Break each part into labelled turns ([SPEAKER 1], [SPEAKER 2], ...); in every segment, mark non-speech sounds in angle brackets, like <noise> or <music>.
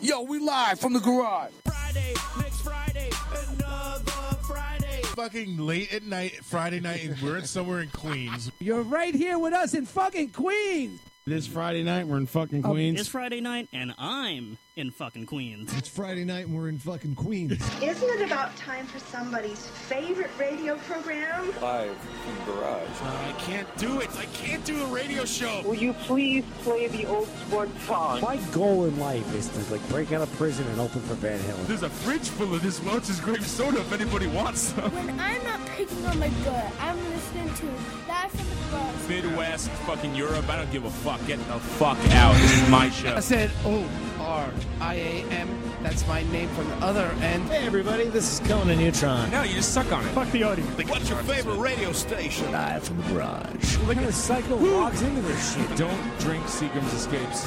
[SPEAKER 1] Yo, we live from the garage.
[SPEAKER 2] Friday, next Friday, another Friday.
[SPEAKER 3] fucking late at night, Friday night, and we're in somewhere in Queens.
[SPEAKER 4] You're right here with us in fucking Queens.
[SPEAKER 5] This Friday night, we're in fucking
[SPEAKER 6] Oh, It's
[SPEAKER 5] Queens.
[SPEAKER 6] Friday night, and I'm in fucking Queens.
[SPEAKER 7] It's Friday night and we're in fucking Queens.
[SPEAKER 8] Isn't it about time for somebody's favorite radio program?
[SPEAKER 9] live from garage.
[SPEAKER 3] I
[SPEAKER 5] <laughs>
[SPEAKER 3] can't do it. I can't do a radio show.
[SPEAKER 10] Will you please play the old sports song?
[SPEAKER 4] My goal in life is to like break out of prison and open for Van Halen.
[SPEAKER 3] There's a fridge full of this Welch's grape soda if anybody wants some.
[SPEAKER 8] When I'm not picking on my butt, I'm listening to Live from the Garage.
[SPEAKER 2] Midwest, fucking Europe. I don't give a fuck. Get the fuck out. This is my show.
[SPEAKER 4] I said O R I A M. That's my name from the other end.
[SPEAKER 5] Hey, everybody, this is Conan Neutron.
[SPEAKER 2] No, you just suck on it.
[SPEAKER 5] Fuck the audience.
[SPEAKER 2] What's your favorite radio station?
[SPEAKER 5] Live from the garage. Look at the cycle logs into this shit.
[SPEAKER 3] Don't drink Seagram's Escapes.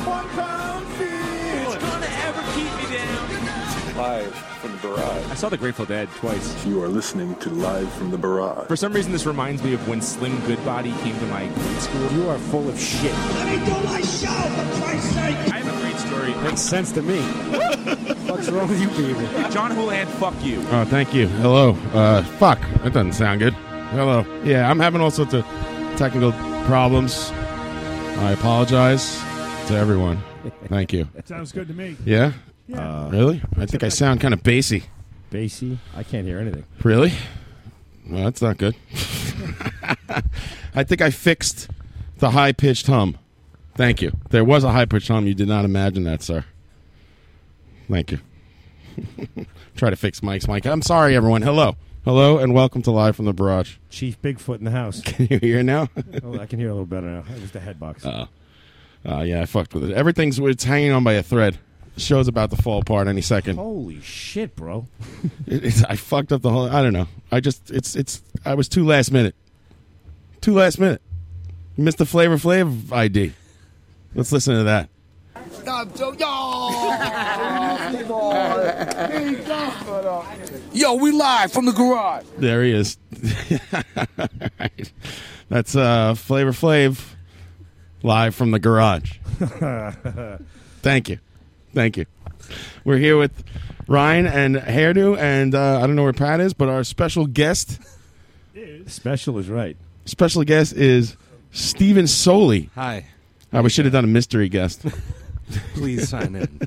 [SPEAKER 2] It's gonna ever keep me down.
[SPEAKER 9] Live from the
[SPEAKER 2] I
[SPEAKER 9] garage.
[SPEAKER 2] saw The Grateful Dead twice.
[SPEAKER 9] You are listening to Live from the Barrage.
[SPEAKER 2] For some reason, this reminds me of when Slim Goodbody came to my grade school.
[SPEAKER 5] You are full of shit.
[SPEAKER 10] Let me do my show, for Christ's sake!
[SPEAKER 2] I have a great story.
[SPEAKER 5] Makes sense
[SPEAKER 2] <laughs>
[SPEAKER 5] to me. What's wrong with you, people?
[SPEAKER 2] John Houlihan, fuck you.
[SPEAKER 5] Oh, thank you. Hello. Uh, fuck. That doesn't sound good. Hello. Yeah, I'm having all sorts of technical problems. I apologize to everyone. Thank you.
[SPEAKER 3] Sounds good to me. Uh,
[SPEAKER 5] Yeah? Uh, really? I think I sound kind of bassy.
[SPEAKER 4] Basie, I can't hear anything.
[SPEAKER 5] Really? Well, that's not good. I think I fixed the high pitched hum. Thank you. There was a high pitched hum. You did not imagine that, sir. Thank you. <laughs> Try to fix Mike's mic. I'm sorry, everyone. Hello. Hello, and welcome to Live from the Barrage.
[SPEAKER 7] Chief Bigfoot in the house.
[SPEAKER 5] <laughs> Can you hear now?
[SPEAKER 7] Oh, I can hear a little better now. It was the head box. <laughs>
[SPEAKER 5] uh, yeah, I fucked with it. Everything's it's hanging on by a thread. Show's about to fall apart any second.
[SPEAKER 7] Holy shit, bro.
[SPEAKER 5] <laughs> It- it's, I fucked up the whole. I don't know. I just it's it's. I was too last minute. Too last minute. You missed the Flavor Flav ID. Let's listen to that.
[SPEAKER 1] Yo, we live from the garage.
[SPEAKER 5] There he is. <laughs> Alright. That's uh, Flavor Flav live from the garage. Thank you. Thank you. We're here with Ryan and Hairdo, and uh, I don't know where Pat is, but our special guest,
[SPEAKER 7] Special is right.
[SPEAKER 5] special guest is Steven Soli.
[SPEAKER 9] Hi.
[SPEAKER 5] I we should have done a mystery guest.
[SPEAKER 9] Please sign in.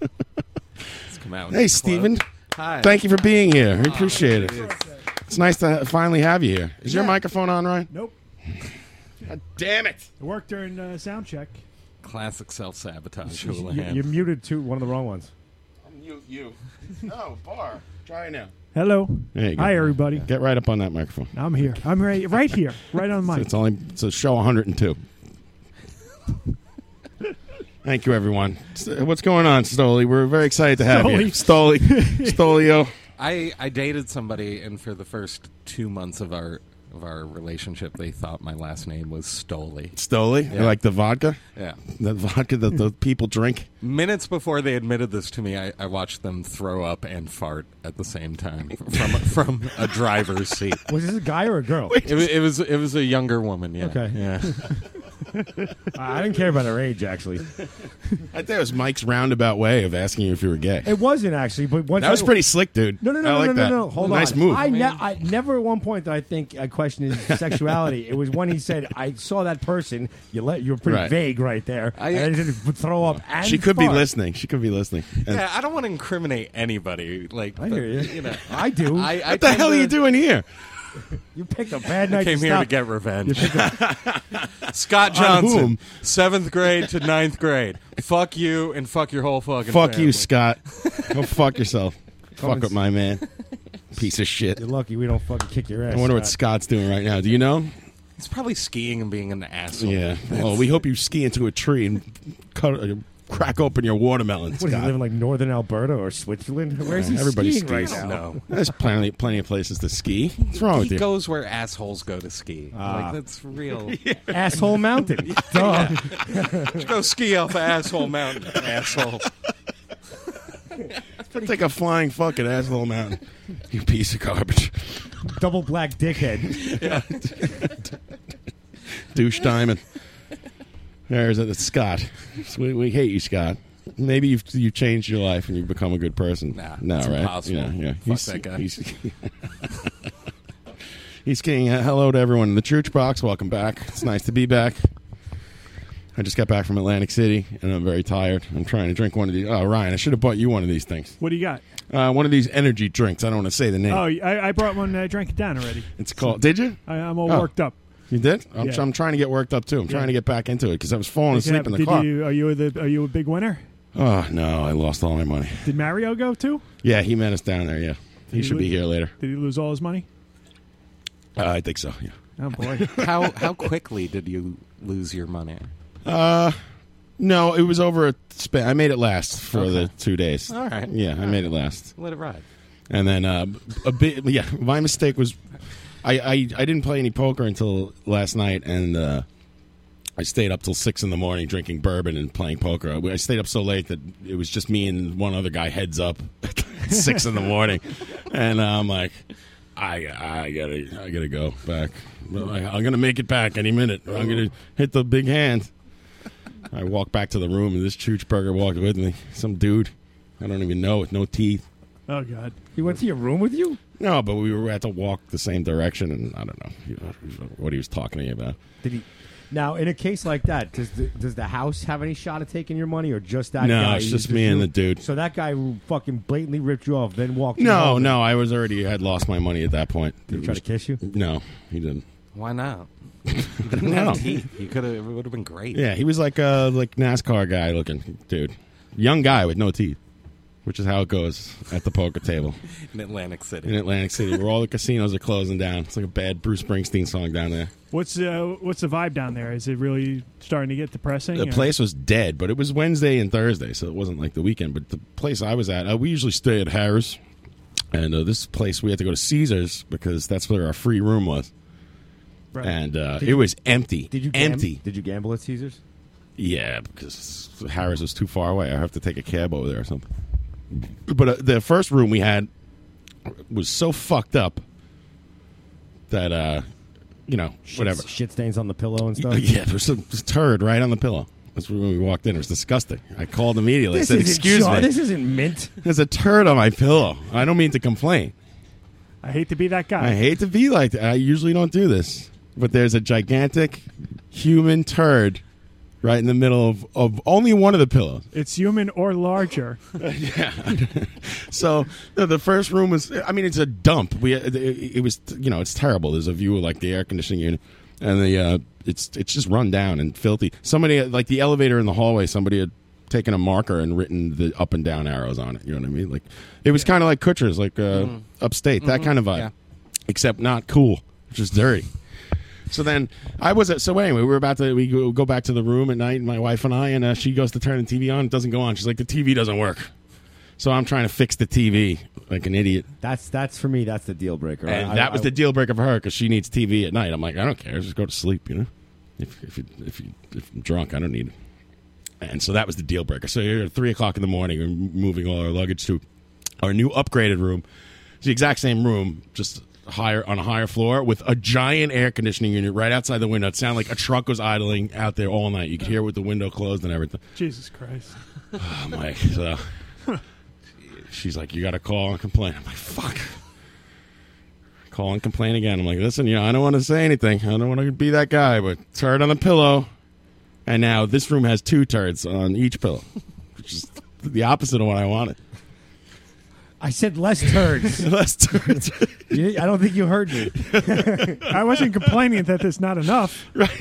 [SPEAKER 9] Let's come out.
[SPEAKER 5] Hey, Steven.
[SPEAKER 9] Hi. Oh,
[SPEAKER 5] Thank you for being here. We appreciate it. It's nice to finally have you here. Is your microphone on, Ryan?
[SPEAKER 4] Nope.
[SPEAKER 5] God damn it.
[SPEAKER 4] It worked during uh, sound check.
[SPEAKER 9] Classic self sabotage.
[SPEAKER 7] You muted two, one of the
[SPEAKER 5] <laughs>
[SPEAKER 7] wrong ones.
[SPEAKER 5] You, you. No, bar. Try it now.
[SPEAKER 4] Hello.
[SPEAKER 5] There you go.
[SPEAKER 4] Hi, everybody.
[SPEAKER 5] Get right up on that microphone.
[SPEAKER 4] I'm here. I'm right, right here, right on mic.
[SPEAKER 5] <laughs> It's only it's a show 102. Thank you, everyone. S- uh, What's going on, Stoli? We're very excited to have you. Stoli.
[SPEAKER 7] <laughs>
[SPEAKER 5] Stolio.
[SPEAKER 9] I, I dated somebody, and for the first two months of our of our relationship, they thought my last name was Stoli.
[SPEAKER 5] Stoli? You
[SPEAKER 9] Yeah.
[SPEAKER 5] Like the vodka?
[SPEAKER 9] Yeah.
[SPEAKER 5] The vodka that the people drink?
[SPEAKER 9] Minutes before they admitted this to me, I, I watched them throw up and fart at the same time from from a driver's seat.
[SPEAKER 7] Was this a guy or a girl?
[SPEAKER 9] It, wa- it was it was a younger woman. Yeah.
[SPEAKER 7] Okay.
[SPEAKER 9] Yeah.
[SPEAKER 7] I I didn't care about her age, actually.
[SPEAKER 5] <laughs> I think it was Mike's roundabout way of asking you if you were gay.
[SPEAKER 7] It wasn't, actually, but once
[SPEAKER 5] That was
[SPEAKER 7] I-
[SPEAKER 5] pretty slick, dude.
[SPEAKER 7] No, no, no,
[SPEAKER 5] I
[SPEAKER 7] no,
[SPEAKER 5] like
[SPEAKER 7] no, no,
[SPEAKER 5] that.
[SPEAKER 7] no. Hold
[SPEAKER 5] nice
[SPEAKER 7] on.
[SPEAKER 5] move.
[SPEAKER 7] I, ne- I never at one point that I think I
[SPEAKER 5] <laughs>
[SPEAKER 7] questioned his sexuality. it was when he said, "I saw that person." You let you were pretty
[SPEAKER 5] Right.
[SPEAKER 7] vague right there.
[SPEAKER 9] I-
[SPEAKER 7] I, and I didn't throw up. And
[SPEAKER 5] she could be
[SPEAKER 7] fart.
[SPEAKER 5] listening. She could be listening. And
[SPEAKER 9] Yeah, I don't want to incriminate anybody. Like,
[SPEAKER 7] I
[SPEAKER 9] but,
[SPEAKER 7] hear you.
[SPEAKER 9] know,
[SPEAKER 7] I do.
[SPEAKER 9] I, I
[SPEAKER 5] what the hell are you doing here?
[SPEAKER 7] you picked a bad night.
[SPEAKER 9] Came
[SPEAKER 7] to
[SPEAKER 9] here to
[SPEAKER 7] stop.
[SPEAKER 9] get revenge. <laughs> Scott Johnson,
[SPEAKER 5] whom?
[SPEAKER 9] seventh grade to ninth grade. fuck you and fuck your whole fucking.
[SPEAKER 5] Fuck
[SPEAKER 9] family.
[SPEAKER 5] you,
[SPEAKER 9] <laughs>
[SPEAKER 5] Scott. Go fuck yourself. fuck
[SPEAKER 7] and
[SPEAKER 5] up
[SPEAKER 7] s-
[SPEAKER 5] my man. Piece of shit.
[SPEAKER 7] You're lucky we don't fucking kick your ass.
[SPEAKER 5] I wonder what
[SPEAKER 7] Scott.
[SPEAKER 5] Scott's doing right now. Do you know?
[SPEAKER 9] It's probably skiing and being an asshole.
[SPEAKER 5] Yeah. Well, we hope you ski into a tree and cut, uh, crack open your watermelon,
[SPEAKER 7] What is he
[SPEAKER 5] Scott.
[SPEAKER 7] living like Northern Alberta or Switzerland? Where's he
[SPEAKER 5] Everybody
[SPEAKER 7] skiing right
[SPEAKER 5] skis.
[SPEAKER 7] now?
[SPEAKER 9] No.
[SPEAKER 5] There's plenty, plenty of places to ski. What's wrong with
[SPEAKER 9] He
[SPEAKER 5] you? Ah.
[SPEAKER 9] goes where assholes go to ski. like
[SPEAKER 5] <laughs>
[SPEAKER 9] that's <laughs> real.
[SPEAKER 7] Asshole
[SPEAKER 9] <laughs>
[SPEAKER 7] Mountain. Duh.
[SPEAKER 9] Go
[SPEAKER 7] <laughs>
[SPEAKER 9] ski off of asshole mountain, asshole.
[SPEAKER 5] <laughs> Take a flying fucking asshole mountain. You piece of garbage. <laughs>
[SPEAKER 7] Double black dickhead.
[SPEAKER 5] Douche diamond. There's a, it's Scott. We, we hate you, Scott. Maybe you've you've changed your life and you've become a good person. Nah, no,
[SPEAKER 9] it's
[SPEAKER 5] right?
[SPEAKER 9] impossible.
[SPEAKER 5] Yeah, yeah.
[SPEAKER 9] Fuck
[SPEAKER 5] he's,
[SPEAKER 9] that guy.
[SPEAKER 5] <laughs> He's, he's king. Uh, Hello to everyone in the church box. Welcome back. It's nice to be back. I just got back from Atlantic City and I'm very tired. I'm trying to drink one of these. Oh, Ryan, I should have bought you one of these things.
[SPEAKER 11] What do you got?
[SPEAKER 5] Uh, one of these energy drinks. I don't want to say the name.
[SPEAKER 11] Oh, I, I brought one. I drank it down already.
[SPEAKER 5] It's called. Did you?
[SPEAKER 11] I, I'm all
[SPEAKER 5] Oh.
[SPEAKER 11] worked up.
[SPEAKER 5] You did? I'm,
[SPEAKER 11] Yeah.
[SPEAKER 5] I'm trying to get worked up too. I'm
[SPEAKER 11] Yeah.
[SPEAKER 5] trying to get back into it because I was falling
[SPEAKER 11] Did you
[SPEAKER 5] asleep
[SPEAKER 11] have-
[SPEAKER 5] in the
[SPEAKER 11] did
[SPEAKER 5] car.
[SPEAKER 11] You, are you the? Are you a big winner?
[SPEAKER 5] Oh no, I lost all my money.
[SPEAKER 11] Did Mario go too?
[SPEAKER 5] Yeah, he met us down there. Yeah, he,
[SPEAKER 11] Did he
[SPEAKER 5] should be
[SPEAKER 11] lose-
[SPEAKER 5] here later.
[SPEAKER 11] Did he lose all his money?
[SPEAKER 5] Uh, I think so. Yeah.
[SPEAKER 11] Oh boy.
[SPEAKER 9] how how quickly did you lose your money?
[SPEAKER 5] Uh, no, it was over a span. I made it last for the two days.
[SPEAKER 9] All right.
[SPEAKER 5] Yeah, I made it last.
[SPEAKER 9] Let it ride.
[SPEAKER 5] And then uh, a bit. Yeah, my mistake was, I, I I didn't play any poker until last night, and uh, I stayed up till six in the morning drinking bourbon and playing poker. I, I stayed up so late that it was just me and one other guy heads up at <laughs> six in the morning, and uh, I'm like. I, I gotta I gotta go back. Well, I, I'm gonna make it back any minute. I'm gonna hit the big hand. I walk back to the room and this Choochburger walked with me. Some dude I don't even know with no teeth.
[SPEAKER 11] Oh God.
[SPEAKER 7] He went to your room with you?
[SPEAKER 5] No, but we were at to walk the same direction, and I don't know you know, what he was talking to me about.
[SPEAKER 7] Did he? Now, in a case like that, does the, does the house have any shot at taking your money, or just that
[SPEAKER 5] No,
[SPEAKER 7] guy?
[SPEAKER 5] it's
[SPEAKER 7] who's
[SPEAKER 5] just me and
[SPEAKER 7] you?
[SPEAKER 5] the dude.
[SPEAKER 7] So that guy who fucking blatantly ripped you off, then walked. you
[SPEAKER 5] No,
[SPEAKER 7] home.
[SPEAKER 5] no, I was already had lost my money at that point. Did
[SPEAKER 7] he try to kiss you?
[SPEAKER 5] No, he didn't.
[SPEAKER 9] Why not? You
[SPEAKER 5] <laughs> don't
[SPEAKER 9] didn't have
[SPEAKER 5] know.
[SPEAKER 9] teeth. You could have. It would have been great.
[SPEAKER 5] Yeah, he was like a like NASCAR guy looking dude, young guy with no teeth, which is how it goes at the poker
[SPEAKER 7] <laughs>
[SPEAKER 5] table
[SPEAKER 9] in Atlantic City.
[SPEAKER 5] in Atlantic City, where all the casinos are closing down. It's like a bad Bruce Springsteen song down there.
[SPEAKER 11] What's uh, what's the vibe down there? Is it really starting to get depressing?
[SPEAKER 5] The
[SPEAKER 11] or-
[SPEAKER 5] place was dead, but it was Wednesday and Thursday, so it wasn't like the weekend. But the place I was at, uh, we usually stay at Harris, and uh, this place we had to go to Caesars because that's where our free room was,
[SPEAKER 7] Right.
[SPEAKER 5] and uh,
[SPEAKER 7] Did
[SPEAKER 5] it
[SPEAKER 7] you-
[SPEAKER 5] was empty.
[SPEAKER 7] Did you gam-
[SPEAKER 5] empty?
[SPEAKER 7] Did you gamble at Caesars?
[SPEAKER 5] Yeah, because Harris was too far away. I have to take a cab over there or something. But uh, the first room we had was so fucked up that uh, you know whatever.
[SPEAKER 7] Shit, shit stains on the
[SPEAKER 5] <laughs>
[SPEAKER 7] pillow and stuff.
[SPEAKER 5] Yeah, there's a turd right on the pillow. That's when we walked in. It was disgusting. I called immediately.
[SPEAKER 7] This
[SPEAKER 5] I said,
[SPEAKER 7] isn't
[SPEAKER 5] "Excuse
[SPEAKER 7] Shaw-
[SPEAKER 5] me,
[SPEAKER 7] This isn't mint.
[SPEAKER 5] there's a turd on my pillow. I don't mean to complain.
[SPEAKER 11] I hate to be that guy.
[SPEAKER 5] I hate to be like that. I usually don't do this, but there's a gigantic human turd right in the middle of, of only one of the pillows.
[SPEAKER 11] It's human or larger.
[SPEAKER 5] <laughs> yeah. So no, the first room was. I mean, it's a dump. We it, it was you know it's terrible. There's a view of like the air conditioning unit, and the uh, it's it's just run down and filthy. Somebody like the elevator in the hallway. Somebody had taken a marker and written the up and down arrows on it. You know what I mean? Like it was kind of like Kutcher's, like uh,
[SPEAKER 9] Mm.
[SPEAKER 5] upstate, that
[SPEAKER 9] Mhm.
[SPEAKER 5] kind of vibe,
[SPEAKER 9] Yeah.
[SPEAKER 5] except not cool, just dirty. So then I was at, so anyway, we were about to, we go go back to the room at night, my wife and I, and uh, she goes to turn the TV on. It doesn't go on. She's like, the TV doesn't work. So I'm trying to fix the TV like an idiot.
[SPEAKER 7] That's that's for me. That's the deal breaker.
[SPEAKER 5] And
[SPEAKER 7] I-
[SPEAKER 5] that
[SPEAKER 7] I-
[SPEAKER 5] was the deal breaker for her because she needs TV at night. I'm like, I don't care. Just go to sleep, you know? If, if, you, if, you, if I'm drunk, I don't need it. And so that was the deal breaker. So here at 3 o'clock in the morning, we're moving all our luggage to our new upgraded room. It's the exact same room, just higher on a higher floor with a giant air conditioning unit right outside the window. It sounded like a truck was idling out there all night. You could hear it with the window closed and everything.
[SPEAKER 11] Jesus Christ.
[SPEAKER 5] I'm like, <laughs> so she's like, you got to call and complain. I'm like, fuck. Call and complain again. I'm like, listen, you know, I don't want to say anything. I don't want to be that guy, but turd on the pillow. And now this room has two turds on each pillow, which is the opposite of what I wanted.
[SPEAKER 7] I said less turds.
[SPEAKER 5] <laughs> less turds.
[SPEAKER 7] you, I don't think you heard me.
[SPEAKER 11] I wasn't complaining that it's not enough.
[SPEAKER 5] Right.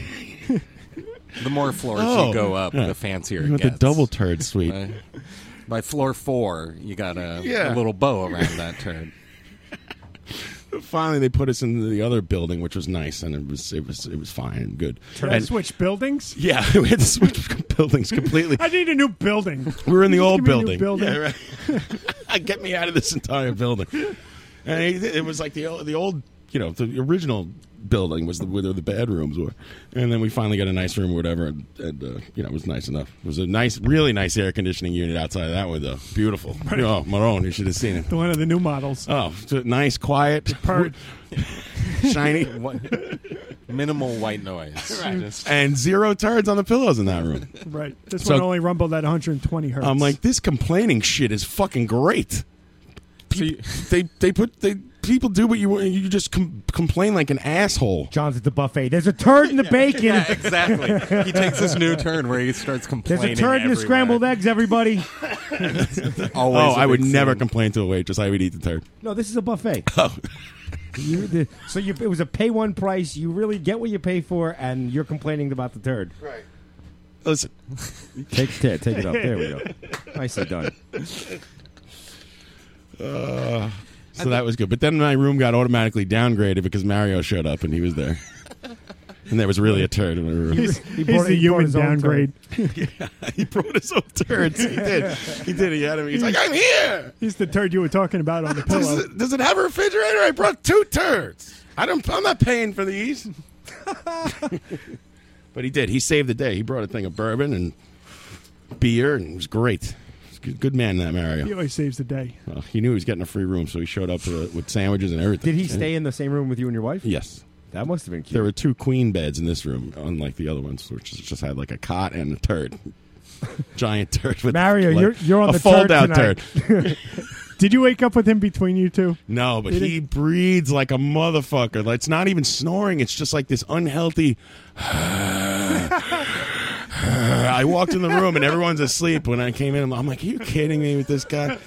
[SPEAKER 9] The more floors you go up, the fancier
[SPEAKER 5] You
[SPEAKER 9] it
[SPEAKER 5] want
[SPEAKER 9] gets.
[SPEAKER 5] Oh. the double turd suite.
[SPEAKER 9] By, by floor four, you got a,
[SPEAKER 5] Yeah.
[SPEAKER 9] a little bow around that turd.
[SPEAKER 5] Finally, they put us into the other building, which was nice, and it was it was it was fine and good.
[SPEAKER 11] Can I
[SPEAKER 5] And-
[SPEAKER 11] switch buildings?
[SPEAKER 5] <laughs> yeah, <laughs> we had to switch buildings completely.
[SPEAKER 11] I need a new building.
[SPEAKER 5] We were in the
[SPEAKER 11] Just
[SPEAKER 5] old
[SPEAKER 11] give me a new
[SPEAKER 5] building.
[SPEAKER 11] building.
[SPEAKER 5] Yeah, right. <laughs> Get me out of this entire building. And it, it was like the old, the old, you know, the original building was the, where the bedrooms were. And then we finally got a nice room or whatever. And, and uh, you know, it was nice enough. It was a nice, really nice air conditioning unit outside of that window. Beautiful. Oh, Marone, you should
[SPEAKER 11] <laughs>
[SPEAKER 5] have seen it.
[SPEAKER 11] The one of the new models.
[SPEAKER 9] <laughs>
[SPEAKER 5] Oh, so nice, quiet,
[SPEAKER 11] Purred.
[SPEAKER 5] shiny.
[SPEAKER 9] One, Minimal white <laughs> noise.
[SPEAKER 11] Right.
[SPEAKER 9] Just-
[SPEAKER 5] and zero turds on the pillows in that room.
[SPEAKER 11] Right. This
[SPEAKER 5] So-
[SPEAKER 11] one only rumbled at 120 hertz.
[SPEAKER 5] I'm like, this complaining shit is fucking great. Pe- they they put they people do what you want. You just com- complain like an asshole.
[SPEAKER 7] John's at the buffet.
[SPEAKER 5] <laughs>
[SPEAKER 7] There's a turd in the bacon.
[SPEAKER 9] Yeah, exactly. He takes this new turn where he
[SPEAKER 7] <laughs> There's
[SPEAKER 9] starts
[SPEAKER 7] a turd in
[SPEAKER 9] complaining.
[SPEAKER 7] the
[SPEAKER 9] everywhere.
[SPEAKER 7] scrambled eggs,
[SPEAKER 5] <laughs>
[SPEAKER 7] everybody.
[SPEAKER 9] <laughs>
[SPEAKER 5] oh,
[SPEAKER 9] Always a
[SPEAKER 5] I would
[SPEAKER 9] big
[SPEAKER 5] never
[SPEAKER 9] <laughs> scene.
[SPEAKER 5] complain to a waitress. I would eat the turd.
[SPEAKER 7] No, this is a buffet.
[SPEAKER 5] Oh.
[SPEAKER 7] You- the- so you, it was a pay one price. You really get what you pay for, and you're complaining about the turd. Right.
[SPEAKER 5] Listen.
[SPEAKER 7] Take, <laughs> ta- take it up. There we go. Nicely done.
[SPEAKER 5] Uh, so that was good. But then my room got automatically downgraded because Mario showed up and he was <laughs> there. and there was really a turd in my room.
[SPEAKER 11] He's the human downgrade.
[SPEAKER 5] <laughs> he brought his own turds. He did. He did. He had him. He's like, I'm here.
[SPEAKER 11] He's the turd you were talking about on the
[SPEAKER 5] Does
[SPEAKER 11] pillow.
[SPEAKER 5] it, does it have a refrigerator? I brought two turds. I don't. I'm not paying for these. but he did. He saved the day. He brought a thing of bourbon and beer, and it was great. He's a Good, good man, that Mario.
[SPEAKER 11] He always saves the day.
[SPEAKER 5] Well, Uh, he knew he was getting a free room, so he showed up with, with sandwiches and everything.
[SPEAKER 7] Did he stay in the same room with you and your wife?
[SPEAKER 5] Yes.
[SPEAKER 7] That must have been cute.
[SPEAKER 5] There were two queen beds in this room, unlike the other ones, which is- just had like a cot and a turd, <laughs> giant turd. With
[SPEAKER 11] Mario,
[SPEAKER 5] like,
[SPEAKER 11] you're- you're on
[SPEAKER 5] a
[SPEAKER 11] the turd
[SPEAKER 5] fold-out
[SPEAKER 11] tonight.
[SPEAKER 5] turd.
[SPEAKER 11] <laughs> Did you wake up with him between you two?
[SPEAKER 5] No, but
[SPEAKER 11] Did
[SPEAKER 5] he breathes like a motherfucker. Like, it's not even snoring. It's just like this unhealthy. <sighs> I walked in the room and everyone's asleep. When I came in, I'm- I'm like, "Are you kidding me with this guy?"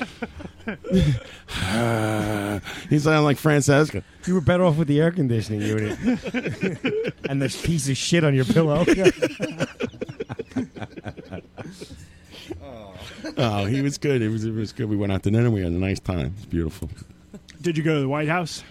[SPEAKER 5] <sighs> He's sounding like Francesca.
[SPEAKER 7] You were better off with the air conditioning
[SPEAKER 5] <laughs>
[SPEAKER 7] unit and this piece of shit on your <laughs> pillow.
[SPEAKER 5] Oh, he was good. It was it was good. We went out to dinner. We had a nice time. It's beautiful.
[SPEAKER 11] Did you go to the White House?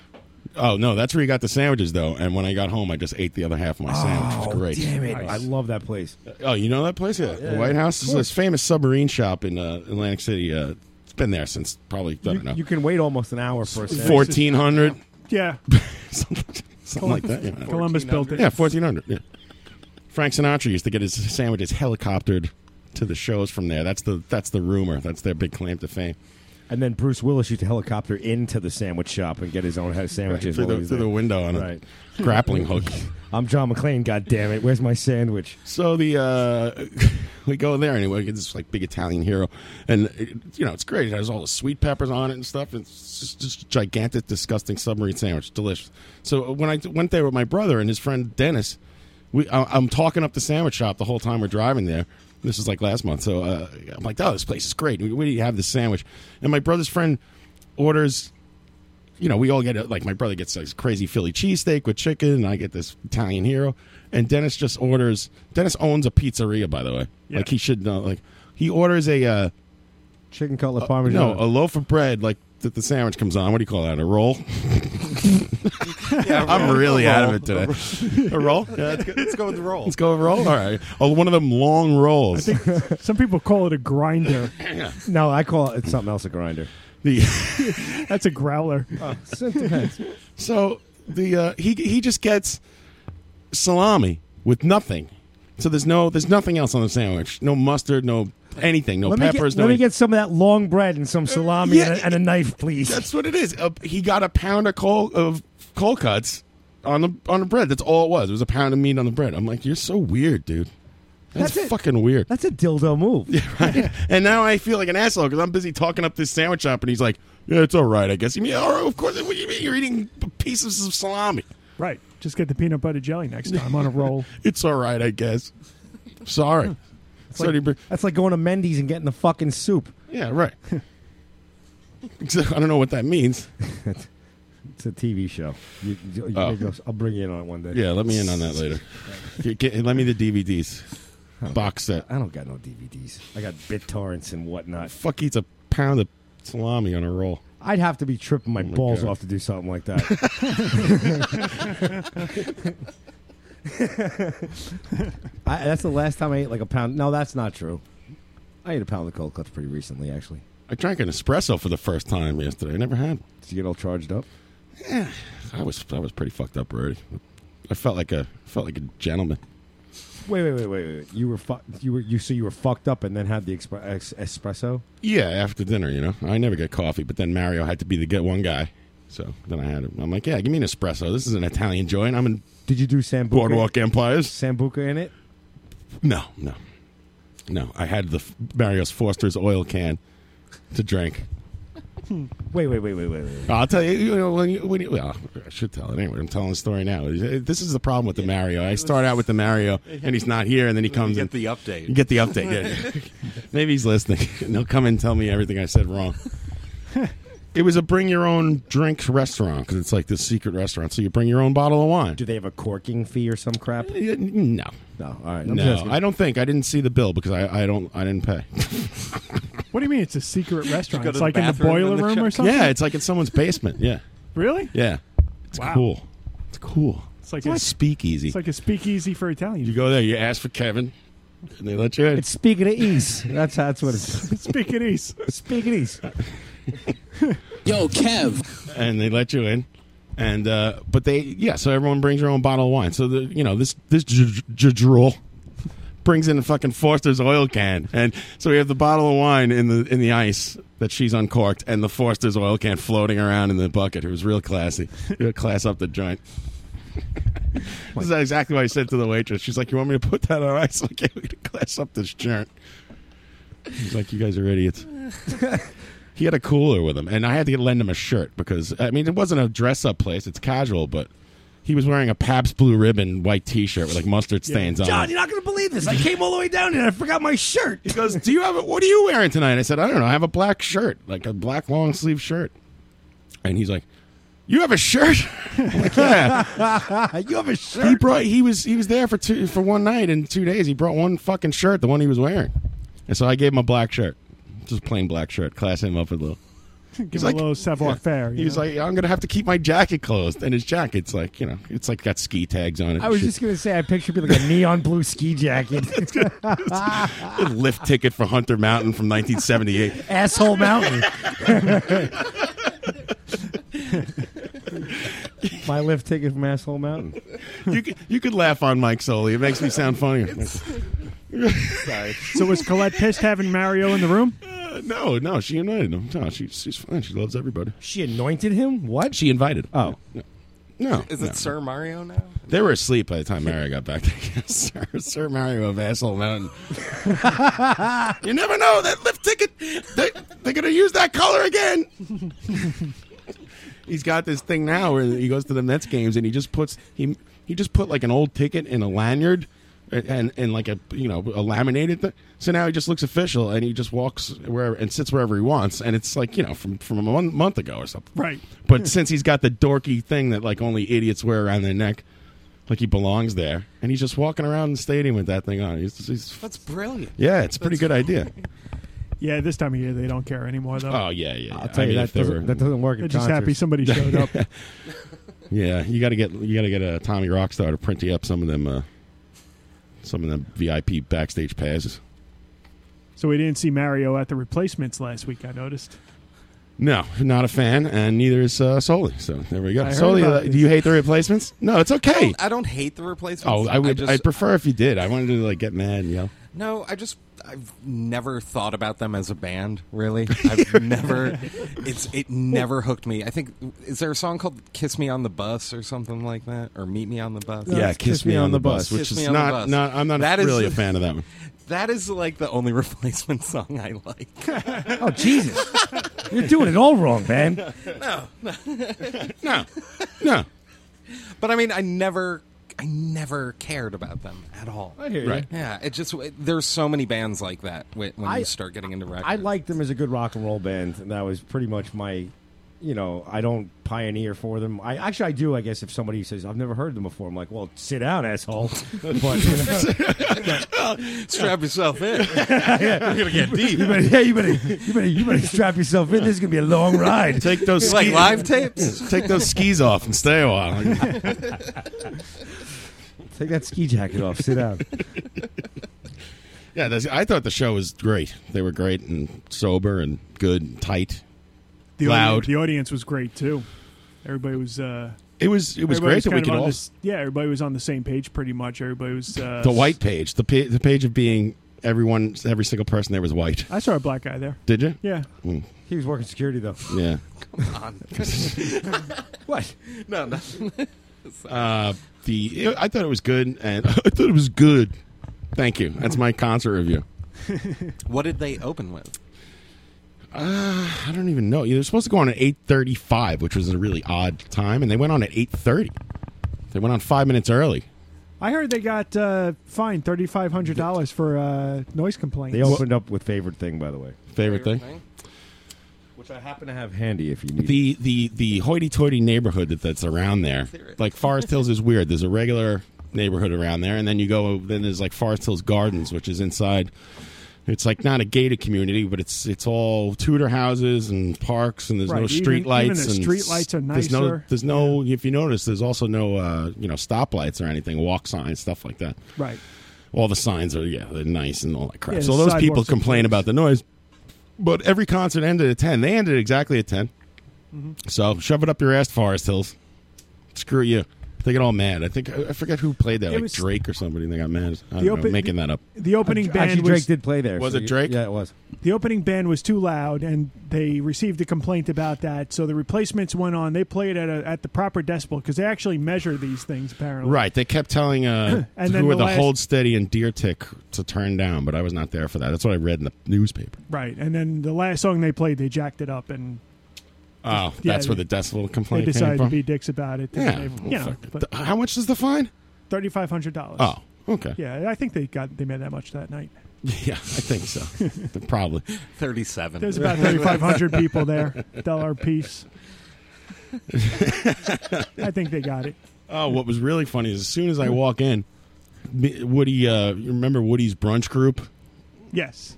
[SPEAKER 5] Oh no, that's where you got the sandwiches though. And when I got home, I just ate the other half of my sandwich. It was great.
[SPEAKER 7] Oh, Damn it! I love that place.
[SPEAKER 5] Oh, you know that place? Yeah, the White House is this famous submarine shop in uh, Atlantic City. Uh, it's been there since probably I don't know
[SPEAKER 7] You can wait almost an hour for a sandwich.
[SPEAKER 5] fourteen hundred,
[SPEAKER 11] Yeah.
[SPEAKER 5] <laughs> something like that.
[SPEAKER 7] <laughs>
[SPEAKER 5] yeah.
[SPEAKER 11] Columbus built it.
[SPEAKER 5] Yeah, fourteen hundred. Yeah. Frank Sinatra used to get his sandwiches helicoptered to the shows from there. That's the that's the rumor. That's their big claim to fame.
[SPEAKER 7] And then Bruce Willis used to helicopter into the sandwich shop and get his own house sandwiches
[SPEAKER 5] Through
[SPEAKER 7] while
[SPEAKER 5] the-
[SPEAKER 7] he's
[SPEAKER 5] through
[SPEAKER 7] there.
[SPEAKER 5] the window on a
[SPEAKER 7] right.
[SPEAKER 5] grappling hook.
[SPEAKER 7] <laughs> I'm John McClane. God damn it! Where's my sandwich?
[SPEAKER 5] So the uh, <laughs> we go there anyway. It's this like big Italian hero, and it, you know it's great. It has all the sweet peppers on it and stuff. It's just, just gigantic, disgusting submarine sandwich, delicious. So when I went there with my brother and his friend Dennis, we I, I'm talking up the sandwich shop the whole time we're driving there. This is like last month, so uh, I'm like, "Oh, this place is great. We, we have this sandwich." And my brother's friend orders you know, we all get it. Like, my brother gets this crazy Philly cheesesteak with chicken, and I get this Italian hero. And Dennis just orders. Dennis owns a pizzeria, by the way.
[SPEAKER 11] Yeah.
[SPEAKER 5] Like, he should know. Like, he orders a uh,
[SPEAKER 7] Chicken cutlet
[SPEAKER 5] no,
[SPEAKER 7] parmesan.
[SPEAKER 5] a loaf of bread. Like that, the sandwich comes on. What do you call that? A roll. I'm really out of it today. <laughs> a roll. Yeah, let's, go,
[SPEAKER 9] let's go with the roll.
[SPEAKER 5] let's go with roll. All right. Oh, one of them long rolls.
[SPEAKER 11] <laughs> Some people call it a
[SPEAKER 5] <coughs>
[SPEAKER 11] grinder.
[SPEAKER 7] no, I call it it's something else. A grinder.
[SPEAKER 5] The-
[SPEAKER 11] <laughs> That's a growler.
[SPEAKER 5] <laughs> So the uh, he he just gets salami with nothing. So there's no there's nothing else on the sandwich. No mustard. No anything. No
[SPEAKER 7] let me
[SPEAKER 5] peppers.
[SPEAKER 7] get,
[SPEAKER 5] no
[SPEAKER 7] let me get some of that long bread and some salami
[SPEAKER 5] Yeah.
[SPEAKER 7] and, a, and a knife, please.
[SPEAKER 5] That's what it is. Uh, he got a pound of coal of cold cuts on the on the bread. That's all it was. It was a pound of meat on the bread. I'm like, you're so weird, dude. That's,
[SPEAKER 7] That's it.
[SPEAKER 5] fucking weird. <laughs>
[SPEAKER 7] That's a dildo move.
[SPEAKER 5] And now I feel like an asshole because I'm busy talking up this sandwich shop, and he's like, "Yeah, it's all right, I guess." You mean, all right, of course. What do you mean? You're eating pieces of salami.
[SPEAKER 11] Right. Just get the peanut butter jelly next time on a roll.
[SPEAKER 5] <laughs> It's all right, I guess. Sorry. Sorry, bro.
[SPEAKER 7] That's like going to Mendy's and getting the fucking soup.
[SPEAKER 5] yeah, right. <laughs> Exa- I don't know what that means.
[SPEAKER 7] <laughs> It's a TV show. You, <laughs> you- you-
[SPEAKER 5] Oh.
[SPEAKER 7] I'll bring you in on it one day.
[SPEAKER 5] Yeah, let me in on that
[SPEAKER 7] <laughs>
[SPEAKER 5] later. Get- get- let me the DVDs box set.
[SPEAKER 7] I don't got no DVDs. I got BitTorrents and whatnot.
[SPEAKER 5] Fuck eats a pound of salami on a roll. Oh
[SPEAKER 7] I'd have to be tripping my,
[SPEAKER 5] my
[SPEAKER 7] balls
[SPEAKER 5] God.
[SPEAKER 7] off to do something like
[SPEAKER 5] <laughs>
[SPEAKER 7] that. <laughs> I, that's the last time I ate like a pound. No, that's not true. I ate a pound of cold cuts pretty recently, actually.
[SPEAKER 5] I drank an espresso for the first time yesterday. I never had. one.
[SPEAKER 7] Did you get all charged up?
[SPEAKER 5] I was I was pretty fucked up already. I felt like a felt like a gentleman.
[SPEAKER 7] Wait, wait, wait, wait, wait. You were fu- you were you so you were fucked up and then had the expre- es- espresso.
[SPEAKER 5] Yeah, after dinner, you know, I never get coffee, but then Mario had to be the get one guy, So then I had it. I'm like, yeah, give me an espresso. This is an Italian joint. I'm in
[SPEAKER 7] Did you do Sambuca?
[SPEAKER 5] Boardwalk Empires.
[SPEAKER 7] Sambuca in it?
[SPEAKER 5] No, no, no. I had the F- Marius Foster's oil can to drink.
[SPEAKER 7] Hmm. Wait, wait, wait, wait, wait, wait.
[SPEAKER 5] I'll tell you. You know, when you, when you, well, I should tell it anyway. I'm telling the story now. This is the problem with the Mario. I start out with the
[SPEAKER 9] <laughs>
[SPEAKER 5] Mario, and he's not here, and then he comes.
[SPEAKER 9] get
[SPEAKER 5] and-
[SPEAKER 9] the update.
[SPEAKER 5] You get the update.
[SPEAKER 9] <laughs>
[SPEAKER 5] yeah. Maybe he's listening. <laughs> And he'll come and tell me everything I said
[SPEAKER 9] <laughs>
[SPEAKER 5] wrong. it was a bring your own drink restaurant because it's like this secret restaurant. So you bring your own bottle of wine. Uh,
[SPEAKER 7] Do they have a corking fee or some crap?
[SPEAKER 5] No.
[SPEAKER 7] No. All right. I'm just
[SPEAKER 5] No,
[SPEAKER 7] asking.
[SPEAKER 5] I don't think I didn't see the bill because I, I don't I didn't pay.
[SPEAKER 11] What do you mean it's a secret restaurant?
[SPEAKER 5] to
[SPEAKER 11] It's
[SPEAKER 5] the
[SPEAKER 11] like in the
[SPEAKER 5] bathroom
[SPEAKER 11] boiler
[SPEAKER 5] and the
[SPEAKER 11] room or
[SPEAKER 5] check-
[SPEAKER 11] something?
[SPEAKER 5] Yeah, it's like in someone's basement. Yeah,
[SPEAKER 11] <laughs> Really?
[SPEAKER 5] yeah, it's
[SPEAKER 11] Wow.
[SPEAKER 5] cool. It's cool.
[SPEAKER 11] It's like
[SPEAKER 5] a
[SPEAKER 11] a-
[SPEAKER 5] speakeasy.
[SPEAKER 11] It's like a speakeasy for Italians.
[SPEAKER 5] you go there, you ask for Kevin, and they let you in.
[SPEAKER 7] It's speaking of ease. That's that's what it's.
[SPEAKER 11] speaking ease.
[SPEAKER 7] Speaking ease.
[SPEAKER 5] Yo, Kev. And they let you in. And uh, but they yeah, so everyone brings their own bottle of wine. So the you know this this drool <laughs> brings in a fucking Forster's oil can, and so we have the bottle of wine in the in the ice that she's uncorked, and the Forster's oil can floating around in the bucket. It was real classy, <laughs> real class up the joint. <laughs> this is exactly what I said to the waitress. She's like, "You want me to put that on ice? <laughs> I can't wait to class up this joint." He's like, "You guys are idiots." <laughs> He had a cooler with him, and I had to lend him a shirt because I mean it wasn't a dress up place; it's casual. But he was wearing a Pabst Blue Ribbon white T shirt with like mustard stains on.
[SPEAKER 7] John,
[SPEAKER 5] it.
[SPEAKER 7] you're not going to believe this. I came all the way down here and I forgot my shirt.
[SPEAKER 5] He goes, "Do you have a, what are you wearing tonight?" I said, "I don't know. I have a black shirt, like a black long sleeve shirt." And he's like, "You have a shirt?" <laughs> I'm
[SPEAKER 9] <laughs>
[SPEAKER 5] like, yeah.
[SPEAKER 7] you have a <laughs> shirt.
[SPEAKER 5] He brought. He was. He was there for two for one night and two days. He brought one fucking shirt, the one he was wearing, and so I gave him a black shirt, just plain black shirt. Class him up a little.
[SPEAKER 11] <laughs> Give
[SPEAKER 5] He's
[SPEAKER 11] him
[SPEAKER 5] like-
[SPEAKER 11] a little savoir faire. you
[SPEAKER 5] He was
[SPEAKER 11] know?
[SPEAKER 5] like, "I'm gonna have to keep my jacket closed," and his jacket's like, you know, it's like got ski tags on it.
[SPEAKER 7] I was
[SPEAKER 5] Shit.
[SPEAKER 7] just going to say, I picture me like a neon blue ski jacket.
[SPEAKER 5] a lift ticket for Hunter Mountain from 1978.
[SPEAKER 7] Asshole Mountain. my lift ticket from Asshole Mountain.
[SPEAKER 5] you could you could laugh on Mike Sully. It makes me sound funnier. Sorry.
[SPEAKER 11] so was Colette pissed having Mario in the room?
[SPEAKER 5] Uh, No, no, she invited him. No, she, she's fine. She loves everybody.
[SPEAKER 7] She anointed him? What?
[SPEAKER 5] She invited.
[SPEAKER 7] Oh.
[SPEAKER 5] No. No.
[SPEAKER 9] Is
[SPEAKER 5] no.
[SPEAKER 9] it Sir Mario now?
[SPEAKER 5] They were asleep by the time Mario got back. <laughs> Sir, Sir Mario of Asshole Mountain. you never know that lift ticket. They, they're gonna use that color again. He's got this thing now where he goes to the Mets games and he just puts he he just put like an old ticket in a lanyard and and like a you know a laminated thing. So now he just looks official and he just walks wherever and sits wherever he wants and it's like you know from from a mon- month ago or something.
[SPEAKER 11] Right.
[SPEAKER 5] But since he's got the dorky thing that like only idiots wear around their neck, like he belongs there, and he's just walking around the stadium with that thing on. He's, he's
[SPEAKER 9] That's brilliant.
[SPEAKER 5] yeah, it's a pretty good idea.
[SPEAKER 11] Yeah, this time of year they don't care anymore though.
[SPEAKER 5] Oh yeah, yeah.
[SPEAKER 7] I'll tell
[SPEAKER 5] I
[SPEAKER 7] you,
[SPEAKER 5] mean,
[SPEAKER 7] that
[SPEAKER 5] if they
[SPEAKER 7] doesn't,
[SPEAKER 5] were-
[SPEAKER 7] that doesn't work
[SPEAKER 11] They're
[SPEAKER 7] at
[SPEAKER 11] just happy
[SPEAKER 7] concerts.
[SPEAKER 11] somebody showed up.
[SPEAKER 5] <laughs> Yeah, you got to get you got to get a Tommy Rockstar to print you up some of them, uh, some of them VIP backstage passes.
[SPEAKER 11] so we didn't see Mario at the replacements last week. I noticed.
[SPEAKER 5] No, not a fan, and neither is uh, Soli. So there we
[SPEAKER 11] I
[SPEAKER 5] go.
[SPEAKER 11] heard
[SPEAKER 5] Soli,
[SPEAKER 11] about
[SPEAKER 5] uh,
[SPEAKER 11] this.
[SPEAKER 5] do you hate the replacements? No, it's
[SPEAKER 9] I
[SPEAKER 5] okay.
[SPEAKER 9] don't, I don't hate the replacement.
[SPEAKER 5] Oh, I would. I
[SPEAKER 9] just,
[SPEAKER 5] would prefer if you did. I wanted to like get mad and yell.
[SPEAKER 9] No, I just I've never thought about them as a band.
[SPEAKER 5] <laughs>
[SPEAKER 9] Really, I've never. It's it never hooked me. I think is there a song called "Kiss Me on the Bus" or something like that, or "Meet Me on the Bus"?
[SPEAKER 5] yeah, kiss, me, on the bus, which
[SPEAKER 9] Kiss
[SPEAKER 5] is
[SPEAKER 9] Me on the
[SPEAKER 5] not,
[SPEAKER 9] Bus.
[SPEAKER 5] not. I'm not
[SPEAKER 9] That is-
[SPEAKER 5] really a fan of that one.
[SPEAKER 9] That is like the only replacement song I like.
[SPEAKER 5] <laughs>
[SPEAKER 7] Oh, Jesus. You're doing it all wrong,
[SPEAKER 9] <laughs>
[SPEAKER 7] man.
[SPEAKER 5] No, no.
[SPEAKER 9] But I mean, I never, I never cared about them at all.
[SPEAKER 7] I hear you.
[SPEAKER 5] Right.
[SPEAKER 9] Yeah, it just there's so many bands like that when, when
[SPEAKER 7] I-
[SPEAKER 9] you start getting into records.
[SPEAKER 7] I liked them as a good rock and roll band, and that was pretty much my, you know, I don't pioneer for them. I actually I do, I guess. If somebody says I've never heard them before, I'm like, well, sit
[SPEAKER 5] <laughs>
[SPEAKER 7] down, asshole. But you know,
[SPEAKER 9] strap yourself in.
[SPEAKER 7] <laughs> yeah, you better, yeah, you better, you better, you better strap yourself in. This is gonna be a long ride.
[SPEAKER 5] Take those
[SPEAKER 9] <laughs> like
[SPEAKER 5] ski-
[SPEAKER 9] live
[SPEAKER 5] <laughs>
[SPEAKER 9] tapes.
[SPEAKER 5] Take those skis off and stay a <laughs> while.
[SPEAKER 9] <laughs>
[SPEAKER 7] Take that ski jacket off. Sit down.
[SPEAKER 5] Yeah, that's, I thought the show was great. They were great and sober and good and tight.
[SPEAKER 11] The
[SPEAKER 5] Loud.
[SPEAKER 11] Audience, the audience was great too. Everybody was. Uh,
[SPEAKER 5] It was it was
[SPEAKER 11] everybody
[SPEAKER 5] great that we
[SPEAKER 11] kind of
[SPEAKER 5] could
[SPEAKER 11] on
[SPEAKER 5] all
[SPEAKER 11] this- yeah, everybody was on the same page pretty much. Everybody was uh,
[SPEAKER 5] the white page the pa- the page of being everyone every single person there was white.
[SPEAKER 11] I saw a black guy there.
[SPEAKER 5] Did you?
[SPEAKER 11] Yeah,
[SPEAKER 5] Mm.
[SPEAKER 7] He was working security though. <laughs>
[SPEAKER 5] Yeah.
[SPEAKER 9] Come
[SPEAKER 5] <laughs>
[SPEAKER 9] on.
[SPEAKER 7] what?
[SPEAKER 9] No, no.
[SPEAKER 5] Uh, the I thought it was good, and <laughs> I thought it was good. Thank you. That's my concert review.
[SPEAKER 9] <laughs> what did they open with?
[SPEAKER 5] Uh, I don't even know. They were supposed to go on at eight thirty-five, which was a really odd time, and they went on at eight thirty. They went on five minutes early.
[SPEAKER 11] I heard they got uh, fined thirty five hundred dollars for uh, noise complaints.
[SPEAKER 7] They opened up with favorite thing, by the way.
[SPEAKER 5] Favorite thing?
[SPEAKER 7] Which I happen to have handy if you need.
[SPEAKER 5] The the the hoity-toity neighborhood that, that's around there, like Forest Hills, is weird. There's a regular neighborhood around there, and then you go. Then there's like Forest Hills Gardens, which is inside. It's like not a gated community, but it's it's all Tudor houses and parks, and there's no
[SPEAKER 11] Right, even-
[SPEAKER 5] street
[SPEAKER 11] even
[SPEAKER 5] lights.
[SPEAKER 11] the
[SPEAKER 5] and
[SPEAKER 11] street lights are
[SPEAKER 5] There's no,
[SPEAKER 11] nicer.
[SPEAKER 5] there's no. If you notice, there's also no uh, you know stoplights or anything, walk signs, stuff like that.
[SPEAKER 11] Right.
[SPEAKER 5] All the signs are yeah, they're nice and all that crap.
[SPEAKER 11] Yeah,
[SPEAKER 5] so
[SPEAKER 11] the
[SPEAKER 5] those people
[SPEAKER 11] sidewalks are
[SPEAKER 5] complain about the noise, but every concert ended at ten. They ended exactly at 10
[SPEAKER 11] Mm-hmm.
[SPEAKER 5] So shove it up your ass, Forest Hills. Screw you. They get all mad. I think I I forget who played that,
[SPEAKER 11] It
[SPEAKER 5] like
[SPEAKER 11] was-
[SPEAKER 5] Drake or somebody. They got mad. I
[SPEAKER 11] The
[SPEAKER 5] don't know,
[SPEAKER 11] open-
[SPEAKER 5] making that up.
[SPEAKER 11] The opening
[SPEAKER 7] Actually,
[SPEAKER 11] band was,
[SPEAKER 7] Drake did play there.
[SPEAKER 5] Was
[SPEAKER 7] so
[SPEAKER 5] it
[SPEAKER 7] you-
[SPEAKER 5] Drake?
[SPEAKER 7] Yeah, it was.
[SPEAKER 11] The opening band was too loud, and they received a complaint about that. So the replacements went on. They played at a, at the proper decibel because they actually measure these things apparently.
[SPEAKER 5] Right. They kept
[SPEAKER 11] <clears throat>
[SPEAKER 5] telling uh,
[SPEAKER 11] And
[SPEAKER 5] who
[SPEAKER 11] then
[SPEAKER 5] were
[SPEAKER 11] the
[SPEAKER 5] the
[SPEAKER 11] last-
[SPEAKER 5] hold steady and deer tick to turn down, but I was not there for that. That's what I read in the newspaper.
[SPEAKER 11] Right. And then the last song they played, they jacked it up, and
[SPEAKER 5] Oh,
[SPEAKER 11] Yeah,
[SPEAKER 5] that's where the decibel
[SPEAKER 11] they
[SPEAKER 5] complaint came
[SPEAKER 11] decided to
[SPEAKER 5] from.
[SPEAKER 11] be dicks about it.
[SPEAKER 5] Yeah,
[SPEAKER 11] They-
[SPEAKER 5] well,
[SPEAKER 11] you know,
[SPEAKER 5] fuck How much is the fine?
[SPEAKER 11] Thirty five hundred dollars.
[SPEAKER 5] Oh, okay.
[SPEAKER 11] Yeah, I think they got they made that much that night.
[SPEAKER 5] <laughs> Yeah, I think so.
[SPEAKER 11] <laughs>
[SPEAKER 5] Probably
[SPEAKER 9] thirty-seven.
[SPEAKER 11] There's about thirty five hundred people there. Dollar
[SPEAKER 5] <laughs>
[SPEAKER 11] piece. I think they got it.
[SPEAKER 5] Oh, what was really funny is as soon as I walk in, me- Woody. Uh, you remember Woody's brunch group?
[SPEAKER 11] Yes.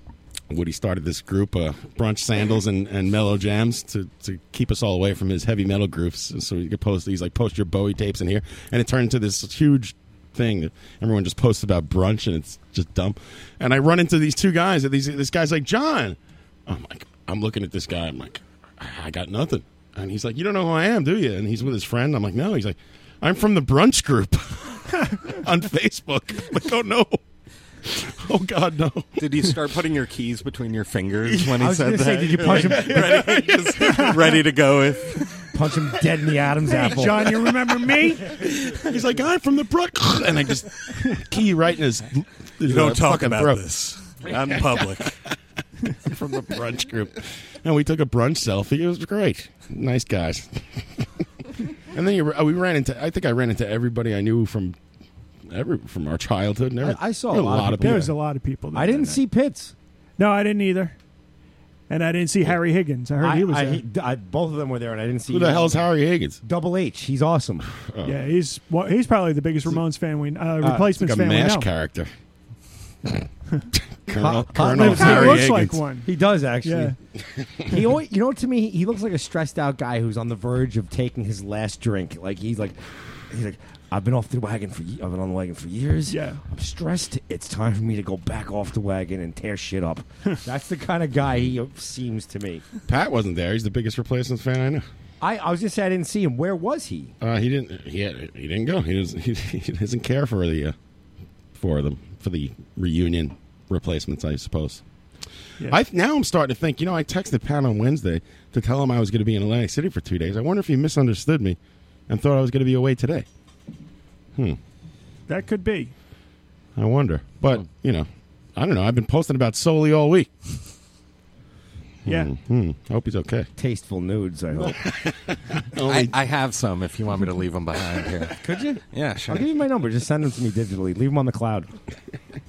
[SPEAKER 5] Woody started this group, uh, Brunch Sandals and, and Mellow Jams, to, to keep us all away from his heavy metal groups. So he could post these, like, post your Bowie tapes in here. And it turned into this huge thing that everyone just posts about brunch, and it's just dumb. And I run into these two guys, and these, this guy's like, John. I'm like, I'm looking at this guy. I'm like, I got nothing. And he's like, You don't know who I am, do you? And he's with his friend. I'm like, No. He's like, I'm from the brunch group <laughs> on Facebook. <laughs> I'm like, oh, no. Oh God, no!
[SPEAKER 9] Did you start putting your keys between
[SPEAKER 7] <laughs>
[SPEAKER 9] your fingers when he
[SPEAKER 7] I was
[SPEAKER 9] said
[SPEAKER 7] gonna
[SPEAKER 9] that?
[SPEAKER 7] say, did you
[SPEAKER 9] <laughs>
[SPEAKER 7] punch
[SPEAKER 9] Like,
[SPEAKER 7] him-
[SPEAKER 9] ready, just ready to go if
[SPEAKER 7] punch him dead in the Adam's
[SPEAKER 9] Hey,
[SPEAKER 7] apple.
[SPEAKER 9] John, you
[SPEAKER 11] remember me?
[SPEAKER 5] <laughs> He's like, I'm from the Brook, <laughs> and I just key right in his. his,
[SPEAKER 12] don't
[SPEAKER 5] uh,
[SPEAKER 12] talk
[SPEAKER 5] fucking
[SPEAKER 12] about
[SPEAKER 5] throat.
[SPEAKER 12] this. Not in public.
[SPEAKER 5] <laughs> from the brunch group, and we took a brunch selfie. It was great. Nice guys. <laughs> and then you, uh, we ran into. I think I ran into everybody I knew from every from our childhood. And everything.
[SPEAKER 7] I saw
[SPEAKER 5] There
[SPEAKER 7] a
[SPEAKER 5] were
[SPEAKER 7] lot of people.
[SPEAKER 11] There was a lot of people.
[SPEAKER 7] I didn't see Pitts.
[SPEAKER 11] No, I didn't either. And I didn't see Harry Higgins. I heard he was
[SPEAKER 7] I,
[SPEAKER 11] there.
[SPEAKER 7] he- I- both of them were there, and I didn't see.
[SPEAKER 11] Who the hell's
[SPEAKER 5] Harry Higgins? Oh.
[SPEAKER 7] Double H. He's awesome.
[SPEAKER 11] yeah, he's well, he's probably the biggest Ramones fan we uh, replacements
[SPEAKER 5] like
[SPEAKER 11] fan
[SPEAKER 5] a
[SPEAKER 11] we
[SPEAKER 5] mash
[SPEAKER 11] know.
[SPEAKER 5] character. <laughs>
[SPEAKER 7] Ho-
[SPEAKER 5] Colonel,
[SPEAKER 7] Hot
[SPEAKER 5] Colonel
[SPEAKER 7] Lips
[SPEAKER 5] Harry
[SPEAKER 7] looks
[SPEAKER 5] Higgins.
[SPEAKER 7] like one. He does actually. <laughs> he always, you know what to me he looks like a stressed out guy who's on the verge of taking his last drink. Like he's like he's like I've been off the wagon for ye- I've been on the wagon for years.
[SPEAKER 11] Yeah.
[SPEAKER 7] I'm stressed. It's time for me to go back off the wagon and tear shit up. That's the kind of guy he seems to me.
[SPEAKER 5] Pat wasn't there. He's the biggest replacements fan I know.
[SPEAKER 7] I, I was gonna say I didn't see him. Where was he?
[SPEAKER 5] Uh, he didn't. He had, he didn't go. He doesn't. <laughs> He, he doesn't care for the uh, for them for the reunion replacements. I suppose.
[SPEAKER 11] Yeah.
[SPEAKER 5] I now I'm starting to think. You know, I texted Pat on Wednesday to tell him I was going to be in Atlantic City for two days. I wonder if he misunderstood me and thought I was going to be away today. Hmm.
[SPEAKER 11] That could be.
[SPEAKER 5] I wonder. But you know, I don't know. I've been posting about Soli all week.
[SPEAKER 11] Yeah.
[SPEAKER 5] Hmm. I hope he's okay.
[SPEAKER 7] Tasteful nudes.
[SPEAKER 5] <laughs>
[SPEAKER 7] I hope. <laughs>
[SPEAKER 9] I, I have some. If you want me to leave them behind here,
[SPEAKER 7] Could you?
[SPEAKER 9] Yeah, sure.
[SPEAKER 7] I'll give you my number. Just send them to me digitally. Leave them on the cloud.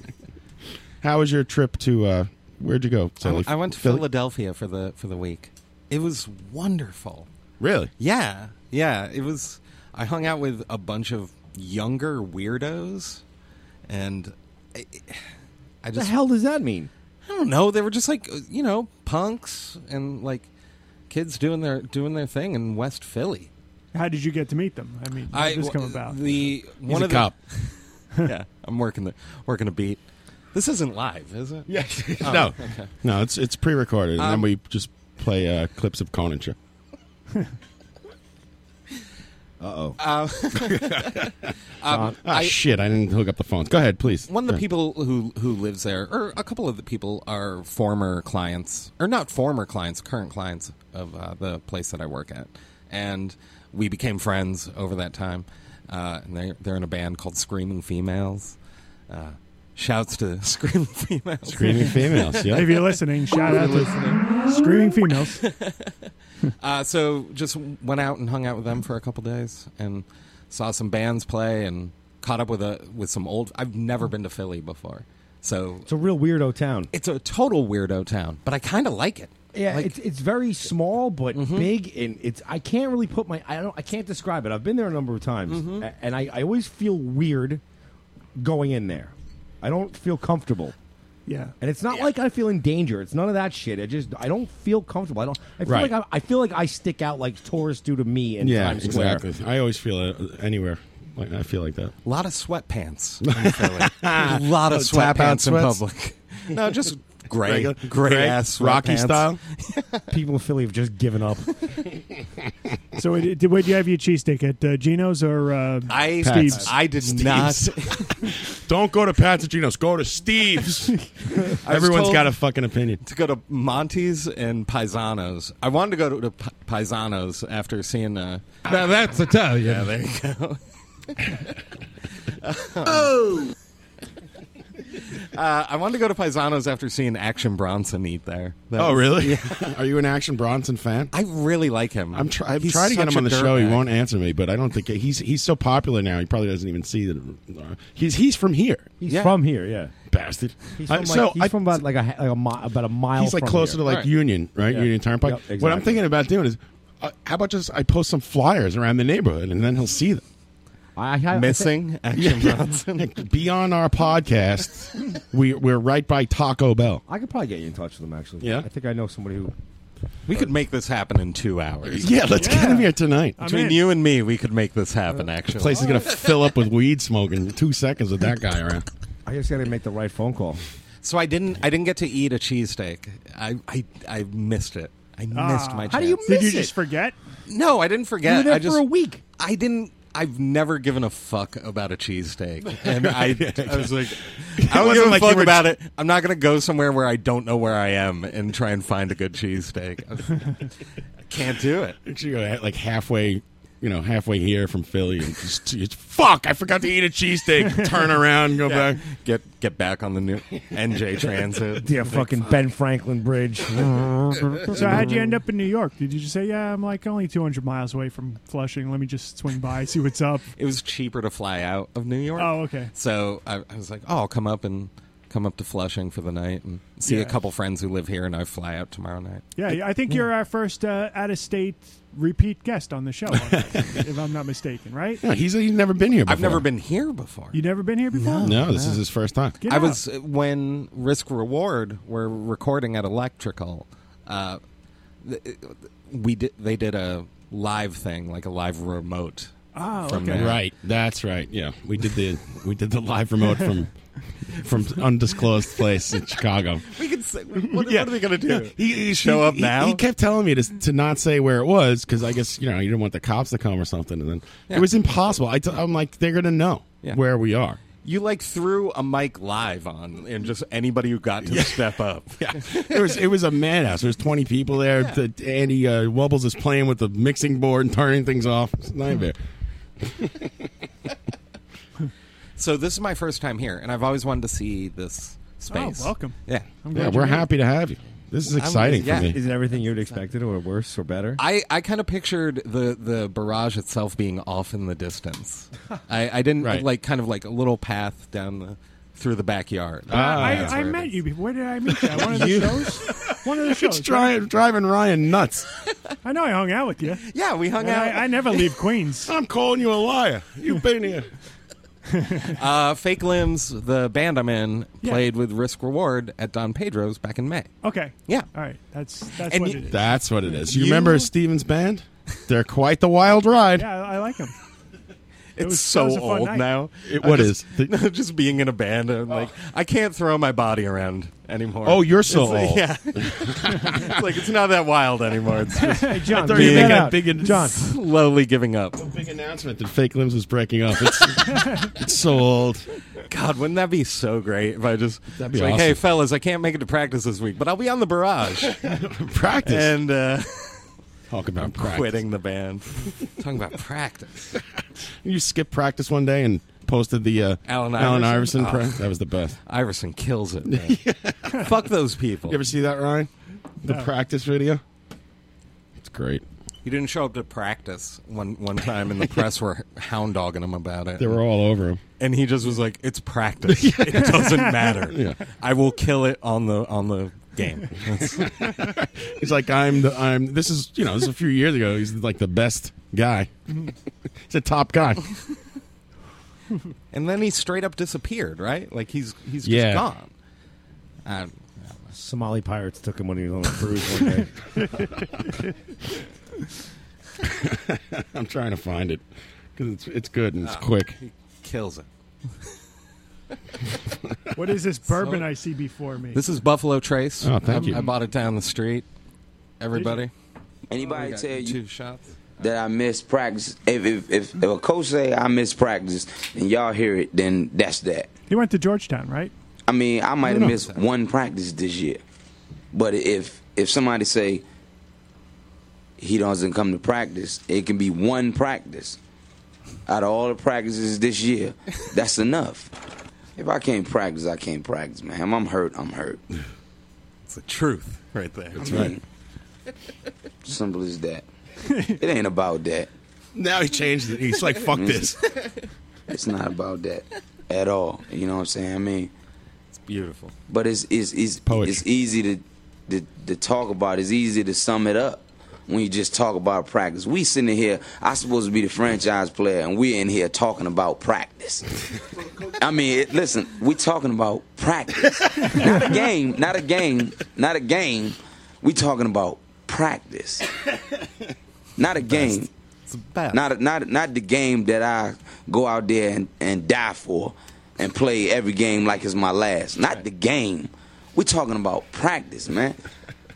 [SPEAKER 5] <laughs> How was your trip to? Uh, where'd you go? Soli?
[SPEAKER 9] I, I went to
[SPEAKER 5] Philly?
[SPEAKER 9] Philadelphia for the for the week. It was wonderful.
[SPEAKER 5] Really?
[SPEAKER 9] Yeah, yeah. It was. I hung out with a bunch of younger weirdos, and I, I just
[SPEAKER 7] the hell does that mean?
[SPEAKER 9] I don't know. They were just like uh, you know punks and like kids doing their doing their thing in West Philly.
[SPEAKER 11] How did you get to meet them? I mean, how did this come
[SPEAKER 9] w-
[SPEAKER 11] about?
[SPEAKER 9] The one
[SPEAKER 11] a
[SPEAKER 9] of the,
[SPEAKER 11] cop.
[SPEAKER 5] <laughs>
[SPEAKER 9] yeah, I'm working the working a beat. <laughs> This isn't live, is it? Oh, Yeah. <laughs>
[SPEAKER 5] no, no, it's it's pre-recorded, and then
[SPEAKER 9] Um,
[SPEAKER 5] we just play uh, clips of Conan show.
[SPEAKER 7] Uh oh.
[SPEAKER 9] <laughs> Um,
[SPEAKER 5] ah,
[SPEAKER 9] I-
[SPEAKER 5] shit! I didn't hook up the phones. Go ahead, please.
[SPEAKER 9] One of the
[SPEAKER 5] Yeah.
[SPEAKER 9] people who who lives there, or a couple of the people, are former clients, or not former clients, current clients of uh, the place that I work at, and we became friends over that time. Uh, and they're they're in a band called Screaming Females. Uh, shouts to <laughs> Screaming Females.
[SPEAKER 5] Screaming
[SPEAKER 9] <laughs>
[SPEAKER 5] Females, yeah.
[SPEAKER 11] If you're listening, shout
[SPEAKER 9] If
[SPEAKER 11] out
[SPEAKER 9] you're
[SPEAKER 11] to Screaming Females.
[SPEAKER 9] uh, so just went out and hung out with them for a couple days and saw some bands play and caught up with a with some old. I've never been to Philly before, so
[SPEAKER 7] It's a real weirdo town.
[SPEAKER 9] It's a total weirdo town, but I kind of like it.
[SPEAKER 7] Yeah,
[SPEAKER 9] Like-
[SPEAKER 7] it's, it's very small but big, and it's I can't really put my I don't I can't describe it. I've been there a number of times, a- and I, I always feel weird going in there. I don't feel comfortable.
[SPEAKER 11] Yeah,
[SPEAKER 7] and it's not like I feel in danger. It's none of that shit. I just I don't feel comfortable. I don't. I feel
[SPEAKER 5] Right.
[SPEAKER 7] like I, I feel like I stick out like tourists do to me in
[SPEAKER 5] yeah,
[SPEAKER 7] Times Square. <laughs>
[SPEAKER 5] exactly. I always feel it anywhere. Like, I feel like that.
[SPEAKER 9] A lot of
[SPEAKER 5] <laughs>
[SPEAKER 9] sweatpants. in Philly. a lot of sweatpants in public. No, just gray,
[SPEAKER 5] Regular-
[SPEAKER 9] gray,
[SPEAKER 5] gray,
[SPEAKER 9] ass
[SPEAKER 5] Rocky
[SPEAKER 9] sweatpants.
[SPEAKER 5] style?
[SPEAKER 7] People in Philly have just given up.
[SPEAKER 11] So, it, did, where'd you have your cheesesteak at uh, Gino's or uh,
[SPEAKER 9] I
[SPEAKER 11] Steve's?
[SPEAKER 9] I did
[SPEAKER 5] Steve's. <laughs> Don't go to Patagino's. Go to <laughs> Steve's.
[SPEAKER 9] <laughs> I was
[SPEAKER 5] Everyone's
[SPEAKER 9] told
[SPEAKER 5] got a fucking opinion.
[SPEAKER 9] to go to Monty's and Paisanos. I wanted to go to, to Pa- Paisanos after seeing. Uh,
[SPEAKER 12] Now that's Italian.
[SPEAKER 9] Yeah, there you go.
[SPEAKER 10] Oh.
[SPEAKER 9] <laughs> Uh, I wanted to go to Paisanos after seeing Action Bronson eat there. That
[SPEAKER 5] Oh,
[SPEAKER 9] was-
[SPEAKER 5] really?
[SPEAKER 9] <laughs> Yeah.
[SPEAKER 5] <laughs> Are you an Action Bronson fan?
[SPEAKER 9] I really like him.
[SPEAKER 5] I'm, try- I'm
[SPEAKER 9] He's
[SPEAKER 5] trying to get
[SPEAKER 9] such
[SPEAKER 5] him on
[SPEAKER 9] a
[SPEAKER 5] the show. He
[SPEAKER 9] dirtbag.
[SPEAKER 5] won't answer me, but I don't think he's he's so popular now. He probably doesn't even see that. He's he's from here.
[SPEAKER 7] He's from here, yeah.
[SPEAKER 5] Bastard.
[SPEAKER 7] He's
[SPEAKER 5] I-
[SPEAKER 7] from, like,
[SPEAKER 5] so
[SPEAKER 7] he's from about like a ha- like a mi- about a mile.
[SPEAKER 5] he's like
[SPEAKER 7] from
[SPEAKER 5] closer
[SPEAKER 7] here.
[SPEAKER 5] to like Union, right?
[SPEAKER 7] Yeah.
[SPEAKER 5] Union Turnpike.
[SPEAKER 7] Yep,
[SPEAKER 5] What I'm
[SPEAKER 7] exactly.
[SPEAKER 5] thinking about doing is, uh, how about just I post some flyers around the neighborhood, and then he'll see them.
[SPEAKER 7] I,
[SPEAKER 9] Missing
[SPEAKER 5] <laughs>
[SPEAKER 9] Action Bronson.
[SPEAKER 5] Be on our podcast. we we're right by Taco Bell.
[SPEAKER 7] I could probably get you in touch with them actually.
[SPEAKER 5] Yeah?
[SPEAKER 7] I think I know somebody who.
[SPEAKER 9] We could make this happen in two hours.
[SPEAKER 5] Yeah, let's get him here tonight.
[SPEAKER 9] Between you and me, we could make this happen. Actually,
[SPEAKER 5] The place is gonna fill up with weed smoke in two seconds with that guy around.
[SPEAKER 7] I just got to make the right phone call.
[SPEAKER 9] So I didn't. I didn't get to eat a cheesesteak. I I, I missed it. I missed my. Chance.
[SPEAKER 11] Did Ah. you just forget?
[SPEAKER 9] No, I didn't forget.
[SPEAKER 11] You were there
[SPEAKER 9] I just,
[SPEAKER 11] for a
[SPEAKER 7] week.
[SPEAKER 9] I didn't. I've never given a fuck about a cheesesteak, and I,
[SPEAKER 5] <laughs>
[SPEAKER 9] I was like, I don't
[SPEAKER 5] wasn't
[SPEAKER 9] give a
[SPEAKER 5] like you
[SPEAKER 9] fuck
[SPEAKER 5] were-
[SPEAKER 9] about it. I'm not gonna go somewhere where I don't know where I am and try and find a good cheesesteak. <laughs> I was- I can't do it.
[SPEAKER 5] Actually, go ahead, like halfway, you know, halfway here from Philly, and just, just
[SPEAKER 7] <laughs>
[SPEAKER 5] fuck. I forgot to eat a cheesesteak. Turn around, go
[SPEAKER 9] Yeah.
[SPEAKER 5] back.
[SPEAKER 9] Get get back on the new NJ
[SPEAKER 5] <laughs>
[SPEAKER 9] Transit.
[SPEAKER 7] Yeah, fucking Ben Franklin Bridge.
[SPEAKER 5] Mm-hmm,
[SPEAKER 11] <laughs> So how'd you end up in New York? Did you just say, "Yeah, I'm like only 200 miles away from Flushing. Let me just swing by, see what's up."
[SPEAKER 9] It was cheaper to fly out of New York.
[SPEAKER 11] Oh, okay.
[SPEAKER 9] So I, I was like, oh, I'll come up and come up to Flushing for the night and see
[SPEAKER 11] Yeah.
[SPEAKER 9] a couple friends who live here, and I fly out tomorrow night.
[SPEAKER 11] <laughs> Yeah, I think you're our first uh, out-of-state repeat guest on the show,
[SPEAKER 5] <laughs>
[SPEAKER 11] if I'm not mistaken, right?
[SPEAKER 5] No, he's he's never been here. Before.
[SPEAKER 9] I've never been here before.
[SPEAKER 11] You never been here before?
[SPEAKER 5] No, this is his first time.
[SPEAKER 11] Oh, Get
[SPEAKER 9] I
[SPEAKER 11] out.
[SPEAKER 9] was when Risk Reward were recording at Electrical. Uh, th- we did. They did a live thing, like a live remote.
[SPEAKER 11] Oh,
[SPEAKER 9] from there.
[SPEAKER 5] Right, that's right. Yeah, we did the we did the live remote
[SPEAKER 9] <laughs>
[SPEAKER 5] from from undisclosed place in Chicago.
[SPEAKER 9] We could say, what,
[SPEAKER 5] Yeah.
[SPEAKER 9] what are they going to do?
[SPEAKER 5] He,
[SPEAKER 9] show up
[SPEAKER 5] he-
[SPEAKER 9] now?
[SPEAKER 5] He kept telling me to, to not say where it was because I guess you know you didn't want the cops to come or something, and then it was impossible. I t- I'm like they're gonna know
[SPEAKER 9] Yeah.
[SPEAKER 5] where we are.
[SPEAKER 9] you like threw a mic live on, and just anybody who got to step up. <laughs> Yeah.
[SPEAKER 5] It was it was a madhouse. There was 20 people there. The- Andy uh, Wubbles is playing with the mixing board and turning things off. It's a
[SPEAKER 9] <laughs>
[SPEAKER 5] nightmare.
[SPEAKER 9] So this is my first time here, and I've always wanted to see this space.
[SPEAKER 11] Oh, welcome.
[SPEAKER 9] Yeah,
[SPEAKER 11] I'm
[SPEAKER 5] yeah, we're happy to have you. This is
[SPEAKER 9] I'm-
[SPEAKER 5] exciting
[SPEAKER 9] yeah.
[SPEAKER 5] for me.
[SPEAKER 7] Is it everything you'd expected, or worse, or better?
[SPEAKER 9] I, I kind of pictured the, the barrage itself being off in the <laughs> distance. I, I didn't
[SPEAKER 5] Right.
[SPEAKER 9] like kind of like a little path down the through the backyard.
[SPEAKER 5] Ah.
[SPEAKER 11] I,
[SPEAKER 9] That's
[SPEAKER 11] I
[SPEAKER 9] where it
[SPEAKER 11] met
[SPEAKER 9] is.
[SPEAKER 11] you. before. Where did I meet you? At One of the
[SPEAKER 5] <laughs> You-
[SPEAKER 11] shows. One
[SPEAKER 5] <laughs>
[SPEAKER 11] of the shows.
[SPEAKER 5] It's dri- driving Ryan
[SPEAKER 9] <laughs>
[SPEAKER 5] nuts.
[SPEAKER 11] I know I hung out with you.
[SPEAKER 9] Yeah, we hung
[SPEAKER 11] And
[SPEAKER 9] out.
[SPEAKER 11] I, I never leave Queens.
[SPEAKER 5] <laughs> I'm calling you a liar. You've been here.
[SPEAKER 9] uh, Fake Limbs, the band I'm in, played with Risk Reward at Don Pedro's back in May.
[SPEAKER 11] Okay.
[SPEAKER 9] Yeah.
[SPEAKER 11] All right. That's that's
[SPEAKER 9] And
[SPEAKER 11] what
[SPEAKER 9] you-
[SPEAKER 11] it is.
[SPEAKER 5] That's what it is. You,
[SPEAKER 9] You- <laughs>
[SPEAKER 5] remember Steven's band? They're quite the wild ride.
[SPEAKER 11] yeah, I I like him.
[SPEAKER 9] It's
[SPEAKER 11] was- that
[SPEAKER 9] so
[SPEAKER 11] was a fun
[SPEAKER 9] old
[SPEAKER 11] night.
[SPEAKER 9] now.
[SPEAKER 5] It-
[SPEAKER 9] I
[SPEAKER 5] what
[SPEAKER 9] just, <laughs>
[SPEAKER 5] is?
[SPEAKER 9] just being in a band and like I can't throw my body around anymore.
[SPEAKER 5] Oh, you're so
[SPEAKER 9] It's-
[SPEAKER 5] old.
[SPEAKER 9] Yeah, <laughs> it's like it's not that wild anymore. It's
[SPEAKER 5] <laughs>
[SPEAKER 9] just
[SPEAKER 5] Hey, John, I thought you
[SPEAKER 9] being
[SPEAKER 5] got out. big in- John.
[SPEAKER 9] slowly giving up.
[SPEAKER 5] Big announcement that Fake Limbs is breaking up. <laughs> It's, it's so old.
[SPEAKER 9] God, wouldn't that be so great if I just
[SPEAKER 5] That'd be
[SPEAKER 9] it's like, hey
[SPEAKER 5] awesome.
[SPEAKER 9] fellas, I can't make it to practice this week, but I'll be on the barrage.
[SPEAKER 5] <laughs> practice
[SPEAKER 9] and uh,
[SPEAKER 5] talk about practice.
[SPEAKER 9] quitting
[SPEAKER 5] <laughs>
[SPEAKER 9] the band. Talking about practice.
[SPEAKER 5] You skipped practice one day and posted the uh,
[SPEAKER 9] Alan
[SPEAKER 5] Allen
[SPEAKER 9] Iverson?
[SPEAKER 5] Iverson.
[SPEAKER 9] Oh.
[SPEAKER 5] pra- That was the best.
[SPEAKER 9] Iverson kills it. man. <laughs> Fuck those people.
[SPEAKER 5] You ever see that, Ryan? The
[SPEAKER 9] No.
[SPEAKER 5] practice video. <laughs> It's great.
[SPEAKER 9] He didn't show up to practice one one time, and
[SPEAKER 5] <laughs>
[SPEAKER 9] the press were hound dogging him about it.
[SPEAKER 5] They were all over him.
[SPEAKER 9] and he just was like, "It's
[SPEAKER 5] <laughs>
[SPEAKER 9] practice. it doesn't matter.
[SPEAKER 5] Yeah.
[SPEAKER 9] I will kill it on the on the game."
[SPEAKER 5] <laughs> He's like, I'm the I'm. This is you know, this is a few years ago. He's like the best
[SPEAKER 12] <laughs>
[SPEAKER 5] guy. he's a top guy.
[SPEAKER 9] and then he straight up disappeared. Right? Like he's he's just
[SPEAKER 5] Yeah.
[SPEAKER 9] gone. Um,
[SPEAKER 7] Somali pirates took him when he was on a cruise one day.
[SPEAKER 5] I'm trying to find it because it's it's good and it's
[SPEAKER 9] Ah,
[SPEAKER 5] quick.
[SPEAKER 9] He kills it.
[SPEAKER 11] What is this bourbon
[SPEAKER 9] So-
[SPEAKER 11] I see before me?
[SPEAKER 9] This is Buffalo Trace.
[SPEAKER 5] Oh, thank
[SPEAKER 9] I,
[SPEAKER 5] you.
[SPEAKER 9] I bought it down the street. Everybody,
[SPEAKER 12] Anybody
[SPEAKER 9] got
[SPEAKER 12] tell you
[SPEAKER 9] two shots?
[SPEAKER 12] that I miss practice? If if, if if a coach say I miss practice and y'all hear it, then that's that.
[SPEAKER 11] You went to Georgetown,
[SPEAKER 9] <laughs>
[SPEAKER 11] right?
[SPEAKER 12] I mean, I might have
[SPEAKER 11] don't know.
[SPEAKER 12] missed one practice this year, but if if somebody say he doesn't come to practice, it can be one practice out of all the practices this year. That's enough. If I can't practice, I can't practice, man. I'm hurt. I'm hurt.
[SPEAKER 9] It's the truth right there. That's
[SPEAKER 12] right. Simple as
[SPEAKER 5] <laughs>
[SPEAKER 12] that. It ain't about that. Mm-hmm.
[SPEAKER 5] Now he changed it. He's like, fuck this.
[SPEAKER 12] It's not about that at all. You know what I'm saying? I mean,
[SPEAKER 9] It's beautiful.
[SPEAKER 12] but it's it's it's, it's easy to, to to talk about. It's easy to sum it up when you just talk about practice. We sitting here. I supposed to be the franchise player, and we're in here talking about practice. I mean, it, listen, we talking about practice, not a game, not a game, not a game. We talking about practice, not a game.
[SPEAKER 9] It's the best.
[SPEAKER 12] Not not not the game that I go out there and, and die for and play every game like it's my last. Not the game. We're talking about practice, man.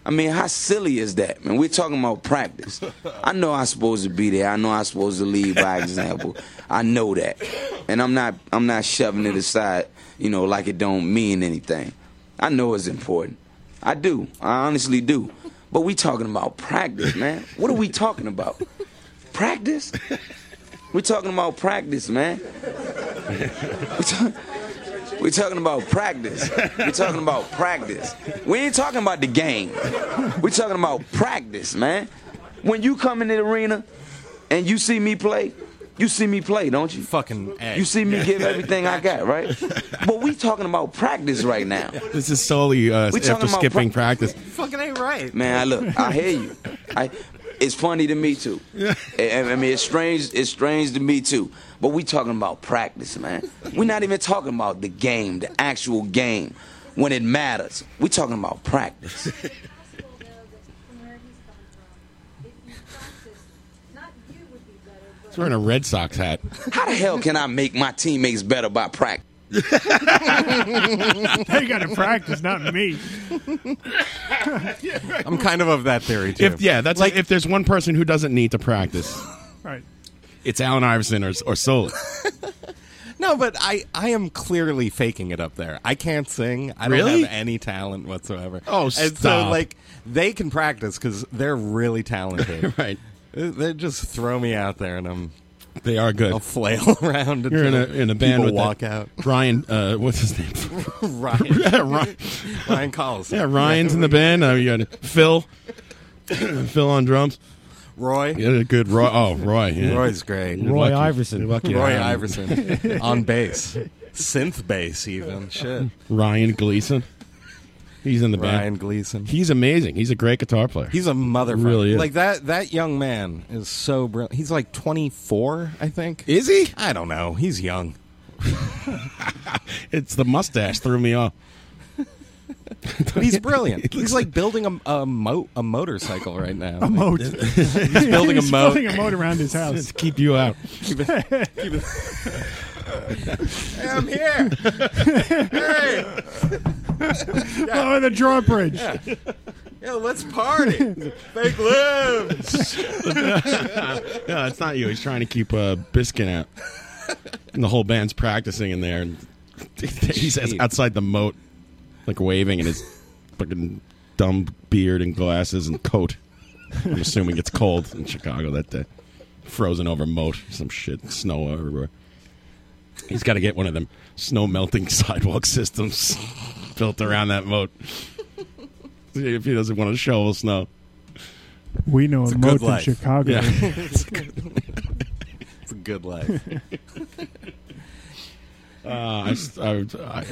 [SPEAKER 12] I mean, how silly is that, man? We're talking about practice. I know I'm supposed to be there. I know I'm supposed to lead
[SPEAKER 9] <laughs>
[SPEAKER 12] by example. I know that. And I'm not I'm not shoving it aside, you know, like it don't mean anything. I know it's important. I do. I honestly do. But we talking about practice, man. What are we talking about? Practice? We're talking about practice, man. We're, ta- we're talking about practice. We're talking about practice. We ain't talking about the game. We're talking about practice, man. When you come in the arena and you see me play, you see me play, don't you?
[SPEAKER 9] Fucking
[SPEAKER 12] You see me give everything I got, right? But we talking about practice right now.
[SPEAKER 5] This is solely uh,
[SPEAKER 12] We talking
[SPEAKER 5] after
[SPEAKER 12] about
[SPEAKER 5] skipping
[SPEAKER 12] pra-
[SPEAKER 5] practice.
[SPEAKER 9] Fucking ain't right.
[SPEAKER 12] Man, I look,
[SPEAKER 9] <laughs>
[SPEAKER 12] I hear you. I, it's funny to me too. I, I mean, it's strange. It's strange to me too. But we talking about practice, man. We're not even talking about the game, the actual game, when it matters. We're talking about
[SPEAKER 9] <laughs>
[SPEAKER 12] practice.
[SPEAKER 5] He's wearing a Red Sox hat.
[SPEAKER 12] How the hell can I make my teammates better by
[SPEAKER 9] <laughs>
[SPEAKER 12] practice?
[SPEAKER 11] they got to practice, not
[SPEAKER 9] <laughs>
[SPEAKER 11] me.
[SPEAKER 9] I'm kind of of that theory too.
[SPEAKER 5] If yeah, that's like if there's one person who doesn't need to practice,
[SPEAKER 11] Right.
[SPEAKER 5] it's Allen Iverson or or Solis.
[SPEAKER 9] No, but I, I am clearly faking it up there. I can't sing. I don't
[SPEAKER 5] Really?
[SPEAKER 9] have any talent whatsoever.
[SPEAKER 5] Oh,
[SPEAKER 9] And so,
[SPEAKER 5] stop.
[SPEAKER 9] like, they can practice because they're really talented.
[SPEAKER 5] <laughs> right.
[SPEAKER 9] They- They just throw me out there and I'm,
[SPEAKER 5] They are good.
[SPEAKER 9] I'll flail <laughs> around.
[SPEAKER 5] You're in a
[SPEAKER 9] until
[SPEAKER 5] in a band with
[SPEAKER 9] people walk
[SPEAKER 5] that-
[SPEAKER 9] out.
[SPEAKER 5] Ryan, uh, what's his
[SPEAKER 9] <laughs>
[SPEAKER 5] name? <laughs>
[SPEAKER 9] Ryan.
[SPEAKER 5] Yeah, Ryan.
[SPEAKER 9] Ryan calls.
[SPEAKER 5] Yeah, Ryan's in the band. Uh, you got Phil, Phil on drums.
[SPEAKER 9] Roy.
[SPEAKER 5] Yeah, good. Roy. Oh, Roy. yeah.
[SPEAKER 9] Roy's great.
[SPEAKER 5] You're
[SPEAKER 7] Roy
[SPEAKER 5] lucky.
[SPEAKER 7] Iverson.
[SPEAKER 5] You're lucky to
[SPEAKER 9] Roy
[SPEAKER 5] have him. <laughs>
[SPEAKER 9] Iverson on bass, synth bass even. Shit.
[SPEAKER 5] Ryan Gleason. He's in the band.
[SPEAKER 9] Ryan Gleason.
[SPEAKER 5] He's amazing. He's a great guitar player.
[SPEAKER 9] He's a motherfucker.
[SPEAKER 5] Really is.
[SPEAKER 9] Like that that young man is so brilliant. He's like 24, I think.
[SPEAKER 5] Is he?
[SPEAKER 9] I don't
[SPEAKER 5] <laughs>
[SPEAKER 9] know. He's young.
[SPEAKER 5] It's the mustache threw me off.
[SPEAKER 9] But <laughs> he's brilliant. He's like building a, a moat, a motorcycle right now.
[SPEAKER 11] A moat.
[SPEAKER 9] he's building a
[SPEAKER 11] He's
[SPEAKER 9] moat.
[SPEAKER 11] building a moat around his house.
[SPEAKER 5] <laughs> To keep you out.
[SPEAKER 9] Keep it, keep
[SPEAKER 11] <laughs>
[SPEAKER 9] it.
[SPEAKER 5] <laughs>
[SPEAKER 11] Hey,
[SPEAKER 9] I'm here.
[SPEAKER 11] <laughs>
[SPEAKER 9] Hey.
[SPEAKER 11] Lower Oh, the drawbridge.
[SPEAKER 9] Yeah. Yo, let's party.
[SPEAKER 5] <laughs>
[SPEAKER 9] Fake limbs.
[SPEAKER 5] no, it's not you. He's trying to keep uh, Biskin out. And the whole band's practicing in there. <laughs> And he's outside the moat, like waving in his fucking dumb beard and glasses and coat. I'm assuming it's cold in Chicago that day. Frozen over moat, some shit, snow everywhere. He's got to get one of them snow melting <laughs> sidewalk systems built around that moat. See if he doesn't want to shovel snow.
[SPEAKER 11] We know
[SPEAKER 5] It's
[SPEAKER 11] a
[SPEAKER 5] a
[SPEAKER 11] moat
[SPEAKER 5] good
[SPEAKER 11] in
[SPEAKER 5] life.
[SPEAKER 11] Chicago. <laughs>
[SPEAKER 5] Yeah.
[SPEAKER 9] <laughs> it's, a good, <laughs> it's a
[SPEAKER 5] <laughs>
[SPEAKER 9] good life.
[SPEAKER 5] Uh,
[SPEAKER 9] <laughs>
[SPEAKER 5] I, s- I- I-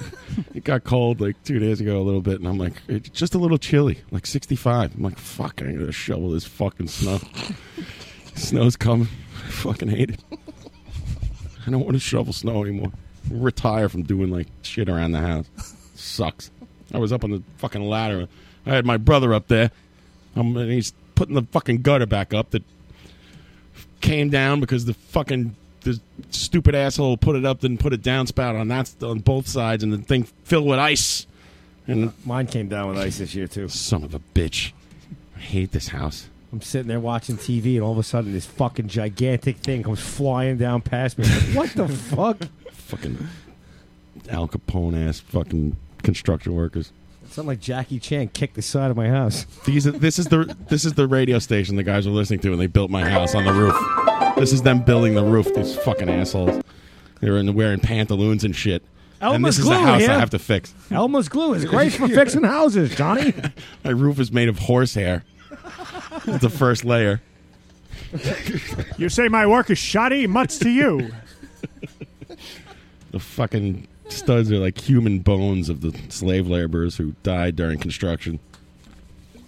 [SPEAKER 5] <laughs> it got cold like two days ago a little bit, and I'm like, it's just a little chilly, like 65. I'm like, fuck, I gotta shovel this fucking snow. <laughs> Snow's coming. I fucking hate it. I don't want to shovel snow anymore. Retire from doing like shit around the house. Sucks. I was up on the fucking ladder. I had my brother up there. Um, and he's putting the fucking gutter back up that came down because the fucking the stupid asshole put it up, then put a downspout on that on both sides, and the thing filled with ice. And
[SPEAKER 7] mine came down with ice this year too.
[SPEAKER 5] Son of a bitch! I hate this house.
[SPEAKER 7] <laughs> I'm sitting there watching TV, and all of a sudden, this fucking gigantic thing comes flying down past me. I'm like, what
[SPEAKER 9] <laughs>
[SPEAKER 7] the fuck?
[SPEAKER 5] Fucking Al Capone ass fucking construction workers.
[SPEAKER 7] Something like Jackie Chan kicked the side of my house.
[SPEAKER 5] These are, this is the this is the radio station the guys were listening to when they built my house on the roof. This is them building the roof. These fucking assholes. They were in, wearing pantaloons and shit. and
[SPEAKER 7] Elmer's
[SPEAKER 5] this is
[SPEAKER 7] glue,
[SPEAKER 5] the house
[SPEAKER 7] yeah.
[SPEAKER 5] I have to fix.
[SPEAKER 7] Elmer's glue is great for fixing houses, Johnny.
[SPEAKER 5] <laughs> My roof is made of horsehair. It's the first layer.
[SPEAKER 11] You say my work is shoddy? Much to you.
[SPEAKER 5] The fucking studs are like human bones of the slave laborers who died during construction.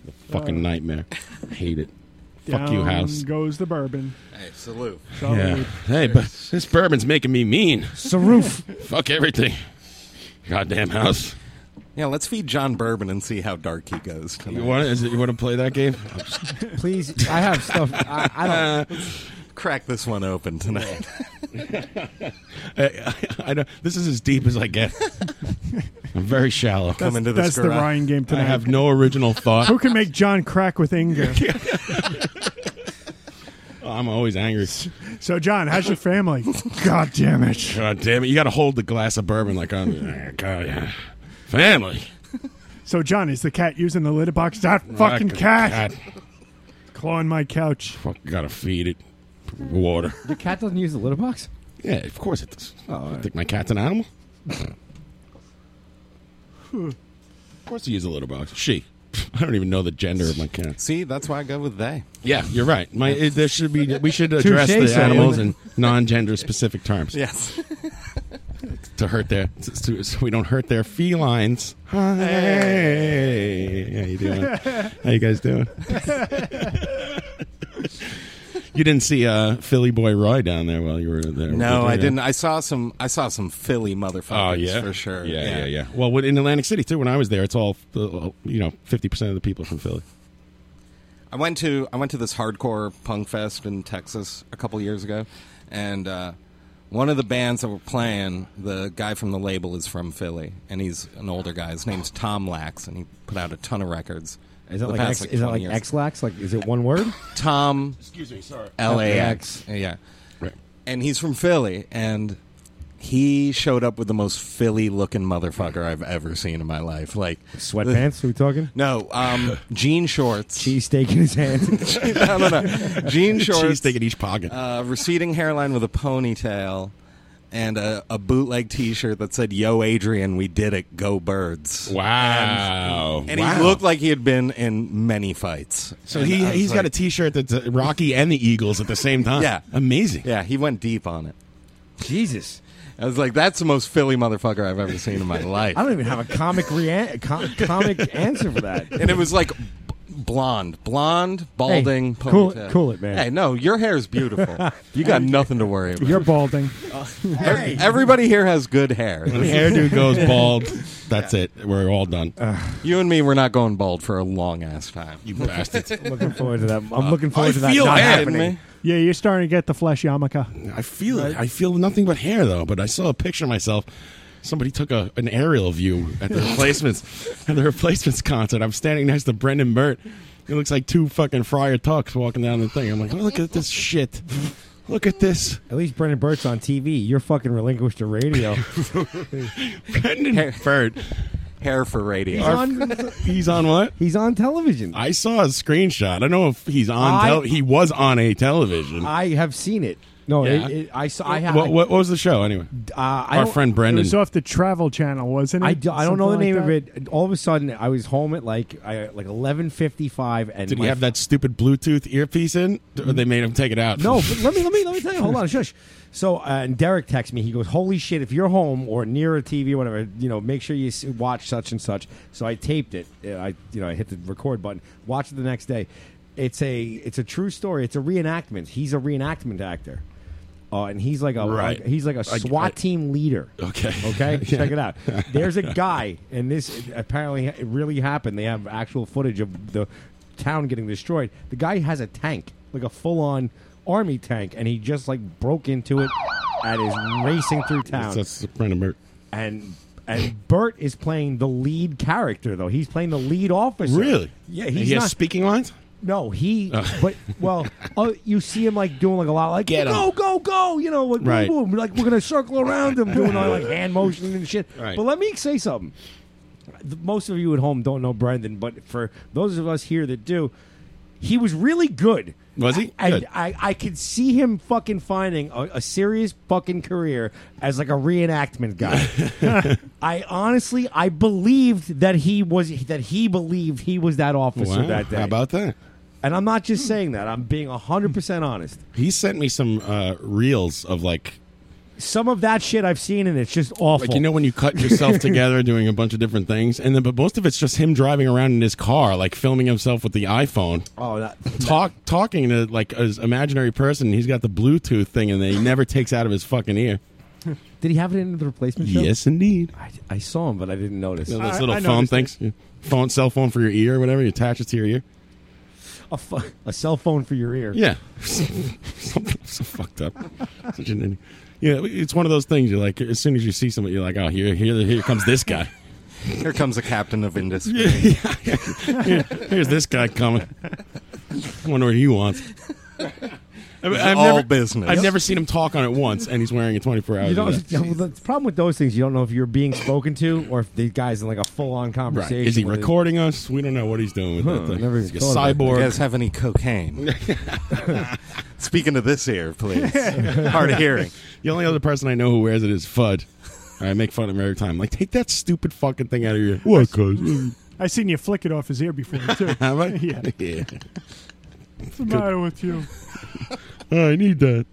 [SPEAKER 5] The fucking
[SPEAKER 7] Oh.
[SPEAKER 11] Uh,
[SPEAKER 5] nightmare. I hate it. Fuck you,
[SPEAKER 11] Down
[SPEAKER 5] house.
[SPEAKER 11] Goes the bourbon.
[SPEAKER 9] Hey, salute.
[SPEAKER 5] Yeah. Hey, but this bourbon's making me mean.
[SPEAKER 7] Saroof.
[SPEAKER 5] Fuck everything. Goddamn house. <laughs>
[SPEAKER 9] Yeah, let's feed John Bourbon and see how dark he goes.
[SPEAKER 5] You want to? Is it, you want to play that game?
[SPEAKER 7] <laughs> Please, I have stuff. I, I
[SPEAKER 5] <laughs> Uh,
[SPEAKER 9] don't crack this one open tonight.
[SPEAKER 5] I, I, I know this is as deep as I
[SPEAKER 9] <laughs>
[SPEAKER 5] get. I'm very shallow.
[SPEAKER 11] That's- Come into this that's the garage. Ryan game tonight.
[SPEAKER 5] I have no original thought.
[SPEAKER 11] Who can make John crack with Inga?
[SPEAKER 5] I'm always angry.
[SPEAKER 11] So, John, how's your family? God damn it.
[SPEAKER 5] God damn it! You got to hold the glass of bourbon
[SPEAKER 11] <laughs>
[SPEAKER 5] like I'm. eh, God, yeah. Family.
[SPEAKER 11] So, John, is the cat using the litter box? That fucking cat, clawing my
[SPEAKER 9] <laughs>
[SPEAKER 11] couch.
[SPEAKER 5] Fuck, gotta feed it
[SPEAKER 11] <laughs>
[SPEAKER 5] water.
[SPEAKER 7] Your cat doesn't use the litter box?
[SPEAKER 5] Yeah, of course it does.
[SPEAKER 9] Oh,
[SPEAKER 5] I think my cat's an
[SPEAKER 9] <laughs>
[SPEAKER 5] animal.
[SPEAKER 11] Hmm.
[SPEAKER 5] of course, he is a litter box. She. <laughs> I don't even know the gender of my cat.
[SPEAKER 9] <laughs> See, that's why I go with they.
[SPEAKER 5] Yeah, you're right. My it, there should be we should uh, address
[SPEAKER 9] <laughs> Touche,
[SPEAKER 5] the
[SPEAKER 9] Simon.
[SPEAKER 5] animals in non-gender specific terms.
[SPEAKER 9] Yes.
[SPEAKER 5] to hurt their <laughs> so, so we don't hurt their felines. Hi. How you doing? How you guys
[SPEAKER 9] <laughs>
[SPEAKER 5] doing? you didn't see uh, Philly boy Roy down there while you were there.
[SPEAKER 9] No,
[SPEAKER 5] did
[SPEAKER 9] I
[SPEAKER 5] you?
[SPEAKER 9] didn't. I saw some. I saw some Philly motherfuckers.
[SPEAKER 5] Oh yeah,
[SPEAKER 9] for sure.
[SPEAKER 5] Yeah, yeah, yeah. Well, when- in Atlantic City too, when I was there, it's all uh, you know, fifty percent of the people are from Philly.
[SPEAKER 9] I went to I went to this hardcore punk fest in Texas a couple years ago, and uh, one of the bands that were playing, the guy from the label is from Philly, and he's an older guy. His name's Tom Lax, and he put out a ton of records.
[SPEAKER 7] Is that
[SPEAKER 9] the
[SPEAKER 7] like,
[SPEAKER 9] past,
[SPEAKER 7] X, is that
[SPEAKER 9] 20
[SPEAKER 7] like
[SPEAKER 9] years.
[SPEAKER 7] X-Lax? Like, is it
[SPEAKER 5] <laughs>
[SPEAKER 7] one word?
[SPEAKER 9] Tom.
[SPEAKER 5] Excuse me, sorry.
[SPEAKER 9] LAX. Yeah.
[SPEAKER 5] Right.
[SPEAKER 9] And he's from Philly, and he showed up with the most Philly looking motherfucker I've ever seen in my life. Like
[SPEAKER 7] Sweatpants? Are we talking?
[SPEAKER 9] No,
[SPEAKER 5] <laughs>
[SPEAKER 9] um, jean shorts.
[SPEAKER 7] Cheesesteak in his hand.
[SPEAKER 9] <laughs>
[SPEAKER 5] <laughs>
[SPEAKER 9] no, no, no. Jean shorts.
[SPEAKER 5] Cheesesteak in each pocket.
[SPEAKER 9] Uh, receding hairline with a ponytail. And a, a bootleg T-shirt that said "Yo, Adrian, we did it. Go Birds!"
[SPEAKER 5] Wow!
[SPEAKER 9] And, and
[SPEAKER 5] Wow.
[SPEAKER 9] he looked like he had been in many fights.
[SPEAKER 5] So
[SPEAKER 9] And
[SPEAKER 5] he
[SPEAKER 9] I was
[SPEAKER 5] he's
[SPEAKER 9] like-
[SPEAKER 5] got a T-shirt that's uh, Rocky and the Eagles at the same time.
[SPEAKER 9] Yeah.
[SPEAKER 5] amazing.
[SPEAKER 9] Yeah, he went deep on it.
[SPEAKER 7] Jesus.
[SPEAKER 9] I was like, that's the most Philly motherfucker I've
[SPEAKER 7] <laughs>
[SPEAKER 9] ever seen in my life.
[SPEAKER 7] I don't even have a comic rea- com- comic answer for that.
[SPEAKER 9] And it was like blonde, blonde, balding,
[SPEAKER 7] Hey, cool-
[SPEAKER 9] ponytail.
[SPEAKER 7] cool it, man.
[SPEAKER 9] Hey, no, your hair is beautiful.
[SPEAKER 11] <laughs>
[SPEAKER 7] <laughs>
[SPEAKER 9] you got nothing to worry about.
[SPEAKER 11] You're
[SPEAKER 9] <laughs>
[SPEAKER 11] balding.
[SPEAKER 9] Ev- <laughs> Everybody here has good hair.
[SPEAKER 5] When the hairdo goes bald, that's it. We're all done.
[SPEAKER 9] You and me, we're not going bald for a long ass time. You
[SPEAKER 5] bastards.
[SPEAKER 7] looking forward to that. I'm looking
[SPEAKER 5] forward to that
[SPEAKER 9] Uh, feel
[SPEAKER 5] not
[SPEAKER 9] it.
[SPEAKER 5] happening.
[SPEAKER 9] Man.
[SPEAKER 11] Yeah, you're starting to get the flesh yarmulke.
[SPEAKER 5] I feel it. I feel nothing but hair though. But I saw a picture of myself. Somebody took a, an aerial view at
[SPEAKER 7] <laughs>
[SPEAKER 5] the replacements at the replacements concert. I'm standing next to Brendan Burt. It looks like two fucking Friar Tucks walking down the thing. I'm like, oh, look at this shit. Look at this.
[SPEAKER 7] At least Brendan Burt's on TV. You're fucking relinquished
[SPEAKER 5] <laughs>
[SPEAKER 7] to radio. <laughs>
[SPEAKER 5] Brendan Burt.
[SPEAKER 9] Hair for radio.
[SPEAKER 7] He's on,
[SPEAKER 5] he's on what?
[SPEAKER 7] He's on television.
[SPEAKER 5] I saw a screenshot. I don't know if he's on.
[SPEAKER 7] I-
[SPEAKER 5] Tel- he was on a television.
[SPEAKER 7] I have seen it. No,
[SPEAKER 5] Yeah.
[SPEAKER 7] it, it, I saw. I, ha-
[SPEAKER 5] what, what, what was the show anyway?
[SPEAKER 7] Uh, I
[SPEAKER 5] Our
[SPEAKER 7] don't-
[SPEAKER 5] friend
[SPEAKER 11] It
[SPEAKER 5] Brendan.
[SPEAKER 11] was off the Travel Channel, wasn't it?
[SPEAKER 7] I, do, I don't know the
[SPEAKER 11] Something
[SPEAKER 7] name
[SPEAKER 11] like
[SPEAKER 7] of
[SPEAKER 11] that?
[SPEAKER 7] it. All of a sudden, I was home at like I, like eleven fifty five, and
[SPEAKER 5] Did he
[SPEAKER 7] my
[SPEAKER 5] have that stupid Bluetooth earpiece in? Or they made him take it out?
[SPEAKER 7] No, but let me let me let me tell you. Hold
[SPEAKER 5] <laughs>
[SPEAKER 7] on, shush. So, uh, and Derek texts me. He goes, "Holy shit! If you're home or near a TV, or whatever, you know, make sure you s- watch such and such." So I taped it. Uh, I you know I hit the record button. Watched it the next day. It's a it's a true story. It's a reenactment. He's a reenactment actor. Uh, and he's like a
[SPEAKER 5] Right.
[SPEAKER 7] like- he's like a
[SPEAKER 5] I-
[SPEAKER 7] SWAT
[SPEAKER 5] I-
[SPEAKER 7] team leader.
[SPEAKER 5] Okay.
[SPEAKER 7] Okay.
[SPEAKER 5] <laughs> Yeah.
[SPEAKER 7] Check it out.
[SPEAKER 5] <laughs>
[SPEAKER 7] There's a guy, and this apparently it really happened. They have actual footage of the town getting destroyed. The guy has a tank, like a full-on army tank, and he just like broke into it and is racing through town.
[SPEAKER 5] That's Brendan Burt.
[SPEAKER 7] And and Bert is playing the lead character though. He's playing the lead officer.
[SPEAKER 5] Really?
[SPEAKER 7] Yeah.
[SPEAKER 5] And
[SPEAKER 7] He's
[SPEAKER 5] he has
[SPEAKER 7] not,
[SPEAKER 5] speaking lines. <laughs>
[SPEAKER 7] No, he. But well, oh, you see him like doing like a lot, like
[SPEAKER 5] Get him.
[SPEAKER 7] go, go, go. You know, like,
[SPEAKER 5] Right.
[SPEAKER 7] boom, boom, like we're gonna circle around him, doing all like hand motions and shit.
[SPEAKER 5] Right.
[SPEAKER 7] But let me say something. The- Most of you at home don't know Brendan, but for those of us here that do, he was really good.
[SPEAKER 5] Was he?
[SPEAKER 7] And
[SPEAKER 5] Good.
[SPEAKER 7] I, I could see him fucking finding a, a serious fucking career as like a reenactment guy.
[SPEAKER 5] <laughs>
[SPEAKER 7] <laughs> I honestly, I believed that he was that he believed he was that officer
[SPEAKER 5] Wow,
[SPEAKER 7] that day.
[SPEAKER 5] How about that?
[SPEAKER 7] And I'm not just saying that. I'm being 100% honest.
[SPEAKER 5] He sent me some uh, reels of like,
[SPEAKER 7] Some of that shit I've seen and it's just awful.
[SPEAKER 5] like you know when you cut
[SPEAKER 7] <laughs>
[SPEAKER 5] yourself together doing a bunch of different things, and then but most of it's just him driving around in his car, like filming himself with the iPhone,
[SPEAKER 7] oh, that,
[SPEAKER 5] talk talking to like his imaginary person. He's got the Bluetooth thing, and he never takes out of his fucking ear.
[SPEAKER 7] <laughs> did he have it in the replacement show?
[SPEAKER 5] Yes, indeed.
[SPEAKER 7] I, I saw him, but I didn't notice.
[SPEAKER 5] You know,
[SPEAKER 7] Uh,
[SPEAKER 5] those
[SPEAKER 11] I-
[SPEAKER 5] little
[SPEAKER 11] I
[SPEAKER 5] phone
[SPEAKER 11] noticed
[SPEAKER 5] things, your phone, cell phone for your ear, or whatever. You attach it to your ear.
[SPEAKER 7] a, fu- a cell phone for your ear.
[SPEAKER 5] <laughs> Yeah, so, so fucked up. Such an idiot. Yeah, it's one of those things. You're like, as soon as you see somebody, you're like, oh, here, here, here comes this guy.
[SPEAKER 9] Here comes a captain
[SPEAKER 5] <laughs>
[SPEAKER 9] of industry.
[SPEAKER 5] Here- here's this guy coming. I wonder what he wants. I mean,
[SPEAKER 9] all
[SPEAKER 5] never,
[SPEAKER 9] business.
[SPEAKER 5] I've never seen him talk on it once, and he's wearing a 24 hour.
[SPEAKER 7] <laughs> You don't, well, the problem with those things, you don't know if you're being spoken to or if the guy's in like a full on
[SPEAKER 5] Right.
[SPEAKER 7] conversation.
[SPEAKER 5] Is he
[SPEAKER 7] with his-
[SPEAKER 5] recording us? We don't know what he's doing with
[SPEAKER 7] Huh,
[SPEAKER 5] that thing.
[SPEAKER 7] never
[SPEAKER 5] He's
[SPEAKER 7] even
[SPEAKER 5] like
[SPEAKER 7] thought
[SPEAKER 5] a
[SPEAKER 7] about
[SPEAKER 9] You
[SPEAKER 5] cyborg.
[SPEAKER 9] guys have any
[SPEAKER 5] <laughs>
[SPEAKER 9] cocaine? Speaking of this ear, please. Hard of hearing.
[SPEAKER 5] The only other person I know who wears it is Fudd. I make fun of him every time. Like, take that stupid fucking thing out of your. What, <laughs> cuz?
[SPEAKER 11] I seen you flick it off his ear before too.
[SPEAKER 5] <laughs> Have
[SPEAKER 7] <laughs>
[SPEAKER 5] I?
[SPEAKER 11] <laughs> Yeah.
[SPEAKER 5] yeah.
[SPEAKER 11] What's the matter with you?
[SPEAKER 5] I need that.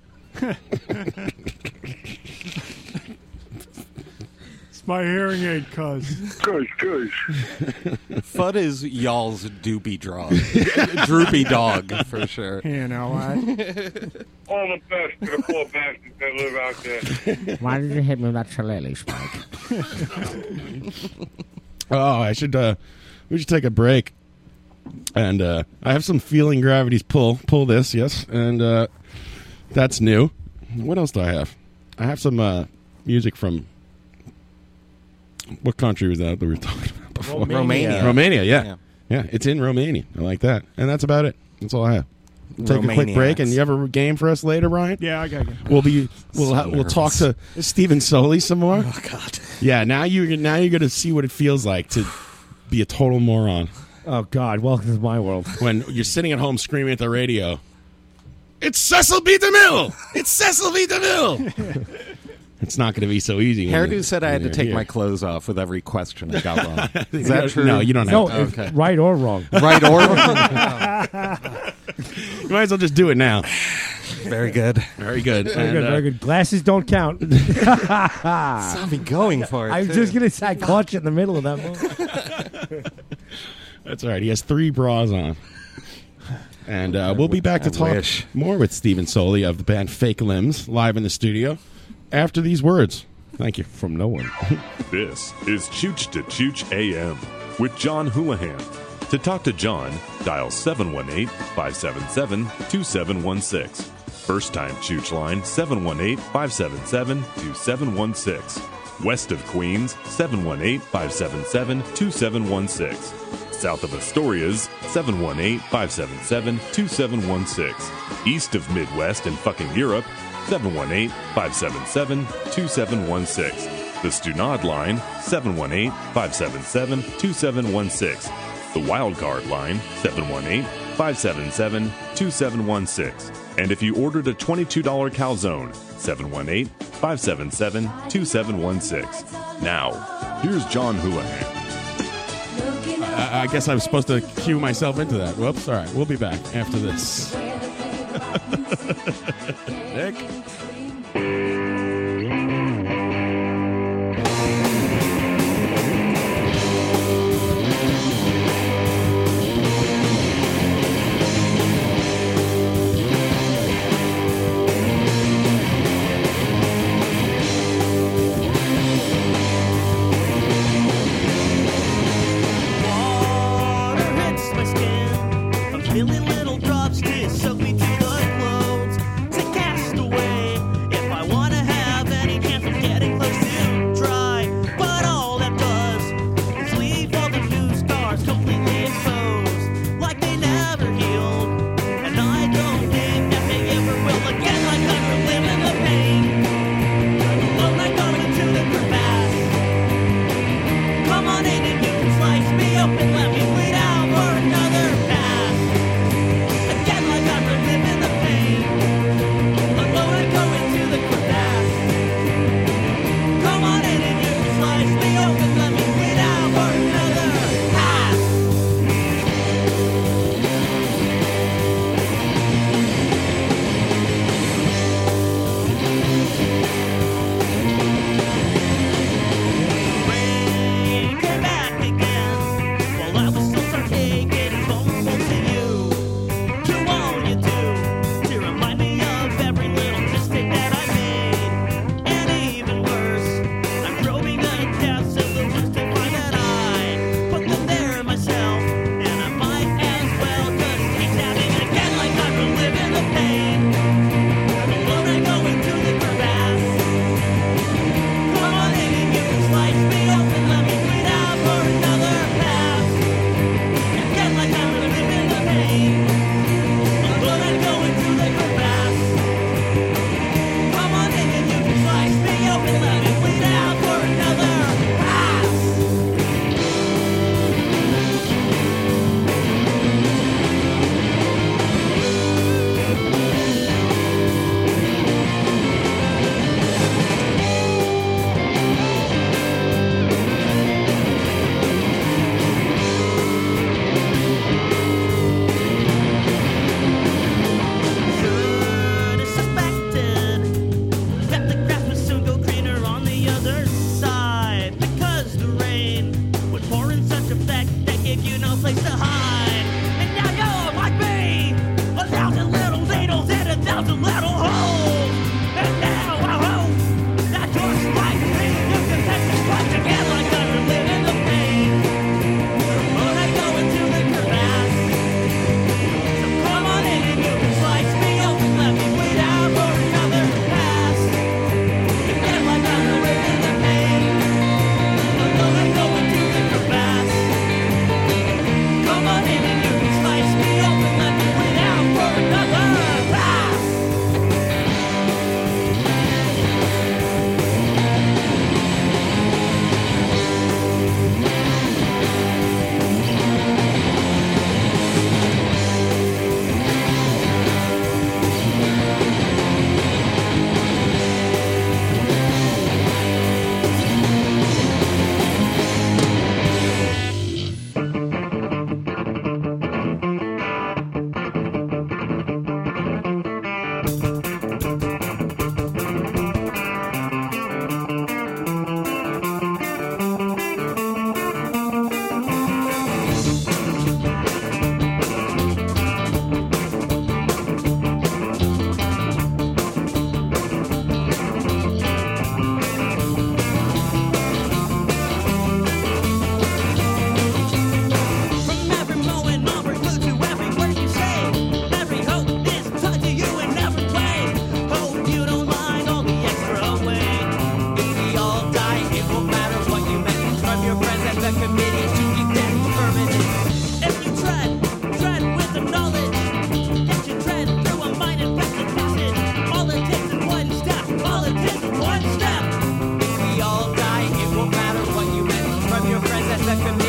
[SPEAKER 11] It's my hearing aid, cuz.
[SPEAKER 9] <laughs>
[SPEAKER 5] <laughs>
[SPEAKER 9] Fudd is y'all's doopy draw. <laughs> Droopy dog, for sure.
[SPEAKER 11] You know,
[SPEAKER 9] <laughs>
[SPEAKER 11] I,
[SPEAKER 10] All the best to the poor bastards that live out there.
[SPEAKER 13] Why did you hit me with that shillelagh, Spike?
[SPEAKER 5] Oh, I should. uh We should take a break. And uh I have some feeling gravity's pull. Pull this, yes. And uh that's new. What else do I have? I have some uh music from. What country was that that we were <laughs> talking about before?
[SPEAKER 7] Romania. Romania.
[SPEAKER 5] Romania, yeah.
[SPEAKER 9] Yeah.
[SPEAKER 5] yeah. it's in Romania. I like that. And that's about it. That's all I have. Take a quick break, and
[SPEAKER 9] Romaniacs.
[SPEAKER 5] you have a game for us later, Ryan?
[SPEAKER 11] yeah, I got you.
[SPEAKER 5] We'll be we'll
[SPEAKER 9] So
[SPEAKER 5] ha- we'll talk to
[SPEAKER 11] <laughs>
[SPEAKER 9] nervous.
[SPEAKER 5] Stephen Soley some more.
[SPEAKER 9] Oh, God.
[SPEAKER 5] Yeah, now you now you're gonna see what it feels like to be a total moron
[SPEAKER 7] Oh, God. Welcome to my world.
[SPEAKER 5] when you're sitting at home screaming at the radio. It's Cecil B. DeMille. It's Cecil B. DeMille. it's not gonna be so easy. when you-
[SPEAKER 9] Hairdo said I had to
[SPEAKER 5] when
[SPEAKER 9] take
[SPEAKER 5] you're
[SPEAKER 9] my
[SPEAKER 5] here.
[SPEAKER 9] clothes off with every question I got
[SPEAKER 7] <laughs>
[SPEAKER 5] <laughs>
[SPEAKER 9] wrong. Is that true?
[SPEAKER 5] No, you don't have
[SPEAKER 7] No,
[SPEAKER 5] to.
[SPEAKER 7] if- right or wrong.
[SPEAKER 9] <laughs> Right or wrong?
[SPEAKER 5] <laughs> You might as well just do it now.
[SPEAKER 9] Very good.
[SPEAKER 5] Very good. uh,
[SPEAKER 7] Very good, very good. Glasses don't count. <laughs>
[SPEAKER 9] Saw me going for it.
[SPEAKER 7] I was
[SPEAKER 9] too.
[SPEAKER 7] just going to say, I caught you in the middle of that. moment.
[SPEAKER 5] That's right. He has three bras on. And uh, we'll be back to
[SPEAKER 9] I
[SPEAKER 5] talk
[SPEAKER 9] wish.
[SPEAKER 5] more with Steven Soli of the band Fake Limbs live in the studio after these words. Thank you from no one.
[SPEAKER 14] This is Chooch to Chooch AM with John Houlihan. To talk to John, dial 718 577 2716. First time Chooch line 718 577 2716. West of Queens 718 577 2716. South of Astoria's 718 577 2716. East of Midwest and fucking Europe 718 577 2716. The Stunad line 718 577 2716. The Wildcard line 718 577 2716. And if you ordered a $22 calzone, 718 577 2716. Now, here's John Houlihan.
[SPEAKER 5] <laughs> I, I guess I was supposed to cue myself into that. Whoops. All right. We'll be back after this. <laughs> Nick?
[SPEAKER 15] Water hits my skin. A million little drops to soak me to the clothes. To cast away. If I wanna have any chance of getting close to dry. But all that does is leave all the new scars completely exposed. Like they never healed. And I don't think that they ever will again. Like I'm reliving the pain. Alone I got into the crevasse. Come on in and you can slice me up and let me bleed out for another pass. Again, like I'm reliving the pain. Alone, I go into the crevasse. Come on in and you can slice me up and let me bleed out for another pass. Come back again. While I was still archaic and vulnerable to you. Do all you do to remind me of every little mistake that I made. And even worse, I'm probing the depths of the worst in my that I put them there myself. And I might as well just keep stabbing again like I'm reliving the pain. Alone I go into the crevasse. Come on in and you can slice me up and let me bleed out for another pass. Again, like I'm reliving the pain. But I'd go into the crevasse. Come on in and you can slice me up and let me bleed out for another pass. Should've suspected that the grass would soon go greener on the other side because the rain would pour in such effect that gave you no place to hide. And now you're like me, a thousand little needles in a thousand little holes. And now I hope that your spite me you can take this once again like I'm reliving the pain. When I go into the crevasse. Come on in and you can slice me up and let me bleed out for another pass. Again, like I'm reliving the pain. Alone, I go into the crevasse. Come on in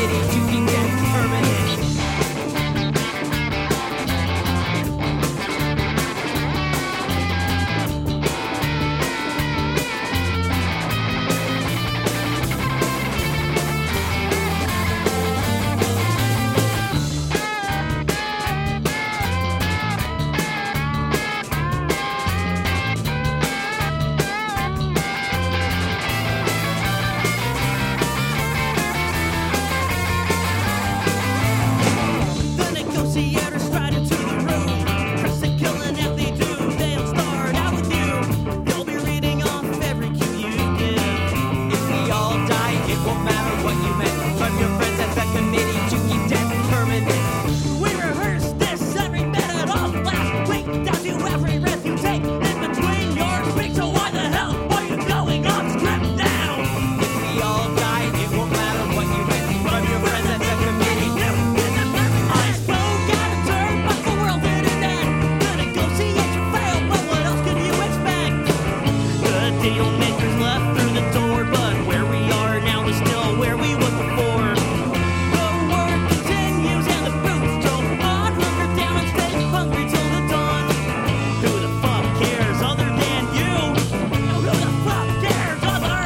[SPEAKER 15] city to condemn permanent. The negotiators stride into the room. Press and kill, and if they do, they'll start out with you. They'll be reading off every cue you give. If we all die, it won't matter what you meant. From your friends at the committee to keep death permanent. We rehearse this every minute of last week. Down to every breath you take. In between your speech, so why the hell are you going off script now? If we all die, it won't matter what you meant. From your friends at the committee. I spoke out of turn, but the world didn't end. The negotiation failed, but what else could you expect? The deal makers left through the door, but where we are now is still where we were before. The work continues and the boots don't on. Hunker down and stay hungry till the dawn. Who the fuck cares other than you? Who the fuck cares other than you?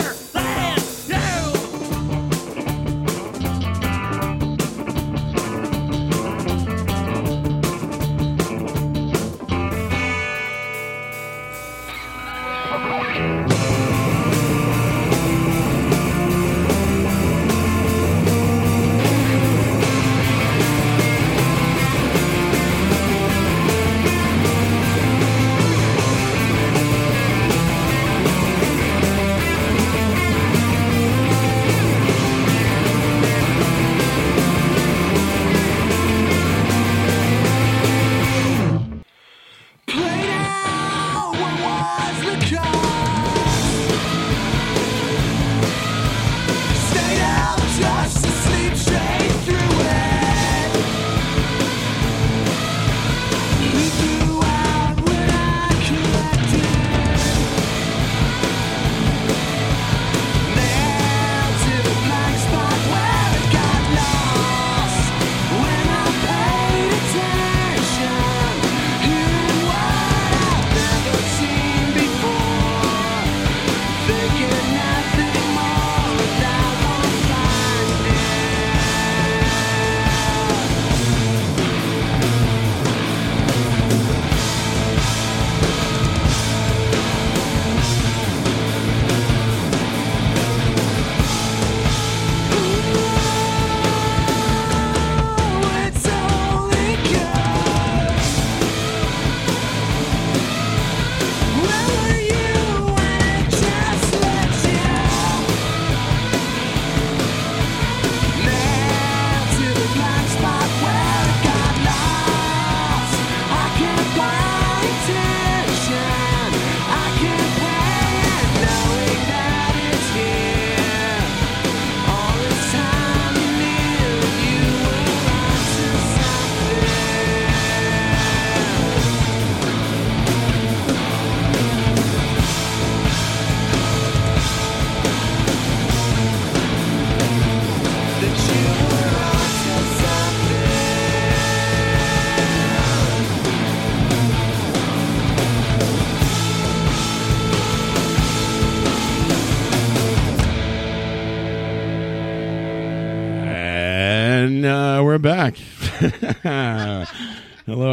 [SPEAKER 5] And uh, we're back. <laughs> Hello,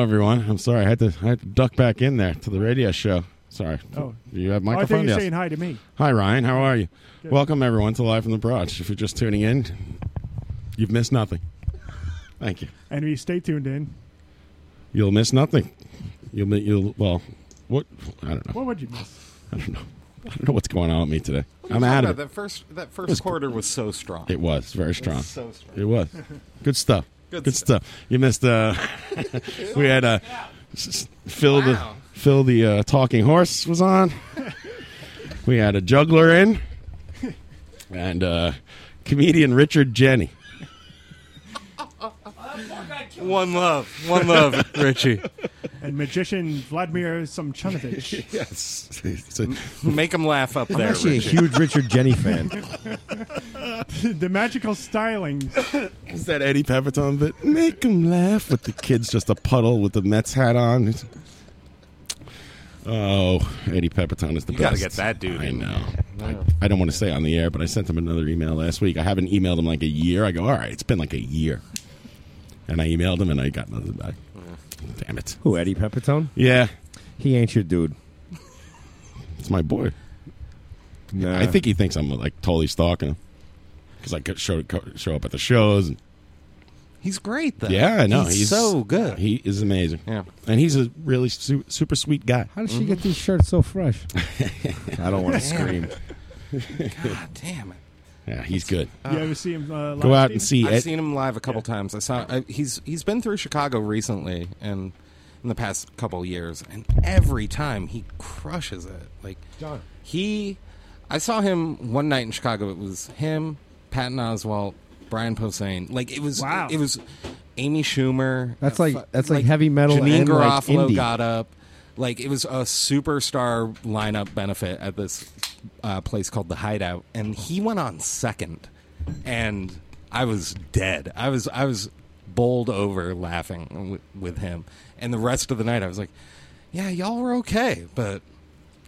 [SPEAKER 5] everyone. I'm sorry, I had to I had to duck back in there to the radio show. Sorry.
[SPEAKER 11] Oh.
[SPEAKER 5] you have
[SPEAKER 11] Oh, I thought
[SPEAKER 5] microphone?
[SPEAKER 11] you were
[SPEAKER 5] Yes.
[SPEAKER 11] saying hi to me.
[SPEAKER 5] Hi, Ryan. How are you?
[SPEAKER 11] Good.
[SPEAKER 5] Welcome, everyone, to Live from the Broad. If you're just tuning in, you've missed nothing. Thank you.
[SPEAKER 11] And if you stay tuned in,
[SPEAKER 5] You'll miss nothing. You'll mi- you'll well, what? I don't know.
[SPEAKER 11] what would you miss?
[SPEAKER 5] I don't know. I don't know what's going on with me today.
[SPEAKER 9] What are you
[SPEAKER 5] I'm
[SPEAKER 9] talking
[SPEAKER 5] out
[SPEAKER 9] about?
[SPEAKER 5] of it.
[SPEAKER 9] That first, that first
[SPEAKER 5] was-
[SPEAKER 9] quarter was so strong.
[SPEAKER 5] It was very
[SPEAKER 9] It
[SPEAKER 5] strong.
[SPEAKER 9] was so strong.
[SPEAKER 5] It was good stuff.
[SPEAKER 9] Good
[SPEAKER 5] stuff. You missed. Uh, <laughs> we had uh, s- s- Phil the Phil the uh, talking horse was
[SPEAKER 9] <laughs>
[SPEAKER 5] on. we had a juggler in, and uh, comedian Richard Jenny.
[SPEAKER 9] One love, one love, <laughs> Richie.
[SPEAKER 11] and magician Vladimir Samchanovich.
[SPEAKER 5] <laughs>
[SPEAKER 9] yes. Make them laugh up
[SPEAKER 7] I'm
[SPEAKER 9] there.
[SPEAKER 7] actually a huge Richard Jenny fan.
[SPEAKER 11] <laughs> the magical styling.
[SPEAKER 5] Is that Eddie Pepitone bit? <laughs> Make him laugh <laughs> with the kids just a puddle with the Mets hat on. It's- Oh, Eddie Pepitone is the
[SPEAKER 2] You
[SPEAKER 5] best.
[SPEAKER 2] gotta get that dude
[SPEAKER 5] I
[SPEAKER 2] in.
[SPEAKER 5] know. I, I don't want to say on the air, but I sent him another email last week. I haven't emailed him like a year. I go, all right, it's been like a year, and I emailed him and I got nothing back.
[SPEAKER 2] Mm.
[SPEAKER 5] Damn it!
[SPEAKER 7] Who Eddie Pepitone?
[SPEAKER 5] Yeah,
[SPEAKER 7] he ain't your dude.
[SPEAKER 5] It's my boy.
[SPEAKER 7] Nah.
[SPEAKER 5] I think he thinks I'm like totally stalking him because I could show show up at the shows. And,
[SPEAKER 9] <laughs> He's great, though.
[SPEAKER 5] yeah, I know
[SPEAKER 9] He's,
[SPEAKER 5] <laughs>
[SPEAKER 9] so good.
[SPEAKER 5] He is amazing. Yeah, and he's a really su- super sweet guy. Mm-hmm.
[SPEAKER 7] How does she get these shirts so fresh? I
[SPEAKER 5] <laughs>
[SPEAKER 7] don't want to scream.
[SPEAKER 9] God damn it.
[SPEAKER 5] Yeah, he's good.
[SPEAKER 11] you ever see him? Uh,
[SPEAKER 5] Go
[SPEAKER 11] live,
[SPEAKER 5] out and
[SPEAKER 11] Steve?
[SPEAKER 5] see
[SPEAKER 9] I've
[SPEAKER 5] Ed-
[SPEAKER 9] seen him live a couple times. I saw I, he's he's been through Chicago recently and in the past couple years, and every time he crushes it. Like
[SPEAKER 7] John.
[SPEAKER 9] he, I saw him one night in Chicago. It was him, Patton Oswalt, Brian Posehn. Like it was.
[SPEAKER 7] Wow.
[SPEAKER 9] It was Amy Schumer.
[SPEAKER 7] That's
[SPEAKER 9] uh,
[SPEAKER 7] like-
[SPEAKER 9] fu-
[SPEAKER 7] that's like heavy metal
[SPEAKER 9] Janine
[SPEAKER 7] and, like,
[SPEAKER 9] Garofalo
[SPEAKER 7] indie.
[SPEAKER 9] got up. Like it was a superstar lineup benefit at this uh, place called the Hideout, and he went on second, and I was dead. I was I was bowled over laughing w- with him, and the rest of the night I was like, "Yeah, y'all were okay, but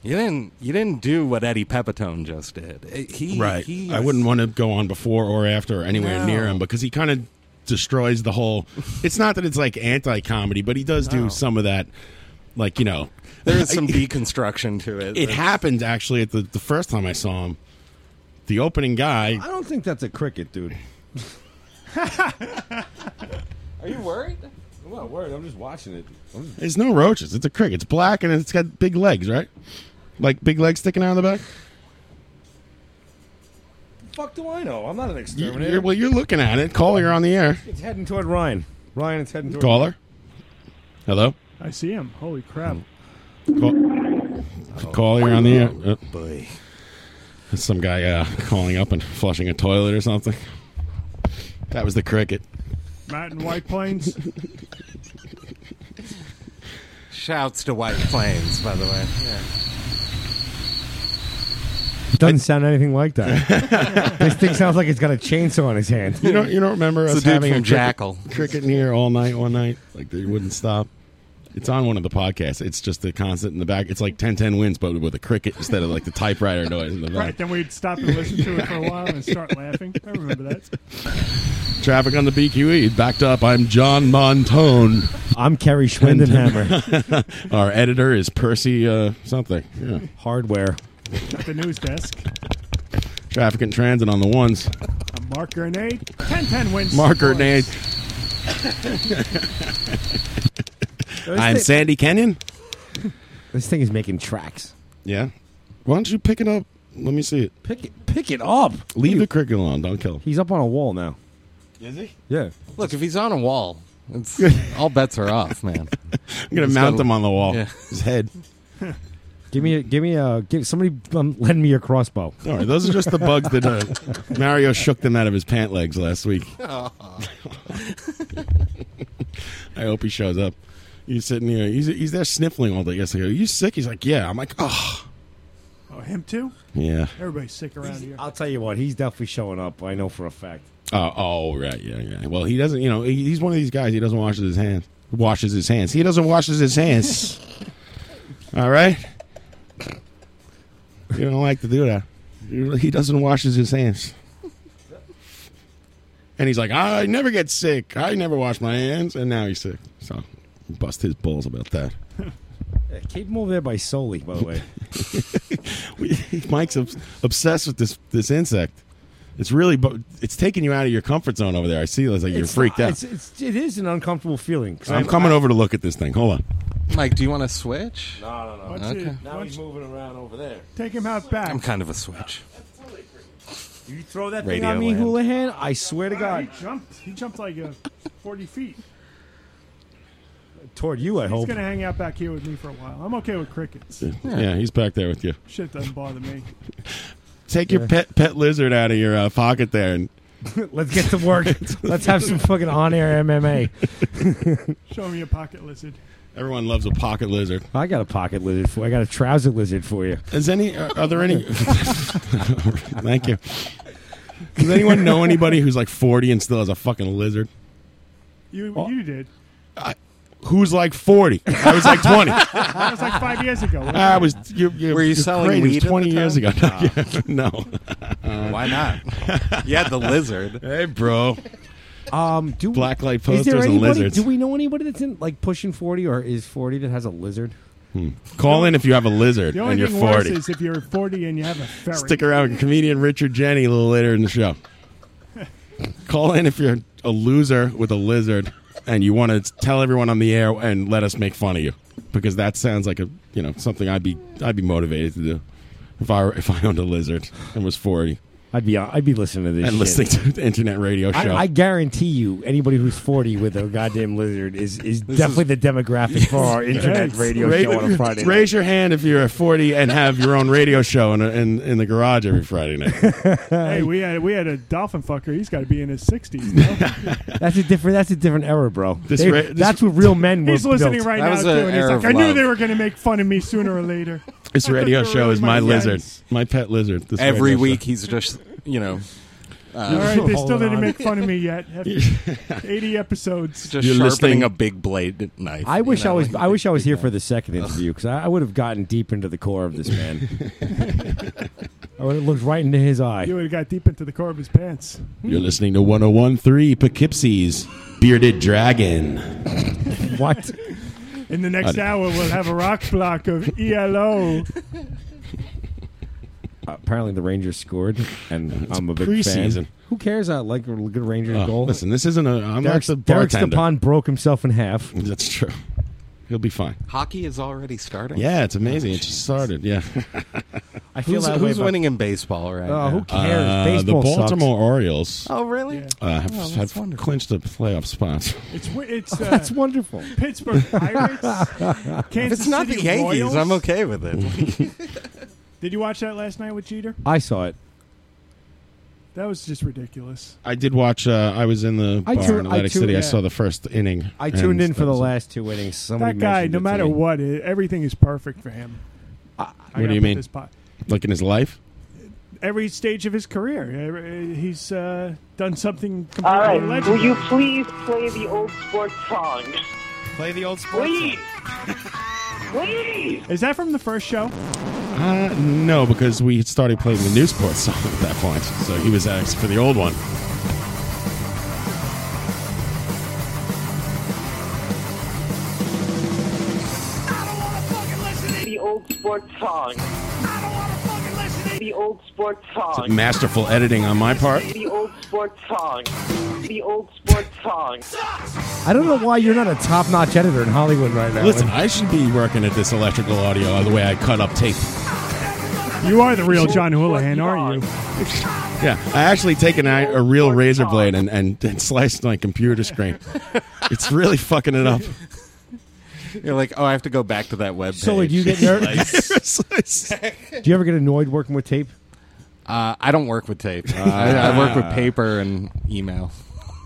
[SPEAKER 9] you didn't you didn't do what Eddie Pepitone just did. It- He
[SPEAKER 5] right.
[SPEAKER 9] he
[SPEAKER 5] I wouldn't want to go on before or after or anywhere
[SPEAKER 9] No.
[SPEAKER 5] near him because he kind of destroys the whole. It's not that it's like anti comedy, but he does do some of that, like, you know.
[SPEAKER 9] There is
[SPEAKER 5] <laughs>
[SPEAKER 9] some deconstruction to it.
[SPEAKER 5] It happened actually at the, the first time I saw him. The opening guy. I
[SPEAKER 7] don't think that's a cricket, dude.
[SPEAKER 9] Are you worried?
[SPEAKER 7] I'm not worried. I'm just watching it. I'm just-
[SPEAKER 5] There's no roaches. It's a cricket. It's black and it's got big legs, right? Like big legs sticking out of the back?
[SPEAKER 7] fuck do I know? I'm not an
[SPEAKER 5] You-
[SPEAKER 7] exterminator.
[SPEAKER 5] You're, well, you're looking at it. Call, you're on the air.
[SPEAKER 7] It's heading toward Ryan. Ryan, it's heading toward
[SPEAKER 5] Caller? Hello?
[SPEAKER 11] I see him. Holy crap!
[SPEAKER 7] Mm.
[SPEAKER 5] Call, you're on the air. Uh, boy. That's some guy uh, calling up and flushing a toilet or something. That was the cricket.
[SPEAKER 11] Matt in White
[SPEAKER 5] <laughs>
[SPEAKER 11] Plains.
[SPEAKER 9] Shouts to White Plains, by the way. Yeah.
[SPEAKER 7] It doesn't sound anything like that. <laughs> this thing sounds like it's got a chainsaw in his hand.
[SPEAKER 5] You don't, you don't remember
[SPEAKER 7] It's
[SPEAKER 5] us
[SPEAKER 7] the dude
[SPEAKER 5] having
[SPEAKER 7] from
[SPEAKER 5] a cricket,
[SPEAKER 7] Jackal.
[SPEAKER 5] cricket in here all night, one night? Like, they wouldn't stop. It's on one of the podcasts. It's just the constant in the back. It's like 10-10 wins, but with a cricket instead of like the typewriter noise in the back.
[SPEAKER 11] Right, then we'd stop and listen to it for a while and start laughing. I remember that.
[SPEAKER 5] Traffic on the BQE. Backed up. I'm John Montone.
[SPEAKER 7] I'm Kerry
[SPEAKER 5] <laughs>
[SPEAKER 7] Schwindenhammer.
[SPEAKER 5] Our editor is Percy uh, something. Yeah.
[SPEAKER 7] Hardware.
[SPEAKER 11] At the news desk,
[SPEAKER 5] Traffic and transit on the ones.
[SPEAKER 11] a mark grenade. 10-10 wins. Oh, <laughs>
[SPEAKER 5] Mark Grenade. I'm
[SPEAKER 7] thi-
[SPEAKER 5] Sandy Kenyon.
[SPEAKER 7] This thing is making tracks.
[SPEAKER 5] Yeah. Why don't you pick it up? Let me see it.
[SPEAKER 7] Pick it, pick it up.
[SPEAKER 5] Leave the cricket alone. Don't kill him.
[SPEAKER 7] He's up on a wall now.
[SPEAKER 5] Is he?
[SPEAKER 7] Yeah.
[SPEAKER 9] Look, if he's on a wall, it's, all bets are off, man.
[SPEAKER 5] <laughs> I'm gonna mount him on the wall.
[SPEAKER 9] Yeah.
[SPEAKER 5] His head.
[SPEAKER 7] Give me, a, give me a, give somebody, um, lend me your crossbow.
[SPEAKER 5] All right, those are just the bugs
[SPEAKER 7] <laughs>
[SPEAKER 5] that uh, Mario shook them out of his pant legs last week. I hope he shows up. He's sitting here. He's, he's there sniffling all day. Yes, I go. You sick? He's like, yeah. I'm like, oh,
[SPEAKER 11] Oh, him too.
[SPEAKER 5] yeah.
[SPEAKER 11] Everybody's sick around here.
[SPEAKER 7] I'll tell you what, he's definitely showing up. I know for a fact.
[SPEAKER 5] Oh, oh, right, yeah, yeah. Well, he doesn't. You know, he- he's one of these guys. He doesn't wash his hands. Washes his hands. He doesn't wash his hands. All right. You don't like to do that. You- He doesn't wash his hands. And he's like, I never get sick. I never wash my hands, and now he's sick. So, bust his balls about that.
[SPEAKER 7] Yeah, keep him over there by Soli, by the way.
[SPEAKER 5] <laughs> We- Mike's obs- obsessed with this this insect. It's really, bu- it's taking you out of your comfort zone over there. I see. It's like you're
[SPEAKER 7] It's
[SPEAKER 5] freaked
[SPEAKER 7] not-
[SPEAKER 5] out.
[SPEAKER 7] It's, it's, it is an uncomfortable feeling. 'cause
[SPEAKER 5] I'm coming over to look at this thing. Hold on.
[SPEAKER 9] Mike, do you want to switch?
[SPEAKER 7] No, no,
[SPEAKER 11] What's
[SPEAKER 9] Oh, Okay.
[SPEAKER 11] it- what's-
[SPEAKER 7] moving around over there.
[SPEAKER 11] Take him out back.
[SPEAKER 9] I'm kind of a switch.
[SPEAKER 7] You throw that
[SPEAKER 9] Radio
[SPEAKER 7] thing on me,
[SPEAKER 9] land.
[SPEAKER 7] Houlihan, I swear to
[SPEAKER 11] Wow,
[SPEAKER 7] God.
[SPEAKER 11] he jumped. He jumped like uh, forty feet.
[SPEAKER 7] Toward you, I
[SPEAKER 11] He's
[SPEAKER 7] hope.
[SPEAKER 11] gonna hang out back here with me for a while. I'm okay with crickets.
[SPEAKER 5] Yeah. he's back there with you.
[SPEAKER 11] Shit doesn't bother me.
[SPEAKER 5] Take your pet pet lizard out of your uh, pocket there, and
[SPEAKER 7] <laughs> Let's get to <laughs> work. Let's have some fucking on air MMA.
[SPEAKER 11] Show me a pocket lizard.
[SPEAKER 5] Everyone loves a pocket lizard.
[SPEAKER 7] I got a pocket lizard for. I got a trouser lizard for you.
[SPEAKER 5] Is any? uh, Are, are there
[SPEAKER 7] <laughs>
[SPEAKER 5] any? <laughs> Thank you. Does anyone know anybody who's like 40 and still has a fucking lizard?
[SPEAKER 11] You, you did.
[SPEAKER 5] Who's like 40? I was like
[SPEAKER 11] <laughs>
[SPEAKER 5] 20.
[SPEAKER 11] that was like five years ago.
[SPEAKER 5] I was. You, you,
[SPEAKER 9] Were you
[SPEAKER 5] you're
[SPEAKER 9] selling
[SPEAKER 5] crazy. It was
[SPEAKER 9] weed
[SPEAKER 5] 20
[SPEAKER 9] at the
[SPEAKER 5] years
[SPEAKER 9] time? Oh.
[SPEAKER 5] ago? No. <laughs> no.
[SPEAKER 9] <laughs> Why not? You had the lizard.
[SPEAKER 5] Hey, bro.
[SPEAKER 7] Um, do
[SPEAKER 5] blacklight
[SPEAKER 7] Is
[SPEAKER 5] posters
[SPEAKER 7] there
[SPEAKER 5] and
[SPEAKER 7] anybody?
[SPEAKER 5] lizards.
[SPEAKER 7] Do we know anybody that's in like pushing forty or is forty that has a lizard?
[SPEAKER 5] Hmm. Call in if you have a lizard
[SPEAKER 11] The only
[SPEAKER 5] and you're
[SPEAKER 11] thing worse
[SPEAKER 5] 40.
[SPEAKER 11] is if you're 40 and you have a ferret.
[SPEAKER 5] Stick around. Comedian Richard Jenny a little later in the show. Call in if you're a loser with a lizard and you want to tell everyone on the air and let us make fun of you because that sounds like a you know something I'd be I'd be motivated to do if I were- if I owned a lizard and was forty.
[SPEAKER 7] I'd be I'd be listening to this
[SPEAKER 5] and
[SPEAKER 7] shit.
[SPEAKER 5] listening to the internet radio
[SPEAKER 7] I,
[SPEAKER 5] show.
[SPEAKER 7] I guarantee you, anybody who's forty with a goddamn lizard is is definitely the demographic for <laughs> our internet radio
[SPEAKER 5] Raise-
[SPEAKER 7] show on a Friday. night.
[SPEAKER 5] Raise your hand if you're a 40 and have your own radio show in, in, in the garage every Friday
[SPEAKER 7] <laughs>
[SPEAKER 5] night.
[SPEAKER 11] Hey, we had we had a dolphin fucker. He's got to be in his 60s. now.
[SPEAKER 7] That's a different. That's a different era, bro.
[SPEAKER 5] This
[SPEAKER 7] They-
[SPEAKER 5] ra- this-
[SPEAKER 7] that's what
[SPEAKER 11] <laughs>
[SPEAKER 7] real men were.
[SPEAKER 11] He's listening
[SPEAKER 7] built.
[SPEAKER 11] right now too, and he's like, "I knew they were going to make fun of me sooner or
[SPEAKER 5] <laughs>
[SPEAKER 11] later."
[SPEAKER 5] This radio show is my lizard, my pet lizard. This
[SPEAKER 9] Every
[SPEAKER 5] radio show.
[SPEAKER 9] week he's just, you know.
[SPEAKER 11] All
[SPEAKER 9] Uh, <laughs>
[SPEAKER 11] right, they still
[SPEAKER 7] Hold
[SPEAKER 11] didn't
[SPEAKER 7] on.
[SPEAKER 11] make fun of me
[SPEAKER 5] <laughs>
[SPEAKER 11] yet. After 80 episodes.
[SPEAKER 9] just
[SPEAKER 5] You're
[SPEAKER 9] sharpening
[SPEAKER 5] listening-
[SPEAKER 9] a big blade knife.
[SPEAKER 7] I wish
[SPEAKER 9] you know,
[SPEAKER 7] I was.
[SPEAKER 9] like-
[SPEAKER 7] I wish I was here for the second interview because I, I would have gotten deep into the core of this
[SPEAKER 9] <laughs>
[SPEAKER 7] man. I would have looked Oh, right into his eye.
[SPEAKER 11] You would have got deep into the core of his pants.
[SPEAKER 5] You're listening to 1013 Poughkeepsie's Bearded
[SPEAKER 7] <laughs>
[SPEAKER 5] Dragon.
[SPEAKER 7] What?
[SPEAKER 11] <laughs> In the next
[SPEAKER 5] I-
[SPEAKER 11] hour, we'll have a rock block of E ELO.
[SPEAKER 7] Uh, Apparently, the Rangers scored, and I'm a big
[SPEAKER 5] preseason.
[SPEAKER 7] fan. Who cares? I like a good Rangers
[SPEAKER 5] Oh,
[SPEAKER 7] goal.
[SPEAKER 5] listen, this isn't a. I'm
[SPEAKER 7] Derek,
[SPEAKER 5] not the
[SPEAKER 7] Derek
[SPEAKER 5] bartender.
[SPEAKER 7] Stepan broke himself in half.
[SPEAKER 5] <laughs> That's true. He'll be fine.
[SPEAKER 9] Hockey is already starting.
[SPEAKER 5] Yeah, it's amazing. It just started.
[SPEAKER 9] <laughs>
[SPEAKER 5] Yeah.
[SPEAKER 7] I feel
[SPEAKER 9] Who's,
[SPEAKER 7] that way
[SPEAKER 9] who's
[SPEAKER 7] about-
[SPEAKER 9] winning in baseball right
[SPEAKER 7] Oh,
[SPEAKER 9] now?
[SPEAKER 7] who cares?
[SPEAKER 5] Uh,
[SPEAKER 7] Baseball
[SPEAKER 5] the
[SPEAKER 7] sucks.
[SPEAKER 5] Baltimore Orioles
[SPEAKER 9] Oh, really?
[SPEAKER 5] uh, have,
[SPEAKER 9] Oh, that's
[SPEAKER 5] have
[SPEAKER 9] wonderful.
[SPEAKER 5] clinched a playoff spot.
[SPEAKER 11] It's wi- it's uh,
[SPEAKER 7] <laughs> That's wonderful.
[SPEAKER 11] Pittsburgh Pirates.
[SPEAKER 7] <laughs>
[SPEAKER 9] If
[SPEAKER 11] Kansas
[SPEAKER 9] it's not
[SPEAKER 11] City
[SPEAKER 9] the Yankees,
[SPEAKER 11] Royals.
[SPEAKER 9] I'm okay with it.
[SPEAKER 11] <laughs>
[SPEAKER 9] <laughs>
[SPEAKER 11] Did you watch that last night with Jeter?
[SPEAKER 7] I saw it.
[SPEAKER 11] That was just ridiculous.
[SPEAKER 5] I did watch. Uh, I was in the
[SPEAKER 7] I
[SPEAKER 5] bar
[SPEAKER 7] tu-
[SPEAKER 5] in
[SPEAKER 7] I
[SPEAKER 5] Atlantic
[SPEAKER 7] tu-
[SPEAKER 5] City.
[SPEAKER 7] yeah.
[SPEAKER 5] I saw the first inning.
[SPEAKER 7] I
[SPEAKER 5] and
[SPEAKER 7] tuned in for
[SPEAKER 5] that
[SPEAKER 7] the
[SPEAKER 5] was it.
[SPEAKER 7] last two innings. Somebody
[SPEAKER 11] that guy,
[SPEAKER 7] mentioned
[SPEAKER 11] no
[SPEAKER 7] it to
[SPEAKER 11] matter
[SPEAKER 7] me.
[SPEAKER 11] what, it, everything is perfect for him. I
[SPEAKER 5] What do
[SPEAKER 11] gotta
[SPEAKER 5] you
[SPEAKER 11] put
[SPEAKER 5] mean?
[SPEAKER 11] this po-
[SPEAKER 5] Like in his life.
[SPEAKER 11] every stage of his career, every- he's uh, done something completely
[SPEAKER 16] All right.
[SPEAKER 11] legendary.
[SPEAKER 16] Will you please play the old sports song?
[SPEAKER 9] Play the old
[SPEAKER 16] Please. please.
[SPEAKER 11] Is that from the first show?
[SPEAKER 5] Uh, no, because we had started playing the new sports song at that point, so he was asked for the old one.
[SPEAKER 16] The old sports song. The old sports
[SPEAKER 9] Oh,
[SPEAKER 5] It's
[SPEAKER 16] song.
[SPEAKER 5] masterful editing on my part.
[SPEAKER 16] The old sports song. The old sports song.
[SPEAKER 7] I don't know why you're not a top-notch editor in Hollywood right now.
[SPEAKER 5] Listen, I should be working at this electrical audio the way I cut up tape.
[SPEAKER 11] You are the real John Houlihan, are you?
[SPEAKER 5] Yeah, I actually taken a, a real razor blade and, and, and <laughs> sliced my computer
[SPEAKER 9] <laughs>
[SPEAKER 5] screen. It's really fucking it up.
[SPEAKER 9] You're like, oh, I have to go back to that web.
[SPEAKER 7] So, like, you
[SPEAKER 9] <laughs>
[SPEAKER 7] get
[SPEAKER 5] <laughs>
[SPEAKER 7] ner-
[SPEAKER 11] <laughs>
[SPEAKER 7] Do you ever get annoyed working with tape?
[SPEAKER 9] uh, I don't work
[SPEAKER 7] <laughs>
[SPEAKER 9] with tape. Uh, I, I work with paper and email.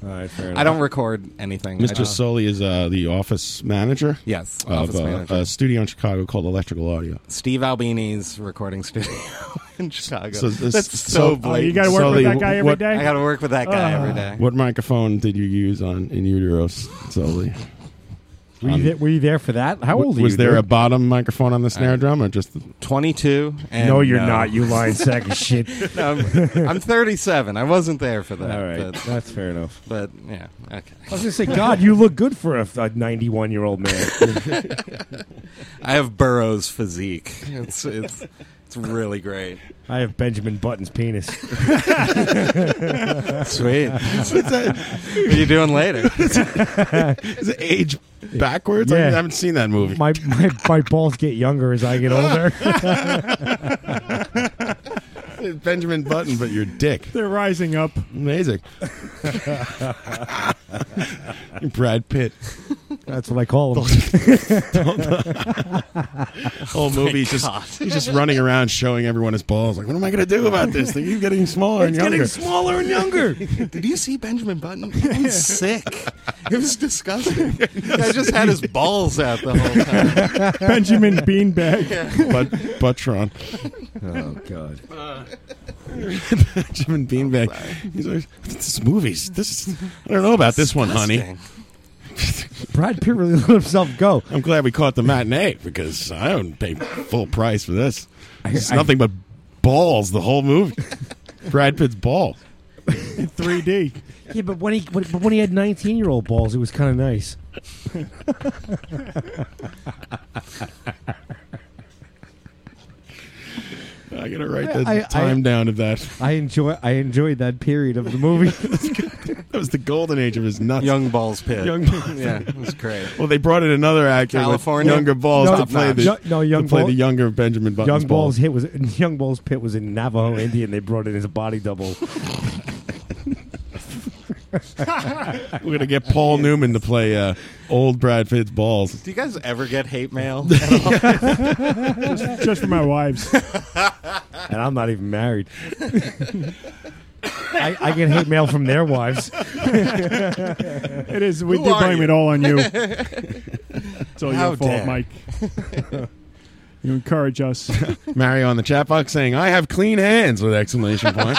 [SPEAKER 7] All right, fair
[SPEAKER 9] I don't record anything. I
[SPEAKER 5] Mr.
[SPEAKER 9] just-
[SPEAKER 5] Soli is uh, the office manager.
[SPEAKER 9] Yes,
[SPEAKER 5] of
[SPEAKER 9] office
[SPEAKER 5] uh,
[SPEAKER 9] manager.
[SPEAKER 5] a studio in Chicago called Electrical Audio.
[SPEAKER 9] Steve Albini's recording studio <laughs> in Chicago.
[SPEAKER 5] So this-
[SPEAKER 9] That's
[SPEAKER 5] so-
[SPEAKER 9] so blatant.
[SPEAKER 11] Oh, You got to work
[SPEAKER 5] Sully,
[SPEAKER 11] with that guy every
[SPEAKER 5] what-
[SPEAKER 11] day.
[SPEAKER 9] I got to work with that guy
[SPEAKER 11] Ah.
[SPEAKER 7] Uh,
[SPEAKER 9] every day.
[SPEAKER 5] What microphone did you use on In Uteros, Soli?
[SPEAKER 7] Were,
[SPEAKER 11] Um,
[SPEAKER 7] you there, were you there for that? How old are
[SPEAKER 5] was
[SPEAKER 7] you?
[SPEAKER 5] there a
[SPEAKER 7] dude?
[SPEAKER 5] bottom microphone on the snare drum or just the
[SPEAKER 9] 22. And
[SPEAKER 7] No, you're not. You
[SPEAKER 9] <laughs>
[SPEAKER 7] lying sack of shit.
[SPEAKER 9] No, I'm, I'm 37. I wasn't there for that.
[SPEAKER 7] All right,
[SPEAKER 9] But,
[SPEAKER 7] that's fair enough.
[SPEAKER 9] but yeah, okay.
[SPEAKER 7] I was gonna say, God, you look good for a 91 year old man.
[SPEAKER 9] <laughs> I have Burroughs physique. It's it's it's really great.
[SPEAKER 7] I have Benjamin Button's
[SPEAKER 9] <laughs>
[SPEAKER 7] penis.
[SPEAKER 9] Sweet. what are you doing later?
[SPEAKER 5] <laughs> Is it age backwards? I
[SPEAKER 7] Yeah.
[SPEAKER 5] haven't seen that movie.
[SPEAKER 7] My, my my balls get younger as I <laughs> get older.
[SPEAKER 5] <laughs> Benjamin Button, but your dick.
[SPEAKER 11] They're rising up.
[SPEAKER 5] Amazing. Brad Pitt.
[SPEAKER 7] That's what I call them.
[SPEAKER 5] <laughs>
[SPEAKER 7] <laughs> Oh
[SPEAKER 5] whole movie he's just he's just running around showing everyone his balls. Like, what am I going to do about this? They keep getting smaller and
[SPEAKER 9] It's
[SPEAKER 5] younger.
[SPEAKER 9] getting smaller and younger. <laughs> Did you see Benjamin Button? He's sick. It was disgusting. <laughs> I just had his balls out the whole time. <laughs>
[SPEAKER 11] Benjamin Beanbag.
[SPEAKER 5] But Butron.
[SPEAKER 7] <laughs> Oh God.
[SPEAKER 5] <laughs> Benjamin Beanbag. He's always, this movie's this. is- I don't know about this one, honey.
[SPEAKER 7] Brad Pitt really <laughs> let himself go.
[SPEAKER 5] I'm glad we caught the matinee because I don't pay full price for this. It's
[SPEAKER 7] I-
[SPEAKER 5] nothing but balls the whole movie. Brad Pitt's ball.
[SPEAKER 11] 3D.
[SPEAKER 7] Yeah, but when he when, but when he had 19 year old balls, it was kind of nice.
[SPEAKER 5] I gotta write the
[SPEAKER 7] I- I-
[SPEAKER 5] time down of that.
[SPEAKER 7] I enjoy I enjoyed that period of the
[SPEAKER 5] <laughs>
[SPEAKER 7] movie.
[SPEAKER 5] That was the golden age of his nuts.
[SPEAKER 9] Young balls pit.
[SPEAKER 5] Young balls
[SPEAKER 9] yeah,
[SPEAKER 5] Pitt.
[SPEAKER 9] it was great.
[SPEAKER 5] Well, they brought in another actor
[SPEAKER 9] California?
[SPEAKER 5] with younger balls
[SPEAKER 9] No,
[SPEAKER 5] to play
[SPEAKER 9] top
[SPEAKER 5] the
[SPEAKER 9] notch.
[SPEAKER 7] No, young
[SPEAKER 5] to play
[SPEAKER 7] ball-
[SPEAKER 5] the younger Benjamin Button's
[SPEAKER 7] Young
[SPEAKER 5] balls.
[SPEAKER 7] Balls hit was Young Balls Pit was
[SPEAKER 11] <laughs>
[SPEAKER 7] in Navajo, India, and they brought in his body double.
[SPEAKER 5] We're gonna get
[SPEAKER 7] <laughs>
[SPEAKER 5] Paul Newman to play uh, old Brad Pitt's balls.
[SPEAKER 9] Do you guys ever get
[SPEAKER 5] <laughs>
[SPEAKER 9] hate mail?
[SPEAKER 11] just, just for my
[SPEAKER 9] <laughs>
[SPEAKER 11] wives.
[SPEAKER 7] and I'm not
[SPEAKER 11] <laughs>
[SPEAKER 7] even married. I, I get hate mail from their wives.
[SPEAKER 11] <laughs> It is. We
[SPEAKER 7] Who
[SPEAKER 11] do
[SPEAKER 7] are
[SPEAKER 11] blame
[SPEAKER 7] you?
[SPEAKER 11] it all on
[SPEAKER 7] <laughs>
[SPEAKER 11] you. it's all
[SPEAKER 7] How
[SPEAKER 11] your fault,
[SPEAKER 7] dare.
[SPEAKER 11] Mike. you encourage us.
[SPEAKER 5] <laughs> Mario on the chat box saying, "I have clean hands!" with exclamation
[SPEAKER 9] <laughs>
[SPEAKER 5] point.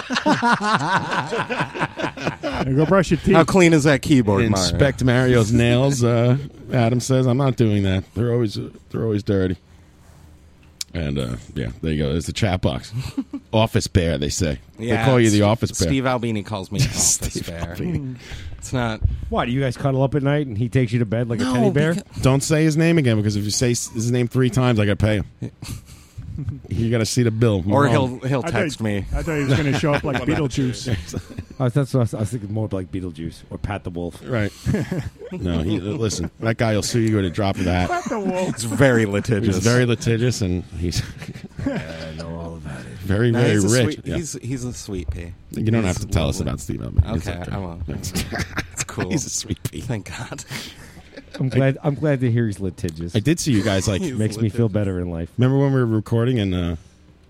[SPEAKER 11] go brush your teeth.
[SPEAKER 9] How clean is that keyboard, Mario?
[SPEAKER 5] Inspect Mario's nails. Uh, Adam says, "I'm not doing that. They're always they're always dirty." And uh, yeah, there you go. There's the chat
[SPEAKER 9] <laughs>
[SPEAKER 5] box. office bear, they say. they call you the
[SPEAKER 9] Steve-
[SPEAKER 5] office bear.
[SPEAKER 9] Steve Albini
[SPEAKER 5] <laughs>
[SPEAKER 9] calls me office bear. It's not.
[SPEAKER 7] Why do you guys <laughs> cuddle up at night and he takes you to bed like a teddy bear?
[SPEAKER 5] Don't say his name again because if you say s- his name three times, I got to pay him.
[SPEAKER 9] <laughs>
[SPEAKER 5] you got to see the bill,
[SPEAKER 9] Or
[SPEAKER 5] Mom.
[SPEAKER 9] he'll he'll
[SPEAKER 11] I thought-
[SPEAKER 9] text me.
[SPEAKER 11] I thought he was going to show up
[SPEAKER 9] <laughs>
[SPEAKER 11] like Beetlejuice.
[SPEAKER 7] I was, that's what I was, I was thinking more like Beetlejuice or Pat the Wolf.
[SPEAKER 5] <laughs> Right. no, he, listen, that guy will sue you at a drop of the hat.
[SPEAKER 11] Pat the Wolf.
[SPEAKER 9] It's very litigious.
[SPEAKER 5] He's very litigious, and <laughs> he's
[SPEAKER 9] I know all about it.
[SPEAKER 5] very, very
[SPEAKER 9] he's a
[SPEAKER 5] rich.
[SPEAKER 9] Sweet,
[SPEAKER 5] Yeah.
[SPEAKER 9] He's he's a sweet pea.
[SPEAKER 5] you don't
[SPEAKER 9] He's
[SPEAKER 5] have to tell us
[SPEAKER 9] lovely.
[SPEAKER 5] about Steve Albini. It's
[SPEAKER 9] Okay, I won't. <laughs> It's
[SPEAKER 5] <laughs>
[SPEAKER 9] cool.
[SPEAKER 5] He's a sweet pea.
[SPEAKER 9] Thank God.
[SPEAKER 7] I'm glad. I'm glad to hear he's litigious.
[SPEAKER 5] I did see you guys
[SPEAKER 9] <laughs>
[SPEAKER 5] like
[SPEAKER 7] makes me feel better in life.
[SPEAKER 5] Remember when we were recording and uh,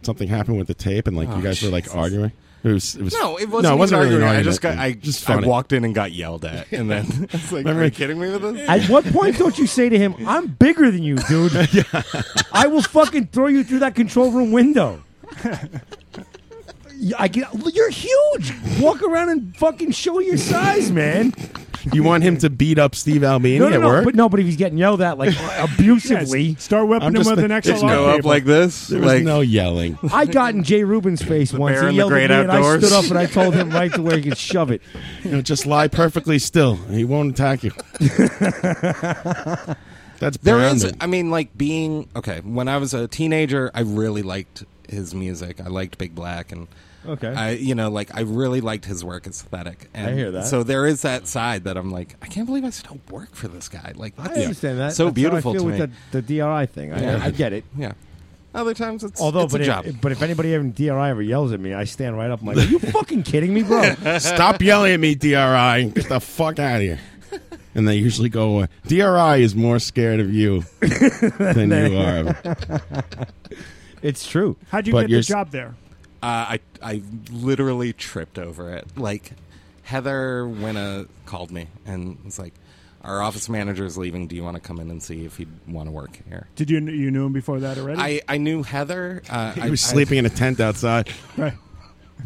[SPEAKER 5] something happened with the tape, and like
[SPEAKER 9] Oh,
[SPEAKER 5] you guys were like arguing. It was, it was.
[SPEAKER 9] No, it wasn't. No,
[SPEAKER 5] it wasn't
[SPEAKER 9] even
[SPEAKER 5] really an
[SPEAKER 9] arguing. I just got.
[SPEAKER 5] argument.
[SPEAKER 9] I
[SPEAKER 5] just
[SPEAKER 9] I
[SPEAKER 5] funny.
[SPEAKER 9] walked in and got
[SPEAKER 5] <laughs>
[SPEAKER 9] yelled at, and then <laughs> it's like,
[SPEAKER 5] Remember-
[SPEAKER 9] are you kidding me with this?
[SPEAKER 7] At what point don't you say to him, "I'm bigger than you,
[SPEAKER 9] <laughs>
[SPEAKER 7] dude. I will fucking throw you through that control room window." Yeah, I get, you're huge. Walk around and fucking show your size, man.
[SPEAKER 5] You want him to beat up Steve Albini
[SPEAKER 7] No, no,
[SPEAKER 5] at
[SPEAKER 7] no,
[SPEAKER 5] work?
[SPEAKER 7] but no, but if he's getting yelled at
[SPEAKER 9] <laughs>
[SPEAKER 7] like abusively,
[SPEAKER 11] start
[SPEAKER 5] I'm just thi-
[SPEAKER 9] Just go up like this.
[SPEAKER 5] There was
[SPEAKER 9] like
[SPEAKER 5] no yelling.
[SPEAKER 7] I got in Jay Rubin's face once. He
[SPEAKER 9] bear in <laughs> the
[SPEAKER 7] yelled
[SPEAKER 9] great
[SPEAKER 7] at me, and I
[SPEAKER 9] outdoors.
[SPEAKER 7] stood up and I
[SPEAKER 9] <laughs>
[SPEAKER 7] told him right to where he could shove it.
[SPEAKER 5] <laughs> You know, just lie perfectly still. and He won't attack
[SPEAKER 7] <laughs>
[SPEAKER 5] you. That's
[SPEAKER 9] There
[SPEAKER 5] Brandon.
[SPEAKER 9] is, I mean, like being okay. When I was a teenager, I really liked his music. I liked Big Black, and
[SPEAKER 7] Okay.
[SPEAKER 9] I, you know, like I really liked his work aesthetic. And
[SPEAKER 7] I hear that.
[SPEAKER 9] So there is that side that I'm like, I can't believe I still work for this guy. Like,
[SPEAKER 7] I
[SPEAKER 9] that's
[SPEAKER 7] understand that.
[SPEAKER 9] So
[SPEAKER 7] That's how I
[SPEAKER 9] beautiful
[SPEAKER 7] feel
[SPEAKER 9] to
[SPEAKER 7] with
[SPEAKER 9] me.
[SPEAKER 7] The, the DRI thing. I,
[SPEAKER 9] Yeah.
[SPEAKER 7] I get it.
[SPEAKER 9] Yeah. Other times it's
[SPEAKER 7] Although,
[SPEAKER 9] it's
[SPEAKER 7] but,
[SPEAKER 9] a
[SPEAKER 7] if,
[SPEAKER 9] job.
[SPEAKER 7] but if anybody ever DRI ever yells at me, I stand right up. I'm like, are
[SPEAKER 9] <laughs>
[SPEAKER 7] you fucking kidding me, bro?
[SPEAKER 5] Stop yelling at me, DRI. Get the fuck out of here. And they usually go away. DRI is more scared of
[SPEAKER 7] <laughs>
[SPEAKER 5] you than you are. of him.
[SPEAKER 7] It's true.
[SPEAKER 11] How'd you
[SPEAKER 5] But
[SPEAKER 11] get
[SPEAKER 5] you're
[SPEAKER 11] the
[SPEAKER 5] s-
[SPEAKER 11] job there?
[SPEAKER 9] Uh, I I literally tripped over it. Like Heather Winna called me and was like, "Our office manager is leaving. Do you want to come in and see if he'd want to work here?"
[SPEAKER 11] Did you you knew him before that already?
[SPEAKER 9] I, I knew Heather. Uh,
[SPEAKER 5] <laughs> He
[SPEAKER 9] I,
[SPEAKER 5] was
[SPEAKER 9] I- <laughs>
[SPEAKER 5] sleeping in a tent outside,
[SPEAKER 11] Right.
[SPEAKER 5] <laughs>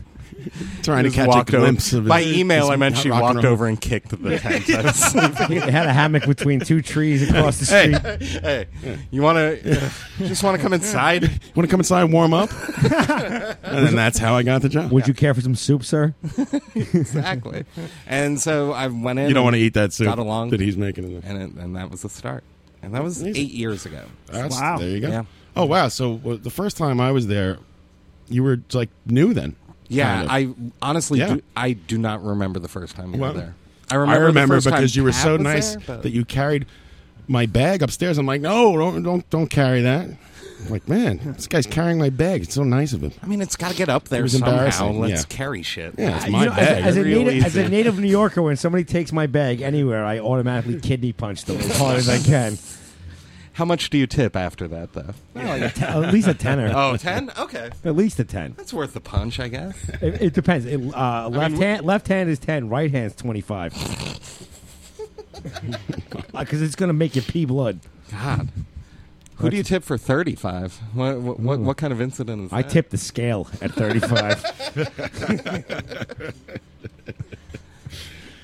[SPEAKER 5] trying to
[SPEAKER 9] just
[SPEAKER 5] catch a
[SPEAKER 9] walked over-
[SPEAKER 5] glimpse
[SPEAKER 7] <laughs>
[SPEAKER 5] of his,
[SPEAKER 9] By email,
[SPEAKER 5] his
[SPEAKER 9] I meant she
[SPEAKER 5] rock and
[SPEAKER 9] walked
[SPEAKER 5] roll.
[SPEAKER 9] over and kicked the
[SPEAKER 5] <laughs>
[SPEAKER 9] tent. I was
[SPEAKER 7] He
[SPEAKER 9] sleeping.
[SPEAKER 7] had a hammock between two trees across the
[SPEAKER 5] Hey.
[SPEAKER 7] street.
[SPEAKER 9] hey, you want
[SPEAKER 5] <laughs>
[SPEAKER 9] to just want to come inside?
[SPEAKER 5] Want to come inside and warm
[SPEAKER 9] <laughs>
[SPEAKER 5] up? and then that's how I got the job.
[SPEAKER 7] Would you care for some soup, sir?
[SPEAKER 9] exactly. And so I went in.
[SPEAKER 5] You don't want to
[SPEAKER 9] and
[SPEAKER 5] eat that soup
[SPEAKER 9] Got along,
[SPEAKER 5] that he's making. In there.
[SPEAKER 9] and it, and that was the start. And that was
[SPEAKER 5] Amazing.
[SPEAKER 9] eight years ago.
[SPEAKER 5] That's-
[SPEAKER 11] Wow.
[SPEAKER 5] There you go.
[SPEAKER 9] Yeah.
[SPEAKER 5] Oh, wow. So well, the first time I was there, you were like new then.
[SPEAKER 9] Yeah,
[SPEAKER 5] kind of.
[SPEAKER 9] I honestly
[SPEAKER 5] Yeah.
[SPEAKER 9] do. I do not remember the first time you
[SPEAKER 5] Well,
[SPEAKER 9] were there.
[SPEAKER 5] I
[SPEAKER 9] the
[SPEAKER 5] remember
[SPEAKER 9] first time
[SPEAKER 5] because you were
[SPEAKER 9] Pat
[SPEAKER 5] so
[SPEAKER 9] was
[SPEAKER 5] nice
[SPEAKER 9] there, but-
[SPEAKER 5] that you carried my bag upstairs. I'm like, no, don't don't don't carry that. I'm like, man, this guy's carrying my bag. It's so nice of him. I
[SPEAKER 9] mean, it's got to get up there
[SPEAKER 5] It was
[SPEAKER 9] somehow.
[SPEAKER 5] embarrassing,
[SPEAKER 9] Let's
[SPEAKER 5] yeah.
[SPEAKER 9] carry shit.
[SPEAKER 5] Yeah, it's my bag.
[SPEAKER 7] As a,
[SPEAKER 5] Real
[SPEAKER 7] native, as a
[SPEAKER 5] easy.
[SPEAKER 7] native New Yorker, when somebody takes my bag anywhere, I automatically kidney punch them as hard as I can.
[SPEAKER 9] How much do you tip after that, though?
[SPEAKER 7] like a te- at least a tenner.
[SPEAKER 9] Oh, 10? Okay.
[SPEAKER 7] At least a ten.
[SPEAKER 9] That's worth the punch, I guess.
[SPEAKER 5] <laughs>
[SPEAKER 7] It, it depends. It, uh,
[SPEAKER 9] mean,
[SPEAKER 7] left
[SPEAKER 9] we-
[SPEAKER 7] hand, left hand is ten. Right hand's twenty five.
[SPEAKER 9] <laughs>
[SPEAKER 7] Because Uh, it's gonna make you pee blood.
[SPEAKER 9] God. Who do you tip for 35? What, what, what, what kind of incident is
[SPEAKER 7] I
[SPEAKER 9] that?
[SPEAKER 7] tipped the scale at 35.
[SPEAKER 5] <laughs>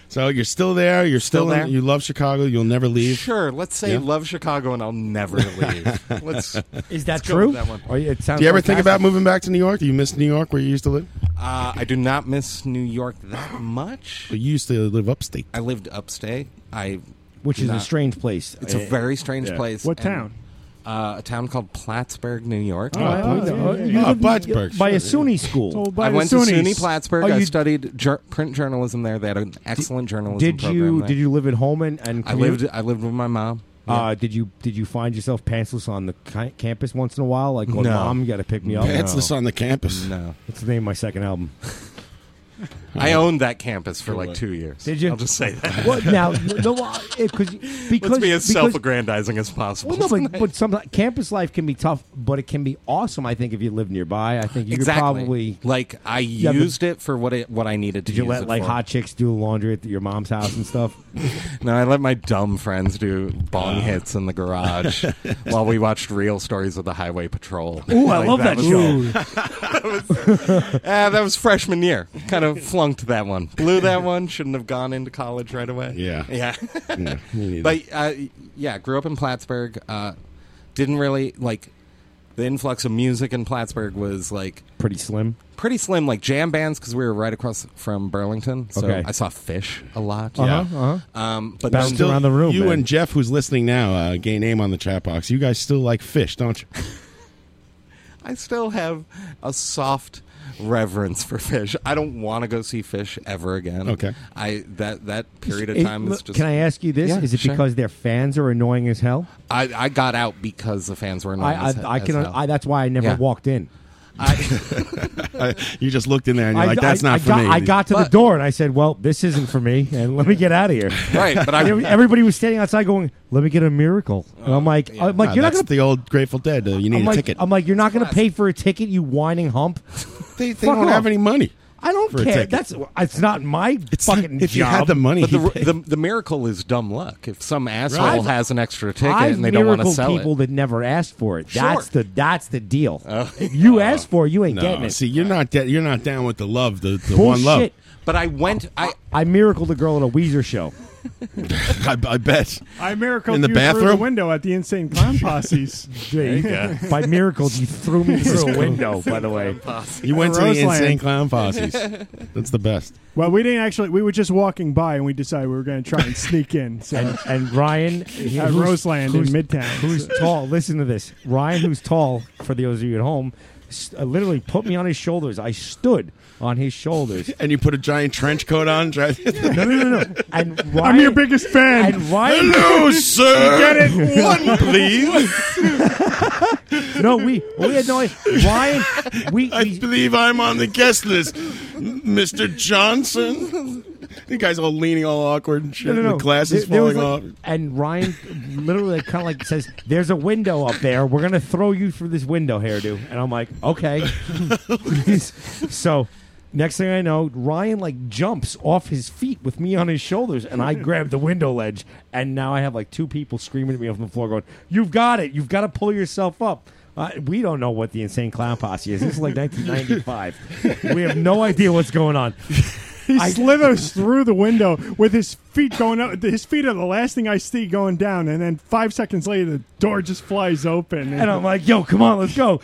[SPEAKER 5] So you're still there. You're still,
[SPEAKER 9] Still
[SPEAKER 5] in-
[SPEAKER 9] there?
[SPEAKER 5] you love Chicago. You'll never leave.
[SPEAKER 9] <laughs> Sure. Let's say
[SPEAKER 5] Yeah.
[SPEAKER 9] love Chicago and I'll
[SPEAKER 7] <laughs>
[SPEAKER 9] never leave. Let's,
[SPEAKER 7] Is
[SPEAKER 9] let's
[SPEAKER 7] that
[SPEAKER 9] go with
[SPEAKER 7] true?
[SPEAKER 9] That one.
[SPEAKER 7] Or it sounds
[SPEAKER 5] Do you ever think
[SPEAKER 7] fantastic.
[SPEAKER 5] about moving back to New York? Do you miss New York where you used to live?
[SPEAKER 9] Uh, I do not miss New York that much.
[SPEAKER 5] You used to live upstate.
[SPEAKER 9] I lived upstate. I
[SPEAKER 7] Which is a
[SPEAKER 9] not-
[SPEAKER 7] strange place.
[SPEAKER 9] It's a
[SPEAKER 7] Uh,
[SPEAKER 9] very strange
[SPEAKER 7] yeah.
[SPEAKER 9] place.
[SPEAKER 7] What
[SPEAKER 9] and,
[SPEAKER 7] town?
[SPEAKER 9] Uh, a town called Plattsburgh, New York.
[SPEAKER 7] Oh, Oh, Plattsburgh. yeah, yeah, yeah. Oh, You- Plattsburgh, by a sure. SUNY school. Oh, by
[SPEAKER 9] I
[SPEAKER 7] the
[SPEAKER 9] went to
[SPEAKER 7] Sunnis.
[SPEAKER 9] SUNY Plattsburgh.
[SPEAKER 7] Oh,
[SPEAKER 9] I
[SPEAKER 7] you-
[SPEAKER 9] studied jur- print journalism there. They had an excellent journalism
[SPEAKER 7] Did
[SPEAKER 9] program
[SPEAKER 7] you
[SPEAKER 9] there.
[SPEAKER 7] did you live at home and, and
[SPEAKER 9] I
[SPEAKER 7] commute?
[SPEAKER 9] lived. I lived with my mom.
[SPEAKER 7] Uh, did you did you find yourself pantsless on the ki- campus once in a while? Like, oh,
[SPEAKER 9] No.
[SPEAKER 7] mom, you got to pick me up.
[SPEAKER 5] Pantsless on the campus.
[SPEAKER 9] No,
[SPEAKER 7] that's the name of my
[SPEAKER 5] <laughs>
[SPEAKER 7] second album.
[SPEAKER 9] I
[SPEAKER 7] <laughs>
[SPEAKER 9] owned that campus for like
[SPEAKER 7] luck.
[SPEAKER 9] two years.
[SPEAKER 7] Did you?
[SPEAKER 9] I'll just say that.
[SPEAKER 7] Well,
[SPEAKER 9] <laughs>
[SPEAKER 7] now, no, why- it- 'cause- because
[SPEAKER 9] Let's be as
[SPEAKER 7] because-
[SPEAKER 9] self-aggrandizing as possible.
[SPEAKER 7] Well, no,
[SPEAKER 9] <laughs>
[SPEAKER 7] but, but sometimes campus life can be tough, but it can be awesome. I think if you live nearby, I think you could
[SPEAKER 9] exactly.
[SPEAKER 7] probably.
[SPEAKER 9] like I
[SPEAKER 7] Yeah, but-
[SPEAKER 9] used it for what it what I needed to.
[SPEAKER 7] Did you
[SPEAKER 9] use
[SPEAKER 7] let
[SPEAKER 9] it
[SPEAKER 7] like
[SPEAKER 9] for.
[SPEAKER 7] hot chicks do laundry at your mom's house and stuff?
[SPEAKER 9] <laughs>
[SPEAKER 7] Ah.
[SPEAKER 9] No, I let my dumb friends do bong hits in
[SPEAKER 7] <laughs>
[SPEAKER 9] the garage while we watched real stories of the Highway Patrol.
[SPEAKER 7] Ooh, I love that
[SPEAKER 9] was- Ah, that was freshman year. Kind of flunked that one. Blew that one. Shouldn't have gone into college right away.
[SPEAKER 5] Yeah.
[SPEAKER 9] <laughs> Yeah.
[SPEAKER 5] Yeah, me neither.
[SPEAKER 9] but uh, yeah, grew up in Plattsburgh. Uh, didn't really like the influx of music in Plattsburgh was like
[SPEAKER 7] Pretty slim.
[SPEAKER 9] pretty slim, like jam bands because we were right across from Burlington. So
[SPEAKER 5] Okay.
[SPEAKER 9] I saw Fish a lot.
[SPEAKER 5] Uh-huh,
[SPEAKER 9] yeah.
[SPEAKER 5] uh-huh.
[SPEAKER 9] Um, but
[SPEAKER 5] Still, You and Jeff, who's listening now, uh, gay name on the chat box. You guys still like fish, don't <laughs> you?
[SPEAKER 9] I still have a soft reverence for fish. I don't want to go see fish ever again.
[SPEAKER 5] Okay.
[SPEAKER 9] I that that period of
[SPEAKER 7] It-
[SPEAKER 9] time is
[SPEAKER 7] look,
[SPEAKER 9] just.
[SPEAKER 7] can I ask you this?
[SPEAKER 9] Yeah,
[SPEAKER 7] Is it
[SPEAKER 9] sure.
[SPEAKER 7] because their fans are annoying as hell?
[SPEAKER 9] I, I got out because the fans were
[SPEAKER 7] I,
[SPEAKER 9] annoying.
[SPEAKER 7] I,
[SPEAKER 9] as,
[SPEAKER 7] I
[SPEAKER 9] as
[SPEAKER 7] can.
[SPEAKER 9] hell.
[SPEAKER 7] I, that's why I never
[SPEAKER 9] Yeah.
[SPEAKER 7] walked in. <laughs>
[SPEAKER 9] <laughs>
[SPEAKER 5] you just looked in there and you're
[SPEAKER 7] I,
[SPEAKER 5] like, that's
[SPEAKER 7] I-
[SPEAKER 5] not
[SPEAKER 7] I
[SPEAKER 5] for
[SPEAKER 7] got,
[SPEAKER 5] me.
[SPEAKER 7] I got to the door and I said, "Well, this isn't for me, and let me get out of here."
[SPEAKER 5] <laughs> Right, but I-
[SPEAKER 7] And everybody was standing outside going, "Let me get a miracle." And I'm like, I'm like,
[SPEAKER 5] Nah,
[SPEAKER 7] you're not
[SPEAKER 5] Oh, that's
[SPEAKER 7] gonna
[SPEAKER 5] the old Grateful Dead. Uh, you need
[SPEAKER 7] I'm
[SPEAKER 5] a
[SPEAKER 7] like,
[SPEAKER 5] ticket.
[SPEAKER 7] I'm like, you're not going to pay for a ticket, you whining hump.
[SPEAKER 5] they they don't have any money.
[SPEAKER 7] I don't
[SPEAKER 5] for a
[SPEAKER 7] care. <laughs>
[SPEAKER 5] ticket.
[SPEAKER 7] That's it's not my fucking
[SPEAKER 5] if you
[SPEAKER 7] job.
[SPEAKER 5] had the money,
[SPEAKER 9] But the,
[SPEAKER 5] he'd pay.
[SPEAKER 7] <laughs>
[SPEAKER 9] the, the miracle is dumb luck. If some asshole
[SPEAKER 7] I've-
[SPEAKER 9] has an extra ticket
[SPEAKER 7] I've
[SPEAKER 9] and they don't want to
[SPEAKER 7] miracled
[SPEAKER 9] sell
[SPEAKER 7] people
[SPEAKER 9] it,
[SPEAKER 7] that never asked for it.
[SPEAKER 9] Sure.
[SPEAKER 7] That's the that's the deal.
[SPEAKER 5] Oh. <laughs>
[SPEAKER 7] you asked for it, you ain't
[SPEAKER 5] No,
[SPEAKER 7] getting it.
[SPEAKER 5] see, you're not da- you're not down with the love, the, the one love.
[SPEAKER 7] Bullshit.
[SPEAKER 9] But I went. I
[SPEAKER 7] I miracled a girl at a Weezer show.
[SPEAKER 5] <laughs> I, I bet.
[SPEAKER 11] I miracled
[SPEAKER 7] In the
[SPEAKER 11] you through the
[SPEAKER 7] bathroom?
[SPEAKER 11] window at the Insane
[SPEAKER 7] <laughs>
[SPEAKER 11] Clown Posse's.
[SPEAKER 7] There you go. <laughs> By miracle, you threw me through <laughs> a window. By the way,
[SPEAKER 5] <laughs> You went to the
[SPEAKER 11] Roseland.
[SPEAKER 5] insane clown
[SPEAKER 7] <laughs>
[SPEAKER 5] posse's. That's the best.
[SPEAKER 11] Well, we didn't actually. We were just walking by, and we decided we were going to try and sneak in. So.
[SPEAKER 7] and, and Ryan
[SPEAKER 11] at
[SPEAKER 7] who's-
[SPEAKER 11] Roseland in
[SPEAKER 7] who's-
[SPEAKER 11] Midtown.
[SPEAKER 7] <laughs> who's tall. Listen to this, Ryan, who's tall. For those of you at home, s- uh, literally put me on his shoulders. I stood on his shoulders.
[SPEAKER 5] And you put a giant trench coat on. <laughs> Try-
[SPEAKER 7] No, no, no, no. <laughs> And Ryan,
[SPEAKER 11] I'm your biggest fan.
[SPEAKER 7] And Ryan, <laughs>
[SPEAKER 5] Hello, sir.
[SPEAKER 11] Get it?
[SPEAKER 5] <laughs> One, please.
[SPEAKER 7] <laughs> no, we we had no idea. Ryan, we
[SPEAKER 5] I believe I'm on the guest list, Mr. Johnson. You guys all leaning all awkward and shit.
[SPEAKER 7] no, no, no.
[SPEAKER 5] The glasses
[SPEAKER 7] There- there was
[SPEAKER 5] falling
[SPEAKER 7] like-
[SPEAKER 5] off.
[SPEAKER 7] And Ryan literally kind of like says, "There's a window up there. We're gonna throw you through this window, hairdo." And I'm like,
[SPEAKER 5] <laughs>
[SPEAKER 7] "Okay." so, next thing I know, Ryan like jumps off his feet with me on his shoulders, and I grab the window ledge, and now I have like two people screaming at me from the floor, going, "You've got it! You've got to pull yourself up." Uh, we don't know what the insane clown posse is. This is like 1995. we have no idea what's going on.
[SPEAKER 11] <laughs> He
[SPEAKER 7] I-
[SPEAKER 11] slithers through the window with his feet going up. His feet are the last thing I see going down, and then five seconds later, the door just flies open.
[SPEAKER 7] and I'm like, "Yo, come on,
[SPEAKER 11] <laughs>
[SPEAKER 7] let's go."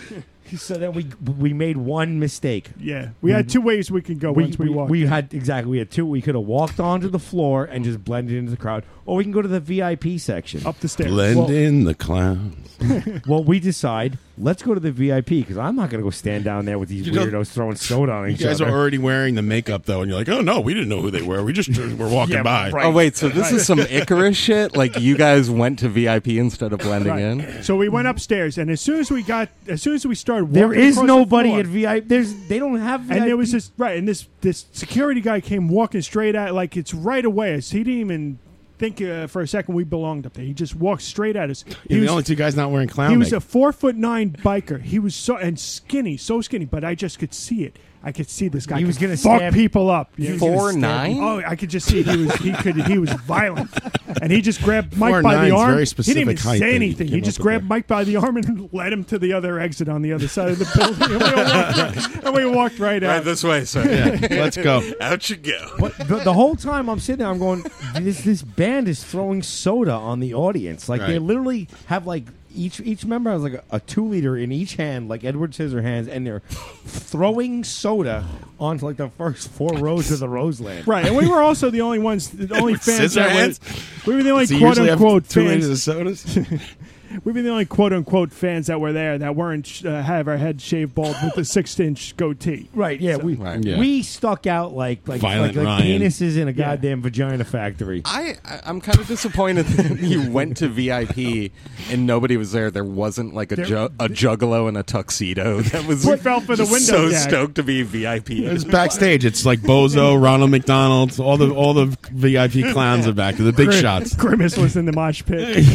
[SPEAKER 7] So then we we made one mistake.
[SPEAKER 11] yeah, we had two ways we could go
[SPEAKER 7] We,
[SPEAKER 11] once we,
[SPEAKER 7] we,
[SPEAKER 11] walked.
[SPEAKER 7] we had exactly we had two. We could have walked onto the floor and just blended into the crowd, or we can go to the VIP section
[SPEAKER 11] up the stairs.
[SPEAKER 5] Blend in the clowns.
[SPEAKER 7] <laughs> Well, well, we decide Let's go to the VIP because I'm not going to go stand down there with these
[SPEAKER 5] You know-
[SPEAKER 7] weirdos throwing soda on
[SPEAKER 5] You
[SPEAKER 7] each
[SPEAKER 5] guys
[SPEAKER 7] other.
[SPEAKER 5] are already wearing the makeup though, and you're like, "Oh no, we didn't know who they were. We just were walking
[SPEAKER 9] Yeah,
[SPEAKER 5] by."
[SPEAKER 9] Oh wait, so this is some Icarus shit? Like you guys went to VIP instead of blending
[SPEAKER 11] Right.
[SPEAKER 9] in?
[SPEAKER 11] So we went upstairs, and as soon as we got, as soon as we started, walking
[SPEAKER 7] There is
[SPEAKER 11] across the
[SPEAKER 7] nobody
[SPEAKER 11] floor-
[SPEAKER 7] at VIP. There's they don't have. VIP.
[SPEAKER 11] And there was this right, and this this security guy came walking straight at like it's right away. us. He didn't even think uh, for a second we belonged up there. He just walked straight at us. He
[SPEAKER 5] You're
[SPEAKER 11] was,
[SPEAKER 5] the only two guys not wearing clown.
[SPEAKER 11] he was
[SPEAKER 5] makeup.
[SPEAKER 11] a four foot nine biker. He was so and skinny, so skinny, but I just could see it. I could see this guy.
[SPEAKER 7] He was
[SPEAKER 11] could
[SPEAKER 7] gonna
[SPEAKER 11] fuck
[SPEAKER 7] stab-
[SPEAKER 11] people up.
[SPEAKER 7] he was gonna Four stab nine? people.
[SPEAKER 11] Oh, I could just see he was he could he was violent, and he just grabbed Mike
[SPEAKER 5] Four
[SPEAKER 11] by
[SPEAKER 5] nine's
[SPEAKER 11] the arm.
[SPEAKER 5] very
[SPEAKER 11] he didn't even
[SPEAKER 5] specific height that
[SPEAKER 11] say
[SPEAKER 5] he
[SPEAKER 11] anything. He
[SPEAKER 5] came
[SPEAKER 11] just
[SPEAKER 5] up with
[SPEAKER 11] grabbed Mike by the arm and led him to the other exit on the other side of the building, and we walked right, <laughs> and we walked right out.
[SPEAKER 9] way, sir.
[SPEAKER 7] <laughs>
[SPEAKER 5] Yeah, let's go.
[SPEAKER 9] Out you go.
[SPEAKER 7] But the, the whole time I'm sitting there, I'm going, this this band is throwing soda on the audience. Like they
[SPEAKER 5] Right.
[SPEAKER 7] literally have like each each member has like a, a two liter in each hand, like Edward Scissorhands, and they're throwing soda onto like the first four rows of the Roseland.
[SPEAKER 11] Right, and we were also the only ones, the only fans that were.
[SPEAKER 7] Scissorhands?
[SPEAKER 11] We were the only
[SPEAKER 7] So you
[SPEAKER 11] quote
[SPEAKER 7] usually have
[SPEAKER 11] unquote
[SPEAKER 7] two
[SPEAKER 11] fans.
[SPEAKER 7] liters of <laughs>
[SPEAKER 5] sodas.
[SPEAKER 11] we were the only quote unquote fans that were there that weren't sh- uh, have our head shaved bald with
[SPEAKER 7] <laughs>
[SPEAKER 11] a six inch goatee.
[SPEAKER 7] Right. Yeah. we
[SPEAKER 5] Yeah.
[SPEAKER 7] we stuck out like like
[SPEAKER 5] Violent
[SPEAKER 7] like, like
[SPEAKER 5] Ryan.
[SPEAKER 7] penises in a goddamn
[SPEAKER 11] <laughs>
[SPEAKER 7] vagina factory.
[SPEAKER 9] I, I I'm kind of disappointed <laughs> that you went to VIP and nobody was there. There wasn't like a
[SPEAKER 11] There-
[SPEAKER 9] ju- a juggalo in a tuxedo <laughs> that was
[SPEAKER 11] <laughs> We fell for the
[SPEAKER 9] just
[SPEAKER 11] window
[SPEAKER 9] So
[SPEAKER 11] jack.
[SPEAKER 9] stoked to be VIP.
[SPEAKER 5] It's backstage. It's like
[SPEAKER 11] <laughs>
[SPEAKER 5] Bozo, Ronald McDonald, all the all the VIP clowns are back. The big
[SPEAKER 11] Grim- <laughs>
[SPEAKER 5] shots. <laughs>
[SPEAKER 11] Grimace was in the mosh pit.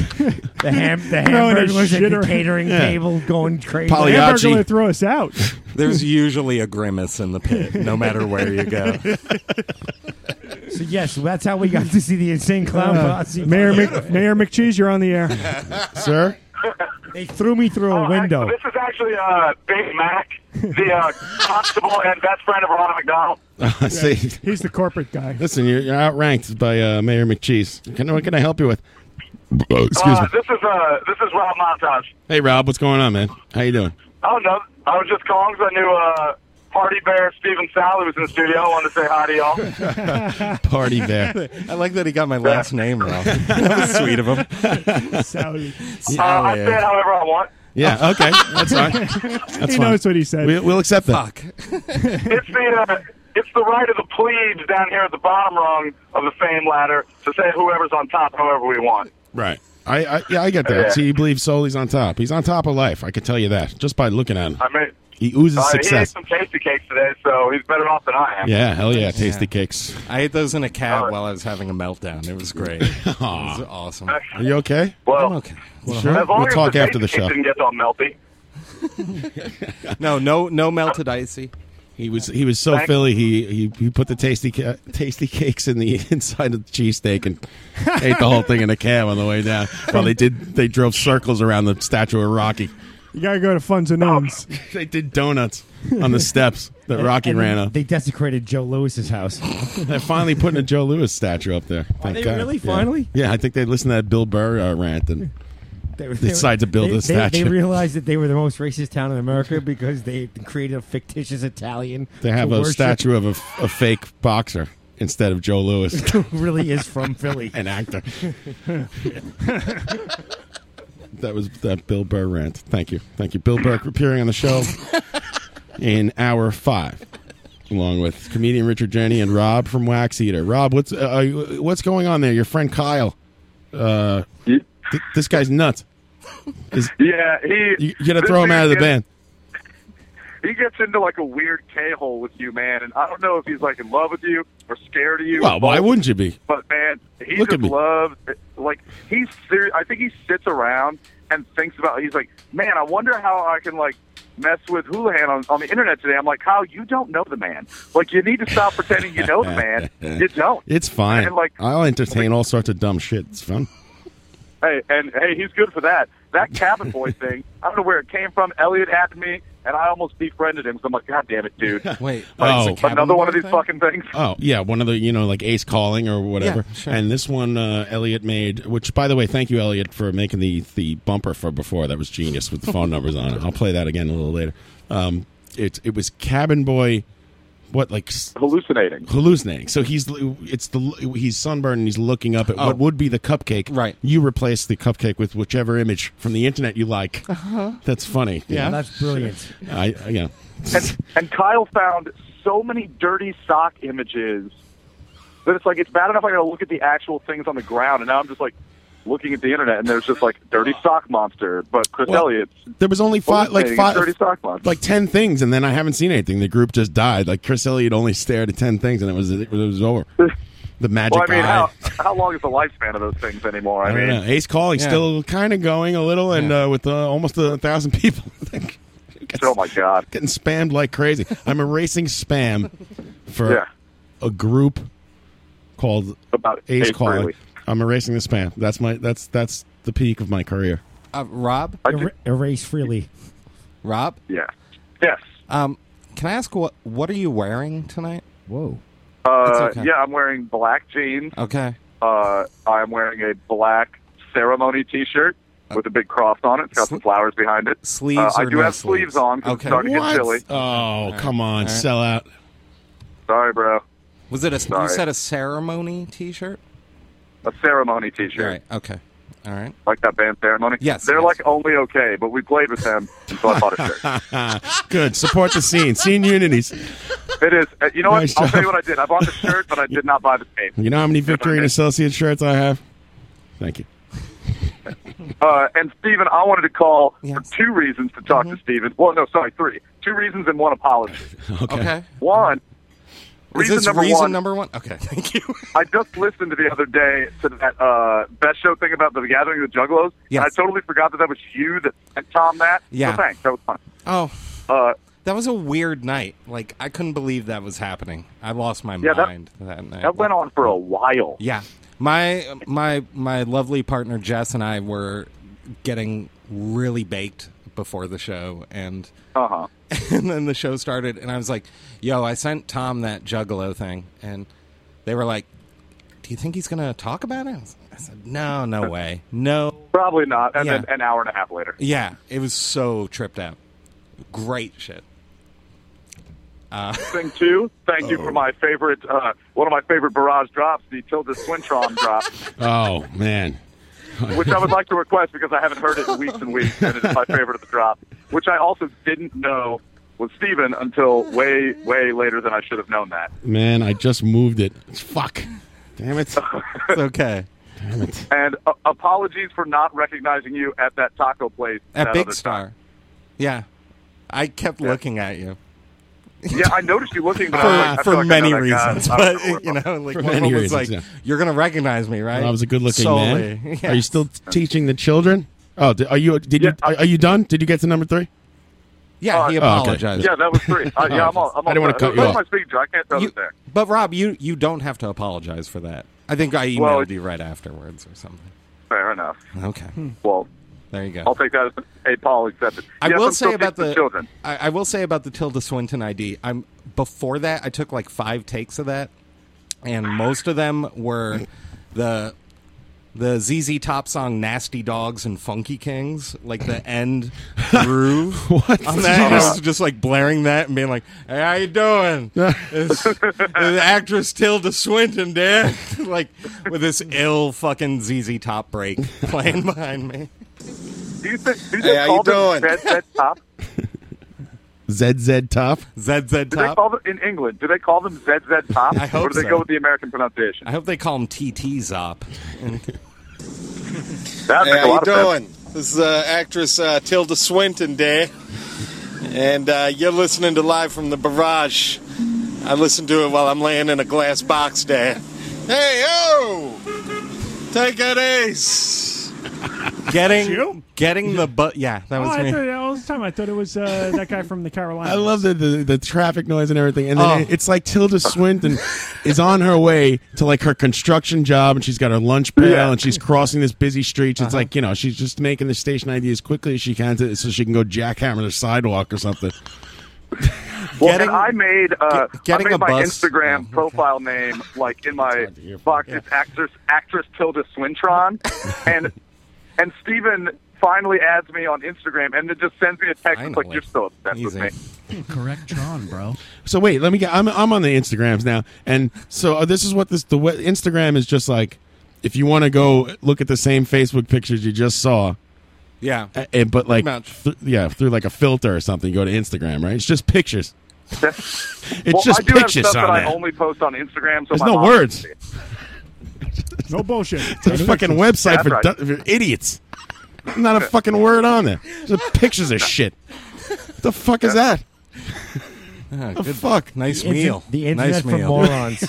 [SPEAKER 7] <laughs> The ham the
[SPEAKER 11] Throwing a
[SPEAKER 7] hamburgers at the
[SPEAKER 11] shitter.
[SPEAKER 7] catering
[SPEAKER 11] Yeah.
[SPEAKER 7] table
[SPEAKER 11] <laughs>
[SPEAKER 7] going
[SPEAKER 11] The
[SPEAKER 7] crazy.
[SPEAKER 11] hamburger gonna throw us <laughs> out.
[SPEAKER 9] There's usually a grimace in the pit, no matter where
[SPEAKER 11] <laughs>
[SPEAKER 9] you go.
[SPEAKER 7] So yes, that's how we got to see the insane clown
[SPEAKER 11] Uh,
[SPEAKER 7] posse.
[SPEAKER 11] Mayor,
[SPEAKER 7] <laughs>
[SPEAKER 11] Mc, Mayor McCheese, you're on the air.
[SPEAKER 5] Sir?
[SPEAKER 7] They threw me through a window.
[SPEAKER 11] <laughs>
[SPEAKER 10] This is actually uh, Big Mac, the
[SPEAKER 5] <laughs>
[SPEAKER 10] uh, constable and best friend of Ronald McDonald.
[SPEAKER 5] See,
[SPEAKER 11] He's the corporate guy.
[SPEAKER 5] listen, you're, you're outranked by uh, Mayor McCheese. Can, what can I help you with? Oh, excuse
[SPEAKER 10] uh,
[SPEAKER 5] me.
[SPEAKER 10] This is uh, this is Rob Montage.
[SPEAKER 5] Hey, Rob, what's going on, man? How you doing?
[SPEAKER 10] I don't know. I was just calling 'cause I knew uh, Party Bear Steven Sally was in the studio. I wanted to say hi to
[SPEAKER 5] <laughs>
[SPEAKER 10] y'all.
[SPEAKER 5] Party there.
[SPEAKER 9] I like that he got my last name wrong. <laughs> That was sweet of him.
[SPEAKER 11] Sally.
[SPEAKER 10] uh, I say it however I want.
[SPEAKER 5] Yeah, okay.
[SPEAKER 11] <laughs>
[SPEAKER 5] That's fine. That's
[SPEAKER 11] Oh. he
[SPEAKER 5] fine.
[SPEAKER 11] knows what he said.
[SPEAKER 5] We, we'll accept that.
[SPEAKER 10] it's the uh, it's the right of the plebes down here at the bottom rung of the fame ladder to say whoever's on top, however we want.
[SPEAKER 5] Right. I, I yeah, I get that.
[SPEAKER 10] Yeah.
[SPEAKER 5] See, he believes Soli's on top. He's on top of life. I can tell you that just by looking at him.
[SPEAKER 10] I mean,
[SPEAKER 5] He oozes
[SPEAKER 10] uh, He ate
[SPEAKER 5] success.
[SPEAKER 10] some tasty cakes today, so he's better off than I am.
[SPEAKER 5] Yeah, hell yeah, tasty
[SPEAKER 9] Yeah.
[SPEAKER 5] cakes.
[SPEAKER 9] I ate those in a
[SPEAKER 10] uh,
[SPEAKER 9] cab while I was having a meltdown. It was
[SPEAKER 5] <laughs>
[SPEAKER 9] great. It was awesome.
[SPEAKER 5] Are you okay?
[SPEAKER 10] Well,
[SPEAKER 9] okay.
[SPEAKER 5] Sure.
[SPEAKER 10] As long
[SPEAKER 5] We'll
[SPEAKER 10] as
[SPEAKER 5] talk
[SPEAKER 10] the
[SPEAKER 5] after the
[SPEAKER 10] tasty
[SPEAKER 5] show.
[SPEAKER 10] cakes didn't get all melty.
[SPEAKER 9] <laughs> No, no, no melted icy.
[SPEAKER 5] He was he was so
[SPEAKER 9] Thank-
[SPEAKER 5] Philly. He, he he put the tasty ca- tasty cakes in the <laughs> inside of the cheesesteak and ate the whole thing in a cab on the way down. Well, they did. They drove circles around the statue of Rocky.
[SPEAKER 11] You gotta go to Funds and Gnomes.
[SPEAKER 5] They did donuts on the steps that Rocky
[SPEAKER 7] And
[SPEAKER 5] ran up.
[SPEAKER 7] They desecrated Joe Lewis's
[SPEAKER 5] <laughs>
[SPEAKER 7] house.
[SPEAKER 5] They're finally putting a Joe Lewis statue up there. Thank
[SPEAKER 7] they
[SPEAKER 5] God.
[SPEAKER 7] really?
[SPEAKER 5] Yeah.
[SPEAKER 7] Finally?
[SPEAKER 5] Yeah, I think they listened to that Bill Burr uh, rant and
[SPEAKER 7] They,
[SPEAKER 5] decided to build
[SPEAKER 7] they,
[SPEAKER 5] a statue.
[SPEAKER 7] They, they realized that they were the most racist town in America because they created a fictitious Italian.
[SPEAKER 5] They have
[SPEAKER 7] to
[SPEAKER 5] a
[SPEAKER 7] worship
[SPEAKER 5] statue of a, <laughs> a fake boxer instead of Joe Lewis,
[SPEAKER 7] <laughs> who really is from Philly.
[SPEAKER 5] <laughs> an
[SPEAKER 7] <laughs>
[SPEAKER 5] actor. That was that Bill Burr rant. Thank you, thank you, Bill Burr, appearing on the show in hour five, along with comedian Richard Jenny and Rob from Wax Eater. Rob, what's uh, are you- what's going on there? Your friend Kyle, uh, th- this guy's nuts. Is,
[SPEAKER 10] Yeah, he.
[SPEAKER 5] you, you gotta
[SPEAKER 10] this
[SPEAKER 5] throw him
[SPEAKER 10] man
[SPEAKER 5] out of the
[SPEAKER 10] gets-
[SPEAKER 5] band.
[SPEAKER 10] He gets into like a weird K hole with you, man, and I don't know if he's like in love with you or scared of you.
[SPEAKER 5] Well, why wouldn't you be?
[SPEAKER 10] But man, he
[SPEAKER 5] Look at
[SPEAKER 10] just
[SPEAKER 5] me.
[SPEAKER 10] loves like he's serious. I think he sits around and thinks about. He's like, man, I wonder how I can like mess with Houlihan on, on the internet today. I'm like, Kyle, you don't know the man. Like, you need to stop pretending you know the
[SPEAKER 5] <laughs>
[SPEAKER 10] man. You don't.
[SPEAKER 5] It's fine.
[SPEAKER 10] Oh, And, like-
[SPEAKER 5] I'll entertain all sorts of dumb shit. It's fun.
[SPEAKER 10] Hey, and hey, he's good for that. That cabin boy thing. I don't know where it came from. Elliot had me, and I almost befriended him. 'cause I'm like, God damn it,
[SPEAKER 5] <laughs>
[SPEAKER 10] dude.
[SPEAKER 9] Wait,
[SPEAKER 5] Oh. it's a
[SPEAKER 10] another one of
[SPEAKER 9] Cabin
[SPEAKER 10] these fucking things. <laughs>
[SPEAKER 5] Oh yeah, one of the you know like Ace Calling or whatever.
[SPEAKER 9] Yeah, sure.
[SPEAKER 5] And this one uh, Elliot made, which by the way, thank you Elliot for making the the bumper for before. That was genius with the phone numbers on it. I'll play that again a little later. Um, it it was Cabin Boy what like s-
[SPEAKER 10] hallucinating.
[SPEAKER 5] hallucinating. So he's l- it's the l- he's sunburned and he's looking up at what would be the cupcake. Right. You replace the cupcake with whichever image from the internet you like.
[SPEAKER 10] Uh-huh.
[SPEAKER 5] That's funny.
[SPEAKER 10] Yeah,
[SPEAKER 7] that's brilliant.
[SPEAKER 5] I I- yeah.
[SPEAKER 10] and, and Kyle found so many dirty sock images that it's like it's bad enough I got to look at the actual things on the ground, and now I'm just like looking at the internet, and there's just like dirty sock monster. But Chris
[SPEAKER 5] Well,
[SPEAKER 10] Elliott's
[SPEAKER 5] There was only five, like
[SPEAKER 10] hallucinating
[SPEAKER 5] five,
[SPEAKER 10] dirty sock monster.
[SPEAKER 5] like ten things, and then I haven't seen anything. The group just died. Like Chris Elliott only stared at ten things, and it was it was over. The magic
[SPEAKER 10] <laughs> well, I mean,
[SPEAKER 5] eye.
[SPEAKER 10] how, how long is the lifespan of those things anymore? I,
[SPEAKER 5] I
[SPEAKER 10] mean,
[SPEAKER 5] don't know. Ace Calling
[SPEAKER 10] Yeah.
[SPEAKER 5] still kind of going a little, and uh, with uh, almost a thousand <laughs> people.
[SPEAKER 10] oh my god,
[SPEAKER 5] getting spammed like crazy. I'm erasing spam for
[SPEAKER 10] Yeah.
[SPEAKER 5] a group called
[SPEAKER 10] About
[SPEAKER 5] Ace,
[SPEAKER 10] Ace
[SPEAKER 5] Calling.
[SPEAKER 10] Frehley.
[SPEAKER 5] I'm erasing the spam. That's my that's that's the peak of my career.
[SPEAKER 9] Uh, Rob?
[SPEAKER 7] Er- erase freely.
[SPEAKER 9] Rob?
[SPEAKER 10] Yeah. Yes.
[SPEAKER 9] Um, can I ask what what are you wearing tonight?
[SPEAKER 7] Whoa.
[SPEAKER 10] Uh,
[SPEAKER 9] It's okay.
[SPEAKER 10] Yeah, I'm wearing black jeans.
[SPEAKER 9] Okay.
[SPEAKER 10] Uh, I'm wearing a black ceremony T-shirt with a big cross on it. It's got some flowers behind it.
[SPEAKER 9] Sleeves
[SPEAKER 10] Uh, I
[SPEAKER 9] or
[SPEAKER 10] do
[SPEAKER 9] no
[SPEAKER 10] have
[SPEAKER 9] sleeves?
[SPEAKER 10] sleeves on. 'cause
[SPEAKER 9] Okay.
[SPEAKER 10] It's starting to get
[SPEAKER 9] What?
[SPEAKER 10] chilly.
[SPEAKER 5] Oh, come on,
[SPEAKER 9] All right.
[SPEAKER 5] sell out.
[SPEAKER 10] Sorry, bro.
[SPEAKER 9] Was it a
[SPEAKER 10] Sorry.
[SPEAKER 9] you said a ceremony
[SPEAKER 7] <laughs>
[SPEAKER 9] T-shirt?
[SPEAKER 10] A ceremony T-shirt.
[SPEAKER 9] Okay. All right.
[SPEAKER 10] Like that band ceremony.
[SPEAKER 9] Yes,
[SPEAKER 10] They're
[SPEAKER 9] yes.
[SPEAKER 10] like only okay, but we played with them, so I bought
[SPEAKER 9] <laughs>
[SPEAKER 10] a shirt.
[SPEAKER 5] <laughs> Good. Support the scene. Scene unities.
[SPEAKER 10] It is. Uh, you know what?
[SPEAKER 5] Nice
[SPEAKER 10] I'll tell
[SPEAKER 5] job.
[SPEAKER 10] you what I did. I bought the shirt, but I did not buy the tape.
[SPEAKER 5] You know how many Victory and Associate shirts I have? Thank you.
[SPEAKER 10] Uh, and Steven, I wanted to call for two reasons to talk
[SPEAKER 9] Mm-hmm.
[SPEAKER 10] to Steven. Well, no, sorry, three. Two reasons and one apology.
[SPEAKER 9] Okay. Okay.
[SPEAKER 10] One.
[SPEAKER 9] Is
[SPEAKER 10] reason
[SPEAKER 9] this
[SPEAKER 10] number
[SPEAKER 9] reason
[SPEAKER 10] one,
[SPEAKER 9] number one? Okay. <laughs> Thank you.
[SPEAKER 10] I just listened to the other day to that uh, best show thing about the Gathering of the Juggalos,
[SPEAKER 9] Yes.
[SPEAKER 10] and I totally forgot that that was you that sent Tom that.
[SPEAKER 9] Yeah.
[SPEAKER 10] So thanks. That was fun.
[SPEAKER 9] Oh.
[SPEAKER 10] Uh,
[SPEAKER 9] that was a weird night. Like I couldn't believe that was happening. I lost my
[SPEAKER 10] Yeah, that-
[SPEAKER 9] mind that, night.
[SPEAKER 10] That went on for a while.
[SPEAKER 9] Yeah. My my my lovely partner Jess and I were getting really baked before the show and
[SPEAKER 10] uh-huh.
[SPEAKER 9] <laughs> and then the show started and I was like, "Yo, I sent Tom that juggalo thing." And they were like, "Do you think he's going to talk about it?" I was- I said, "No, no way. No."
[SPEAKER 10] Probably not. And
[SPEAKER 9] Yeah.
[SPEAKER 10] then an hour and a half later.
[SPEAKER 9] Yeah, it was so tripped out. Great shit. Uh, <laughs>
[SPEAKER 10] Thing two, thank you
[SPEAKER 9] Oh.
[SPEAKER 10] for my favorite, uh, one of my favorite barrage drops, the Tilda Swintron drop,
[SPEAKER 5] Oh man.
[SPEAKER 10] which I would like to request because I haven't heard it in weeks and weeks, and
[SPEAKER 9] <laughs>
[SPEAKER 10] it's my favorite of the drop, which I also didn't know was Steven until way, way later than I should have known that.
[SPEAKER 5] Man, I just moved it. Fuck. Damn it.
[SPEAKER 9] it's okay.
[SPEAKER 5] Damn it.
[SPEAKER 10] And uh, apologies for not recognizing you at that taco place.
[SPEAKER 9] At
[SPEAKER 10] that
[SPEAKER 9] Big
[SPEAKER 10] other
[SPEAKER 9] Star. Yeah. I kept looking at you.
[SPEAKER 10] time. Yeah, I noticed you looking but
[SPEAKER 9] for,
[SPEAKER 10] I was like, I
[SPEAKER 9] for
[SPEAKER 10] feel like I know
[SPEAKER 9] many
[SPEAKER 10] that guy.
[SPEAKER 9] reasons,
[SPEAKER 10] I don't
[SPEAKER 9] but
[SPEAKER 10] know where
[SPEAKER 9] you know, like
[SPEAKER 5] For
[SPEAKER 9] one of
[SPEAKER 5] many
[SPEAKER 9] them was
[SPEAKER 5] reasons,
[SPEAKER 9] like,
[SPEAKER 5] yeah.
[SPEAKER 9] "You're gonna recognize me, right?"
[SPEAKER 5] I was a good-looking
[SPEAKER 9] Solely.
[SPEAKER 5] man.
[SPEAKER 9] Yeah.
[SPEAKER 5] Are you still teaching the children? Oh, di- are you? Did you? Are, are you done? Did you get to number three?
[SPEAKER 9] Yeah,
[SPEAKER 5] Oh, okay.
[SPEAKER 9] he apologized.
[SPEAKER 10] Yeah, that was three. Uh, yeah, I'm all. I'm all
[SPEAKER 5] I didn't want to
[SPEAKER 10] set.
[SPEAKER 5] cut you
[SPEAKER 10] Who
[SPEAKER 5] off.
[SPEAKER 10] am I speaking to? I can't tell
[SPEAKER 9] You-
[SPEAKER 10] who's there.
[SPEAKER 9] But Rob, you you don't have to apologize for that. I think I emailed
[SPEAKER 10] Well,
[SPEAKER 9] you right afterwards or something.
[SPEAKER 10] Fair enough.
[SPEAKER 9] Okay.
[SPEAKER 10] Well,
[SPEAKER 9] there you go.
[SPEAKER 10] I'll take that as a Paul accepted.
[SPEAKER 9] I
[SPEAKER 10] Yes,
[SPEAKER 9] will
[SPEAKER 10] I'm still
[SPEAKER 9] say about
[SPEAKER 10] teaching
[SPEAKER 9] the <laughs>
[SPEAKER 10] children.
[SPEAKER 9] I, I will say about the Tilda Swinton ID. I'm before that. I took like five takes of that, and most of them were the the ZZ Top song "Nasty Dogs" and "Funky Kings," like the end groove. what on that?
[SPEAKER 10] Uh-huh.
[SPEAKER 5] Jesus.
[SPEAKER 9] Just, just like blaring that and being like, "Hey, how you doing?" It's- the actress Tilda Swinton, there, <laughs> like with this ill fucking ZZ Top break playing behind me.
[SPEAKER 10] Do you think? Do you
[SPEAKER 9] Hey,
[SPEAKER 10] just
[SPEAKER 9] how
[SPEAKER 10] call
[SPEAKER 9] you
[SPEAKER 10] them
[SPEAKER 9] doing?
[SPEAKER 10] Red,
[SPEAKER 9] <laughs>
[SPEAKER 10] red top?
[SPEAKER 5] ZZ Top.
[SPEAKER 9] ZZ
[SPEAKER 10] Do they
[SPEAKER 9] Top.
[SPEAKER 10] call them in England? Do they call them
[SPEAKER 5] <laughs>
[SPEAKER 10] ZZ top?
[SPEAKER 9] I hope
[SPEAKER 10] or do they
[SPEAKER 9] so.
[SPEAKER 10] go with the American pronunciation?
[SPEAKER 9] I hope they call him TT Zop. And-
[SPEAKER 10] That'd
[SPEAKER 17] Hey,
[SPEAKER 10] make a
[SPEAKER 17] how you
[SPEAKER 10] lot of sense.
[SPEAKER 17] doing? This is uh, actress uh, Tilda Swinton there, and uh, you're listening to live from the barrage. I listen to it while I'm laying in a glass box there. Hey yo, take an ace.
[SPEAKER 9] getting getting the but yeah that
[SPEAKER 11] oh,
[SPEAKER 9] was
[SPEAKER 11] I
[SPEAKER 9] me.
[SPEAKER 11] thought, all this time I thought it was uh, that guy from the Carolinas.
[SPEAKER 5] I love the, the the traffic noise and everything, and then
[SPEAKER 11] Oh.
[SPEAKER 5] it's like Tilda Swinton is on her way to like her construction job, and she's got her lunch pail, and she's crossing this busy street. It's like you know she's just making the station ID as quickly as she can, to, so she can go jackhammer the sidewalk or something.
[SPEAKER 10] Well, and I made uh,
[SPEAKER 5] getting
[SPEAKER 10] I
[SPEAKER 5] a
[SPEAKER 10] made my
[SPEAKER 5] bus- Oh,
[SPEAKER 10] Instagram profile name like in my box. It's actress actress Tilda Swintron, and and Steven finally adds me on Instagram, and then just sends me a text it's like
[SPEAKER 9] Finally.
[SPEAKER 10] you're so obsessed with me.
[SPEAKER 4] Correct Tron, bro.
[SPEAKER 5] <laughs> So wait, let me get. I'm I'm on the Instagrams now, and so uh, this is what this the what Instagram is just like. If you want to go look at the same Facebook pictures you just saw,
[SPEAKER 9] Yeah.
[SPEAKER 5] uh, and- but like
[SPEAKER 9] Much.
[SPEAKER 5] th- yeah, through like a filter or something, you go to Instagram, right? It's just pictures. it's
[SPEAKER 10] well,
[SPEAKER 5] just
[SPEAKER 10] I do have
[SPEAKER 5] pictures
[SPEAKER 10] stuff that
[SPEAKER 5] on
[SPEAKER 10] I
[SPEAKER 5] there.
[SPEAKER 10] only post on Instagram. So
[SPEAKER 5] There's
[SPEAKER 10] my
[SPEAKER 5] no
[SPEAKER 10] mom-
[SPEAKER 5] words.
[SPEAKER 11] <laughs> No bullshit.
[SPEAKER 5] It's a fucking website
[SPEAKER 10] Yeah,
[SPEAKER 5] for,
[SPEAKER 10] that's
[SPEAKER 5] du- for idiots. Not a fucking word on there. Just pictures of shit. What the fuck is that?
[SPEAKER 7] Oh,
[SPEAKER 5] The fuck.
[SPEAKER 9] Nice The inter- meal. the internet Nice for meal. morons.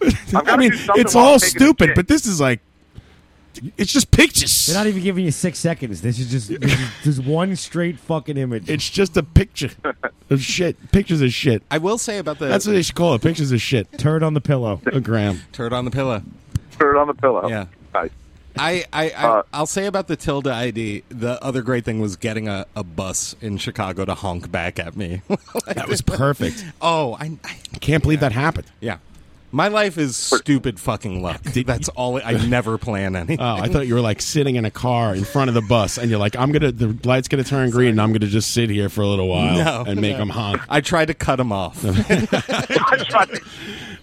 [SPEAKER 5] <laughs> I
[SPEAKER 9] gotta
[SPEAKER 5] mean,
[SPEAKER 9] do something
[SPEAKER 5] it's
[SPEAKER 9] while I'm
[SPEAKER 5] all
[SPEAKER 9] taking a
[SPEAKER 5] stupid,
[SPEAKER 9] shit.
[SPEAKER 5] but this is like, it's just pictures.
[SPEAKER 7] They're not even giving you six seconds. This is just this is just one straight fucking image.
[SPEAKER 5] It's just a picture of shit. Pictures of shit.
[SPEAKER 9] I will say about the
[SPEAKER 5] That's what they should call it. Pictures of shit.
[SPEAKER 7] Turd on the pillow.
[SPEAKER 5] A gram.
[SPEAKER 9] turd on the pillow.
[SPEAKER 10] Turd on the pillow.
[SPEAKER 9] Yeah.
[SPEAKER 10] Nice.
[SPEAKER 9] I, I, I I'll say about the Tilda ID. The other great thing was getting a, a bus in Chicago to honk back at me. <laughs>
[SPEAKER 5] that was perfect.
[SPEAKER 9] Oh, I, I
[SPEAKER 5] can't believe that happened.
[SPEAKER 9] Yeah, my life is stupid fucking luck. That's all. I, I never plan anything.
[SPEAKER 5] Oh, I thought you were like sitting in a car in front of the bus, and you're like, "I'm gonna, the light's gonna turn green, and I'm gonna just sit here for a little while
[SPEAKER 9] No,
[SPEAKER 5] and make
[SPEAKER 9] no.
[SPEAKER 5] them honk."
[SPEAKER 9] I tried to cut them off.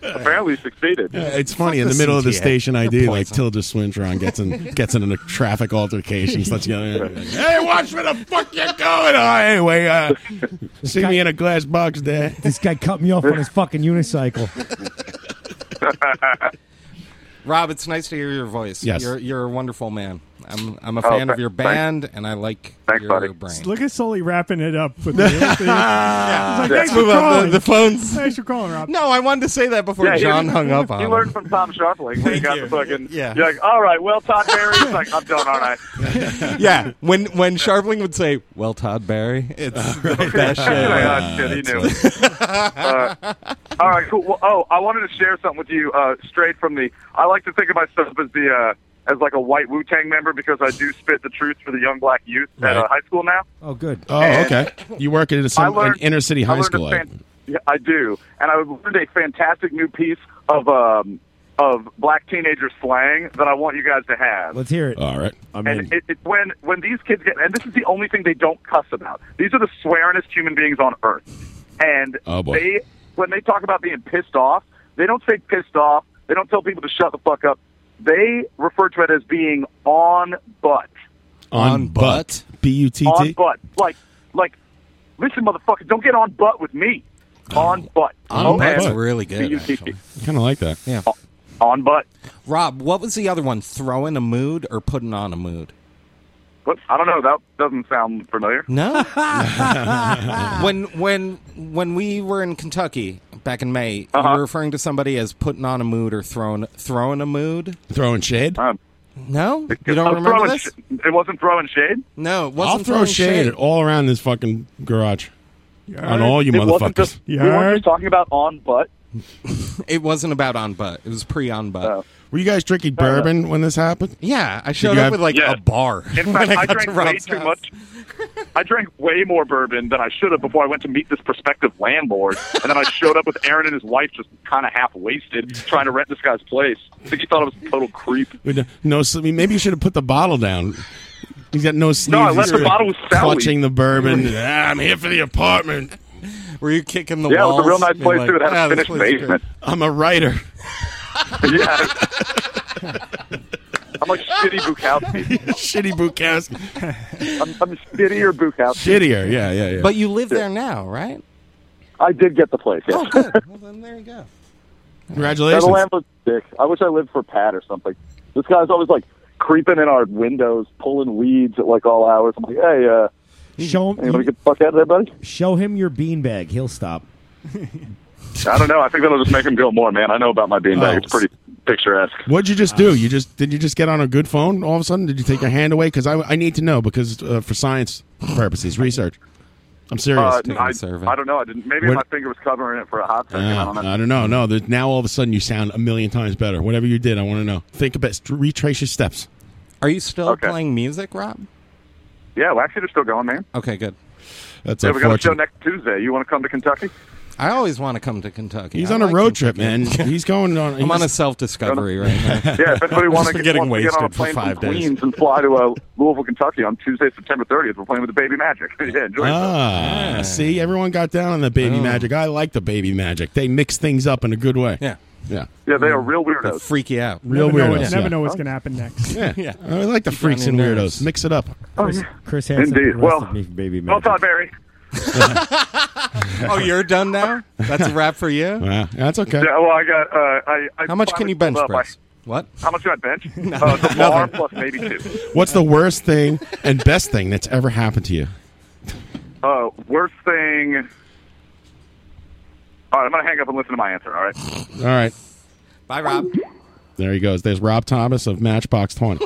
[SPEAKER 10] Apparently succeeded.
[SPEAKER 5] Yeah, <laughs> it's funny in the, middle of the station ID, like Tilda Swintron gets
[SPEAKER 9] <laughs>
[SPEAKER 5] in gets in a traffic altercation. So let's go. Hey, watch where the fuck you're going. Oh, anyway, uh, <laughs> see me in a glass box, Dad.
[SPEAKER 7] This guy cut me off on his fucking unicycle.
[SPEAKER 9] <laughs> Rob, it's nice to hear your voice.
[SPEAKER 7] Yes.
[SPEAKER 9] you're you're a wonderful man. I'm I'm a
[SPEAKER 11] Oh,
[SPEAKER 9] fan
[SPEAKER 11] tha-
[SPEAKER 9] of your
[SPEAKER 11] thanks.
[SPEAKER 9] band, and I like your
[SPEAKER 10] <laughs>
[SPEAKER 9] brain.
[SPEAKER 11] Look at Sully wrapping it up. With the, It's like,
[SPEAKER 9] Let's
[SPEAKER 11] thanks for
[SPEAKER 9] move on. The-
[SPEAKER 11] calling.
[SPEAKER 9] the phones.
[SPEAKER 11] Thanks for calling, Rob.
[SPEAKER 9] No, I wanted to say that before
[SPEAKER 10] Yeah,
[SPEAKER 9] John
[SPEAKER 10] you-
[SPEAKER 9] hung up on
[SPEAKER 10] You
[SPEAKER 9] him.
[SPEAKER 10] learned from Tom Sharpling. when You got the fucking.
[SPEAKER 9] Yeah.
[SPEAKER 10] You're like, all right, well, Todd Barry. He's like, I'm done, aren't I?
[SPEAKER 9] yeah, when when Sharpling would say, "Well, Todd Barry,"
[SPEAKER 10] <laughs>
[SPEAKER 9] it's the best shit.
[SPEAKER 10] Yeah, Oh, shit, he knew it. Uh, all right, cool. Well, oh, I wanted to share something with you uh, straight from the. I like to think of myself as the uh, as like a white Wu Tang member because I do spit the truth for the young black youth at uh,
[SPEAKER 5] Right.
[SPEAKER 10] high school now.
[SPEAKER 7] Oh, good.
[SPEAKER 5] Oh,
[SPEAKER 10] And-
[SPEAKER 5] okay. You work at
[SPEAKER 10] I
[SPEAKER 5] some
[SPEAKER 10] learned-
[SPEAKER 5] an inner city
[SPEAKER 10] I
[SPEAKER 5] high
[SPEAKER 10] learned a
[SPEAKER 5] school.
[SPEAKER 10] fan- yeah, I do, and I learned a fantastic new piece of um, of black teenager slang that I want you guys to have.
[SPEAKER 7] Let's hear it.
[SPEAKER 5] All right.
[SPEAKER 7] I mean,
[SPEAKER 10] And it, it, when when these kids get, and this is the only thing they don't cuss about. These are the swearingest human beings on earth, and
[SPEAKER 5] Oh, boy.
[SPEAKER 10] they when they talk about being pissed off, they don't say pissed off. They don't tell people to shut the fuck up. They refer to it as being on butt,
[SPEAKER 5] on butt. B U T
[SPEAKER 10] on
[SPEAKER 5] T.
[SPEAKER 10] butt. Like like, listen, motherfucker, don't get on butt with me.
[SPEAKER 5] Oh.
[SPEAKER 10] On butt.
[SPEAKER 9] On butt's
[SPEAKER 10] O-N-
[SPEAKER 9] really good,
[SPEAKER 10] B-U-T-T.
[SPEAKER 5] Kind of like that.
[SPEAKER 9] Yeah.
[SPEAKER 10] On butt.
[SPEAKER 9] Rob, what was the other one? Throwing a mood or putting on a mood?
[SPEAKER 10] What? I don't know. That doesn't sound familiar.
[SPEAKER 9] No. when when when we were in Kentucky back in May, you were referring to somebody as putting on a mood or throwing throwing a mood. Um,
[SPEAKER 5] Throwing shade.
[SPEAKER 9] no, you don't
[SPEAKER 10] Oh,
[SPEAKER 9] remember
[SPEAKER 10] throwing
[SPEAKER 9] this?
[SPEAKER 10] sh- it wasn't throwing shade.
[SPEAKER 9] No, it
[SPEAKER 5] I'll throw shade, all around this fucking garage. On
[SPEAKER 10] heard?
[SPEAKER 5] all you
[SPEAKER 10] It wasn't
[SPEAKER 5] motherfuckers.
[SPEAKER 10] just- we weren't just talking about on butt.
[SPEAKER 9] It wasn't about on butt. It was pre on butt.
[SPEAKER 5] Were you guys drinking bourbon when this happened?
[SPEAKER 9] Yeah, I
[SPEAKER 5] Did
[SPEAKER 9] showed
[SPEAKER 5] you
[SPEAKER 9] up
[SPEAKER 5] have-
[SPEAKER 9] with like a bar.
[SPEAKER 10] In
[SPEAKER 9] <laughs> when
[SPEAKER 10] fact, I
[SPEAKER 9] got to
[SPEAKER 10] drank way
[SPEAKER 9] Rob's
[SPEAKER 10] too
[SPEAKER 9] house.
[SPEAKER 10] much. I drank way more bourbon than I should have before I went to meet this prospective landlord, and then I showed up with Aaron and his wife, just kind of half wasted, trying to rent this guy's place. I think he thought I was a total creep. <laughs>
[SPEAKER 5] We don't- No, so, I mean, maybe you should have put the bottle down. He's got no sleeves.
[SPEAKER 10] No, I left
[SPEAKER 5] He's
[SPEAKER 10] the bottle with Sally.
[SPEAKER 5] Clutching the bourbon. "Ah, I'm here for the apartment.
[SPEAKER 9] <laughs> Were you kicking the
[SPEAKER 10] Yeah, it was
[SPEAKER 9] walls?
[SPEAKER 10] a real nice
[SPEAKER 9] Being
[SPEAKER 10] place,
[SPEAKER 9] like,
[SPEAKER 10] too. It had a
[SPEAKER 9] "Ah, this
[SPEAKER 10] finished
[SPEAKER 9] place is great."
[SPEAKER 10] basement.
[SPEAKER 5] I'm a writer.
[SPEAKER 10] yeah. I'm like shitty Bukowski.
[SPEAKER 5] <laughs> shitty Bukowski.
[SPEAKER 10] I'm, I'm shittier
[SPEAKER 9] <laughs>
[SPEAKER 10] Bukowski.
[SPEAKER 5] Shittier, yeah, yeah, yeah.
[SPEAKER 9] But you live there now, right?
[SPEAKER 10] I did get the place. Yeah.
[SPEAKER 5] Congratulations.
[SPEAKER 10] The landlord's a dick. I wish I lived for Pat or something. This guy's always like creeping in our windows, pulling weeds at like all hours. I'm like, hey, uh,
[SPEAKER 7] show
[SPEAKER 10] you want to
[SPEAKER 7] him,
[SPEAKER 10] get the fuck out of there, buddy?
[SPEAKER 7] show him your beanbag. He'll stop.
[SPEAKER 10] I don't know. I think that'll just make him go more, man. I know about my
[SPEAKER 5] Oh,
[SPEAKER 10] beanbag. It's pretty picturesque.
[SPEAKER 5] What'd you just do? You just did you just get on a good phone all of a sudden? Did you take your hand away? Because I, I need to know because uh, for science purposes, research. I'm serious.
[SPEAKER 10] Uh, I, I don't know. I didn't. Maybe
[SPEAKER 5] What-
[SPEAKER 10] my finger was covering it for a hot second. I
[SPEAKER 5] Ah,
[SPEAKER 10] don't know.
[SPEAKER 5] I don't know. No, there's, now all of a sudden you sound a million times better. Whatever you did, I want to know. Think about retrace your steps.
[SPEAKER 9] Are you still playing music, Rob?
[SPEAKER 10] Yeah, well, actually, they're still going, man.
[SPEAKER 9] Okay, good.
[SPEAKER 5] That's
[SPEAKER 10] yeah, we got a show
[SPEAKER 5] unfortunate.
[SPEAKER 10] next Tuesday. You want to come to Kentucky?
[SPEAKER 9] I always want to come to Kentucky.
[SPEAKER 5] He's
[SPEAKER 9] I
[SPEAKER 5] on a
[SPEAKER 9] like
[SPEAKER 5] road trip, man.
[SPEAKER 9] <laughs> Kentucky.
[SPEAKER 5] He's going on.
[SPEAKER 9] I'm on a
[SPEAKER 5] he's-
[SPEAKER 9] self discovery right now.
[SPEAKER 10] <laughs> Yeah, if
[SPEAKER 9] <laughs>
[SPEAKER 10] anybody wanna
[SPEAKER 9] Just
[SPEAKER 10] get,
[SPEAKER 9] getting
[SPEAKER 10] wants to get on a
[SPEAKER 9] wasted for
[SPEAKER 10] plane
[SPEAKER 9] five
[SPEAKER 10] from
[SPEAKER 9] days.
[SPEAKER 10] Queens and fly to uh, Louisville, Kentucky on Tuesday, September 30th, we're playing with the Baby Magic. <laughs> yeah, enjoy
[SPEAKER 5] Ah, see, everyone got down on the baby
[SPEAKER 9] Oh.
[SPEAKER 5] magic. I like the baby magic. They mix things up in a good way.
[SPEAKER 9] Yeah, <laughs>
[SPEAKER 5] yeah.
[SPEAKER 10] Yeah, they are real weirdos.
[SPEAKER 9] Mm. freak you out.
[SPEAKER 5] Real
[SPEAKER 11] never Know,
[SPEAKER 5] weirdos,
[SPEAKER 11] never
[SPEAKER 5] yeah.
[SPEAKER 11] know what's going to happen next. <laughs>
[SPEAKER 5] Yeah. I like the freaks and weirdos. Mix it up.
[SPEAKER 7] Chris, Chris Hansen
[SPEAKER 5] Oh, Indeed.
[SPEAKER 7] arrested
[SPEAKER 5] Well-
[SPEAKER 7] me for baby
[SPEAKER 10] Oh, Well,
[SPEAKER 7] magic.
[SPEAKER 10] Todd Barry.
[SPEAKER 9] <laughs> oh, you're done now? That's a wrap for you?
[SPEAKER 5] Yeah, that's okay.
[SPEAKER 10] Yeah, well, I got. Uh, I, I
[SPEAKER 9] Ah. How much can
[SPEAKER 10] finally
[SPEAKER 9] you bench
[SPEAKER 10] pulled up. I-
[SPEAKER 9] press? What?
[SPEAKER 10] How much do I
[SPEAKER 9] <laughs>
[SPEAKER 10] bench? uh, the bar plus maybe two.
[SPEAKER 5] What's the worst thing and best thing that's ever happened to you?
[SPEAKER 10] Uh, worst thing. All right, I'm going to hang up and listen to my answer, all right?
[SPEAKER 5] All right.
[SPEAKER 9] Bye, Rob.
[SPEAKER 5] There he goes. There's Rob Thomas of Matchbox 20.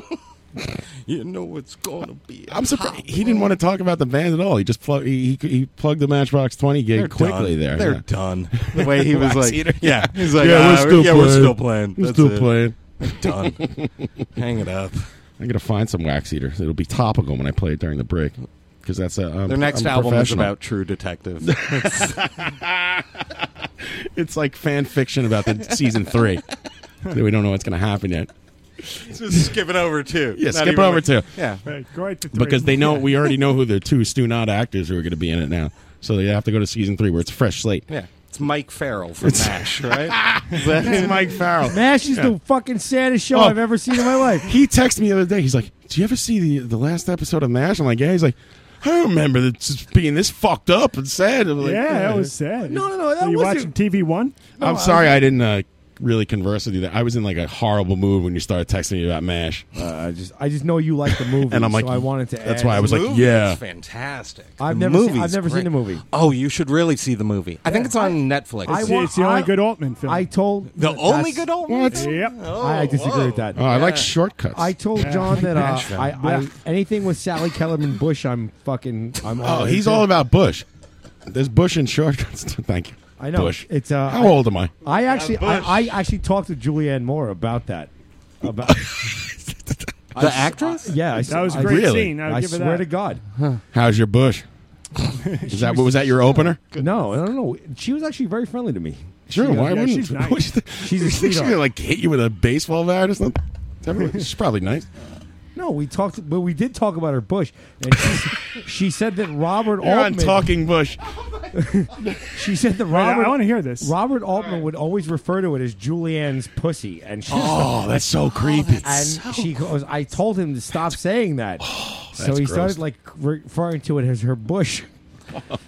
[SPEAKER 9] You know it's going to be.
[SPEAKER 5] I'm surprised <laughs> he didn't want to talk about the band at all. He just plug, he, he he plugged the Matchbox 20 gig
[SPEAKER 9] They're
[SPEAKER 5] quickly
[SPEAKER 9] done.
[SPEAKER 5] there.
[SPEAKER 9] They're
[SPEAKER 5] <laughs>
[SPEAKER 9] done. The way he
[SPEAKER 5] Wax
[SPEAKER 9] was like,
[SPEAKER 5] eater.
[SPEAKER 9] yeah, <laughs> he's like,
[SPEAKER 5] yeah,
[SPEAKER 9] "Ah,
[SPEAKER 5] we're still
[SPEAKER 9] yeah,
[SPEAKER 5] playing.
[SPEAKER 9] we're still playing.
[SPEAKER 5] We're
[SPEAKER 9] That's
[SPEAKER 5] still
[SPEAKER 9] it.
[SPEAKER 5] playing. <laughs>
[SPEAKER 9] Done. Hang it up.
[SPEAKER 5] I'm gonna find some wax eaters. It'll be topical when I play it during the break because that's a um,
[SPEAKER 9] Their next
[SPEAKER 5] I'm a
[SPEAKER 9] album is
[SPEAKER 5] professional.
[SPEAKER 9] about True
[SPEAKER 5] <laughs>
[SPEAKER 9] Detective. <laughs>
[SPEAKER 5] It's like fan fiction about the season
[SPEAKER 9] <laughs>
[SPEAKER 5] three. that we don't know what's gonna happen yet.
[SPEAKER 9] Just skipping over two.
[SPEAKER 5] Yeah,
[SPEAKER 9] Not
[SPEAKER 5] skip
[SPEAKER 9] even
[SPEAKER 5] over
[SPEAKER 9] like-
[SPEAKER 5] two.
[SPEAKER 9] Yeah.
[SPEAKER 11] Right, go right to three.
[SPEAKER 5] Because they know we already know who the two Stu Not actors who are going to be in it now, so they have to go to season three where it's fresh slate.
[SPEAKER 9] Yeah. It's Mike Farrell from
[SPEAKER 5] It's- <laughs>
[SPEAKER 9] MASH, right? Is that-
[SPEAKER 5] It's oh. Mike Farrell.
[SPEAKER 7] Mash is
[SPEAKER 5] Yeah.
[SPEAKER 7] the fucking saddest show
[SPEAKER 5] Oh.
[SPEAKER 7] I've ever seen in my life.
[SPEAKER 5] He texted me the other day. He's like, "Do you ever see the the last episode of Mash?" I'm like, "Yeah." He's like, "I don't remember it just being this fucked up and sad." I'm like,
[SPEAKER 11] yeah, that was sad. No, no,
[SPEAKER 7] no.
[SPEAKER 11] Were you watching TV One?
[SPEAKER 5] I'm sorry I didn't uh, really converse with you. There. I was in like a horrible mood when you started texting me about Mash.
[SPEAKER 7] Uh, I just I just know you
[SPEAKER 5] <laughs>
[SPEAKER 7] like the movie,
[SPEAKER 5] and I'm like,
[SPEAKER 7] so I wanted to.
[SPEAKER 5] That's
[SPEAKER 7] add-
[SPEAKER 5] why I was
[SPEAKER 9] The
[SPEAKER 5] like,
[SPEAKER 9] movie
[SPEAKER 5] yeah.
[SPEAKER 9] is fantastic.
[SPEAKER 7] I've
[SPEAKER 9] The
[SPEAKER 7] never seen-
[SPEAKER 9] movie's
[SPEAKER 7] I've never seen
[SPEAKER 9] great.
[SPEAKER 7] the movie.
[SPEAKER 9] Oh, you should really see the movie. I think it's on Netflix.
[SPEAKER 7] I wa- I- I told
[SPEAKER 9] The
[SPEAKER 7] that's-
[SPEAKER 9] only good Altman
[SPEAKER 7] What?
[SPEAKER 9] film? Yep.
[SPEAKER 7] I, I disagree
[SPEAKER 9] Oh,
[SPEAKER 7] with that.
[SPEAKER 5] Oh, I like shortcuts.
[SPEAKER 7] I told
[SPEAKER 5] Yeah.
[SPEAKER 7] John
[SPEAKER 5] <laughs>
[SPEAKER 7] that uh,
[SPEAKER 5] Nashville.
[SPEAKER 7] I, I
[SPEAKER 5] Blech.
[SPEAKER 7] anything with Sally Kellerman Bush, I'm fucking. I'm.
[SPEAKER 5] Oh, he's
[SPEAKER 7] into.
[SPEAKER 5] all about Bush. There's Bush and shortcuts. <laughs> Thank you.
[SPEAKER 7] I know.
[SPEAKER 5] Bush.
[SPEAKER 7] It's uh,
[SPEAKER 5] How
[SPEAKER 7] I-
[SPEAKER 5] old am I?
[SPEAKER 7] I actually,
[SPEAKER 5] Yeah, Bush.
[SPEAKER 7] I, I actually talked to Julianne Moore about that.
[SPEAKER 5] <laughs>
[SPEAKER 7] About
[SPEAKER 9] The actress?
[SPEAKER 7] yeah, I,
[SPEAKER 11] That was a
[SPEAKER 7] I-
[SPEAKER 11] great
[SPEAKER 5] Really?
[SPEAKER 11] scene. I, would
[SPEAKER 7] I
[SPEAKER 11] give her
[SPEAKER 7] swear
[SPEAKER 11] that.
[SPEAKER 7] to God.
[SPEAKER 5] How's your Bush? Is that was that your opener?
[SPEAKER 7] No, I don't know. She was actually very friendly to me.
[SPEAKER 5] Sure.
[SPEAKER 7] She, uh,
[SPEAKER 5] why
[SPEAKER 7] yeah,
[SPEAKER 5] wouldn't?
[SPEAKER 7] She's nice.
[SPEAKER 5] What do you <laughs> think-
[SPEAKER 7] She's a
[SPEAKER 5] you think she's
[SPEAKER 7] sweetheart.
[SPEAKER 5] gonna like hit you with a baseball bat or something? Is everyone- She's probably nice.
[SPEAKER 7] No, we talked, but we did talk about her Bush, and
[SPEAKER 5] <laughs>
[SPEAKER 7] she, she said that Robert
[SPEAKER 5] You're on
[SPEAKER 7] Altman.
[SPEAKER 5] Talking Bush.
[SPEAKER 7] <laughs> she said that
[SPEAKER 11] Wait, I-
[SPEAKER 7] Robert.
[SPEAKER 11] I wanna hear this.
[SPEAKER 7] Robert Altman would always refer to it as Julianne's pussy, and she.
[SPEAKER 5] Oh, that's so creepy.
[SPEAKER 7] and she goes, I told him to stop
[SPEAKER 5] <laughs>
[SPEAKER 7] saying that. so
[SPEAKER 5] Oh, that's
[SPEAKER 7] he
[SPEAKER 5] gross.
[SPEAKER 7] started like referring to it as her bush.
[SPEAKER 9] <laughs>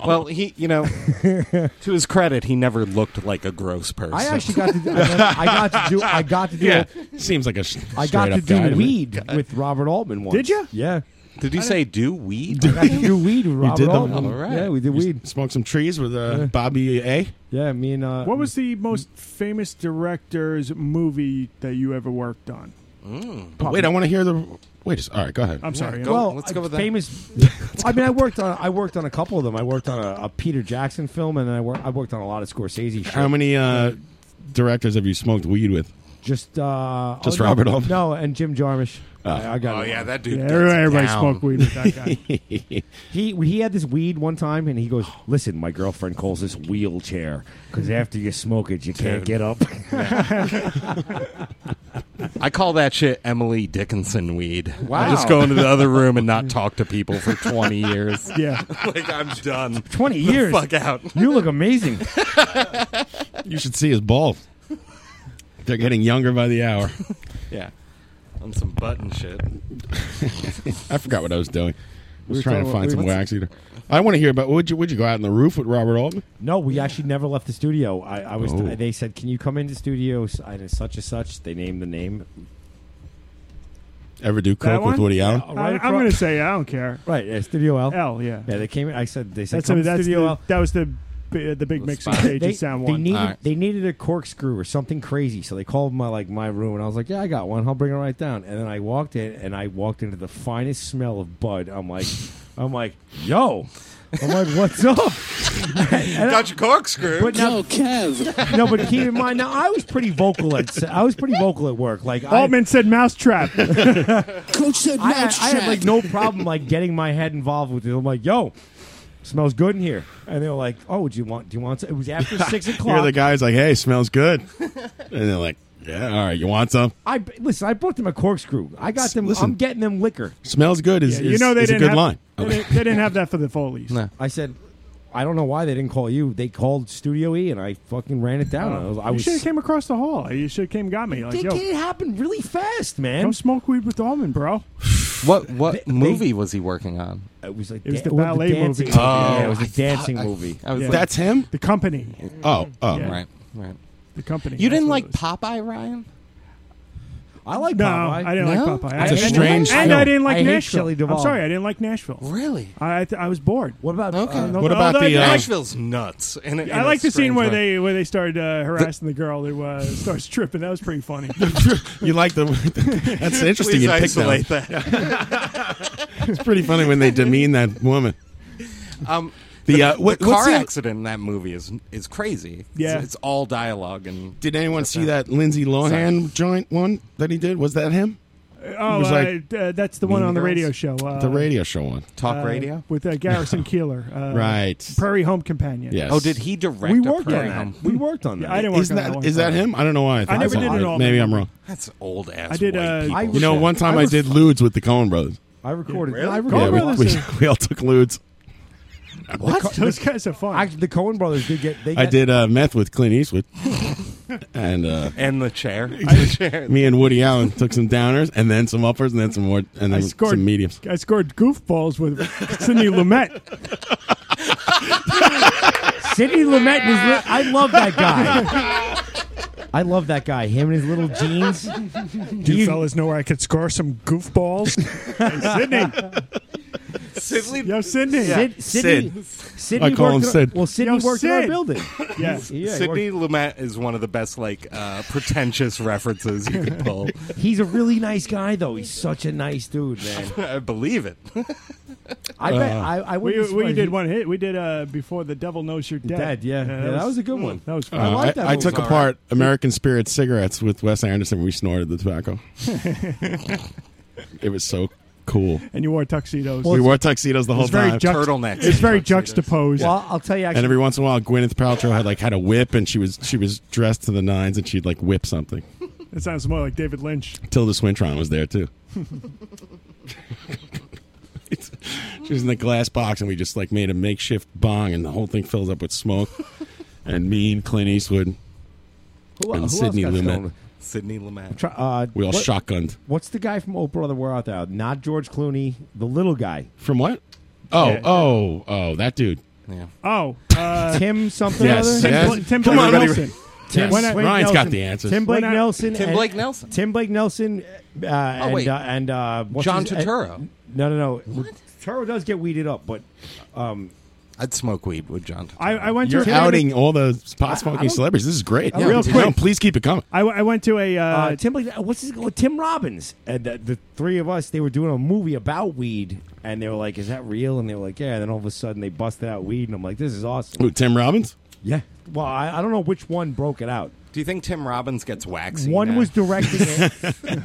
[SPEAKER 9] Well, he,
[SPEAKER 7] <laughs>
[SPEAKER 9] you know, to his credit, he never looked like a gross person.
[SPEAKER 7] I actually got to.
[SPEAKER 5] <laughs>
[SPEAKER 7] I got to do.
[SPEAKER 9] <laughs>
[SPEAKER 7] I got to do.
[SPEAKER 5] Yeah, seems like a. s-
[SPEAKER 7] I got
[SPEAKER 5] straight
[SPEAKER 7] to
[SPEAKER 5] up guy
[SPEAKER 7] do
[SPEAKER 5] me.
[SPEAKER 7] weed with Robert Altman once.
[SPEAKER 11] Did ya?
[SPEAKER 7] Yeah.
[SPEAKER 9] Did you say do weed?
[SPEAKER 7] I got to do weed with
[SPEAKER 5] You
[SPEAKER 7] Robert
[SPEAKER 5] did them.
[SPEAKER 7] Altman. Yeah, we did
[SPEAKER 5] You
[SPEAKER 7] weed.
[SPEAKER 5] s- Smoked some trees with uh, Bobby A.
[SPEAKER 7] Yeah, me and uh,
[SPEAKER 11] What was the most famous director's movie that you ever worked on?
[SPEAKER 5] But wait, I want to hear the. Wait, a s- all right, go ahead.
[SPEAKER 11] I'm sorry.
[SPEAKER 7] well,
[SPEAKER 9] let's go with that.
[SPEAKER 7] famous. I mean, I worked on I worked on a couple of them. I worked on a, a Peter Jackson film, and then I worked I worked on a lot of Scorsese. Shit.
[SPEAKER 5] How many uh, directors have you smoked weed with?
[SPEAKER 7] Just uh,
[SPEAKER 5] Just
[SPEAKER 7] oh, no,
[SPEAKER 5] Robert Altman?
[SPEAKER 7] No, and Jim Jarmusch. I, I got.
[SPEAKER 9] Oh
[SPEAKER 7] it.
[SPEAKER 9] yeah, that dude.
[SPEAKER 11] Yeah,
[SPEAKER 9] gets
[SPEAKER 11] everybody- everybody
[SPEAKER 9] down.
[SPEAKER 11] smoked weed with that guy.
[SPEAKER 7] He he had this weed one time, and he goes, "Listen, my girlfriend calls this wheelchair because after you smoke it, you can't get
[SPEAKER 9] <laughs>
[SPEAKER 7] up."
[SPEAKER 9] I call that shit Emily Dickinson weed. I
[SPEAKER 7] Wow.
[SPEAKER 9] just go into the other room
[SPEAKER 7] <laughs>
[SPEAKER 9] and not talk to people for twenty years.
[SPEAKER 11] Yeah.
[SPEAKER 9] like I'm done.
[SPEAKER 7] Twenty
[SPEAKER 9] The
[SPEAKER 7] years.
[SPEAKER 9] fuck out.
[SPEAKER 7] You look amazing.
[SPEAKER 5] You should see his balls. They're getting younger by the hour. <laughs>
[SPEAKER 9] Yeah. On some button
[SPEAKER 7] <laughs>
[SPEAKER 9] shit.
[SPEAKER 5] I forgot what I was doing. I was
[SPEAKER 7] were
[SPEAKER 5] trying to
[SPEAKER 7] talking
[SPEAKER 5] find
[SPEAKER 7] about-
[SPEAKER 5] some
[SPEAKER 7] what's-
[SPEAKER 5] wax eater. I want to hear about. Would you would you go out on the roof with Robert Altman?
[SPEAKER 7] No, we actually never left the studio. I, I was.
[SPEAKER 5] Oh.
[SPEAKER 7] They said, "Can you come into studio?" s- And it's such and such. They named the name.
[SPEAKER 5] Ever do
[SPEAKER 11] That
[SPEAKER 5] coke with
[SPEAKER 11] one?
[SPEAKER 5] Woody Allen?
[SPEAKER 7] Yeah, right
[SPEAKER 11] I, am
[SPEAKER 7] across-
[SPEAKER 11] going to say I don't care.
[SPEAKER 7] Right, yeah, Studio L.
[SPEAKER 11] L, yeah.
[SPEAKER 7] Yeah, they came. in. I said they said
[SPEAKER 11] That's,
[SPEAKER 7] come to
[SPEAKER 11] that's
[SPEAKER 7] Studio
[SPEAKER 11] the,
[SPEAKER 7] L.
[SPEAKER 11] that was the bi- uh, the big mixing stage
[SPEAKER 7] They,
[SPEAKER 11] at Sound
[SPEAKER 7] they
[SPEAKER 11] One.
[SPEAKER 7] needed
[SPEAKER 9] Alright.
[SPEAKER 7] they needed a corkscrew or something crazy, so they called my like my room, and I was like, "Yeah, I got one. I'll bring it right down." And then I walked in, and I walked into the finest smell of bud. I'm
[SPEAKER 11] <laughs>
[SPEAKER 7] like, I'm like, yo, I'm like, what's up? <laughs>
[SPEAKER 9] Got your corkscrew.
[SPEAKER 7] But now, no, but keep in mind, now I was pretty vocal at I was pretty vocal at work. Like I-
[SPEAKER 11] Altman said mousetrap.
[SPEAKER 7] <laughs> I, had- I had like no problem like getting my head involved with it. I'm like, yo, smells good in here. And they were like, oh, do you want? Do you want? Some? It
[SPEAKER 5] <laughs>
[SPEAKER 7] was after six o'clock.
[SPEAKER 5] You're the guy's like, hey, smells good. <laughs> and they're like, yeah, all right, you want some? <laughs>
[SPEAKER 7] I listen. I brought them a corkscrew. I got them.
[SPEAKER 5] listen.
[SPEAKER 7] I'm getting them liquor.
[SPEAKER 5] Smells good is,
[SPEAKER 7] Yeah, you
[SPEAKER 5] is-
[SPEAKER 7] know they
[SPEAKER 5] is a
[SPEAKER 7] didn't
[SPEAKER 5] good
[SPEAKER 7] have-
[SPEAKER 5] line.
[SPEAKER 7] they
[SPEAKER 5] Okay.
[SPEAKER 7] didn't-
[SPEAKER 11] They didn't have that for the Foley's.
[SPEAKER 7] I said, I don't know why they didn't call you. They called Studio E, and I fucking ran it down. <laughs> I was, I
[SPEAKER 11] Oh. you
[SPEAKER 7] was
[SPEAKER 11] should have came across the hall. You should have came and got me. Like,
[SPEAKER 7] Dick,
[SPEAKER 11] yo,
[SPEAKER 7] it happened really fast, man.
[SPEAKER 11] Come smoke weed with Almond, bro.
[SPEAKER 9] What what
[SPEAKER 11] They-
[SPEAKER 9] movie was he working on?
[SPEAKER 7] It was like
[SPEAKER 11] It was the ballet movie.
[SPEAKER 9] Oh,
[SPEAKER 11] Yeah, it was a
[SPEAKER 9] I thought-
[SPEAKER 11] dancing
[SPEAKER 9] I-
[SPEAKER 11] movie.
[SPEAKER 9] I was
[SPEAKER 11] Yeah.
[SPEAKER 9] like-
[SPEAKER 11] That's
[SPEAKER 5] him.
[SPEAKER 11] The company.
[SPEAKER 5] Oh, oh,
[SPEAKER 11] Yeah.
[SPEAKER 9] right, right.
[SPEAKER 11] The company.
[SPEAKER 9] You
[SPEAKER 11] that's
[SPEAKER 9] didn't
[SPEAKER 11] what
[SPEAKER 9] like
[SPEAKER 11] it was.
[SPEAKER 9] Popeye, Ryan?
[SPEAKER 7] I like
[SPEAKER 11] no,
[SPEAKER 7] Popeye.
[SPEAKER 11] I didn't
[SPEAKER 7] No?
[SPEAKER 11] like Popeye.
[SPEAKER 7] It's
[SPEAKER 11] I-
[SPEAKER 7] a
[SPEAKER 11] and-
[SPEAKER 7] strange
[SPEAKER 11] And
[SPEAKER 7] film.
[SPEAKER 11] I didn't like
[SPEAKER 7] I hate
[SPEAKER 11] Nashville.
[SPEAKER 7] Shelley
[SPEAKER 11] I'm
[SPEAKER 7] Duvall.
[SPEAKER 11] sorry, I didn't like Nashville.
[SPEAKER 9] Really?
[SPEAKER 11] I I, I was bored.
[SPEAKER 7] What about
[SPEAKER 9] Okay.
[SPEAKER 11] uh, no-
[SPEAKER 9] What about
[SPEAKER 11] although I
[SPEAKER 9] the,
[SPEAKER 11] did-
[SPEAKER 9] uh, Nashville's nuts in a- in
[SPEAKER 11] I
[SPEAKER 9] a
[SPEAKER 11] like the scene
[SPEAKER 9] strange
[SPEAKER 11] where
[SPEAKER 9] way.
[SPEAKER 11] they where they started uh, harassing the, girl who uh, <laughs> starts tripping. That was pretty funny.
[SPEAKER 5] You like the? <laughs> That's interesting.
[SPEAKER 11] Please
[SPEAKER 5] you picked
[SPEAKER 11] isolate
[SPEAKER 5] one. <laughs> it's pretty funny when they demean that woman.
[SPEAKER 9] Um,
[SPEAKER 5] The,
[SPEAKER 9] the,
[SPEAKER 5] uh, what-
[SPEAKER 9] the
[SPEAKER 5] what's
[SPEAKER 9] car
[SPEAKER 5] the-
[SPEAKER 9] accident in that movie is is crazy.
[SPEAKER 5] Yeah.
[SPEAKER 9] it's, it's all dialogue and.
[SPEAKER 5] Did anyone see that Lindsay Lohan joint one that he did? Was that him?
[SPEAKER 11] oh,
[SPEAKER 5] It
[SPEAKER 11] uh,
[SPEAKER 5] was like
[SPEAKER 11] <laughs> uh, that's the one
[SPEAKER 5] Mean
[SPEAKER 11] on the
[SPEAKER 5] Girls?
[SPEAKER 11] radio show. Uh,
[SPEAKER 5] the radio show one.
[SPEAKER 11] uh, with uh, Garrison
[SPEAKER 5] <laughs>
[SPEAKER 11] Keeler. Uh,
[SPEAKER 5] Right.
[SPEAKER 11] Prairie Home Companion.
[SPEAKER 5] Yes.
[SPEAKER 9] Oh, did he direct?
[SPEAKER 11] We
[SPEAKER 9] a
[SPEAKER 11] worked on
[SPEAKER 9] Prairie
[SPEAKER 11] that.
[SPEAKER 9] Home?
[SPEAKER 7] We worked on that.
[SPEAKER 11] Yeah, I didn't work
[SPEAKER 5] Isn't
[SPEAKER 11] on that,
[SPEAKER 5] that
[SPEAKER 11] one.
[SPEAKER 5] is that him? I don't know why. thought
[SPEAKER 11] I never
[SPEAKER 5] so.
[SPEAKER 11] did it all.
[SPEAKER 5] Maybe I'm wrong.
[SPEAKER 9] That's old ass.
[SPEAKER 11] I did,
[SPEAKER 9] white
[SPEAKER 11] uh,
[SPEAKER 9] people.
[SPEAKER 11] I
[SPEAKER 5] You know, one time I, did lewds with the Cohen brothers.
[SPEAKER 7] I recorded.
[SPEAKER 11] Really?
[SPEAKER 7] I
[SPEAKER 5] Yeah,
[SPEAKER 7] recorded.
[SPEAKER 5] we, we, we all took lewds.
[SPEAKER 11] What?
[SPEAKER 5] <laughs>
[SPEAKER 11] Those guys are fun.
[SPEAKER 7] Actually, the Cohen brothers did get. They
[SPEAKER 5] I
[SPEAKER 7] got-
[SPEAKER 5] did uh, meth with Clint Eastwood, and uh,
[SPEAKER 9] and
[SPEAKER 5] <laughs>
[SPEAKER 9] the chair.
[SPEAKER 5] me and Woody Allen took some downers and then some uppers and then some more and
[SPEAKER 11] I
[SPEAKER 5] then
[SPEAKER 11] scored
[SPEAKER 5] some mediums.
[SPEAKER 11] I scored goofballs with <laughs> Sidney Lumet.
[SPEAKER 7] Sidney Lumet and his. Li- I love that guy. <laughs>
[SPEAKER 15] <laughs>
[SPEAKER 7] I love that guy. Him and his little jeans.
[SPEAKER 11] <laughs> Do you fellas know where I could score some <laughs>
[SPEAKER 5] <laughs>
[SPEAKER 11] goofballs? hey, Sydney. Yo, Sydney.
[SPEAKER 7] Sid, Sidney, Sidney
[SPEAKER 9] I call
[SPEAKER 7] worked
[SPEAKER 9] him
[SPEAKER 7] in our-
[SPEAKER 9] Sid.
[SPEAKER 7] Well, Sidney
[SPEAKER 11] Yo,
[SPEAKER 7] worked in our
[SPEAKER 11] Sid. <laughs>
[SPEAKER 7] building.
[SPEAKER 9] <laughs>
[SPEAKER 11] Yeah.
[SPEAKER 7] Yeah, he
[SPEAKER 9] Sidney Lumet is one of the best, like, uh, pretentious references you
[SPEAKER 7] <laughs>
[SPEAKER 9] could pull.
[SPEAKER 7] He's a really nice guy, though. He's such a nice dude, man.
[SPEAKER 9] I believe it.
[SPEAKER 7] I bet.
[SPEAKER 5] Uh.
[SPEAKER 7] I, I
[SPEAKER 11] we,
[SPEAKER 7] wouldn't be
[SPEAKER 11] we
[SPEAKER 7] surprised
[SPEAKER 11] did
[SPEAKER 7] if-
[SPEAKER 11] one hit. We did uh, before the devil knows you're dead.
[SPEAKER 7] Dead, yeah. Yeah, that was a good one.
[SPEAKER 11] That was fun.
[SPEAKER 5] Uh, I, took apart American Spirit cigarettes with Wes Anderson. We snorted the tobacco. it was so cool.
[SPEAKER 11] and you wore tuxedos.
[SPEAKER 5] we wore tuxedos the
[SPEAKER 11] It's
[SPEAKER 5] whole
[SPEAKER 11] very
[SPEAKER 5] time.
[SPEAKER 11] juxt- It's very juxtaposed.
[SPEAKER 7] Well, I'll tell you. Actually,
[SPEAKER 5] And every once in a while, Gwyneth Paltrow had like had a whip, and she was she was dressed to the nines, and she'd like whip something.
[SPEAKER 11] it sounds more like David <laughs> Lynch.
[SPEAKER 5] Tilda Swinton was there too. She was in the glass box, and we just like made a makeshift bong, and the whole thing fills up with smoke. and me and Clint Eastwood
[SPEAKER 7] Who-
[SPEAKER 5] and
[SPEAKER 7] who
[SPEAKER 5] Sidney
[SPEAKER 7] else got
[SPEAKER 5] Lumet,
[SPEAKER 7] stoned?
[SPEAKER 9] Sidney Lumet.
[SPEAKER 7] Try- uh,
[SPEAKER 5] we all
[SPEAKER 7] what-
[SPEAKER 5] shotgunned.
[SPEAKER 7] What's the guy from Oh Brother Where Art Thou? Not George Clooney, the little guy.
[SPEAKER 5] From what? Oh,
[SPEAKER 7] Yeah.
[SPEAKER 5] oh, oh, that dude. Yeah.
[SPEAKER 11] Oh, uh,
[SPEAKER 7] <laughs> Tim something or
[SPEAKER 5] Yes,
[SPEAKER 7] other?
[SPEAKER 5] Tim yes. Bla-
[SPEAKER 11] Tim Blake
[SPEAKER 5] Everybody-
[SPEAKER 11] Nelson.
[SPEAKER 5] Yes. Ryan's
[SPEAKER 7] Blake
[SPEAKER 5] got
[SPEAKER 7] Nelson.
[SPEAKER 5] the answers.
[SPEAKER 7] Tim Blake
[SPEAKER 11] When I-
[SPEAKER 7] Nelson.
[SPEAKER 11] Tim
[SPEAKER 7] and-
[SPEAKER 11] Blake
[SPEAKER 9] Nelson? Oh,
[SPEAKER 7] Tim Blake Nelson. Uh, and,
[SPEAKER 9] wait.
[SPEAKER 7] Uh, and uh, what's
[SPEAKER 9] John
[SPEAKER 7] his- uh,
[SPEAKER 9] Turturro.
[SPEAKER 7] no, no, no. Turturro does get weeded up, but um,
[SPEAKER 9] I'd smoke weed with John.
[SPEAKER 11] I, I went
[SPEAKER 5] You're
[SPEAKER 11] to
[SPEAKER 5] outing all the pot smoking celebrities. This is great.
[SPEAKER 11] Yeah, Real
[SPEAKER 5] No,
[SPEAKER 11] quick.
[SPEAKER 5] please keep it coming.
[SPEAKER 11] I, I went to a uh,
[SPEAKER 7] uh, Tim Blake. What's his? oh, Tim Robbins. And the, the three of us, they were doing a movie about weed, and they were like, "Is that real?" And they were like, "Yeah." And then all of a sudden, they busted out weed, and I'm like, "This is awesome."
[SPEAKER 5] Who, Tim Robbins?
[SPEAKER 7] Yeah. Well, I, I don't know which one broke it out.
[SPEAKER 9] Do you think Tim Robbins gets waxy?
[SPEAKER 7] One
[SPEAKER 9] now?
[SPEAKER 7] was directing
[SPEAKER 5] <laughs>
[SPEAKER 7] it.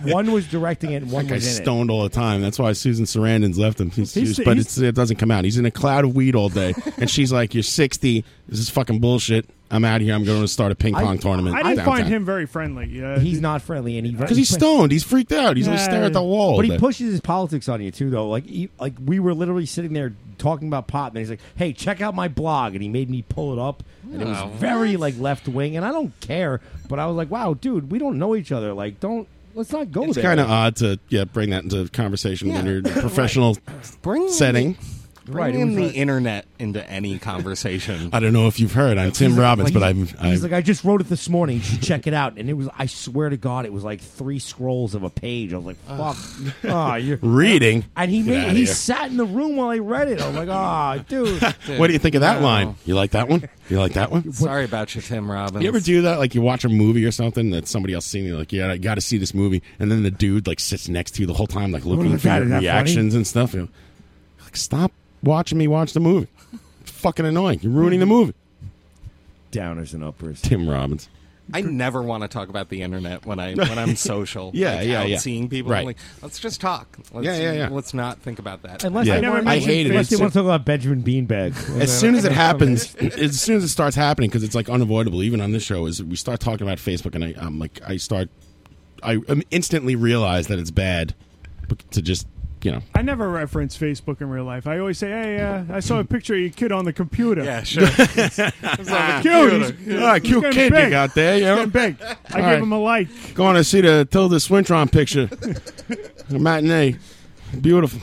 [SPEAKER 7] one was directing it. and One
[SPEAKER 5] That guy's
[SPEAKER 7] was in
[SPEAKER 5] stoned all the time. That's why Susan Sarandon's left him. He's,
[SPEAKER 7] He's-
[SPEAKER 5] he's- but
[SPEAKER 7] he's-
[SPEAKER 5] it's, it doesn't come out. He's in a cloud of weed all day, and she's like, "You're 60. This is fucking bullshit. I'm out of here. I'm going to start a ping pong tournament."
[SPEAKER 11] I didn't find
[SPEAKER 5] downtown."
[SPEAKER 11] him very friendly. Uh,
[SPEAKER 7] it. He's not friendly, and he
[SPEAKER 5] because he's stoned. He's freaked out. He's like
[SPEAKER 7] Yeah,
[SPEAKER 5] staring at the wall.
[SPEAKER 7] But he
[SPEAKER 5] all day.
[SPEAKER 7] pushes his politics on you too, though. Like, he, like we were literally sitting there talking about pot, and he's like, "Hey, check out my blog," and he made me pull it up, and it was
[SPEAKER 9] Oh,
[SPEAKER 7] very like left wing, and I don't care. But I was like, "Wow, dude, we don't know each other. Like, don't let's not go
[SPEAKER 5] It's
[SPEAKER 7] there."
[SPEAKER 5] kind of odd to yeah bring that into conversation when you're in a professional
[SPEAKER 9] Bring
[SPEAKER 5] setting.
[SPEAKER 9] Bring
[SPEAKER 7] Right, it
[SPEAKER 9] in the
[SPEAKER 7] was like-
[SPEAKER 9] internet into any conversation.
[SPEAKER 5] I don't know if you've heard. I'm Tim
[SPEAKER 7] He's like-
[SPEAKER 5] Robbins,
[SPEAKER 7] like,
[SPEAKER 5] but I'm.
[SPEAKER 7] he's-
[SPEAKER 5] I'm
[SPEAKER 7] He's like, I just wrote it this morning. You should check it out. And it was, I swear to God, it was like three scrolls of a page. I was like, fuck. Ah, you're
[SPEAKER 5] reading.
[SPEAKER 7] And he
[SPEAKER 5] Get
[SPEAKER 7] made,
[SPEAKER 5] out of
[SPEAKER 7] he
[SPEAKER 5] here.
[SPEAKER 7] sat in the room while I read it. I was like, ah, dude.
[SPEAKER 5] <laughs> What do you think of that
[SPEAKER 9] Uh,
[SPEAKER 5] line? You like that one? You like
[SPEAKER 11] <laughs>
[SPEAKER 5] that one?
[SPEAKER 9] Sorry about you, Tim Robbins.
[SPEAKER 5] You ever do that? Like you watch a movie or something that somebody else seen, you're like, yeah, I got to see this movie, and then the dude like sits next to you the whole time, like looking
[SPEAKER 7] look
[SPEAKER 5] for
[SPEAKER 7] at
[SPEAKER 5] your
[SPEAKER 7] it, that funny?
[SPEAKER 5] reactions and stuff. You're like, stop watching me watch the movie. It's fucking annoying. You're ruining the movie.
[SPEAKER 7] Downers and uppers.
[SPEAKER 5] Tim Robbins.
[SPEAKER 9] I never want to talk about the internet when I
[SPEAKER 5] <laughs>
[SPEAKER 9] when I'm social.
[SPEAKER 5] Yeah,
[SPEAKER 9] like,
[SPEAKER 5] yeah,
[SPEAKER 9] out
[SPEAKER 5] yeah.
[SPEAKER 9] Seeing people,
[SPEAKER 5] Right.
[SPEAKER 9] I'm like let's just talk. Let's,
[SPEAKER 5] Yeah, yeah, yeah.
[SPEAKER 9] Let's not think about that.
[SPEAKER 5] Unless Yeah. they want- I hate it.
[SPEAKER 7] Unless they
[SPEAKER 5] It's-
[SPEAKER 7] want to talk about Benjamin Beanbag.
[SPEAKER 5] As soon <laughs>
[SPEAKER 7] <laughs>
[SPEAKER 5] as it happens, as soon as it starts happening, because it's like unavoidable, even on this show, is we start talking about Facebook, and I, I'm like, I start, I um, instantly realize that it's bad to just, you know,
[SPEAKER 11] I never reference Facebook in real life. I always say, "Hey, uh, I saw a picture of your kid on the computer." Yeah, <laughs>
[SPEAKER 9] sure.
[SPEAKER 5] <laughs>
[SPEAKER 11] cute. He's- Ah,
[SPEAKER 5] Ah,
[SPEAKER 11] he's
[SPEAKER 5] cute
[SPEAKER 11] getting
[SPEAKER 5] kid you
[SPEAKER 11] big.
[SPEAKER 5] got there. You
[SPEAKER 11] He's
[SPEAKER 5] know?
[SPEAKER 11] getting big. I
[SPEAKER 5] All
[SPEAKER 11] gave
[SPEAKER 5] right.
[SPEAKER 11] him a like.
[SPEAKER 5] Going to see the Tilda Swintron picture, the matinee, beautiful.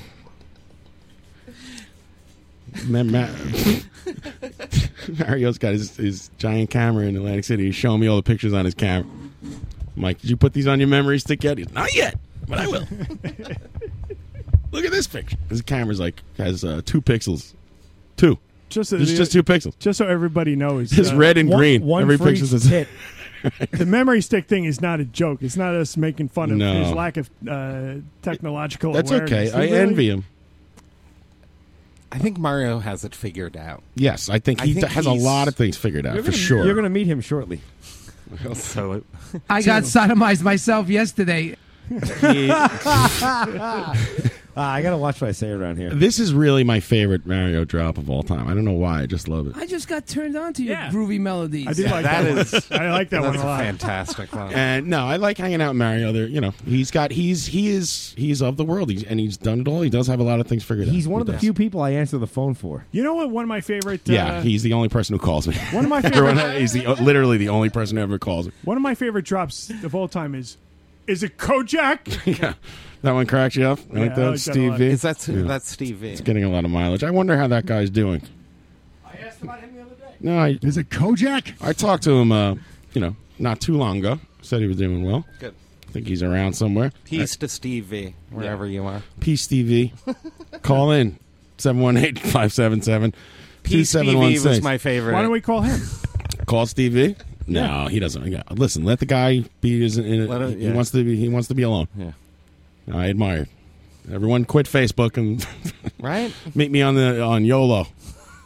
[SPEAKER 5] Man, Ma- <laughs> Mario's got his, his giant camera in Atlantic City. He's showing me all the pictures on his camera. I'm like, did you put these on your memory stick yet? He's, Not yet, but
[SPEAKER 15] <laughs>
[SPEAKER 5] I will. Look at this picture. His camera's like has uh, two pixels, two.
[SPEAKER 11] Just
[SPEAKER 5] There's just two pixels.
[SPEAKER 11] Just so everybody knows, uh,
[SPEAKER 5] Just red and
[SPEAKER 11] one-
[SPEAKER 5] green.
[SPEAKER 11] One
[SPEAKER 5] Every
[SPEAKER 11] for
[SPEAKER 5] picture's
[SPEAKER 11] each
[SPEAKER 5] a-
[SPEAKER 11] hit.
[SPEAKER 5] <laughs>
[SPEAKER 11] the memory stick thing is not a joke. It's not us making fun of
[SPEAKER 5] No.
[SPEAKER 11] his lack of uh, technological.
[SPEAKER 5] That's okay.
[SPEAKER 11] awareness.
[SPEAKER 5] I
[SPEAKER 11] He really-
[SPEAKER 5] envy him.
[SPEAKER 9] I think Mario has it figured out.
[SPEAKER 5] Yes, I think
[SPEAKER 9] I
[SPEAKER 5] he
[SPEAKER 9] think
[SPEAKER 5] has a
[SPEAKER 9] he's-
[SPEAKER 5] lot of things figured out
[SPEAKER 9] You're
[SPEAKER 5] for
[SPEAKER 9] gonna-
[SPEAKER 5] sure.
[SPEAKER 7] You're going to meet him shortly.
[SPEAKER 9] so it,
[SPEAKER 4] I got sodomized myself
[SPEAKER 11] <laughs>
[SPEAKER 4] yesterday. <laughs>
[SPEAKER 7] Ah, I got to watch what I say around here.
[SPEAKER 5] This is really my favorite Mario drop of all time. I don't know why. I just love it.
[SPEAKER 4] I just got turned on to your groovy melodies.
[SPEAKER 11] I did like that, one. <laughs> I like that one
[SPEAKER 9] that's
[SPEAKER 11] a lot.
[SPEAKER 9] fantastic. Wow.
[SPEAKER 5] Uh, <laughs> And no, I like hanging out with Mario. There, you know, he's got he's he is he's of the world. He's and he's done it all. He does have a lot of things figured out.
[SPEAKER 7] He's one of
[SPEAKER 5] He
[SPEAKER 7] the
[SPEAKER 5] does.
[SPEAKER 7] few people I answer the phone for.
[SPEAKER 11] You know what? One of my favorite. Uh,
[SPEAKER 5] Yeah, he's the only person who calls me.
[SPEAKER 11] One
[SPEAKER 5] <laughs>
[SPEAKER 11] of my
[SPEAKER 5] Everyone-
[SPEAKER 11] favorite-
[SPEAKER 5] He's the uh, literally the only person who ever calls me.
[SPEAKER 11] one of my favorite drops of all time is. Is it Kojak?
[SPEAKER 5] <laughs> yeah, that one cracks you up. I
[SPEAKER 11] Yeah,
[SPEAKER 5] like that,
[SPEAKER 11] I like that a
[SPEAKER 5] Steve
[SPEAKER 11] lot.
[SPEAKER 5] V.
[SPEAKER 11] Is
[SPEAKER 9] that-
[SPEAKER 5] Yeah.
[SPEAKER 9] that's Steve V.
[SPEAKER 5] It's getting a lot of mileage. I wonder how that guy's doing. No, I, is it Kojak? I talked to him, uh, you know, not too long ago. Said he was doing well.
[SPEAKER 9] Good.
[SPEAKER 5] I think he's around somewhere.
[SPEAKER 9] Peace to Steve V, wherever you are.
[SPEAKER 5] Peace
[SPEAKER 9] <laughs>
[SPEAKER 5] TV. Call in 718-577-2716.
[SPEAKER 9] Peace TV was my favorite.
[SPEAKER 11] Why don't we call him?
[SPEAKER 5] Call Steve V? No, he doesn't. Yeah. Listen, let the guy be his, in
[SPEAKER 9] Let him-
[SPEAKER 5] he
[SPEAKER 9] yeah.
[SPEAKER 5] wants to be he wants to be alone.
[SPEAKER 9] Yeah.
[SPEAKER 5] I admire. it. Everyone quit Facebook and
[SPEAKER 9] right?
[SPEAKER 5] <laughs> Meet me on the on YOLO.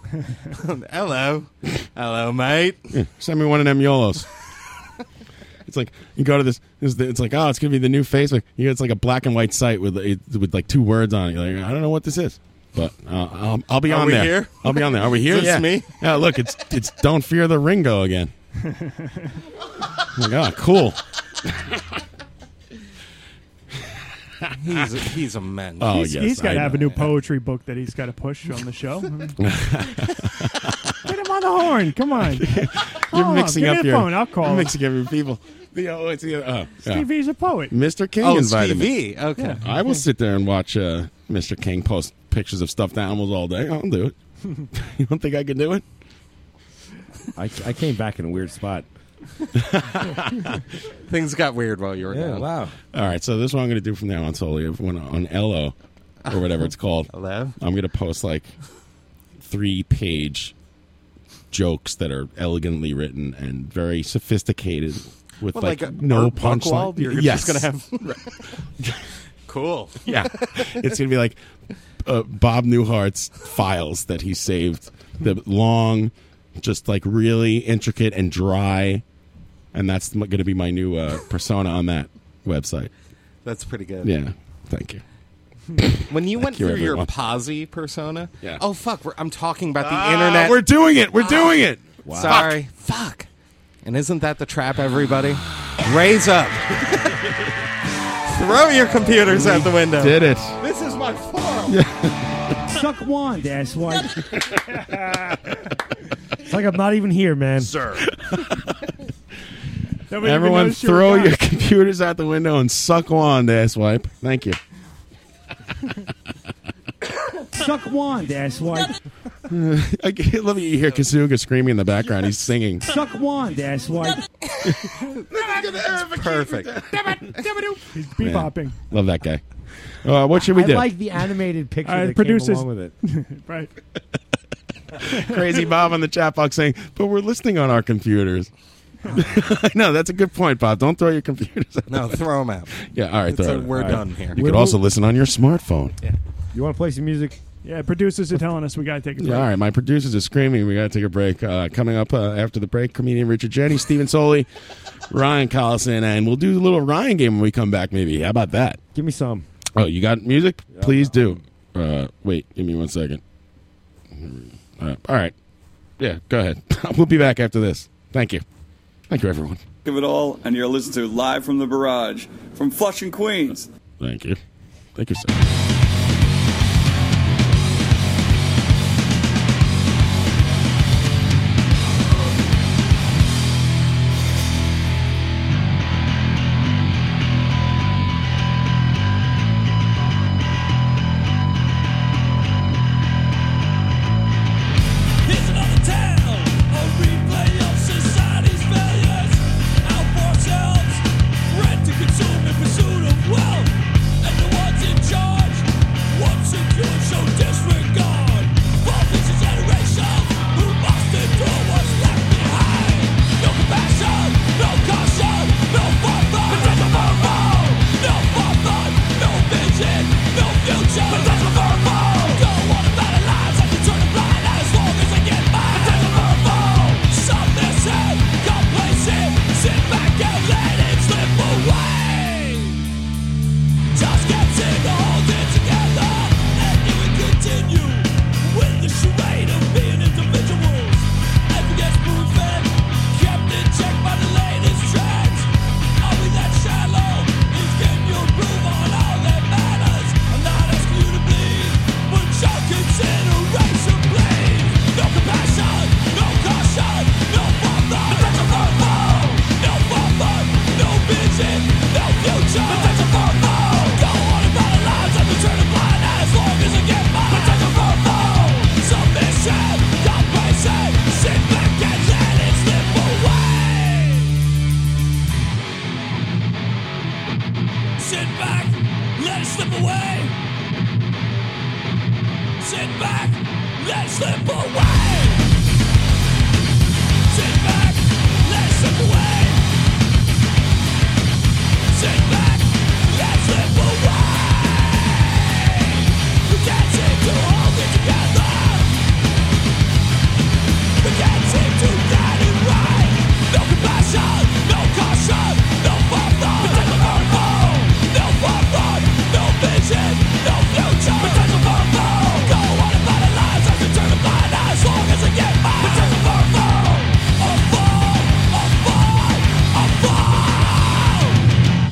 [SPEAKER 9] <laughs> Hello. Hello, mate.
[SPEAKER 5] Yeah, send me one of them YOLOs. it's like you go to this. this- It's like oh, it's gonna be the new Facebook. You know, it's like a black and white site with it- with like two words on it. You're like I don't know what this is, but uh, I'll, I'll be
[SPEAKER 9] Are
[SPEAKER 5] on
[SPEAKER 9] we
[SPEAKER 5] there.
[SPEAKER 9] here?
[SPEAKER 5] I'll be on there. Are we here?
[SPEAKER 9] Is this
[SPEAKER 5] yeah.
[SPEAKER 9] me?
[SPEAKER 5] Yeah. Look, it's it's don't fear the Ringo again. I'm like, oh, cool.
[SPEAKER 9] He's he's immense.
[SPEAKER 5] <laughs> Oh,
[SPEAKER 11] he's,
[SPEAKER 5] yes,
[SPEAKER 11] he's got
[SPEAKER 5] I
[SPEAKER 11] to have a
[SPEAKER 5] know.
[SPEAKER 11] new poetry book that he's got to push on the
[SPEAKER 5] <laughs>
[SPEAKER 11] show. Get him on the horn. Come on. You're
[SPEAKER 5] <laughs> You're mixing
[SPEAKER 11] give me
[SPEAKER 5] up
[SPEAKER 11] the
[SPEAKER 5] your
[SPEAKER 11] phone. I'll call
[SPEAKER 5] You're
[SPEAKER 11] him.
[SPEAKER 5] mixing up your people. The oh, it's the oh, yeah.
[SPEAKER 11] Steve V's a poet.
[SPEAKER 5] Mr. King
[SPEAKER 9] Oh,
[SPEAKER 5] invited
[SPEAKER 9] Steve
[SPEAKER 5] me.
[SPEAKER 9] V. Okay. Yeah.
[SPEAKER 5] I will sit there and watch uh, Mr. King post pictures of stuffed animals all day. I'll do it. <laughs> you don't think I can do it?
[SPEAKER 7] I, I came back in a weird
[SPEAKER 9] <laughs>
[SPEAKER 7] spot.
[SPEAKER 9] Things got weird while you were
[SPEAKER 7] Yeah,
[SPEAKER 9] gone.
[SPEAKER 7] wow.
[SPEAKER 5] All right, so this is what I'm going to do from now on solely. If when on Elo or whatever it's
[SPEAKER 9] <laughs>
[SPEAKER 5] called,
[SPEAKER 9] Hello?
[SPEAKER 5] I'm going to post like three page jokes that are elegantly written and very sophisticated with
[SPEAKER 9] What,
[SPEAKER 5] like,
[SPEAKER 9] like a
[SPEAKER 5] no
[SPEAKER 9] Art
[SPEAKER 5] punchline.
[SPEAKER 9] Buchwald? You're
[SPEAKER 5] yes.
[SPEAKER 9] just gonna have- <laughs> Cool.
[SPEAKER 5] Yeah. <laughs> it's going to be like uh, Bob Newhart's files that he saved. The long, just like really intricate and dry. And that's going to be my new uh, persona on that website.
[SPEAKER 9] That's pretty good.
[SPEAKER 5] Yeah. Thank you.
[SPEAKER 9] When you went
[SPEAKER 5] you,
[SPEAKER 9] through your
[SPEAKER 5] everyone.
[SPEAKER 9] posy persona,
[SPEAKER 5] Yeah.
[SPEAKER 9] oh fuck, we're, I'm talking about the
[SPEAKER 5] Ah,
[SPEAKER 9] internet.
[SPEAKER 5] we're doing it. We're
[SPEAKER 9] Ah,
[SPEAKER 5] doing it. Wow.
[SPEAKER 9] Sorry, fuck. And isn't that the trap, everybody? Raise
[SPEAKER 5] <laughs>
[SPEAKER 9] up. Throw your computers out the window.
[SPEAKER 5] Did it.
[SPEAKER 9] This is my forum.
[SPEAKER 5] <laughs>
[SPEAKER 7] <laughs> Suck wand, asswipe. it's like I'm not even here, man. <laughs>
[SPEAKER 5] Sir.
[SPEAKER 11] Nobody even
[SPEAKER 5] Everyone,
[SPEAKER 11] noticed you were
[SPEAKER 5] throw
[SPEAKER 11] gone.
[SPEAKER 5] your
[SPEAKER 7] <laughs>
[SPEAKER 5] computers out the window and suck on the asswipe. Thank you. <laughs>
[SPEAKER 7] Suck wand, asswipe.
[SPEAKER 5] I can't- Let me hear Kasuga screaming in the background. He's singing.
[SPEAKER 7] Suck wand, asswipe. <laughs>
[SPEAKER 5] Perfect.
[SPEAKER 11] He's bebopping.
[SPEAKER 5] Love that guy. Uh, what should we
[SPEAKER 7] I
[SPEAKER 5] do?
[SPEAKER 7] like the animated picture
[SPEAKER 11] All right,
[SPEAKER 7] that
[SPEAKER 11] producers.
[SPEAKER 7] came along with it.
[SPEAKER 11] <laughs> right.
[SPEAKER 5] <laughs> Crazy Bob on the chat box saying, "But we're listening on our computers." <laughs> I know that's a good point, Bob. Don't throw your <laughs> <laughs> computers. Out.
[SPEAKER 9] No, throw them out.
[SPEAKER 5] Yeah, all right.
[SPEAKER 9] It's
[SPEAKER 5] throw
[SPEAKER 9] a-
[SPEAKER 5] it.
[SPEAKER 9] we're
[SPEAKER 5] All right.
[SPEAKER 9] done here.
[SPEAKER 5] You
[SPEAKER 7] We're-
[SPEAKER 5] could also listen on your smartphone.
[SPEAKER 7] You want to play some music?
[SPEAKER 11] Yeah, producers are telling us we got to take a break.
[SPEAKER 5] Yeah, all right, my producers are screaming. We got to take a break. Uh, coming up uh, after the break, comedian Richard Jenny, Steven Soli, Ryan Collison, and we'll do a little Ryan game when we come back. Maybe how about that?
[SPEAKER 7] Give me some.
[SPEAKER 5] Oh, you got music? Please do. Uh, wait, give me one second. Uh, all right. Yeah, go ahead. <laughs> we'll be back after this. Thank you. Thank you, everyone.
[SPEAKER 18] Give it all, and you're listening to Live from the Barrage from Flushing, Queens.
[SPEAKER 5] Thank you. Thank you, sir.
[SPEAKER 15] Here's another tale, a replay of society's failures. Out for ourselves, bred to consume in pursuit of wealth. And the ones in charge, once secure, show disregard. For future generations who must endure what's left behind. No compassion, no caution, no forethought. But that's a verbal. No forethought, no vision, no future. But that's a verbal. Go on about our lives, I can turn a blind eye as long as I get by. But that's a verbal. Submissive, complacent, sit back and let it slip away. Just get sick of holding together, and you will continue with the charade of being individuals. Every gets spoon fed, kept in check by the latest trends. Are we that shallow? Is can you prove on all that matters? I'm not asking you to bleed, but show consideration, please. No compassion, no caution, no father. But that's a verbal. No father, no vision, no future. But that's a verbal. Go on about our lives, I'm turn a blind eye as long as I get mine. But that's a verbal. Submission, compassion, sit back and let it slip away. Sit back, let it slip away. Sit back, let it slip away. Sit back, let it slip away. Sit back, let it slip away. We can't seem to hold it together. We can't seem to get it right. No compassion, no caution, no father. But that's a verbal. No father, no vision, no future. But that's a verbal. Go on about our lives, I can turn a blind eye as long as I get mine. But that's a verbal. A fall, a fall, a fall.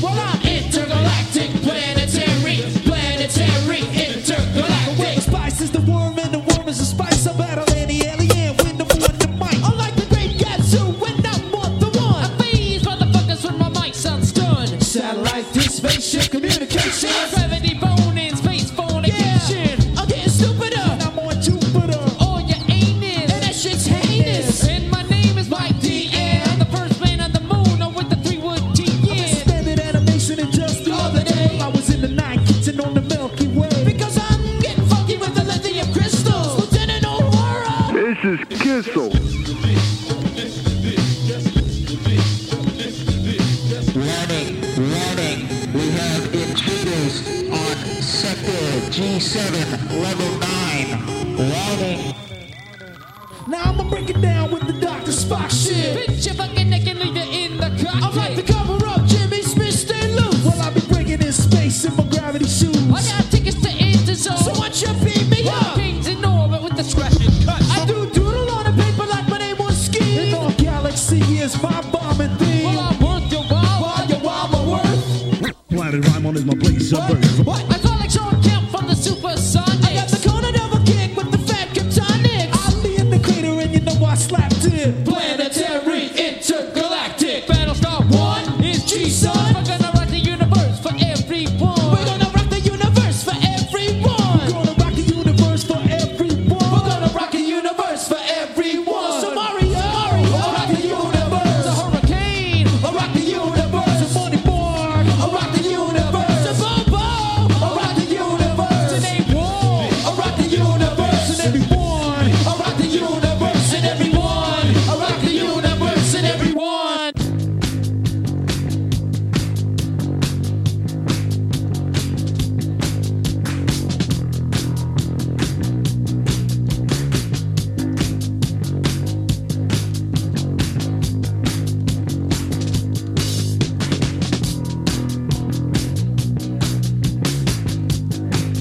[SPEAKER 15] Well, I'm intergalactic, planetary, planetary, intergalactic. Wing spice is the worm, and the worm is the spice. I battle any alien, win the one the mic. I like the great Gatsu, when I'm more the one. I these motherfuckers with my mic sounds done. Satellite, this spaceship communication. Gravity bone in space fornication. I'm getting stupider. And I'm on Jupiter. All your anus. And that shit's heinous. And my name is Mike D. And I'm the first man on the moon. I'm with the three wood teeth. Yeah. standing animation and just the other day. I was in the night kitchen on the Milky Way. Because I'm getting funky with the lithium crystals. Lieutenant O'Hara.
[SPEAKER 19] This is Kissel.
[SPEAKER 15] Warning, warning, we have intruders on sector G7, level 9. Warning. Now I'ma break it down with the Dr. Spock shit. Bitch, if I can, I can lead it in the cockpit. I like to cover up Jimmy Smith, stay loose. Well, I be breaking in space in my gravity shoes. I got tickets to end the zone. So what you beat me up? Kings in orbit with the scratch and cut. I do doodle on a paper like my name was Ski. In all galaxies.
[SPEAKER 19] see is my bombing theme. Well, I'm worth your while, while your while my worth.
[SPEAKER 20] Planet Rhyme on is my blaze of birth.
[SPEAKER 19] What? I thought I saw a jump from the supersonics. I got the corner of a kick with the fat kryptonics. I in the crater and you know I slapped it. Planetary intergalactic. Battlestar 1 is G-Sun. We're gonna rock the universe for everyone. We're gonna rock the universe for everyone. We're gonna rock the universe for everyone. We're gonna rock the universe for everyone. So Mario, Mario, rock the universe. A hurricane, I rock the universe. A funny board, I rock the universe. A bobo, I rock the universe. An eight wall, I rock the universe. And everyone, I rock the universe. And everyone, I rock the universe. And everyone.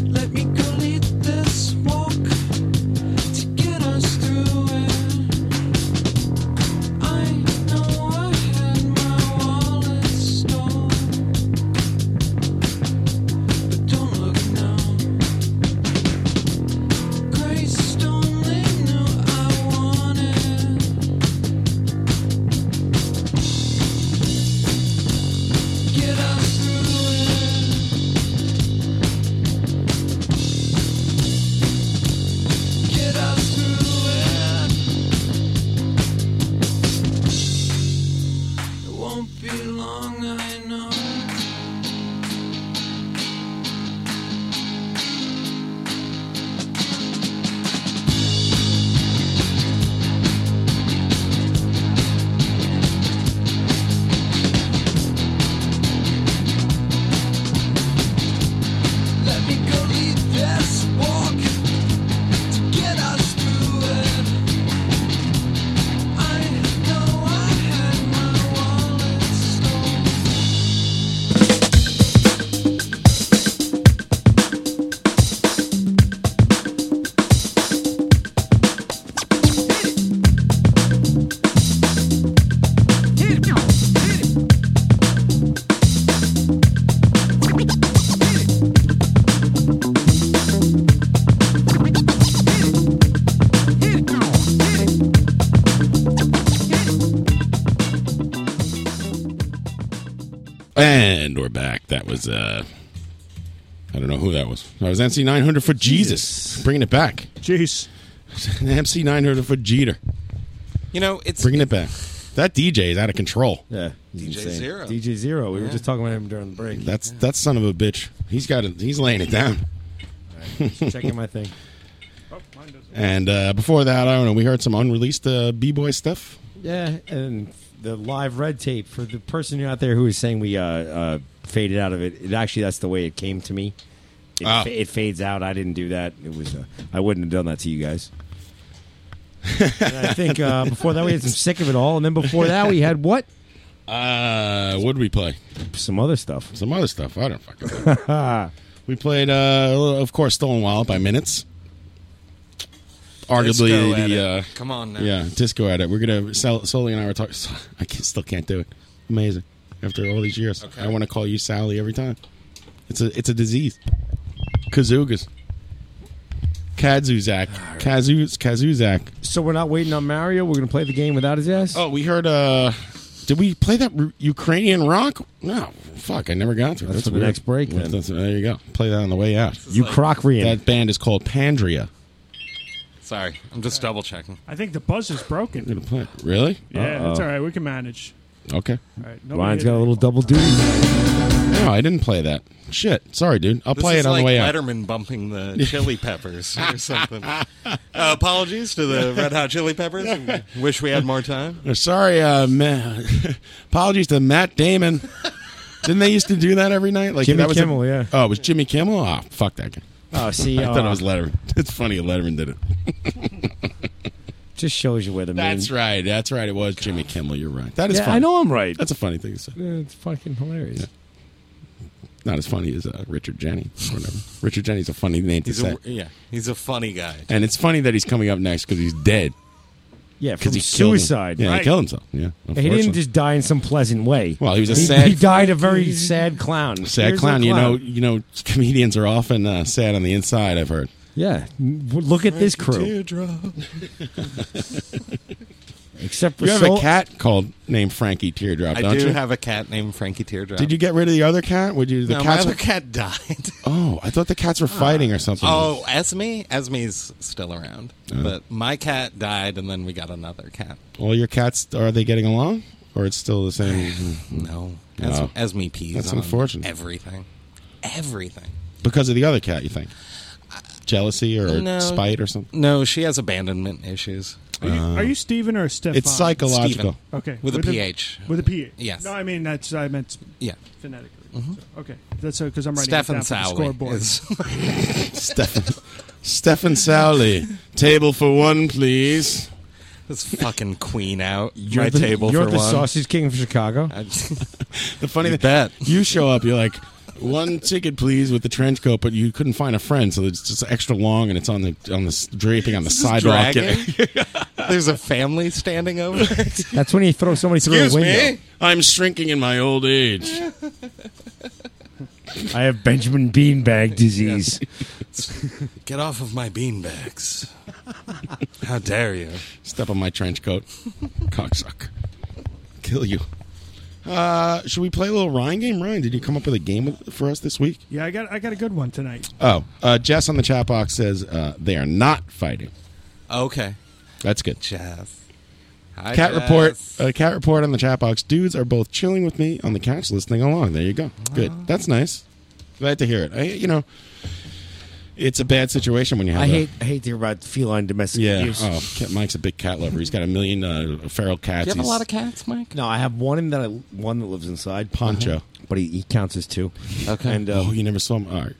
[SPEAKER 19] Let me complete this walk to get us through it. I know I had my wallet stolen, but don't look now. Grace only knew I wanted. Get us through it. Get us through it. It won't be long, I know. Let me go lead this walk to get us through it. I know I had my wallet stolen.
[SPEAKER 5] And we're back. That was uh I don't know who that was. That was MC nine hundred for Jesus. Bringing it back. <laughs>
[SPEAKER 11] Jeez.
[SPEAKER 5] MC nine hundred for Jeter.
[SPEAKER 9] You know, it's
[SPEAKER 5] Bringing it back. That DJ is out of control.
[SPEAKER 7] Yeah.
[SPEAKER 9] DJ Zero.
[SPEAKER 7] DJ Zero. We were
[SPEAKER 9] Yeah.
[SPEAKER 7] just talking about him during the break.
[SPEAKER 5] That's that son of a bitch. He's got it. He's laying it down.
[SPEAKER 7] checking my thing.
[SPEAKER 5] And uh, before that, I don't know. We heard some unreleased uh, b boy stuff.
[SPEAKER 7] Yeah, and the live red tape for the person out there who is saying we uh, uh, faded out of it. It actually that's the way it came to me. It,
[SPEAKER 5] Ah.
[SPEAKER 7] fa- it fades out. I didn't do that. It was uh, I wouldn't have done that to you
[SPEAKER 5] <laughs>
[SPEAKER 7] guys. And I think uh, before that we had some sick of it all, Oh, and then before
[SPEAKER 5] <laughs>
[SPEAKER 7] that we had what?
[SPEAKER 5] Uh, what did we play?
[SPEAKER 7] Some other stuff.
[SPEAKER 5] Some other stuff. I don't fucking.
[SPEAKER 7] <laughs>
[SPEAKER 5] know. we played, uh, of course, Stolen Wild by minutes. Arguably
[SPEAKER 9] Disco
[SPEAKER 5] the
[SPEAKER 9] Edit.
[SPEAKER 5] uh,
[SPEAKER 9] Come on now.
[SPEAKER 5] yeah disco at it. We're gonna Sol- Soli and I were talking. <laughs> I can, still can't do it. Amazing. After all these years, I want to call you Sally every time. It's a it's a disease. Kazoogas. Kazuzak. Kazuz Kazuzak.
[SPEAKER 7] So we're not waiting on Mario. We're gonna play the game without his ass.
[SPEAKER 5] Oh, we heard. uh Did we play that Ru- Ukrainian rock? No, fuck, I never got to. it.
[SPEAKER 7] That's for the
[SPEAKER 5] weird.
[SPEAKER 7] next break,
[SPEAKER 5] Well,
[SPEAKER 7] then.
[SPEAKER 5] that's- there you go. Play that on the way out.
[SPEAKER 7] You Crockery.
[SPEAKER 5] That band is called Pandria.
[SPEAKER 9] Sorry, I'm just double checking.
[SPEAKER 11] I think the buzz is broken.
[SPEAKER 5] Gonna play it. Really?
[SPEAKER 11] Yeah, that's all right. We can manage.
[SPEAKER 5] Okay.
[SPEAKER 11] All right, nobody
[SPEAKER 7] Ryan's
[SPEAKER 11] hit
[SPEAKER 7] got a little double duty.
[SPEAKER 5] No, I didn't play that. Shit. Sorry, dude. I'll
[SPEAKER 9] This
[SPEAKER 5] play it
[SPEAKER 9] is
[SPEAKER 5] on
[SPEAKER 9] like
[SPEAKER 5] the way out.
[SPEAKER 9] Letterman bumping the
[SPEAKER 5] <laughs>
[SPEAKER 9] Chili Peppers or something. Uh, apologies to the Red Hot
[SPEAKER 5] <laughs>
[SPEAKER 9] Chili Peppers. Wish we had more time.
[SPEAKER 5] Sorry, uh, ma- <laughs> apologies to Matt Damon.
[SPEAKER 11] <laughs>
[SPEAKER 5] Didn't they used to do that every night? Like
[SPEAKER 7] Jimmy
[SPEAKER 5] that was a-
[SPEAKER 7] Kimmel, yeah.
[SPEAKER 5] Oh, it was Jimmy Kimmel. Ah, fuck that guy.
[SPEAKER 7] Oh, see,
[SPEAKER 5] I thought
[SPEAKER 7] uh,
[SPEAKER 5] it was Letterman. <laughs> It's funny Letterman did it.
[SPEAKER 7] <laughs> Just shows you where the
[SPEAKER 5] That's right. That's right. It was Jimmy Kimmel. You're right. That is.
[SPEAKER 7] Yeah,
[SPEAKER 5] funny.
[SPEAKER 7] I know I'm right.
[SPEAKER 5] That's a funny thing to say.
[SPEAKER 7] Yeah, it's fucking hilarious.
[SPEAKER 5] Not as funny as uh, Richard Jenny or whatever. Richard Jenny's a funny name to
[SPEAKER 9] He's
[SPEAKER 5] say.
[SPEAKER 9] a, yeah, he's a funny guy.
[SPEAKER 5] and it's funny that he's coming up next because he's dead.
[SPEAKER 7] Yeah,
[SPEAKER 5] he
[SPEAKER 7] from
[SPEAKER 5] killed him-
[SPEAKER 7] suicide.
[SPEAKER 5] Yeah,
[SPEAKER 7] right.
[SPEAKER 5] he killed himself. Yeah,
[SPEAKER 7] And he didn't
[SPEAKER 5] unfortunately.
[SPEAKER 7] just die in some pleasant way.
[SPEAKER 5] Well, he was a
[SPEAKER 7] he,
[SPEAKER 5] sad-
[SPEAKER 7] He died a very sad clown.
[SPEAKER 5] sad
[SPEAKER 7] Here's a
[SPEAKER 5] clown. You know, you know, comedians are often uh, sad on the inside. I've heard.
[SPEAKER 7] Yeah, m- w- look at this crew. Except for
[SPEAKER 5] You have
[SPEAKER 7] Sol-
[SPEAKER 5] a cat called named Frankie Teardrop,
[SPEAKER 9] I
[SPEAKER 5] don't
[SPEAKER 9] do
[SPEAKER 5] you?
[SPEAKER 9] have a cat named Frankie Teardrop.
[SPEAKER 5] Did you get rid of the other cat? Would you? The
[SPEAKER 9] No, my
[SPEAKER 5] cats
[SPEAKER 9] other
[SPEAKER 5] were-
[SPEAKER 9] cat died.
[SPEAKER 5] <laughs> Oh, I thought the cats were fighting or something.
[SPEAKER 9] Oh, Esme? Esme's still around.
[SPEAKER 5] Oh.
[SPEAKER 9] But my cat died, and then we got another cat.
[SPEAKER 5] All your cats are they getting along, or it's still the same?
[SPEAKER 9] <sighs> no, As,
[SPEAKER 5] no.
[SPEAKER 9] Esme pees
[SPEAKER 5] Oh. That's
[SPEAKER 9] on
[SPEAKER 5] unfortunate.
[SPEAKER 9] everything. Everything.
[SPEAKER 5] Because of the other cat, you think? Jealousy or
[SPEAKER 9] No.
[SPEAKER 5] spite or
[SPEAKER 9] <laughs>
[SPEAKER 5] something?
[SPEAKER 9] No, she has abandonment issues.
[SPEAKER 11] Are you, are you Steven or Stefan?
[SPEAKER 5] Uh, It's psychological.
[SPEAKER 9] Steven.
[SPEAKER 11] Okay,
[SPEAKER 9] With a PH.
[SPEAKER 11] With a PH.
[SPEAKER 9] Yes.
[SPEAKER 11] No, I mean that's I meant
[SPEAKER 9] yeah
[SPEAKER 11] phonetically. So, okay, that's because I'm writing it
[SPEAKER 9] Stefan
[SPEAKER 11] down for the
[SPEAKER 9] Saue
[SPEAKER 11] scoreboard.
[SPEAKER 9] is-
[SPEAKER 11] <laughs>
[SPEAKER 5] Stefan, Stefan Sowley, table for one, please.
[SPEAKER 9] This fucking queen out.
[SPEAKER 5] You're
[SPEAKER 9] my
[SPEAKER 5] the-
[SPEAKER 9] table
[SPEAKER 5] you're
[SPEAKER 9] for
[SPEAKER 5] the
[SPEAKER 9] one.
[SPEAKER 5] sausage
[SPEAKER 7] king of
[SPEAKER 5] <laughs>
[SPEAKER 7] Chicago.
[SPEAKER 5] the funny thing, you show up, you're like, one ticket, please, with the trench coat, but you couldn't find a friend, so it's just extra long, and it's on the on the s- draping on the
[SPEAKER 9] This is
[SPEAKER 5] sidewalk.
[SPEAKER 9] dragging. <laughs> There's a family standing over. it.
[SPEAKER 7] That's when you throw somebody through a window.
[SPEAKER 5] I'm shrinking in my old age. <laughs>
[SPEAKER 7] I have Benjamin Beanbag <laughs> disease.
[SPEAKER 9] <laughs> Get off of my beanbags. How dare you?
[SPEAKER 5] Step on my trench coat, cocksuck. Kill you. Uh, should we play a little Ryan game? Ryan, did you come up with a game with- for us this week?
[SPEAKER 11] Yeah, I got I got a good one tonight.
[SPEAKER 5] Oh, uh, Jess on the chat box says uh, they are not fighting.
[SPEAKER 9] Okay.
[SPEAKER 5] That's good.
[SPEAKER 9] Jeff. Hi,
[SPEAKER 5] cat
[SPEAKER 9] Jeff.
[SPEAKER 5] report. Uh, cat report on the chat box. Dudes are both chilling with me on the couch, listening along. There you go. Good.
[SPEAKER 7] Oh.
[SPEAKER 5] That's nice. Glad to hear it. I, you know, it's a bad situation when you have.
[SPEAKER 7] I
[SPEAKER 5] a-
[SPEAKER 7] hate I hate to hear about feline domestic
[SPEAKER 5] Yeah.
[SPEAKER 7] abuse.
[SPEAKER 5] Oh, Cat- Mike's a big cat lover. He's got a million uh, feral cats. He's-
[SPEAKER 9] cats, Mike?
[SPEAKER 7] No, I have one that I, one that lives inside
[SPEAKER 5] Poncho.
[SPEAKER 7] but he, he counts as two. Okay. And uh,
[SPEAKER 5] oh, you never saw him. All right.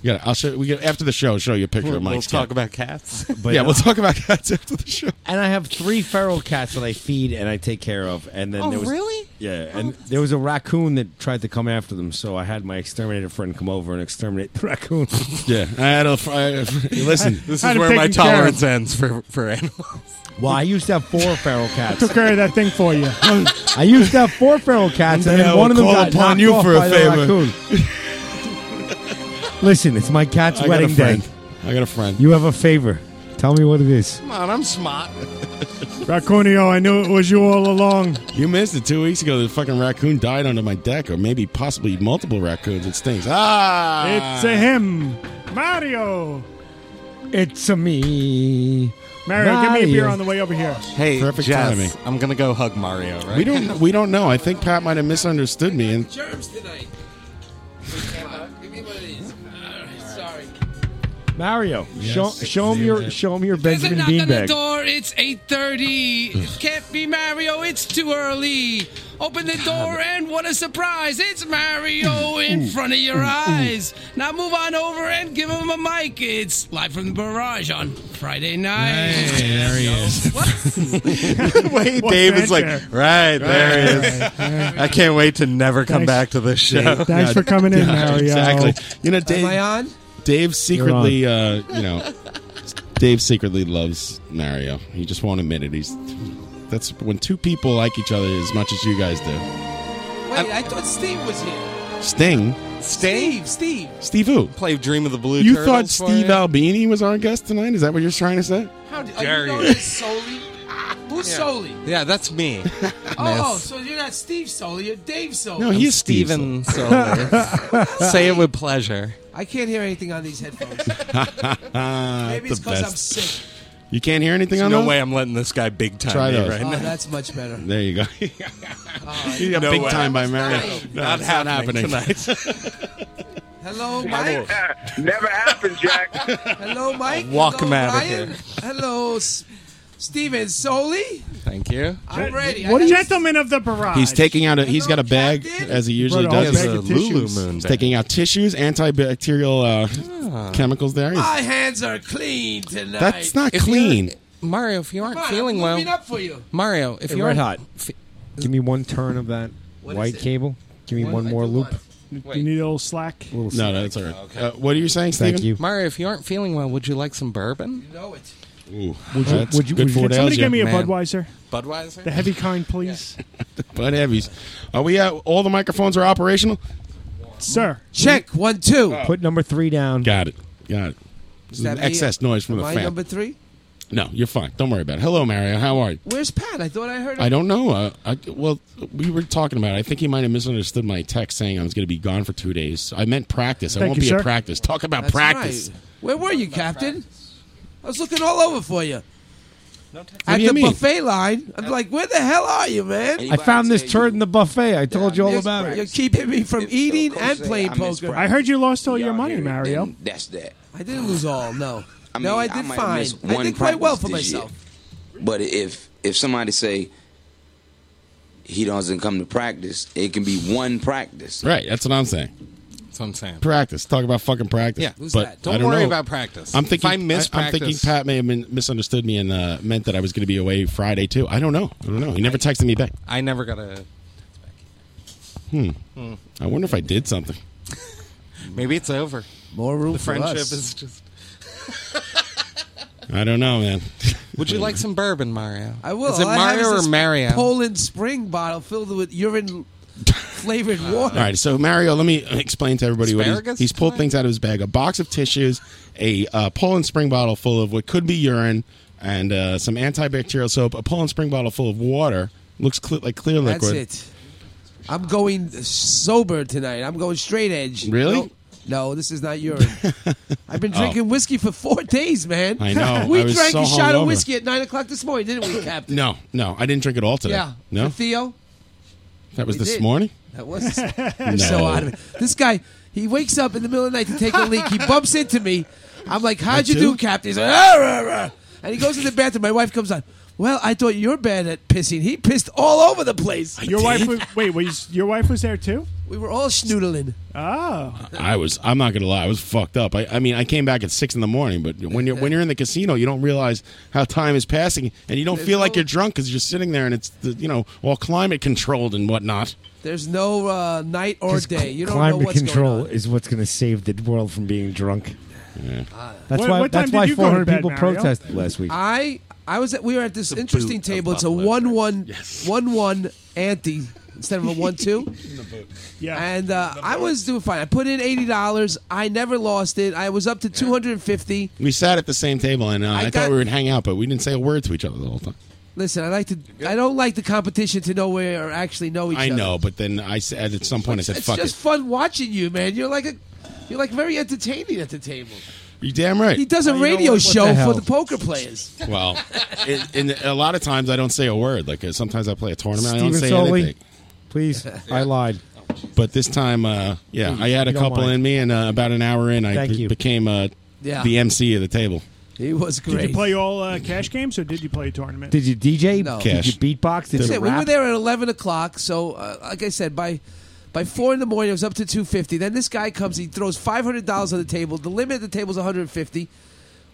[SPEAKER 5] Yeah, I'll show. We get after the show. Show you a picture
[SPEAKER 9] We'll,
[SPEAKER 5] of
[SPEAKER 9] we'll
[SPEAKER 5] Mike's
[SPEAKER 9] talk
[SPEAKER 5] cat. <laughs>
[SPEAKER 9] about cats.
[SPEAKER 5] yeah,
[SPEAKER 7] uh,
[SPEAKER 5] we'll talk about cats after the show.
[SPEAKER 7] And I have three feral cats that I feed and I take care of. And then
[SPEAKER 9] Oh,
[SPEAKER 7] there was,
[SPEAKER 9] really? Oh.
[SPEAKER 7] Yeah, and there was a raccoon that tried to come after them, so I had my exterminator friend come over and exterminate the raccoon.
[SPEAKER 5] <laughs> Yeah, I had a.
[SPEAKER 7] <laughs>
[SPEAKER 5] I, listen,
[SPEAKER 9] This is where my tolerance ends for, for animals.
[SPEAKER 7] Well, I used to have four feral
[SPEAKER 11] I
[SPEAKER 5] <laughs>
[SPEAKER 7] cats.
[SPEAKER 11] took care of that thing for you.
[SPEAKER 7] <laughs> I used to have four feral cats, and
[SPEAKER 11] One day I
[SPEAKER 7] then one of
[SPEAKER 11] will
[SPEAKER 7] them
[SPEAKER 11] call
[SPEAKER 7] got
[SPEAKER 11] upon
[SPEAKER 7] knocked
[SPEAKER 11] you
[SPEAKER 7] off
[SPEAKER 11] for a
[SPEAKER 7] by the
[SPEAKER 11] favor.
[SPEAKER 5] <laughs>
[SPEAKER 7] raccoon. Listen, it's my cat's
[SPEAKER 5] I got a
[SPEAKER 7] wedding day.
[SPEAKER 5] friend. I got a friend.
[SPEAKER 7] You have a favor. Tell me what it is.
[SPEAKER 9] Come on, I'm smart.
[SPEAKER 11] Raccoonio, I knew it was you all along.
[SPEAKER 5] You missed it two weeks ago. The fucking raccoon died under my deck, or maybe possibly multiple raccoons. It stinks. Ah,
[SPEAKER 11] It's a him, Mario.
[SPEAKER 7] It's a me.
[SPEAKER 11] Mario, give me a beer on the way over here.
[SPEAKER 9] Hey,
[SPEAKER 5] Perfect
[SPEAKER 9] Jess,
[SPEAKER 5] timing.
[SPEAKER 9] I'm gonna go hug Mario. Right?
[SPEAKER 5] We
[SPEAKER 9] <laughs>
[SPEAKER 5] don't. We don't know. I think Pat might have misunderstood me. And
[SPEAKER 19] Germs tonight. Give me one of these. Sorry.
[SPEAKER 7] Mario,
[SPEAKER 5] Yes.
[SPEAKER 7] show, show him your show him your
[SPEAKER 19] There's a
[SPEAKER 7] Benjamin
[SPEAKER 19] knock on the
[SPEAKER 7] Beanbag.
[SPEAKER 19] door. It's 8:30. It can't be Mario. It's too early. Open the door and what a surprise! It's Mario in front of your eyes. Now move on over and give him a mic. It's live from the barrage on Friday night.
[SPEAKER 5] there he
[SPEAKER 19] <laughs>
[SPEAKER 5] is.
[SPEAKER 21] <laughs>
[SPEAKER 9] Wait,
[SPEAKER 19] What's
[SPEAKER 9] David's like,
[SPEAKER 19] that
[SPEAKER 9] right there he is. I can't wait to never come
[SPEAKER 11] Thanks.
[SPEAKER 9] back to this
[SPEAKER 5] <laughs>
[SPEAKER 9] show.
[SPEAKER 11] Thanks for coming in, Mario.
[SPEAKER 5] Exactly. You know, Dave.
[SPEAKER 11] I on?
[SPEAKER 5] Dave secretly, uh, you know, Dave secretly loves Mario. He just won't admit it. He's that's when two people like each other as much as you guys do.
[SPEAKER 21] Wait, I thought Steve was here.
[SPEAKER 5] Sting,
[SPEAKER 21] Steve, Steve.
[SPEAKER 5] Steve who?
[SPEAKER 9] Play Dream of the Blue.
[SPEAKER 5] You
[SPEAKER 9] Turtles
[SPEAKER 5] thought
[SPEAKER 9] for
[SPEAKER 5] Steve
[SPEAKER 9] you?
[SPEAKER 5] Albini was our guest tonight? Is that what you're trying to say?
[SPEAKER 21] How do
[SPEAKER 9] Dare
[SPEAKER 21] you know
[SPEAKER 9] you.
[SPEAKER 21] that's Soli? Who's
[SPEAKER 9] Yeah.
[SPEAKER 21] Soli?
[SPEAKER 9] Yeah, that's <laughs> me.
[SPEAKER 21] Oh, so you're not Steve Soli, you're Dave Soli.
[SPEAKER 9] I'm Steven Solis. <laughs> Say it with pleasure.
[SPEAKER 21] I can't hear anything on these headphones.
[SPEAKER 5] Maybe
[SPEAKER 21] Maybe it's because I'm sick.
[SPEAKER 5] You can't hear anything
[SPEAKER 9] There's
[SPEAKER 5] on
[SPEAKER 9] no
[SPEAKER 5] those?
[SPEAKER 9] way I'm letting this guy big time
[SPEAKER 5] Try
[SPEAKER 9] me
[SPEAKER 5] those.
[SPEAKER 9] right
[SPEAKER 21] Oh,
[SPEAKER 9] now.
[SPEAKER 21] that's much better.
[SPEAKER 5] There you
[SPEAKER 9] <laughs>
[SPEAKER 5] go. you got
[SPEAKER 9] No
[SPEAKER 5] big
[SPEAKER 9] way.
[SPEAKER 5] time by Mario.
[SPEAKER 21] Nice.
[SPEAKER 5] No,
[SPEAKER 9] Not
[SPEAKER 5] it's not happening
[SPEAKER 9] happening
[SPEAKER 21] Hello, Mike.
[SPEAKER 10] Never happened, Jack.
[SPEAKER 21] Hello, Mike.
[SPEAKER 9] Walk
[SPEAKER 21] Hello,
[SPEAKER 9] him out of
[SPEAKER 21] Ryan.
[SPEAKER 9] here.
[SPEAKER 21] Hello, S- Steven Soli.
[SPEAKER 9] Thank you.
[SPEAKER 21] I'm ready.
[SPEAKER 11] What
[SPEAKER 21] I
[SPEAKER 11] is
[SPEAKER 21] have-
[SPEAKER 11] gentlemen of the barrage?
[SPEAKER 5] He's taking out a he's got a bag as he usually
[SPEAKER 11] Brought a
[SPEAKER 5] does.
[SPEAKER 11] whole bag of He has a tissues. Lulu Moon
[SPEAKER 5] He's
[SPEAKER 11] bag.
[SPEAKER 5] taking out tissues, antibacterial
[SPEAKER 7] Ah.
[SPEAKER 5] uh, chemicals there.
[SPEAKER 21] My hands are clean tonight.
[SPEAKER 5] That's not clean.
[SPEAKER 9] Mario, if you aren't
[SPEAKER 21] Come on,
[SPEAKER 9] feeling
[SPEAKER 21] I'm
[SPEAKER 9] well,
[SPEAKER 21] moving up for you.
[SPEAKER 9] Mario, if
[SPEAKER 7] Hey,
[SPEAKER 9] you're
[SPEAKER 7] red hot. Give me one turn of that
[SPEAKER 21] What
[SPEAKER 7] white
[SPEAKER 21] is it?
[SPEAKER 7] cable. Give me
[SPEAKER 9] What?
[SPEAKER 7] one
[SPEAKER 9] I
[SPEAKER 7] more
[SPEAKER 9] do
[SPEAKER 7] loop.
[SPEAKER 11] Do you need a little slack?
[SPEAKER 7] Little
[SPEAKER 5] No, no, that's all right. Uh, what are you saying, Steven?
[SPEAKER 7] Thank you.
[SPEAKER 9] Mario, if you aren't feeling well, would you like some bourbon?
[SPEAKER 21] You know it.
[SPEAKER 5] Ooh,
[SPEAKER 11] Would you-
[SPEAKER 5] that's
[SPEAKER 11] would you-
[SPEAKER 5] good
[SPEAKER 11] would you- can
[SPEAKER 5] for what
[SPEAKER 11] somebody
[SPEAKER 5] ails
[SPEAKER 11] give
[SPEAKER 5] you.
[SPEAKER 11] me a Man. Budweiser?
[SPEAKER 9] Budweiser?
[SPEAKER 11] The heavy kind, please.
[SPEAKER 5] Bud Heavies. Are we out? All the microphones are operational?
[SPEAKER 11] Sir.
[SPEAKER 5] Check.
[SPEAKER 7] One, two. Put number three down.
[SPEAKER 5] Got it. Got it. This is
[SPEAKER 7] that me?
[SPEAKER 5] excess noise from
[SPEAKER 7] Am
[SPEAKER 5] the
[SPEAKER 7] I
[SPEAKER 5] fan.
[SPEAKER 7] number
[SPEAKER 21] three?
[SPEAKER 5] No, you're fine. Don't worry about it. Hello, Mario. How are you?
[SPEAKER 21] Where's Pat? I thought I heard him.
[SPEAKER 5] I don't know. Uh, I, well, we were talking about it. I think he might have misunderstood my text saying I was going to be gone for two days. I meant practice. I
[SPEAKER 21] Thank
[SPEAKER 5] won't
[SPEAKER 21] you,
[SPEAKER 5] be
[SPEAKER 21] sir.
[SPEAKER 5] at practice. Talk about
[SPEAKER 21] That's
[SPEAKER 5] practice.
[SPEAKER 21] right. Where were you, Captain? I was looking all over for you.
[SPEAKER 5] What
[SPEAKER 21] At
[SPEAKER 5] do you
[SPEAKER 21] the
[SPEAKER 5] mean?
[SPEAKER 21] buffet line, I'm like, "Where the hell are you, man?"
[SPEAKER 7] I found this turd in the buffet. I told you all about it.
[SPEAKER 21] You're keeping me from eating and playing poker.
[SPEAKER 11] I heard you lost all your money, Mario.
[SPEAKER 12] That's that.
[SPEAKER 21] I didn't lose all. No,
[SPEAKER 12] I mean,
[SPEAKER 21] no, Oh, I
[SPEAKER 12] I
[SPEAKER 21] did
[SPEAKER 12] might have
[SPEAKER 21] fine.
[SPEAKER 12] missed
[SPEAKER 21] I
[SPEAKER 12] one
[SPEAKER 21] did quite well for
[SPEAKER 12] practice this year.
[SPEAKER 21] myself.
[SPEAKER 12] But if if somebody say he doesn't come to practice, it can be one practice.
[SPEAKER 5] Right. That's what I'm saying.
[SPEAKER 9] That's what I'm saying.
[SPEAKER 5] Practice. Talk about fucking practice.
[SPEAKER 9] Yeah, who's
[SPEAKER 5] but
[SPEAKER 9] that? Don't
[SPEAKER 5] I don't
[SPEAKER 9] worry
[SPEAKER 5] know.
[SPEAKER 9] about practice.
[SPEAKER 5] I'm thinking.
[SPEAKER 9] If I miss
[SPEAKER 5] am thinking
[SPEAKER 9] practice-
[SPEAKER 5] Pat may have been, misunderstood me and uh, meant that I was going to be away Friday too. I don't know. I don't know. He never texted me back.
[SPEAKER 9] I never got a.
[SPEAKER 5] Hmm.
[SPEAKER 9] Hmm.
[SPEAKER 5] I wonder if I did something.
[SPEAKER 9] Maybe it's over.
[SPEAKER 21] More room
[SPEAKER 9] The
[SPEAKER 21] for
[SPEAKER 9] friendship
[SPEAKER 21] us.
[SPEAKER 9] is just.
[SPEAKER 5] I don't know, man.
[SPEAKER 9] Would you like some bourbon, Mario?
[SPEAKER 21] I will.
[SPEAKER 9] Is it
[SPEAKER 21] All I have
[SPEAKER 9] Mario
[SPEAKER 21] is
[SPEAKER 9] or
[SPEAKER 21] this
[SPEAKER 9] Mario?
[SPEAKER 21] Poland Spring bottle filled with urine
[SPEAKER 5] <laughs>
[SPEAKER 21] flavored water.
[SPEAKER 5] All right, so Mario, let me explain to everybody what he's,
[SPEAKER 21] Asparagus
[SPEAKER 5] he's pulled things out of his bag: a box of tissues, a uh, Poland Spring bottle full of what could be urine, and uh, some antibacterial soap. A Poland Spring bottle full of water looks cle like clear liquid.
[SPEAKER 21] That's it. I'm going sober tonight. I'm going straight edge.
[SPEAKER 5] Really?
[SPEAKER 21] No, no, this is not
[SPEAKER 5] <laughs>
[SPEAKER 21] urine. I've been
[SPEAKER 5] Oh.
[SPEAKER 21] drinking whiskey for four days, man.
[SPEAKER 5] I know.
[SPEAKER 21] <laughs> we
[SPEAKER 5] I was
[SPEAKER 21] drank
[SPEAKER 5] so
[SPEAKER 21] a shot
[SPEAKER 5] hungover.
[SPEAKER 21] of whiskey at nine o'clock this morning, didn't
[SPEAKER 5] <laughs>
[SPEAKER 21] we, Captain?
[SPEAKER 5] No, no, I didn't drink it all today.
[SPEAKER 21] Yeah.
[SPEAKER 5] no,
[SPEAKER 21] For Theo.
[SPEAKER 5] that was
[SPEAKER 21] We
[SPEAKER 5] this
[SPEAKER 21] did.
[SPEAKER 5] morning.
[SPEAKER 21] That was. This
[SPEAKER 5] No.
[SPEAKER 21] I'm so out of it. This guy, he wakes up in the middle of the night to take a leak. He bumps into me. I'm like, "How'd
[SPEAKER 5] I
[SPEAKER 21] you do,
[SPEAKER 5] do?
[SPEAKER 21] Captain?" He's like, "Ah, rah, rah." and he goes to the bathroom. My wife comes on. Well, I thought you were bad at pissing. He pissed all over the place.
[SPEAKER 11] Your wife was wait. Was your wife was there too?
[SPEAKER 21] We were all schnoodling.
[SPEAKER 11] Oh,
[SPEAKER 5] I was. I'm not gonna lie. I was fucked up. I, I mean, I came back at six in the morning. But when you're when you're in the casino, you don't realize how time is passing, and you don't feel like you're drunk because you're sitting there and it's the, you know all climate controlled and whatnot.
[SPEAKER 21] There's no uh, night or day. You don't know
[SPEAKER 7] Climate
[SPEAKER 21] what's going on.
[SPEAKER 7] control is what's going to save the world from being drunk. Ah. That's
[SPEAKER 21] What-
[SPEAKER 7] why.
[SPEAKER 21] what time
[SPEAKER 7] that's
[SPEAKER 21] did
[SPEAKER 7] why
[SPEAKER 21] you go to
[SPEAKER 7] 400
[SPEAKER 21] bed,
[SPEAKER 7] people
[SPEAKER 21] Mario?
[SPEAKER 7] protested last week.
[SPEAKER 21] I I was at we were at this interesting table. It's a one one one one ante instead of a one two.
[SPEAKER 7] <laughs>
[SPEAKER 21] Yeah. And uh, I was doing fine. I put in eighty dollars. I never lost it. I was up to two hundred and fifty.
[SPEAKER 5] We sat at the same table, and uh, I, thought
[SPEAKER 21] got-
[SPEAKER 5] we would hang out, but we didn't say a word to each other the whole time.
[SPEAKER 21] Listen, I like to. I don't like the competition to know where or actually know each
[SPEAKER 5] I
[SPEAKER 21] other.
[SPEAKER 5] know, but then I said at some point I said,
[SPEAKER 21] It's
[SPEAKER 5] "Fuck
[SPEAKER 21] just
[SPEAKER 5] it."
[SPEAKER 21] fun watching you, man. You're like a, you're like very entertaining at the table.
[SPEAKER 5] You damn right.
[SPEAKER 21] He does a radio show for the poker players.
[SPEAKER 5] <laughs> Well, it, and a lot of times I don't say a word. Like uh, sometimes I play a tournament, I don't
[SPEAKER 7] Steven
[SPEAKER 5] say
[SPEAKER 7] Soley,
[SPEAKER 5] anything.
[SPEAKER 21] <laughs>
[SPEAKER 7] please, I lied.
[SPEAKER 5] But this time, uh, yeah, I had a
[SPEAKER 7] You don't
[SPEAKER 5] couple
[SPEAKER 7] mind.
[SPEAKER 5] in me, and uh, about an hour in, I
[SPEAKER 7] Thank
[SPEAKER 5] be-
[SPEAKER 7] you.
[SPEAKER 5] became uh,
[SPEAKER 11] Yeah.
[SPEAKER 5] the MC of the table.
[SPEAKER 21] He was
[SPEAKER 11] Did you play all uh, cash games or did you play a tournament?
[SPEAKER 7] Did you DJ?
[SPEAKER 21] No.
[SPEAKER 7] Did you beatbox? Did
[SPEAKER 21] That's
[SPEAKER 7] you
[SPEAKER 21] it. We were
[SPEAKER 7] rap?
[SPEAKER 21] there at eleven o'clock. So, uh, like I said, by by four in the morning, it was up to two fifty. Then this guy comes. He throws five hundred dollars on the table. The limit at the table is one hundred and fifty.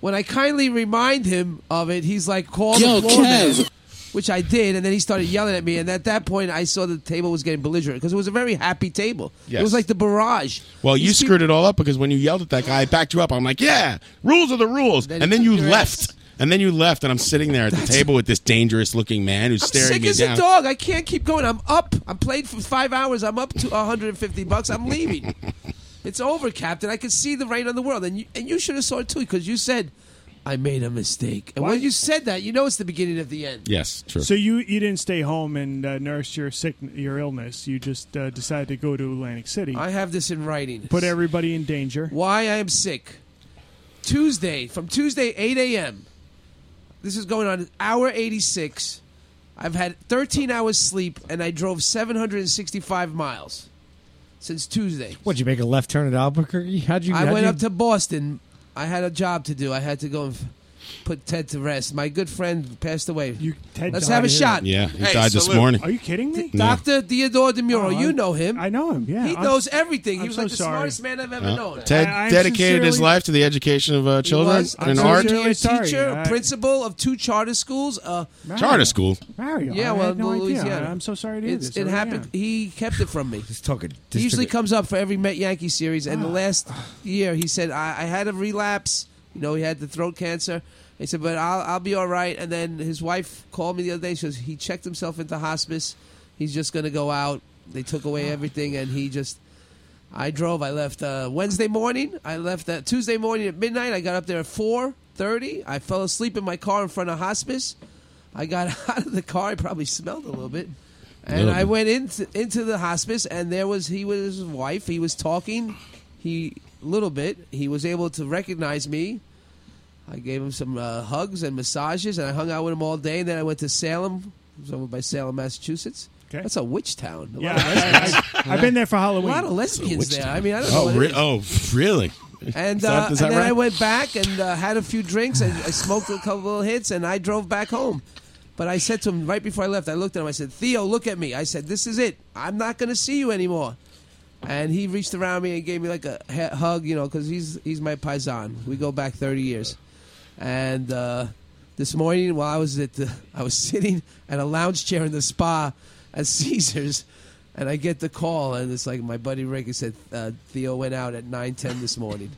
[SPEAKER 21] When I kindly remind him of it, he's like, "Call
[SPEAKER 19] Yo,
[SPEAKER 21] the floor man,"
[SPEAKER 19] Kev.
[SPEAKER 21] which I did. And then he started yelling at me. And at that point, I saw the table was getting belligerent because it was a very happy table. It
[SPEAKER 5] Yes.
[SPEAKER 21] was like the barrage.
[SPEAKER 5] Well, you screwed it all up because when you yelled at that guy, I backed you up. I'm like, yeah, rules are the rules. and then you left. And then you left, and I'm sitting there at the table with this dangerous looking man who's
[SPEAKER 21] I'm
[SPEAKER 5] staring
[SPEAKER 21] sick
[SPEAKER 5] me
[SPEAKER 21] as
[SPEAKER 5] down.
[SPEAKER 21] a dog. I can't keep going. I'm up. I'm played for five hours. I'm up to 150 bucks.
[SPEAKER 5] <laughs>
[SPEAKER 21] I'm leaving. it's over, Captain. I can see the rain on the world, and you and you should have saw it too because you said I made a mistake. And when you said that, you know it's the beginning of the end.
[SPEAKER 5] Yes, true.
[SPEAKER 11] So you you didn't stay home and uh, nurse your sick your illness. You just uh, decided to go to Atlantic City.
[SPEAKER 21] I have this in writing.
[SPEAKER 11] Put everybody in danger. Uh,
[SPEAKER 21] Why I am sick. Tuesday, from Tuesday, 8 a.m. This is going on hour 86. I've had 13 hours sleep, and I drove 765 miles since Tuesday.
[SPEAKER 7] What'd you make a left turn at Albuquerque? How'd you?
[SPEAKER 21] I
[SPEAKER 7] how'd
[SPEAKER 21] went
[SPEAKER 7] you- <laughs>
[SPEAKER 21] up to Boston. I had a job to do. I had to go and f- put Ted to rest. My good friend passed away. You,
[SPEAKER 11] Ted
[SPEAKER 21] Let's
[SPEAKER 11] died
[SPEAKER 21] have a
[SPEAKER 11] here.
[SPEAKER 21] shot.
[SPEAKER 5] Yeah, he Hey, died this salute. morning. Are
[SPEAKER 11] you kidding me? Oh,
[SPEAKER 5] No.
[SPEAKER 21] Doctor Theodore DeMuro, you know him. I
[SPEAKER 11] know him. Yeah,
[SPEAKER 21] he
[SPEAKER 11] I'm-
[SPEAKER 21] knows everything. He
[SPEAKER 11] I'm
[SPEAKER 21] was
[SPEAKER 11] so
[SPEAKER 21] like the
[SPEAKER 11] sorry.
[SPEAKER 21] smartest man I've ever
[SPEAKER 5] Uh,
[SPEAKER 21] known.
[SPEAKER 5] Ted dedicated his life to the education of uh, children
[SPEAKER 21] was.
[SPEAKER 5] and
[SPEAKER 21] I'm
[SPEAKER 5] art.
[SPEAKER 21] sincerely a
[SPEAKER 11] sorry.
[SPEAKER 21] teacher, a
[SPEAKER 11] I-
[SPEAKER 21] principal of two charter schools. Uh,
[SPEAKER 5] Charter school.
[SPEAKER 11] Mario,
[SPEAKER 21] Yeah,
[SPEAKER 11] I
[SPEAKER 21] well,
[SPEAKER 11] had no idea.
[SPEAKER 21] Louisiana.
[SPEAKER 11] I'm so sorry to hear
[SPEAKER 21] It's-
[SPEAKER 11] this. Oh, I
[SPEAKER 21] It
[SPEAKER 7] Oh,
[SPEAKER 11] really
[SPEAKER 21] happened.
[SPEAKER 11] am.
[SPEAKER 21] He kept it from me.
[SPEAKER 7] He's talking.
[SPEAKER 21] He usually
[SPEAKER 7] distributed.
[SPEAKER 21] comes up for every Met Yankee series, and the last year he said I, I had a relapse. You know, he had the throat cancer, He said, but I'll, I'll be all right. And then his wife called me the other day. She goes, he checked himself into hospice. He's just going to go out. They took away everything, and he just. I drove. I left uh, Wednesday morning. I left uh, Tuesday morning at midnight. I got up there at four thirty. I fell asleep in my car in front of hospice. I got <laughs> out of the car. I probably smelled a little bit, and
[SPEAKER 19] Little
[SPEAKER 21] I
[SPEAKER 19] bit.
[SPEAKER 21] went into into the hospice. And there was he was his wife. He was talking. He little bit. He was able to recognize me. I gave him some uh, hugs and massages, and I hung out with him all day. And then I went to Salem. It was over by Salem, Massachusetts. That's a witch town. A
[SPEAKER 11] Yeah,
[SPEAKER 21] lot of
[SPEAKER 11] I-
[SPEAKER 21] lesbians.
[SPEAKER 11] I- I've been there for Halloween.
[SPEAKER 21] A lot of lesbians there. I mean, I don't know.
[SPEAKER 5] Oh,
[SPEAKER 21] what it
[SPEAKER 5] re-
[SPEAKER 21] is.
[SPEAKER 5] oh, really?
[SPEAKER 21] And,
[SPEAKER 5] Is that-
[SPEAKER 21] uh,
[SPEAKER 5] is that
[SPEAKER 21] and then I
[SPEAKER 5] right?
[SPEAKER 21] went back and uh, had a few drinks. I, I smoked a couple of hits, and I drove back home. But I said to him right before I left, I looked at him. I said, "Theo, look at me." I said, "This is it. I'm not going to see you anymore." And he reached around me and gave me like a he- hug, you know, because he's he's my paisan. We go back 30 years. And uh, this morning, while I was at the, I was sitting at a lounge chair in the spa at <laughs> Caesars, and I get the call, and it's like my buddy Rick he said uh, Theo went out at 9:10 this morning.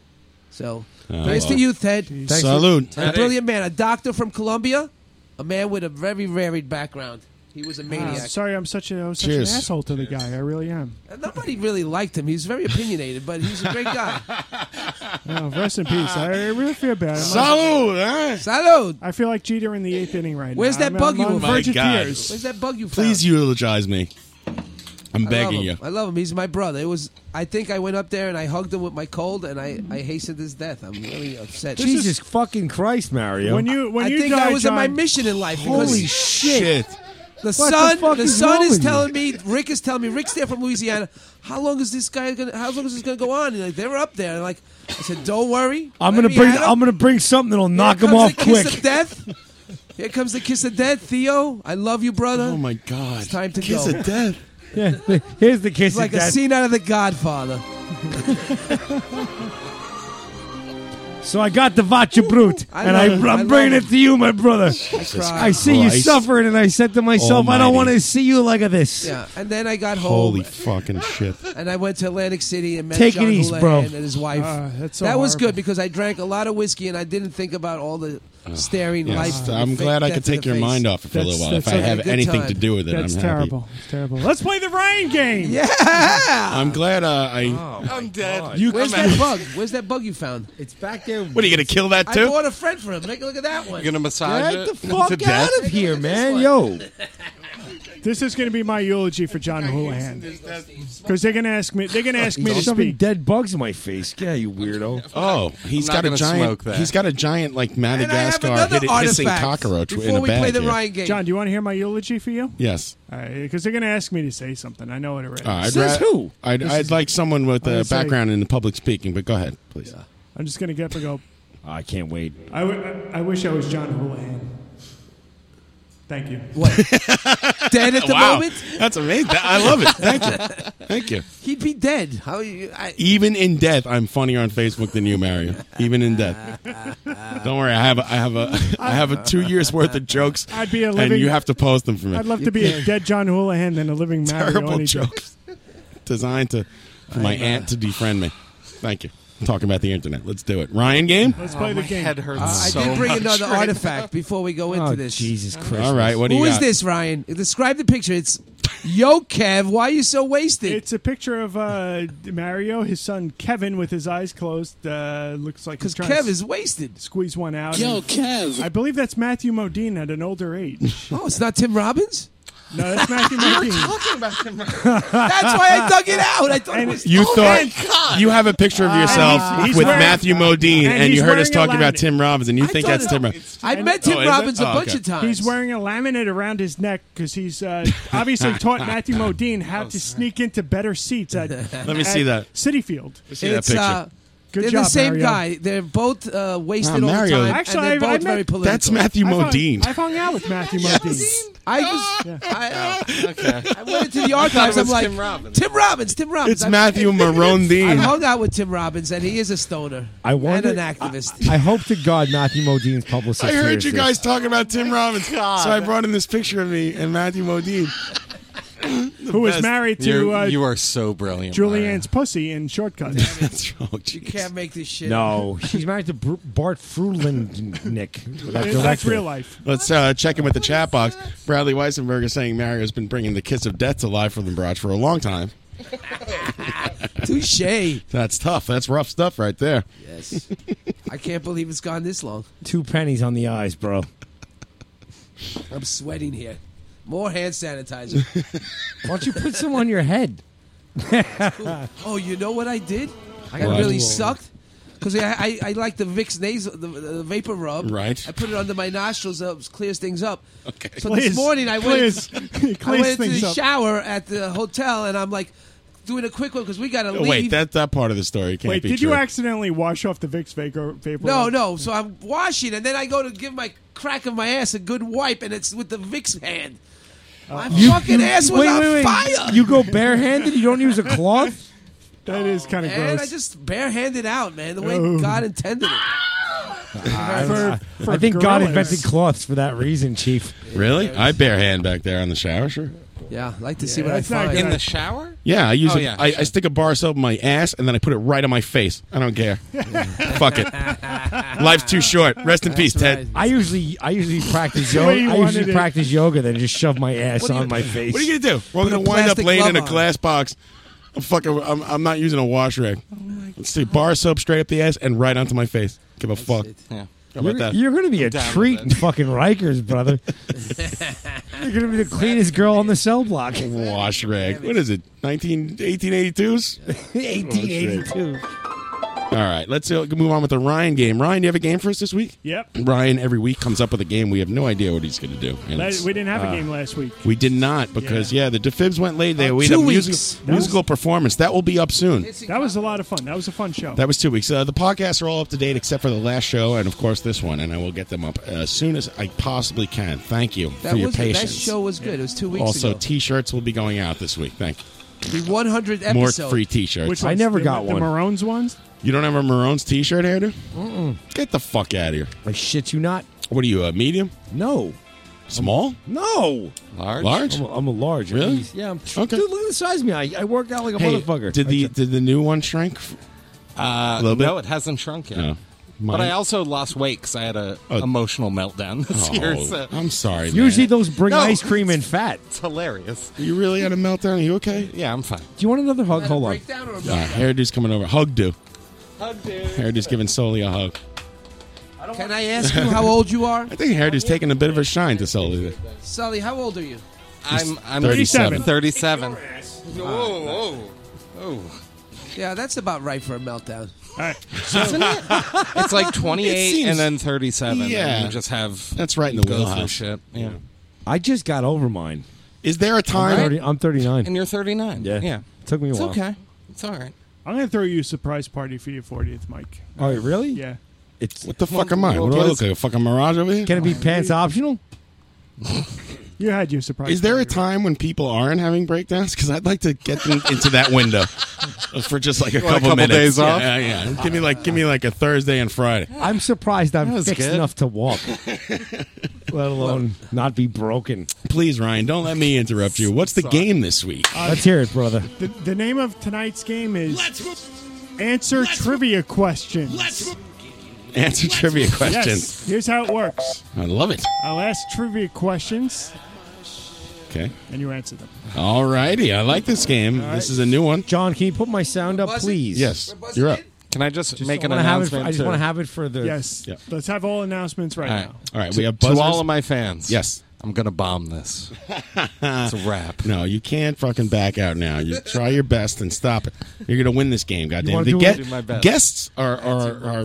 [SPEAKER 21] So
[SPEAKER 5] Oh,
[SPEAKER 21] thanks to
[SPEAKER 5] wow.
[SPEAKER 21] you, Ted.
[SPEAKER 5] Jeez. Thanks. Salute.
[SPEAKER 21] A brilliant man, a doctor from Columbia, a man with a very varied background. He was a maniac.
[SPEAKER 11] Wow, sorry, I'm such, a, I was such an
[SPEAKER 21] Cheers.
[SPEAKER 11] asshole to the guy. I really am.
[SPEAKER 21] And Nobody really liked him. He's very opinionated, but he's a
[SPEAKER 11] <laughs>
[SPEAKER 21] great guy.
[SPEAKER 11] Oh, rest in peace. I really feel bad.
[SPEAKER 21] Salud,
[SPEAKER 5] eh?
[SPEAKER 21] Salud.
[SPEAKER 11] I feel like Jeter in the eighth inning right
[SPEAKER 21] Where's
[SPEAKER 11] now.
[SPEAKER 21] that bug you
[SPEAKER 11] on
[SPEAKER 5] Oh My
[SPEAKER 11] virgin
[SPEAKER 5] God.
[SPEAKER 11] tears.
[SPEAKER 21] Where's that bug you found?
[SPEAKER 5] Please eulogize me. I'm
[SPEAKER 21] I
[SPEAKER 5] begging
[SPEAKER 21] love
[SPEAKER 5] you.
[SPEAKER 21] him. I love him. He's my brother. It was. I think I went up there and I hugged him with my cold, and I, I hastened his death. I'm really upset.
[SPEAKER 7] Jesus fucking Christ, Mario!
[SPEAKER 21] When you- when I you think die, I was in my John- mission in life because-
[SPEAKER 7] Holy <laughs> shit!
[SPEAKER 21] The
[SPEAKER 7] What the
[SPEAKER 21] son, the,
[SPEAKER 7] fuck is
[SPEAKER 21] son
[SPEAKER 7] wrong
[SPEAKER 21] is
[SPEAKER 7] with you?
[SPEAKER 21] telling me. Rick is telling me. Rick's there from Louisiana. How long is this guy gonna? How long is this gonna go on? And like they're up there. And like I said, don't worry.
[SPEAKER 7] I'm
[SPEAKER 21] Let
[SPEAKER 7] gonna
[SPEAKER 21] me
[SPEAKER 7] bring.
[SPEAKER 21] at him.
[SPEAKER 7] I'm gonna bring something that'll knock
[SPEAKER 21] Here
[SPEAKER 7] him
[SPEAKER 21] comes
[SPEAKER 7] off
[SPEAKER 21] the kiss
[SPEAKER 7] quick.
[SPEAKER 21] Of death. Here comes the kiss of death, Theo. I love you, brother. Oh
[SPEAKER 5] my God!
[SPEAKER 21] It's time to
[SPEAKER 7] Kiss
[SPEAKER 21] go.
[SPEAKER 7] of death. <laughs> Yeah, here's the kiss
[SPEAKER 21] It's like
[SPEAKER 7] of
[SPEAKER 21] a
[SPEAKER 7] death.
[SPEAKER 21] scene out of The Godfather.
[SPEAKER 7] So I got the Vacha Brut,
[SPEAKER 21] I
[SPEAKER 7] and I,
[SPEAKER 21] love it. I
[SPEAKER 7] I'm
[SPEAKER 21] love
[SPEAKER 7] bringing
[SPEAKER 21] it.
[SPEAKER 7] it to you, my brother. I see you
[SPEAKER 5] Christ.
[SPEAKER 7] suffering, and I said to myself, I don't
[SPEAKER 5] Almighty.
[SPEAKER 7] want to see you like this.
[SPEAKER 21] Yeah, and then I got home.
[SPEAKER 5] Holy fucking shit.
[SPEAKER 21] and I went to Atlantic City and met
[SPEAKER 7] Take it
[SPEAKER 21] John
[SPEAKER 7] easy,
[SPEAKER 21] Houlihan
[SPEAKER 7] bro.
[SPEAKER 21] and his wife.
[SPEAKER 7] Ah, that's so
[SPEAKER 21] that was
[SPEAKER 7] horrible.
[SPEAKER 21] good because I drank a lot of whiskey and I didn't think about all the staring
[SPEAKER 5] Ah, yes.
[SPEAKER 21] life.
[SPEAKER 5] I'm
[SPEAKER 21] fa-
[SPEAKER 5] glad I
[SPEAKER 21] death
[SPEAKER 5] could
[SPEAKER 21] in
[SPEAKER 5] take
[SPEAKER 21] the
[SPEAKER 5] your
[SPEAKER 21] face.
[SPEAKER 5] mind off it for a little while. If I
[SPEAKER 21] that's
[SPEAKER 5] have
[SPEAKER 21] a good
[SPEAKER 5] anything
[SPEAKER 21] time.
[SPEAKER 5] to do with it,
[SPEAKER 11] That's
[SPEAKER 5] I'm
[SPEAKER 11] terrible.
[SPEAKER 5] happy.
[SPEAKER 11] It's terrible. Let's play the rain game.
[SPEAKER 21] Yeah. Ah.
[SPEAKER 5] I'm glad uh, I.
[SPEAKER 21] <laughs> I'm dead.
[SPEAKER 5] You-
[SPEAKER 21] Where's
[SPEAKER 5] I'm
[SPEAKER 21] that
[SPEAKER 5] out.
[SPEAKER 21] bug? Where's that bug you found? It's back there.
[SPEAKER 5] What, are you gonna kill that
[SPEAKER 21] I
[SPEAKER 5] too?
[SPEAKER 21] bought a friend for him. Take a look at that one.
[SPEAKER 9] You're gonna massage
[SPEAKER 21] Get
[SPEAKER 9] it
[SPEAKER 21] the fuck
[SPEAKER 9] to
[SPEAKER 21] out
[SPEAKER 9] death?
[SPEAKER 21] of here,
[SPEAKER 11] man.
[SPEAKER 7] Yo.
[SPEAKER 11] This is going to be my eulogy for John Houlihan. Because they're going to ask me. They're going to ask me to
[SPEAKER 7] He's shoving
[SPEAKER 11] speak.
[SPEAKER 7] dead bugs in my face. Yeah, you weirdo.
[SPEAKER 5] <laughs> Oh, he's
[SPEAKER 7] I'm not
[SPEAKER 5] got a
[SPEAKER 7] gonna
[SPEAKER 5] giant.
[SPEAKER 7] smoke that.
[SPEAKER 5] He's got a giant like Madagascar
[SPEAKER 11] another
[SPEAKER 5] hit- hissing
[SPEAKER 11] artifact
[SPEAKER 5] cockroach in
[SPEAKER 11] before
[SPEAKER 5] a
[SPEAKER 11] we
[SPEAKER 5] bag.
[SPEAKER 11] play
[SPEAKER 5] here.
[SPEAKER 11] John, do you want to hear my eulogy for you?
[SPEAKER 5] Yes.
[SPEAKER 11] Because they're going to ask me to say something. I know it already.
[SPEAKER 5] Uh, I'd ra- I'd,
[SPEAKER 11] This
[SPEAKER 5] I'd
[SPEAKER 11] is-
[SPEAKER 5] like someone with
[SPEAKER 11] I'm
[SPEAKER 5] a
[SPEAKER 11] gonna say-
[SPEAKER 5] background in the public speaking, but go ahead, please.
[SPEAKER 11] I'm just going to get up and go.
[SPEAKER 7] I can't wait.
[SPEAKER 11] I, w- I wish I was John Houlihan. Thank you.
[SPEAKER 5] <laughs>
[SPEAKER 21] What? dead at the
[SPEAKER 5] Wow.
[SPEAKER 21] moment.
[SPEAKER 5] That's amazing. That- I love it. Thank you. Thank you.
[SPEAKER 21] He'd be dead. How you? I,
[SPEAKER 5] Even in death, I'm funnier on Facebook than you, Mario. Even in death. Don't worry, I have a, I have a I have a two years worth of jokes.
[SPEAKER 11] I'd be a
[SPEAKER 5] and
[SPEAKER 11] living-
[SPEAKER 5] you have to post them for me.
[SPEAKER 11] I'd love to be a dead John Houlihan than a living Mario.
[SPEAKER 5] terrible
[SPEAKER 11] any day.
[SPEAKER 5] jokes designed to for my aunt to defriend me. Thank you. Talking about the internet. Let's do it. Ryan game.
[SPEAKER 11] Let's play the game.
[SPEAKER 21] Uh, I did bring another artifact before we go into
[SPEAKER 5] Oh,
[SPEAKER 21] this.
[SPEAKER 5] Jesus Christ. All right, what do
[SPEAKER 21] Who
[SPEAKER 5] you
[SPEAKER 21] is
[SPEAKER 5] got?
[SPEAKER 21] this, Ryan? Describe the picture. It's Yo Kev. Why are you so wasted?
[SPEAKER 11] It's a picture of uh, Mario, his son Kevin, with his eyes closed. Uh, looks like because
[SPEAKER 21] Kev is wasted.
[SPEAKER 11] Squeeze one out.
[SPEAKER 21] Yo,
[SPEAKER 11] And-
[SPEAKER 21] Kev.
[SPEAKER 11] I believe that's Matthew Modine at an older age.
[SPEAKER 21] <laughs> oh, it's not Tim Robbins.
[SPEAKER 11] No, that's
[SPEAKER 21] <laughs>
[SPEAKER 11] Matthew Modine. <laughs>
[SPEAKER 9] talking about him. That's
[SPEAKER 21] why I
[SPEAKER 5] <laughs>
[SPEAKER 21] dug it out. I thought it was.
[SPEAKER 5] You
[SPEAKER 21] Oh,
[SPEAKER 5] thought
[SPEAKER 21] man, God. Uh,
[SPEAKER 5] you have a picture of yourself
[SPEAKER 21] he's- he's
[SPEAKER 5] with
[SPEAKER 21] wearing-
[SPEAKER 5] Matthew Modine,
[SPEAKER 11] and
[SPEAKER 5] and,
[SPEAKER 11] he's
[SPEAKER 5] you heard us
[SPEAKER 11] wearing a
[SPEAKER 5] talking about
[SPEAKER 11] laminate.
[SPEAKER 5] Tim Robbins, and you think
[SPEAKER 11] thought
[SPEAKER 5] that's
[SPEAKER 11] it-
[SPEAKER 5] Tim Robbins.
[SPEAKER 11] it's-
[SPEAKER 21] I met
[SPEAKER 5] Oh,
[SPEAKER 21] Tim
[SPEAKER 5] is it?
[SPEAKER 21] Robbins a
[SPEAKER 5] Oh,
[SPEAKER 21] bunch
[SPEAKER 5] okay.
[SPEAKER 21] of times.
[SPEAKER 11] He's wearing a laminate around his neck because he's
[SPEAKER 5] <laughs>
[SPEAKER 11] uh, obviously taught Matthew Modine
[SPEAKER 21] <laughs> Oh,
[SPEAKER 11] how to sneak into better seats at.
[SPEAKER 5] <laughs> Let me see that.
[SPEAKER 11] City Field.
[SPEAKER 21] it's, Uh,
[SPEAKER 11] Good
[SPEAKER 21] they're
[SPEAKER 11] job,
[SPEAKER 21] the same
[SPEAKER 11] Mario.
[SPEAKER 21] guy. They're both uh, wasted
[SPEAKER 5] Ah,
[SPEAKER 21] all the
[SPEAKER 5] Mario.
[SPEAKER 21] time.
[SPEAKER 11] Actually,
[SPEAKER 21] and
[SPEAKER 11] I've-
[SPEAKER 21] they're both
[SPEAKER 11] I've
[SPEAKER 21] very
[SPEAKER 11] met-
[SPEAKER 21] political.
[SPEAKER 5] That's Matthew
[SPEAKER 11] I've hung-
[SPEAKER 5] Modine.
[SPEAKER 11] I've hung out with Matthew Modine.
[SPEAKER 21] I just I, I went into the
[SPEAKER 9] I thought it
[SPEAKER 21] archives. I'm
[SPEAKER 9] Oh, was
[SPEAKER 21] like
[SPEAKER 9] Tim Robbins.
[SPEAKER 21] Tim Robbins. Tim Robbins.
[SPEAKER 5] It's
[SPEAKER 21] I've- <laughs>
[SPEAKER 5] Matthew Marone
[SPEAKER 21] I've
[SPEAKER 5] Dean.
[SPEAKER 21] hung out with Tim Robbins, and he is a stoner.
[SPEAKER 7] I wonder-
[SPEAKER 21] and an activist.
[SPEAKER 7] I hope to God Matthew Modine's publicist.
[SPEAKER 5] I heard
[SPEAKER 7] hears
[SPEAKER 5] you
[SPEAKER 7] this.
[SPEAKER 5] guys talking about Tim Robbins, so I brought in this picture of me and Matthew Modine.
[SPEAKER 11] who was
[SPEAKER 9] Best-
[SPEAKER 11] married to
[SPEAKER 9] You're-
[SPEAKER 11] uh,
[SPEAKER 9] you are so brilliant.
[SPEAKER 11] Julianne's pussy in Shortcuts.
[SPEAKER 5] <laughs> That's wrong. <laughs>
[SPEAKER 21] You can't make this shit.
[SPEAKER 7] No, she's Oh, married to Br- Bart Fruland, Nick.
[SPEAKER 11] That's real life.
[SPEAKER 5] Let's uh, check in with the chat box. Bradley Weissenberg is saying Mario's been bringing the kiss of death to life from the barrage for a long time.
[SPEAKER 21] Touche.
[SPEAKER 5] That's tough. That's rough stuff right there.
[SPEAKER 21] Yes. I can't believe it's gone this long.
[SPEAKER 7] Two pennies on the eyes, bro.
[SPEAKER 21] I'm sweating here. More hand sanitizer.
[SPEAKER 7] Why don't you put some on your head?
[SPEAKER 21] Cool. oh, you know what I did? I
[SPEAKER 7] What?
[SPEAKER 21] got really sucked. Because I, I, I like the Vicks nasal, the, the vapor rub.
[SPEAKER 5] Right.
[SPEAKER 21] I put it under my nostrils, uh, clears things up.
[SPEAKER 5] Okay.
[SPEAKER 21] So
[SPEAKER 11] Clears-
[SPEAKER 21] this morning I
[SPEAKER 11] clears- <laughs>
[SPEAKER 21] went, I
[SPEAKER 11] clears
[SPEAKER 21] went into
[SPEAKER 11] things
[SPEAKER 21] the
[SPEAKER 11] up.
[SPEAKER 21] shower at the hotel and I'm like doing a quick one because we got to leave.
[SPEAKER 5] Oh, Wait, that that part of the story can't
[SPEAKER 11] Wait,
[SPEAKER 5] be
[SPEAKER 11] did
[SPEAKER 5] true.
[SPEAKER 11] you accidentally wash off the Vicks vapor? vapor
[SPEAKER 21] No, no. So I'm washing, and then I go to give my crack of my ass a good wipe, and it's with the Vicks hand.
[SPEAKER 11] Uh,
[SPEAKER 21] My fucking ass was
[SPEAKER 7] wait,
[SPEAKER 21] on
[SPEAKER 7] wait, wait.
[SPEAKER 21] fire.
[SPEAKER 7] You go barehanded? You don't use a cloth?
[SPEAKER 11] That is kind
[SPEAKER 21] and I just barehanded out, man, the way
[SPEAKER 7] Oh.
[SPEAKER 21] God intended it.
[SPEAKER 7] I,
[SPEAKER 21] For- for
[SPEAKER 7] I think God
[SPEAKER 21] gorillas.
[SPEAKER 7] invented cloths for that reason, Chief.
[SPEAKER 5] Really? I bare hand back there on the shower, sure.
[SPEAKER 21] Yeah, like to see what I find.
[SPEAKER 9] in the shower.
[SPEAKER 5] Yeah, I use
[SPEAKER 9] Oh,
[SPEAKER 5] it.
[SPEAKER 9] yeah,
[SPEAKER 5] I, I
[SPEAKER 9] sure.
[SPEAKER 5] stick a bar soap in my ass and then I put it right on my face. I
[SPEAKER 11] <laughs>
[SPEAKER 5] don't care. Fuck it. Life's too short. Rest in peace, Ted.
[SPEAKER 7] I usually I usually
[SPEAKER 11] <laughs>
[SPEAKER 7] practice
[SPEAKER 5] The way
[SPEAKER 7] yoga.
[SPEAKER 5] you
[SPEAKER 7] I
[SPEAKER 5] wanted
[SPEAKER 7] usually
[SPEAKER 5] it.
[SPEAKER 7] practice yoga, then just shove my ass
[SPEAKER 5] What are you-
[SPEAKER 7] on my face.
[SPEAKER 5] What are you gonna do? We're
[SPEAKER 7] Put
[SPEAKER 5] gonna
[SPEAKER 7] a
[SPEAKER 5] wind up
[SPEAKER 7] plastic
[SPEAKER 5] laying in a
[SPEAKER 7] glove on.
[SPEAKER 5] glass box. I'm fucking. I'm, I'm not using a wash rag.
[SPEAKER 7] Oh
[SPEAKER 5] Let's see, bar soap straight up the ass and right onto my face. Give a fuck.
[SPEAKER 9] Yeah.
[SPEAKER 5] How about
[SPEAKER 7] You're-
[SPEAKER 5] that?
[SPEAKER 7] You're going to be a treat in <laughs> fucking Rikers, brother. you're going to be the
[SPEAKER 5] <laughs>
[SPEAKER 7] cleanest girl on the cell block.
[SPEAKER 5] Wash rag. What is it? 19, 1882s?
[SPEAKER 7] 1882.
[SPEAKER 5] All right, let's uh, move on with the Ryan game. Ryan, you have a game for us this week?
[SPEAKER 11] Yep.
[SPEAKER 5] Ryan every week comes up with a game. We have no idea what he's going to do. and
[SPEAKER 11] That-
[SPEAKER 5] it's-
[SPEAKER 11] we didn't have
[SPEAKER 5] uh,
[SPEAKER 11] a game last week.
[SPEAKER 5] We did not because yeah, the Defibs went late.
[SPEAKER 7] Uh,
[SPEAKER 5] They we had
[SPEAKER 11] two
[SPEAKER 5] a
[SPEAKER 11] weeks.
[SPEAKER 5] musical,
[SPEAKER 11] That was-
[SPEAKER 5] musical performance that will be up soon.
[SPEAKER 11] That was a lot of fun. That was a fun show.
[SPEAKER 5] That was two weeks. Uh, the podcasts are all up to date except for the last show and, of course, this one. And I will get them up as soon as I possibly can. Thank you
[SPEAKER 21] That
[SPEAKER 5] for your
[SPEAKER 21] was that
[SPEAKER 5] patience.
[SPEAKER 21] show was good. It was two weeks
[SPEAKER 5] also,
[SPEAKER 21] ago.
[SPEAKER 5] T-shirts will be going out this week. Thank you.
[SPEAKER 21] The 100th
[SPEAKER 5] More
[SPEAKER 21] episode.
[SPEAKER 5] free T-shirts.
[SPEAKER 21] Which ones? I never The- got the one.
[SPEAKER 11] Maroons ones.
[SPEAKER 5] You don't have a Maroons T-shirt, Andrew? Mm-mm. Get the fuck out of here!
[SPEAKER 7] I shit you not.
[SPEAKER 5] What are you? A medium?
[SPEAKER 7] No.
[SPEAKER 5] Small?
[SPEAKER 7] No.
[SPEAKER 5] Large? Large?
[SPEAKER 7] I'm a, I'm a large.
[SPEAKER 5] Really?
[SPEAKER 7] at least. Yeah. I'm
[SPEAKER 5] Okay.
[SPEAKER 7] Dude, look at the size of me. I, I work out like a
[SPEAKER 5] Hey,
[SPEAKER 7] motherfucker.
[SPEAKER 5] Did the did the new one shrink?
[SPEAKER 9] Uh,
[SPEAKER 5] A little bit?
[SPEAKER 9] No, it hasn't shrunk yet.
[SPEAKER 5] No.
[SPEAKER 9] But
[SPEAKER 5] Mine-
[SPEAKER 9] I also lost weight because I had a emotional meltdown this
[SPEAKER 5] Oh,
[SPEAKER 9] year. So.
[SPEAKER 5] I'm sorry.
[SPEAKER 7] Usually
[SPEAKER 5] man.
[SPEAKER 7] those bring
[SPEAKER 9] No.
[SPEAKER 7] ice cream
[SPEAKER 5] <laughs>
[SPEAKER 7] and fat.
[SPEAKER 9] It's hilarious.
[SPEAKER 5] You really had a meltdown? Are you okay?
[SPEAKER 9] Yeah, I'm fine.
[SPEAKER 7] Do you want another hug? Hold on.
[SPEAKER 5] Uh, hairdo's coming over. Hug do.
[SPEAKER 21] Hug do.
[SPEAKER 5] Hairdo's giving Soli a hug.
[SPEAKER 21] Can I ask you how <laughs> old you are?
[SPEAKER 5] <laughs> I think Hairdo's taking a bit of a shine to Sully.
[SPEAKER 21] Sully, how old are you?
[SPEAKER 9] I'm, I'm
[SPEAKER 5] 37.
[SPEAKER 9] 37.
[SPEAKER 21] No.
[SPEAKER 5] Uh,
[SPEAKER 9] Oh.
[SPEAKER 21] Yeah, that's about right for a meltdown.
[SPEAKER 11] All
[SPEAKER 21] <laughs>
[SPEAKER 11] right.
[SPEAKER 9] Isn't it?
[SPEAKER 5] <laughs>
[SPEAKER 9] It's like 28
[SPEAKER 21] It seems-
[SPEAKER 9] and then 37. and
[SPEAKER 5] Yeah.
[SPEAKER 9] you just have.
[SPEAKER 5] That's right in the
[SPEAKER 9] you go through
[SPEAKER 5] wheelhouse.
[SPEAKER 9] shit. Yeah.
[SPEAKER 7] I just got over mine.
[SPEAKER 5] Is there a
[SPEAKER 7] I'm,
[SPEAKER 5] time-
[SPEAKER 7] 30, I'm 39.
[SPEAKER 9] And you're 39.
[SPEAKER 7] Yeah.
[SPEAKER 9] Yeah.
[SPEAKER 7] Took me a while.
[SPEAKER 9] It's all right.
[SPEAKER 11] I'm going to throw you a surprise party for your 40th, Mike.
[SPEAKER 7] All right, Oh, really?
[SPEAKER 11] Yeah.
[SPEAKER 7] It's
[SPEAKER 5] What the fuck am I? What do I look like? A fucking mirage over here?
[SPEAKER 7] Can it be pants optional?
[SPEAKER 11] You had your surprise.
[SPEAKER 5] Is there a time when people aren't having breakdowns? Because I'd like to get them into that
[SPEAKER 9] <laughs>
[SPEAKER 5] window for just like a
[SPEAKER 9] You want
[SPEAKER 5] couple,
[SPEAKER 9] a couple
[SPEAKER 5] minutes.
[SPEAKER 9] days
[SPEAKER 5] Yeah,
[SPEAKER 9] off?
[SPEAKER 5] Yeah, yeah. Give me like give me like a Thursday and Friday.
[SPEAKER 7] I'm surprised I'm
[SPEAKER 5] That was
[SPEAKER 7] fixed
[SPEAKER 5] good.
[SPEAKER 7] enough
[SPEAKER 5] <laughs>
[SPEAKER 7] to walk, let alone not be broken.
[SPEAKER 5] Please, Ryan, don't let me interrupt you. What's the game this week?
[SPEAKER 7] Let's hear it, brother.
[SPEAKER 11] The, the name of tonight's game is Answer Trivia Questions.
[SPEAKER 5] Answer trivia questions.
[SPEAKER 11] Yes. Here's how it works
[SPEAKER 5] I love it.
[SPEAKER 11] I'll ask trivia questions
[SPEAKER 5] Okay.
[SPEAKER 11] and you answer them.
[SPEAKER 5] All righty. I like this game. This is a new one.
[SPEAKER 7] John, can you put my sound up, please?
[SPEAKER 5] Yes. You're up.
[SPEAKER 9] Can I just, make an
[SPEAKER 7] wanna have it for-
[SPEAKER 9] announcement?
[SPEAKER 7] I just
[SPEAKER 9] to-
[SPEAKER 7] want to have it for the.
[SPEAKER 11] Yes.
[SPEAKER 5] Yeah.
[SPEAKER 11] Let's have all announcements right,
[SPEAKER 9] All right.
[SPEAKER 11] now.
[SPEAKER 5] All right.
[SPEAKER 9] To-
[SPEAKER 5] we have
[SPEAKER 9] to
[SPEAKER 5] buzzers.
[SPEAKER 9] all of my fans.
[SPEAKER 5] Yes.
[SPEAKER 9] I'm gonna bomb this. it's a
[SPEAKER 5] <laughs>
[SPEAKER 9] wrap.
[SPEAKER 5] No, you can't fucking back out now. You try your best and stop it. You're gonna win this game, goddamn.
[SPEAKER 9] wanna
[SPEAKER 5] The
[SPEAKER 9] do
[SPEAKER 5] gue-
[SPEAKER 9] it? Do my best.
[SPEAKER 5] guests are are, are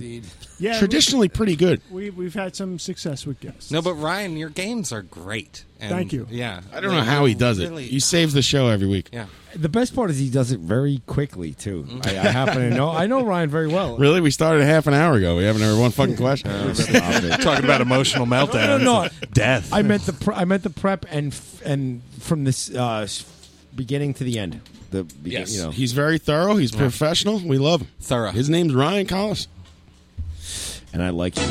[SPEAKER 11] Yeah,
[SPEAKER 5] traditionally pretty good.
[SPEAKER 11] We, we've had some success with guests.
[SPEAKER 9] <laughs> No, but Ryan, your games are great. And
[SPEAKER 11] Thank you.
[SPEAKER 9] Yeah,
[SPEAKER 5] I don't know how he does it.
[SPEAKER 9] Really-
[SPEAKER 5] He saves the show every week. Mm-hmm.
[SPEAKER 9] Yeah.
[SPEAKER 7] The best part is he does it very quickly too. I, I happen to know. I know Ryan
[SPEAKER 5] <laughs>
[SPEAKER 7] very well.
[SPEAKER 5] Really, we started half an hour ago. We haven't heard one fucking
[SPEAKER 9] <laughs>
[SPEAKER 5] question.
[SPEAKER 9] Talking about emotional
[SPEAKER 7] No,
[SPEAKER 9] meltdowns,
[SPEAKER 7] no, no.
[SPEAKER 9] death.
[SPEAKER 7] I meant the pre- I meant the prep and f- and from this uh, s- beginning to the end. The begin-
[SPEAKER 5] Yes,
[SPEAKER 7] you know.
[SPEAKER 5] he's very thorough. He's professional. We love him.
[SPEAKER 9] Thorough.
[SPEAKER 5] His name's Ryan Collis.
[SPEAKER 7] And I like you.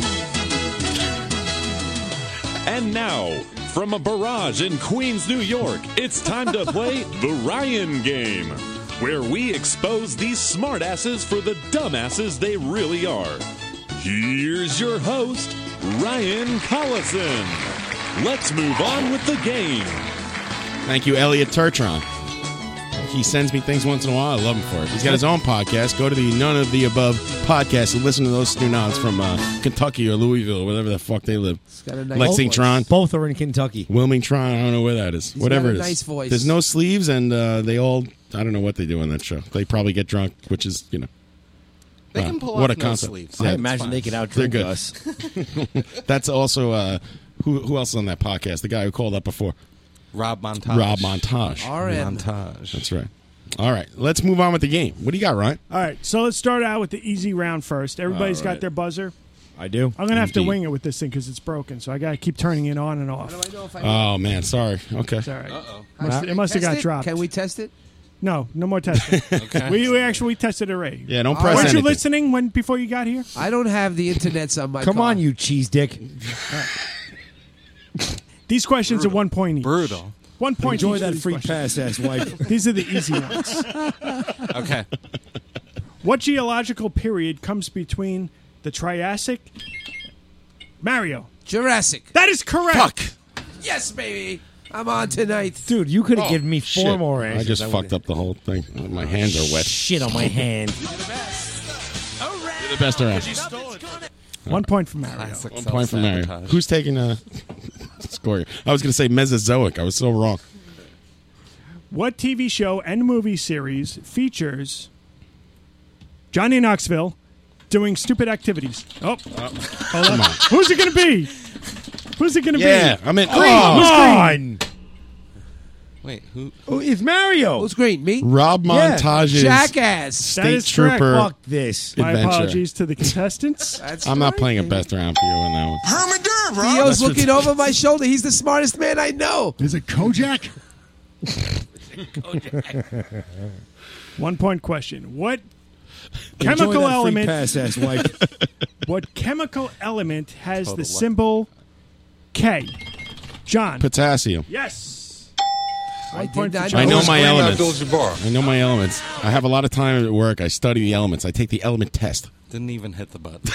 [SPEAKER 14] And now, From a barrage in Queens, New York, it's time to play the Ryan game, where we expose these smartasses for the dumbasses they really are. Here's your host, Ryan Collison. Let's move on with the game.
[SPEAKER 5] Thank you, Elliot Turtron. He sends me things once in a while. I love him for it. He's got his own podcast. Go to the None of the Above podcast and listen to those students from uh, Kentucky or Louisville, wherever the fuck they live.
[SPEAKER 21] got a nice
[SPEAKER 5] Lexington.
[SPEAKER 7] Both are in Kentucky.
[SPEAKER 5] Wilmington. I don't know where that is.
[SPEAKER 21] He's
[SPEAKER 5] Whatever
[SPEAKER 21] got a
[SPEAKER 5] it is.
[SPEAKER 21] nice voice.
[SPEAKER 5] There's no sleeves, and uh, they all, I don't know what they do on that show. They probably get drunk, which is, you know.
[SPEAKER 9] They
[SPEAKER 5] uh,
[SPEAKER 9] can pull
[SPEAKER 5] what
[SPEAKER 9] off
[SPEAKER 5] a
[SPEAKER 9] no
[SPEAKER 5] concept.
[SPEAKER 9] sleeves.
[SPEAKER 5] Yeah,
[SPEAKER 9] I
[SPEAKER 5] it's
[SPEAKER 9] imagine
[SPEAKER 5] fine.
[SPEAKER 9] they could outdrink
[SPEAKER 5] They're good. <laughs>
[SPEAKER 9] us.
[SPEAKER 5] That's also, uh, who, who else is on that podcast? The guy who called up before.
[SPEAKER 9] Rob Montage.
[SPEAKER 5] Rob Montage.
[SPEAKER 21] RM.
[SPEAKER 9] Montage.
[SPEAKER 5] That's right. All right, let's move on with the game. What do you got, Ryan?
[SPEAKER 11] All right, so let's start out with the easy round first. Everybody's
[SPEAKER 5] All right.
[SPEAKER 11] got their buzzer.
[SPEAKER 5] I do.
[SPEAKER 11] I'm gonna have to wing it with this thing because it's broken, so I gotta keep turning it on and off.
[SPEAKER 5] Oh man, sorry. Okay.
[SPEAKER 11] It's all right.
[SPEAKER 5] Must-
[SPEAKER 11] Must, it must have got dropped.
[SPEAKER 21] Can we test it?
[SPEAKER 11] No, no more testing.
[SPEAKER 5] Okay.
[SPEAKER 11] we, we actually tested it already.
[SPEAKER 5] Yeah, don't
[SPEAKER 11] All
[SPEAKER 5] press
[SPEAKER 11] right. Weren't
[SPEAKER 5] anything.
[SPEAKER 11] you listening when before you got here?
[SPEAKER 21] I don't have the internets on my
[SPEAKER 7] Come
[SPEAKER 21] car.
[SPEAKER 7] on, you cheese dick.
[SPEAKER 11] These questions are one point each. Brutal. One point.
[SPEAKER 7] Enjoy
[SPEAKER 11] each
[SPEAKER 7] that
[SPEAKER 11] of these
[SPEAKER 7] free
[SPEAKER 11] questions.
[SPEAKER 7] pass, ass
[SPEAKER 11] <laughs>
[SPEAKER 7] wife.
[SPEAKER 11] These are the easy
[SPEAKER 15] <laughs>
[SPEAKER 11] ones.
[SPEAKER 9] Okay.
[SPEAKER 11] What geological period comes between the Triassic? Mario.
[SPEAKER 21] Jurassic.
[SPEAKER 11] That is correct.
[SPEAKER 21] Yes, baby. I'm on tonight.
[SPEAKER 7] Dude, you could have
[SPEAKER 21] Oh,
[SPEAKER 7] given me four
[SPEAKER 5] Shit.
[SPEAKER 7] more
[SPEAKER 5] I
[SPEAKER 7] answers.
[SPEAKER 5] just fucked up the whole thing. My hands are wet.
[SPEAKER 7] Shit on my hand.
[SPEAKER 5] You're the best around.
[SPEAKER 11] One point for Mario.
[SPEAKER 5] One point for Mario. Who's taking a <laughs> score? here? I was going to say Mesozoic. I was so wrong.
[SPEAKER 11] What TV show and movie series features Johnny Knoxville doing stupid activities? Oh,
[SPEAKER 6] Uh,
[SPEAKER 11] Hold on.
[SPEAKER 5] Come on.
[SPEAKER 11] who's it going to be? Who's it going to
[SPEAKER 5] Yeah,
[SPEAKER 11] be?
[SPEAKER 5] I'm in.
[SPEAKER 11] Green.
[SPEAKER 5] Oh,
[SPEAKER 11] Who's green?
[SPEAKER 9] Wait, who?
[SPEAKER 7] Oh, it's Mario.
[SPEAKER 21] Who's green? Me?
[SPEAKER 5] Rob
[SPEAKER 7] Yeah.
[SPEAKER 5] Montage's
[SPEAKER 11] That
[SPEAKER 21] Jackass.
[SPEAKER 5] State
[SPEAKER 11] is correct.
[SPEAKER 5] Trooper.
[SPEAKER 11] Fuck
[SPEAKER 7] this.
[SPEAKER 11] My
[SPEAKER 5] Adventure.
[SPEAKER 11] apologies to the <laughs> contestants.
[SPEAKER 5] I'm not playing a best round for you on that one.
[SPEAKER 21] Herman Durb,
[SPEAKER 5] Rob.
[SPEAKER 21] Theo's
[SPEAKER 5] That's
[SPEAKER 21] looking
[SPEAKER 5] ridiculous.
[SPEAKER 21] over my shoulder. He's the smartest man I know.
[SPEAKER 11] Is it Kojak? One point question. What
[SPEAKER 7] Enjoy
[SPEAKER 11] chemical
[SPEAKER 7] that free
[SPEAKER 11] element?
[SPEAKER 7] pass, ass wife.
[SPEAKER 11] <laughs> what chemical element has
[SPEAKER 5] Total
[SPEAKER 11] the
[SPEAKER 5] luck.
[SPEAKER 11] symbol K? John.
[SPEAKER 5] Potassium.
[SPEAKER 11] Yes.
[SPEAKER 21] I did
[SPEAKER 11] point for
[SPEAKER 21] not
[SPEAKER 11] John.
[SPEAKER 5] I know my
[SPEAKER 21] Kareem
[SPEAKER 5] elements.
[SPEAKER 9] Abdul-Jabbar.
[SPEAKER 5] I know my elements. I have a lot of time at work. I study the elements. I take the element test.
[SPEAKER 9] Didn't even hit the button. <laughs>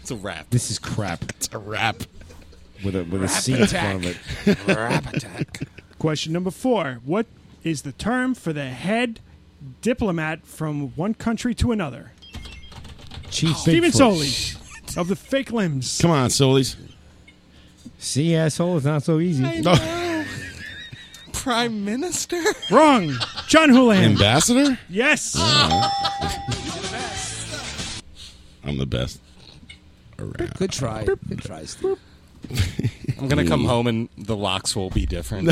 [SPEAKER 9] it's a wrap.
[SPEAKER 7] This <laughs> is crap.
[SPEAKER 5] It's a wrap.
[SPEAKER 7] With a with
[SPEAKER 11] Rap
[SPEAKER 7] a C in front of it.
[SPEAKER 11] attack. Rap attack. <laughs> Question number four. What is the term for the head diplomat from one country to another?
[SPEAKER 7] Chief
[SPEAKER 11] Stephen
[SPEAKER 7] Bigfoot.
[SPEAKER 11] Soley of <laughs> the fake limbs.
[SPEAKER 5] Come on, Solis.
[SPEAKER 7] See, asshole, it's not so easy.
[SPEAKER 5] <laughs>
[SPEAKER 9] Prime Minister?
[SPEAKER 11] Wrong. John Houlihan.
[SPEAKER 5] Ambassador?
[SPEAKER 11] Yes.
[SPEAKER 5] I'm the best.
[SPEAKER 21] Good try. Good try, Steve.
[SPEAKER 9] I'm going to come home and the locks will be
[SPEAKER 7] <laughs>
[SPEAKER 9] different.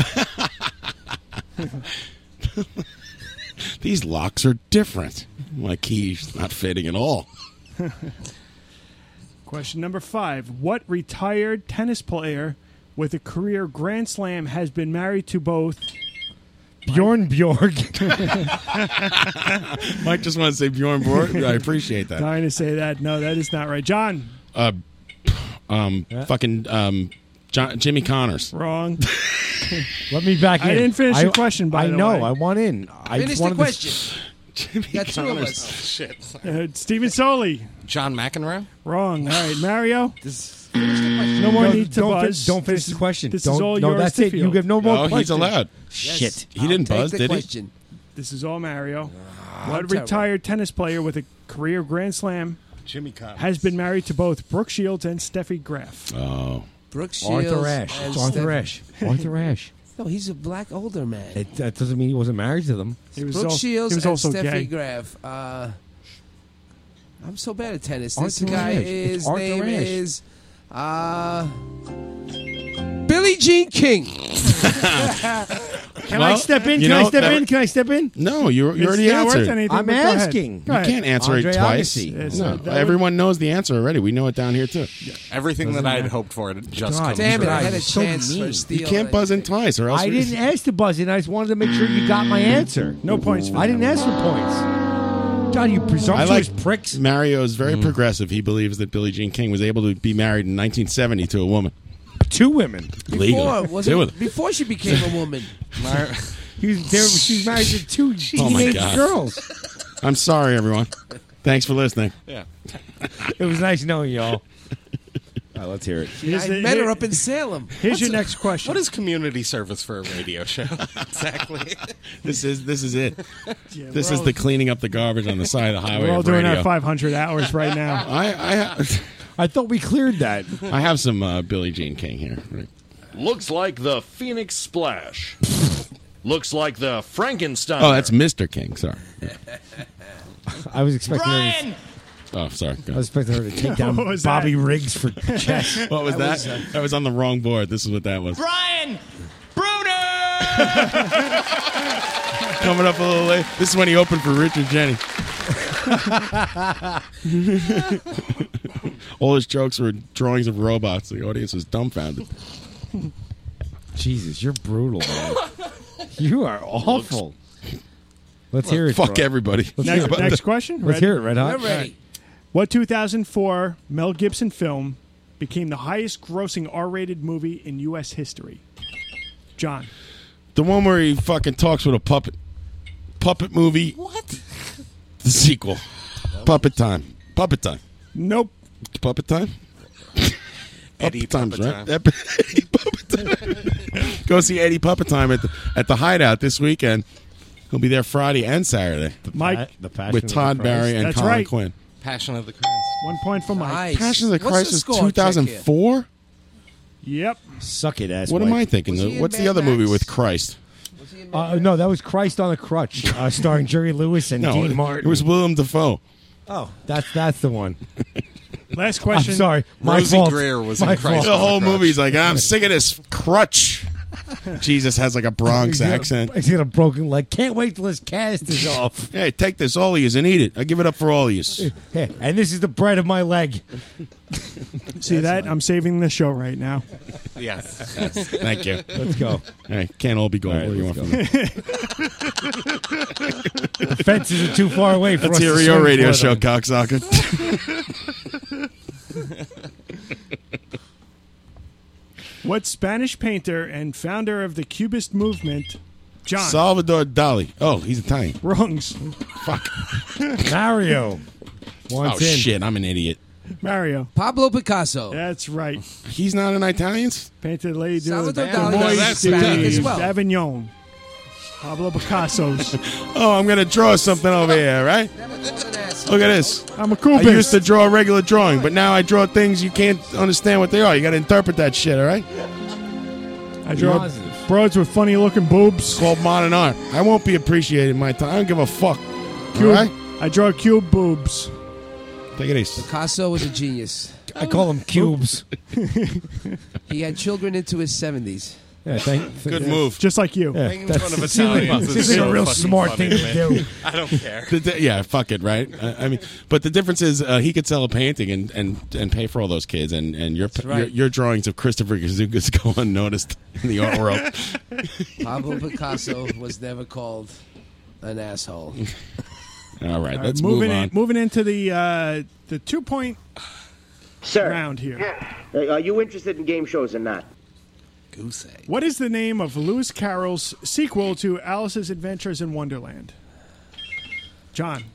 [SPEAKER 5] These locks are different. My key's not fitting at all. <laughs>
[SPEAKER 11] <laughs> Question number five. What retired tennis player with a career Grand Slam has been married to both
[SPEAKER 7] Bjorn Bjorg?
[SPEAKER 5] Mike just wanted to say Bjorn Borg. I appreciate that.
[SPEAKER 11] Dying to say <laughs> that. No, that is not right. John.
[SPEAKER 5] Uh, um, fucking um, John, Jimmy Connors.
[SPEAKER 11] Wrong.
[SPEAKER 7] Let me back in.
[SPEAKER 11] I didn't finish
[SPEAKER 7] I,
[SPEAKER 11] your question, by
[SPEAKER 7] I
[SPEAKER 11] the
[SPEAKER 7] know.
[SPEAKER 11] way.
[SPEAKER 7] I want in. I
[SPEAKER 11] Finish
[SPEAKER 7] just
[SPEAKER 11] the
[SPEAKER 7] wanted <laughs>
[SPEAKER 21] question.
[SPEAKER 5] Jimmy
[SPEAKER 21] Got two of
[SPEAKER 7] Oh,
[SPEAKER 21] us.
[SPEAKER 9] shit.
[SPEAKER 11] Uh, Stephen Soley.
[SPEAKER 9] John McEnroe?
[SPEAKER 11] Wrong. All right, Mario.
[SPEAKER 7] To,
[SPEAKER 11] no more need to
[SPEAKER 7] don't fi-
[SPEAKER 11] buzz.
[SPEAKER 7] don't finish the question.
[SPEAKER 11] This
[SPEAKER 7] don't,
[SPEAKER 11] is all
[SPEAKER 7] no,
[SPEAKER 11] yours
[SPEAKER 7] that's
[SPEAKER 11] to
[SPEAKER 7] it.
[SPEAKER 11] field.
[SPEAKER 7] You have no more
[SPEAKER 5] No, he's
[SPEAKER 7] questions.
[SPEAKER 5] allowed.
[SPEAKER 7] Shit.
[SPEAKER 5] He didn't buzz, did
[SPEAKER 11] This is all Mario.
[SPEAKER 7] Ah,
[SPEAKER 11] what
[SPEAKER 5] terrible.
[SPEAKER 11] retired tennis player with a career Grand Slam
[SPEAKER 5] Jimmy Connors.
[SPEAKER 11] has been married to both Brooke Shields and Steffi Graf?
[SPEAKER 5] he? Oh.
[SPEAKER 21] Brooks
[SPEAKER 7] Arthur Ashe. It's Arthur Ashe.
[SPEAKER 11] <laughs>
[SPEAKER 7] Arthur Ashe.
[SPEAKER 21] No, he's a black older man.
[SPEAKER 7] It, that doesn't mean he wasn't married to them.
[SPEAKER 21] Brooke Shields and Steffi Graf. Uh, I'm so bad at tennis. This
[SPEAKER 7] Arthur
[SPEAKER 21] guy,
[SPEAKER 7] Ashe. It's
[SPEAKER 21] his
[SPEAKER 7] Arthur
[SPEAKER 21] name
[SPEAKER 7] Ashe.
[SPEAKER 21] is uh, <laughs> Billie Jean King.
[SPEAKER 7] <laughs> Can I step in?
[SPEAKER 5] you
[SPEAKER 7] Can I
[SPEAKER 5] know,
[SPEAKER 7] step
[SPEAKER 5] that-
[SPEAKER 7] in? Can I step in?
[SPEAKER 5] No, you, you already answered.
[SPEAKER 7] I'm asking.
[SPEAKER 5] You can't answer
[SPEAKER 7] Andre
[SPEAKER 5] it twice.
[SPEAKER 7] Agassi.
[SPEAKER 5] No, everyone knows the answer already. We know it down here too.
[SPEAKER 9] Everything
[SPEAKER 7] Doesn't
[SPEAKER 9] that I'd
[SPEAKER 7] matter.
[SPEAKER 9] hoped for it just
[SPEAKER 7] God,
[SPEAKER 9] comes
[SPEAKER 7] damn it,
[SPEAKER 9] true.
[SPEAKER 7] I had a So chance for mean.
[SPEAKER 5] You
[SPEAKER 7] Steele,
[SPEAKER 5] can't
[SPEAKER 7] I
[SPEAKER 5] buzz in twice, or else Mm-hmm.
[SPEAKER 7] I
[SPEAKER 5] we-
[SPEAKER 7] didn't ask to buzz in. I just wanted to make sure you got my answer.
[SPEAKER 11] No points. For
[SPEAKER 7] I didn't ask for points. God, you presumptuous pricks.
[SPEAKER 5] Hmm. Mario is very progressive. He believes that Billie Jean King was able to be married in 1970 to a woman.
[SPEAKER 7] Two women.
[SPEAKER 21] Before, was it, before she became a
[SPEAKER 7] <laughs>
[SPEAKER 21] woman.
[SPEAKER 7] He was there- she's married to two
[SPEAKER 5] Oh, my
[SPEAKER 7] teenage
[SPEAKER 5] God.
[SPEAKER 7] girls.
[SPEAKER 5] I'm sorry, everyone. Thanks for listening.
[SPEAKER 21] Yeah.
[SPEAKER 7] <laughs> It was nice knowing y'all. All right, let's hear it.
[SPEAKER 21] I met her up in Salem.
[SPEAKER 7] here's your
[SPEAKER 9] What's-
[SPEAKER 7] next question.
[SPEAKER 9] What is community service for a radio show? <laughs> exactly.
[SPEAKER 5] <laughs> This is this is <laughs> it.
[SPEAKER 9] Yeah,
[SPEAKER 5] this
[SPEAKER 9] we're
[SPEAKER 5] is
[SPEAKER 9] all-
[SPEAKER 5] the cleaning up the garbage on the side of the highway.
[SPEAKER 11] We're all
[SPEAKER 5] of
[SPEAKER 11] doing
[SPEAKER 5] radio.
[SPEAKER 11] our 500 hours right
[SPEAKER 5] <laughs>
[SPEAKER 11] now.
[SPEAKER 5] I I,
[SPEAKER 7] I thought we cleared that.
[SPEAKER 5] I have some uh, Billie Jean King here. Right.
[SPEAKER 6] Looks like the Phoenix Splash. Looks like the Frankenstein.
[SPEAKER 5] Oh,
[SPEAKER 21] <laughs>
[SPEAKER 5] that's Mr. King. Sorry.
[SPEAKER 7] I was expecting her to-
[SPEAKER 5] Oh, sorry. Go. Oh,
[SPEAKER 7] I was expecting her to take
[SPEAKER 5] <laughs>
[SPEAKER 7] down
[SPEAKER 5] What was
[SPEAKER 7] Bobby
[SPEAKER 5] that? <laughs>
[SPEAKER 7] Riggs for chess.
[SPEAKER 5] What was uh, that? I was on the wrong board. This is what that
[SPEAKER 7] <laughs>
[SPEAKER 5] was.
[SPEAKER 19] Brian
[SPEAKER 5] Coming up a little late. This is when he opened for Richard
[SPEAKER 7] <laughs>
[SPEAKER 5] Jenny.
[SPEAKER 19] Bruner.
[SPEAKER 11] <laughs>
[SPEAKER 5] All his jokes were drawings of robots. The audience was dumbfounded.
[SPEAKER 7] Jesus, you're brutal,
[SPEAKER 5] <laughs>
[SPEAKER 7] man. you are awful. Let's hear it.
[SPEAKER 5] Fuck
[SPEAKER 7] bro.
[SPEAKER 5] everybody.
[SPEAKER 7] Let's
[SPEAKER 11] Next,
[SPEAKER 7] hear it.
[SPEAKER 11] next question.
[SPEAKER 7] Let's hear it, Red Hot.
[SPEAKER 11] What 2004 Mel Gibson film became the highest grossing R rated movie in U.S. history? John.
[SPEAKER 5] The one where he fucking talks with a puppet. Puppet movie. What? The sequel. Puppet time. Puppet time.
[SPEAKER 11] Nope.
[SPEAKER 5] Puppet time.
[SPEAKER 9] <laughs> Eddie
[SPEAKER 5] times,
[SPEAKER 9] Puppet
[SPEAKER 5] right?
[SPEAKER 9] Time.
[SPEAKER 5] Ep- <laughs> Eddie Puppet Time. <laughs> Go see Eddie Puppet Time at the, at the Hideout this weekend. He'll be there Friday and Saturday.
[SPEAKER 11] Mike. The
[SPEAKER 9] Passion
[SPEAKER 5] with
[SPEAKER 9] of the
[SPEAKER 5] Todd
[SPEAKER 9] Christ.
[SPEAKER 5] Barry and
[SPEAKER 9] That's
[SPEAKER 5] Colin
[SPEAKER 9] right.
[SPEAKER 5] Quinn.
[SPEAKER 9] Passion of the Christ.
[SPEAKER 11] One point for Mike.
[SPEAKER 5] Passion of the Christ is 2004.
[SPEAKER 11] Yep.
[SPEAKER 7] Suck it, ass.
[SPEAKER 5] What am I
[SPEAKER 7] Mike.
[SPEAKER 5] thinking? of? What's the other movie with Christ?
[SPEAKER 7] Uh, no, that was Christ on a Crutch, uh, starring Jerry Lewis and
[SPEAKER 5] No,
[SPEAKER 7] Dean
[SPEAKER 5] it-
[SPEAKER 7] Martin.
[SPEAKER 5] it was William Defoe.
[SPEAKER 7] Oh, that's that's the one.
[SPEAKER 11] Last question.
[SPEAKER 7] I'm sorry, my
[SPEAKER 5] Rosie
[SPEAKER 7] fault.
[SPEAKER 5] Greer was
[SPEAKER 7] my
[SPEAKER 5] in Christ
[SPEAKER 7] fault.
[SPEAKER 5] the whole movie's like I'm sick of this crutch. <laughs> Jesus has like a Bronx
[SPEAKER 7] He's got a-
[SPEAKER 5] accent.
[SPEAKER 7] He's got a broken leg. Can't wait till his cast is off.
[SPEAKER 5] Hey, take this all of yous and eat it. I give it up for all of yous.
[SPEAKER 7] <laughs> Hey, and this is the bread of my leg.
[SPEAKER 11] <laughs> See that? I'm saving the show right
[SPEAKER 7] <laughs>
[SPEAKER 11] now.
[SPEAKER 9] Yes.
[SPEAKER 5] Thank you.
[SPEAKER 7] Let's go.
[SPEAKER 5] Hey, can't all be gold. what do you want from me?
[SPEAKER 7] The fences are too far away for
[SPEAKER 5] Let's
[SPEAKER 7] us.
[SPEAKER 5] hear
[SPEAKER 7] to
[SPEAKER 5] your
[SPEAKER 7] swing
[SPEAKER 5] radio
[SPEAKER 7] for
[SPEAKER 5] show,
[SPEAKER 22] <laughs>
[SPEAKER 7] them.
[SPEAKER 5] cocksucker.
[SPEAKER 11] What Spanish painter and founder of the Cubist movement, John?
[SPEAKER 5] Salvador Dali. Oh, he's Italian.
[SPEAKER 11] Wrongs.
[SPEAKER 5] Fuck.
[SPEAKER 7] Mario.
[SPEAKER 5] oh shit, I'm an idiot.
[SPEAKER 11] Mario.
[SPEAKER 21] Pablo Picasso.
[SPEAKER 11] That's right.
[SPEAKER 5] He's not an Italian.
[SPEAKER 11] Painted Lady
[SPEAKER 21] Salvador
[SPEAKER 11] Dali.
[SPEAKER 21] Dali is Hispanic as well.
[SPEAKER 11] Avignon. Pablo Picasso's.
[SPEAKER 5] <laughs> Oh, I'm gonna draw something over here, right? Look at this.
[SPEAKER 11] I'm a cool
[SPEAKER 5] I used to draw a regular drawing, but now I draw things you can't understand what they are. You gotta interpret that shit, all right?
[SPEAKER 11] I draw Positive. broads with funny looking boobs.
[SPEAKER 5] Called modern art. I won't be appreciated in my time. I don't give a fuck.
[SPEAKER 11] Cube-
[SPEAKER 5] All right?
[SPEAKER 11] I draw cube boobs.
[SPEAKER 5] Take it easy.
[SPEAKER 21] Picasso was a genius.
[SPEAKER 7] I call him cubes.
[SPEAKER 21] He had children into his 70s.
[SPEAKER 7] Yeah, thank,
[SPEAKER 5] Good move.
[SPEAKER 11] Just like you.
[SPEAKER 7] Yeah,
[SPEAKER 21] Making
[SPEAKER 7] that's
[SPEAKER 21] fun of
[SPEAKER 7] it seems like-
[SPEAKER 21] Italians
[SPEAKER 7] seems
[SPEAKER 21] is
[SPEAKER 7] like a
[SPEAKER 21] so
[SPEAKER 7] real
[SPEAKER 21] fucking
[SPEAKER 7] smart
[SPEAKER 21] funny,
[SPEAKER 7] thing
[SPEAKER 21] man.
[SPEAKER 7] to do.
[SPEAKER 21] <laughs> I don't care.
[SPEAKER 5] The di- yeah, fuck it, right? I, I mean, but the difference is uh, he could sell a painting and, and, and pay for all those kids, and, and your,
[SPEAKER 21] right.
[SPEAKER 5] your your drawings of Christopher Gazukas <laughs> go unnoticed in the art
[SPEAKER 21] <laughs>
[SPEAKER 5] world.
[SPEAKER 21] Pablo Picasso was never called an asshole.
[SPEAKER 5] All right,
[SPEAKER 11] All right,
[SPEAKER 5] let's move
[SPEAKER 11] moving
[SPEAKER 5] on.
[SPEAKER 11] In, moving into the uh, the two point round here.
[SPEAKER 22] Uh, Are you interested in game shows or not?
[SPEAKER 21] Goose egg.
[SPEAKER 11] What is the name of Lewis Carroll's sequel to Alice's Adventures in Wonderland? John.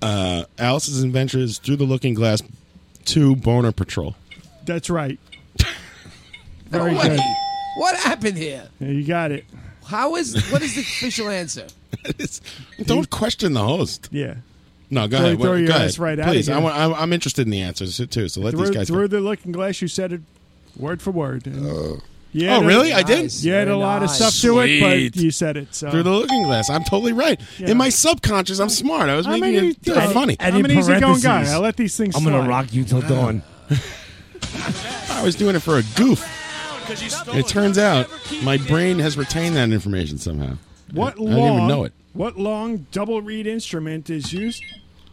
[SPEAKER 5] Uh, Alice's Adventures Through the Looking Glass, Two Boner Patrol.
[SPEAKER 11] That's
[SPEAKER 21] <laughs>
[SPEAKER 11] right.
[SPEAKER 21] No
[SPEAKER 11] Very
[SPEAKER 21] way.
[SPEAKER 11] good.
[SPEAKER 21] What happened here?
[SPEAKER 11] Yeah, you got it.
[SPEAKER 21] How is what is the official answer?
[SPEAKER 5] Don't question the host.
[SPEAKER 11] Yeah.
[SPEAKER 5] No, go
[SPEAKER 11] Throw-
[SPEAKER 5] ahead.
[SPEAKER 11] throw
[SPEAKER 5] Well,
[SPEAKER 11] your
[SPEAKER 5] go ahead.
[SPEAKER 11] ass right outta
[SPEAKER 5] Please, I
[SPEAKER 11] here.
[SPEAKER 5] want, I'm, I'm interested in the answers too. So let
[SPEAKER 11] through
[SPEAKER 5] these guys.
[SPEAKER 11] through the looking glass, you said it word for word. And
[SPEAKER 5] Oh,
[SPEAKER 11] it-
[SPEAKER 5] really? I did? Nice,
[SPEAKER 11] You had a
[SPEAKER 5] very
[SPEAKER 11] lot of
[SPEAKER 5] nice.
[SPEAKER 11] stuff to it,
[SPEAKER 5] Sweet.
[SPEAKER 11] but you said it. So.
[SPEAKER 5] Through the looking glass, I'm totally right. In my subconscious, I'm smart. I was
[SPEAKER 11] I'm
[SPEAKER 5] making
[SPEAKER 11] an
[SPEAKER 5] it
[SPEAKER 11] idiot.
[SPEAKER 5] uh, funny.
[SPEAKER 11] I'm an easygoing guy. I let these things
[SPEAKER 7] I'm gonna
[SPEAKER 11] slide.
[SPEAKER 7] rock you till dawn.
[SPEAKER 5] <laughs> I was doing it for a goof. It turns out my brain has retained that information somehow.
[SPEAKER 11] What
[SPEAKER 5] I
[SPEAKER 11] long?
[SPEAKER 5] didn't even know it.
[SPEAKER 11] What long double reed instrument is used?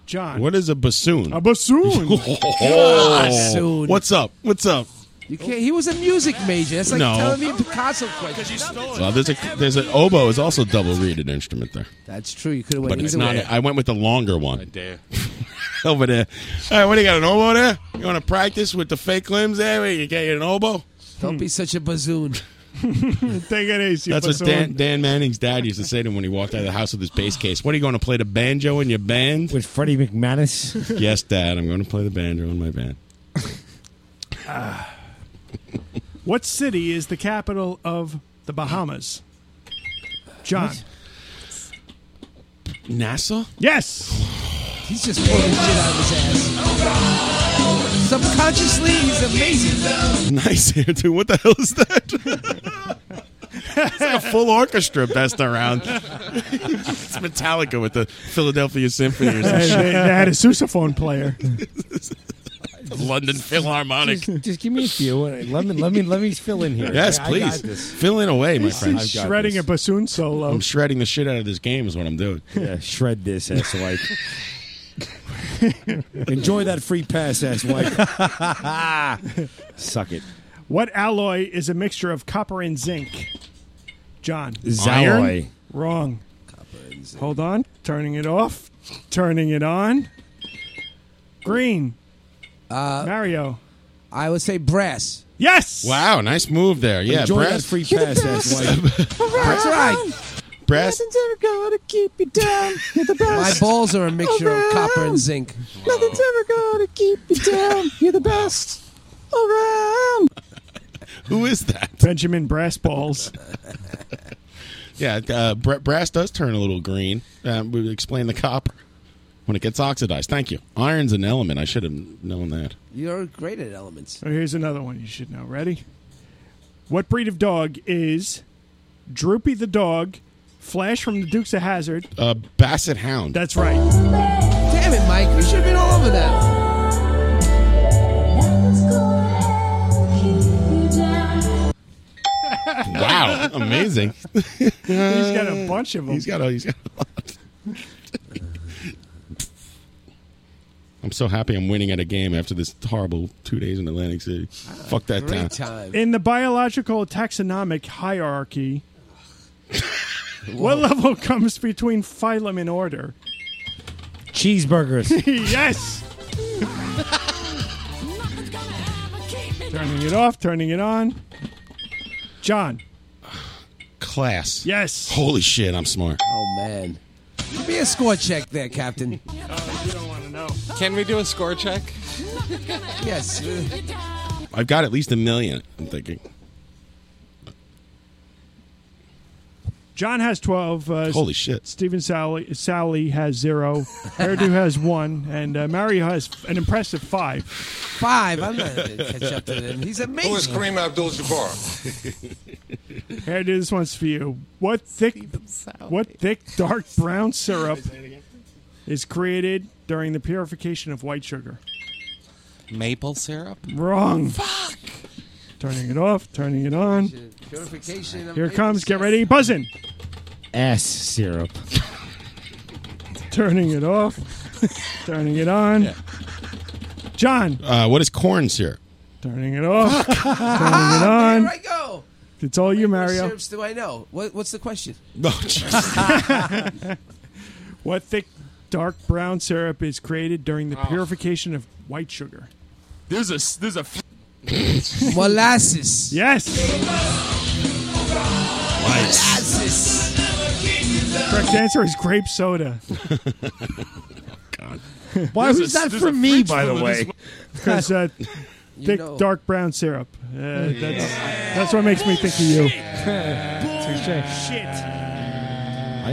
[SPEAKER 11] John.
[SPEAKER 5] What is a bassoon?
[SPEAKER 11] A bassoon.
[SPEAKER 5] <laughs> Oh.
[SPEAKER 21] Bassoon.
[SPEAKER 5] What's up? What's up?
[SPEAKER 21] You can't, he was a music major. That's like
[SPEAKER 5] No.
[SPEAKER 21] telling me a Picasso question.
[SPEAKER 5] Well, there's a there's an oboe is also double reeded instrument there,
[SPEAKER 21] That's true. You could have went
[SPEAKER 5] but it's
[SPEAKER 21] either
[SPEAKER 5] not.
[SPEAKER 21] way.
[SPEAKER 5] I went with the longer one. <laughs> Over there. All right, what do you got? An oboe there? You want to practice with the fake limbs there? Where you get an oboe?
[SPEAKER 21] Don't be such a
[SPEAKER 5] <laughs>
[SPEAKER 21] bazoon.
[SPEAKER 11] Take it easy.
[SPEAKER 5] That's what
[SPEAKER 11] Bazoon.
[SPEAKER 5] Dan, Dan Manning's dad used to say to him when he walked out of the house with his bass case. What are you going to play the banjo in your band?
[SPEAKER 7] With Freddie McManus?
[SPEAKER 5] yes, Dad, I'm going to play the banjo in my band.
[SPEAKER 11] What city is the capital of the Bahamas? John.
[SPEAKER 5] NASA?
[SPEAKER 11] Yes.
[SPEAKER 21] <laughs> He's just pulling shit out of his ass. Subconsciously, he's amazing.
[SPEAKER 5] Nice here too. What the hell is that?
[SPEAKER 7] <laughs>
[SPEAKER 5] it's like a full orchestra best around. it's Metallica with the Philadelphia Symphony
[SPEAKER 11] They,
[SPEAKER 5] or some
[SPEAKER 11] they- they
[SPEAKER 5] shit.
[SPEAKER 11] had a sousaphone player.
[SPEAKER 5] <laughs> London Philharmonic.
[SPEAKER 7] Just, just give me a few. and Let me let me let me fill in here.
[SPEAKER 5] Yes,
[SPEAKER 7] I- I got
[SPEAKER 5] please.
[SPEAKER 7] this.
[SPEAKER 5] Fill in away, my friend.
[SPEAKER 11] He's shredding a bassoon solo.
[SPEAKER 5] I'm shredding the shit out of this game is what I'm doing.
[SPEAKER 7] Yeah, shred this
[SPEAKER 5] <laughs>
[SPEAKER 7] ass like. Enjoy that free <laughs> pass,
[SPEAKER 11] <laughs>
[SPEAKER 7] ass wife. Suck it.
[SPEAKER 11] What alloy is a mixture of copper and zinc? John.
[SPEAKER 7] Iron? Zalloy.
[SPEAKER 11] Wrong. Hold on. Turning it off. Turning it on. Green.
[SPEAKER 21] Uh,
[SPEAKER 11] Mario.
[SPEAKER 21] I would say brass.
[SPEAKER 11] Yes.
[SPEAKER 5] Wow, nice move there. Yeah,
[SPEAKER 21] Enjoy
[SPEAKER 5] brass
[SPEAKER 21] that free You're the
[SPEAKER 5] <laughs>
[SPEAKER 21] pass, ass best. That's right.
[SPEAKER 5] Brass.
[SPEAKER 21] ever gonna keep you down. You're
[SPEAKER 5] <laughs>
[SPEAKER 21] the best. My balls are a mixture of copper and zinc. Nothing's ever gonna keep you down. You're the best around.
[SPEAKER 5] <laughs> Who is that?
[SPEAKER 11] Benjamin
[SPEAKER 5] <laughs>
[SPEAKER 11] Brassballs.
[SPEAKER 5] Yeah, uh, br- brass does turn a little green. Uh, we explain the copper when it gets oxidized. Thank you. Iron's an element. I should have known that.
[SPEAKER 21] You're great at elements.
[SPEAKER 11] So Oh, here's another one you should know. Ready? What breed of dog is Droopy the dog, Flash from the Dukes of Hazard?
[SPEAKER 5] Uh, Basset Hound.
[SPEAKER 11] That's right.
[SPEAKER 21] Damn it, Mike. You should have been all over that. Oh,
[SPEAKER 5] Wow,
[SPEAKER 11] <laughs>
[SPEAKER 5] amazing. he's
[SPEAKER 11] got a bunch of them.
[SPEAKER 5] He's got a. He's got a lot. I'm so happy I'm winning at a game after this horrible two days in Atlantic City. Fuck that town.
[SPEAKER 11] In the biological taxonomic hierarchy, what level <laughs> comes between phylum and order?
[SPEAKER 7] Cheeseburgers.
[SPEAKER 11] <laughs> yes. turning it off, turning it on. John.
[SPEAKER 5] Class.
[SPEAKER 11] Yes.
[SPEAKER 5] Holy shit, I'm smart.
[SPEAKER 21] Oh man. Give me a score check there, Captain.
[SPEAKER 9] Can we do a score check?
[SPEAKER 21] yes.
[SPEAKER 5] I've got at least a million. I'm thinking.
[SPEAKER 11] John has 12. Uh,
[SPEAKER 5] Holy shit.
[SPEAKER 11] Stephen Sally, Sally has zero. Hairdo has one. And uh, Mario has an impressive five.
[SPEAKER 21] Five. I'm not gonna catch up to him. He's amazing.
[SPEAKER 3] Who is Kareem
[SPEAKER 21] <laughs>
[SPEAKER 3] Abdul-Jabbar?
[SPEAKER 11] Hairdo, this one's for you. What thick, what thick dark brown syrup is created during the purification of white sugar?
[SPEAKER 9] Maple syrup?
[SPEAKER 11] Wrong. Turning it off, turning it on.
[SPEAKER 21] Purification of
[SPEAKER 11] Here it comes. Get ready. Buzzing.
[SPEAKER 7] Ass syrup.
[SPEAKER 11] Turning it off, turning it on. John.
[SPEAKER 5] Uh, what is corn syrup?
[SPEAKER 11] Turning it off. turning it
[SPEAKER 21] Ah,
[SPEAKER 11] on.
[SPEAKER 21] <laughs> Here I go.
[SPEAKER 11] It's all you,
[SPEAKER 21] What
[SPEAKER 11] Mario.
[SPEAKER 21] syrups do I know? What, what's the question?
[SPEAKER 11] <laughs> What thick, dark brown syrup is created during
[SPEAKER 21] Oh.
[SPEAKER 11] the purification of white sugar?
[SPEAKER 2] There's a s- there's a f-
[SPEAKER 5] <laughs>
[SPEAKER 21] <laughs> Molasses. <laughs>
[SPEAKER 11] Yes.
[SPEAKER 21] Molasses.
[SPEAKER 11] Correct answer is grape soda.
[SPEAKER 7] Why
[SPEAKER 11] There's
[SPEAKER 7] was
[SPEAKER 11] a-
[SPEAKER 7] that
[SPEAKER 11] there's
[SPEAKER 7] for
[SPEAKER 11] a
[SPEAKER 7] me,
[SPEAKER 11] French
[SPEAKER 7] by the
[SPEAKER 11] flu in
[SPEAKER 7] way?
[SPEAKER 11] <laughs> Because uh,
[SPEAKER 7] You
[SPEAKER 11] thick,
[SPEAKER 7] know.
[SPEAKER 11] dark brown syrup. Uh, that's, that's what makes me think of you.
[SPEAKER 7] I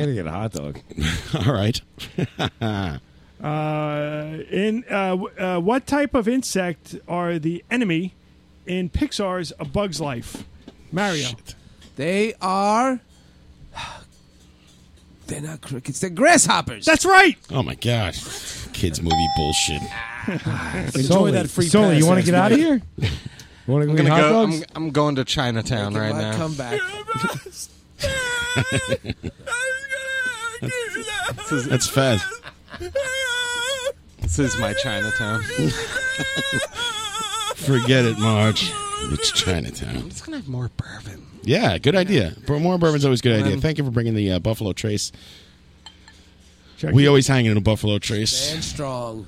[SPEAKER 7] gotta get a hot dog.
[SPEAKER 5] <laughs> All right. <laughs> That's
[SPEAKER 11] <laughs> Uh, in uh, w- uh, what type of insect are the enemy in Pixar's A Bug's Life? Mario.
[SPEAKER 21] They are. <laughs> They're not crickets. They're grasshoppers.
[SPEAKER 11] That's right.
[SPEAKER 5] Oh my god, kids movie bullshit.
[SPEAKER 21] Enjoy
[SPEAKER 7] Soli, that free Soli, pass, you wanna get out of here? You want
[SPEAKER 9] I'm
[SPEAKER 7] get
[SPEAKER 9] gonna
[SPEAKER 7] hot
[SPEAKER 9] go.
[SPEAKER 7] dogs?
[SPEAKER 9] I'm, I'm going to Chinatown right now.
[SPEAKER 21] Come
[SPEAKER 9] <laughs>
[SPEAKER 21] back.
[SPEAKER 5] That's Fed.
[SPEAKER 9] This is my Chinatown.
[SPEAKER 5] Forget it, Marge. It's Chinatown.
[SPEAKER 9] It's gonna have more bourbon.
[SPEAKER 5] Yeah, good idea. Bur- More bourbon's always a good
[SPEAKER 11] Um,
[SPEAKER 5] idea. Thank you for bringing the uh, Buffalo Trace. we always hang in a Buffalo Trace,
[SPEAKER 21] And strong.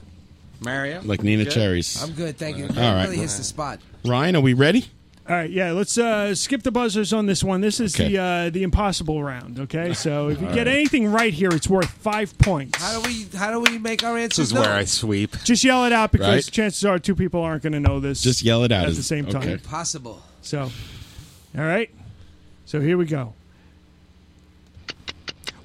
[SPEAKER 9] Mario?
[SPEAKER 5] like Nina Cherries.
[SPEAKER 21] I'm good, thank you.
[SPEAKER 5] All
[SPEAKER 21] It
[SPEAKER 5] right.
[SPEAKER 21] really hits the spot.
[SPEAKER 5] Ryan, are we ready?
[SPEAKER 11] All right, yeah, let's uh, skip the buzzers on this one. This is
[SPEAKER 5] Okay.
[SPEAKER 11] the uh, the impossible round,
[SPEAKER 5] <laughs>
[SPEAKER 11] okay? So if you
[SPEAKER 9] All
[SPEAKER 11] get
[SPEAKER 9] right.
[SPEAKER 11] anything right here, it's worth five points.
[SPEAKER 21] How do we how do we make our
[SPEAKER 9] This
[SPEAKER 21] answers?
[SPEAKER 9] is where
[SPEAKER 21] known?
[SPEAKER 9] I sweep.
[SPEAKER 11] Just yell it out because
[SPEAKER 5] <laughs>
[SPEAKER 9] Right.
[SPEAKER 11] chances are two people aren't going to know this.
[SPEAKER 5] Just yell it out.
[SPEAKER 11] at the same time.
[SPEAKER 5] Okay.
[SPEAKER 21] Impossible.
[SPEAKER 11] So, all right. So here we go.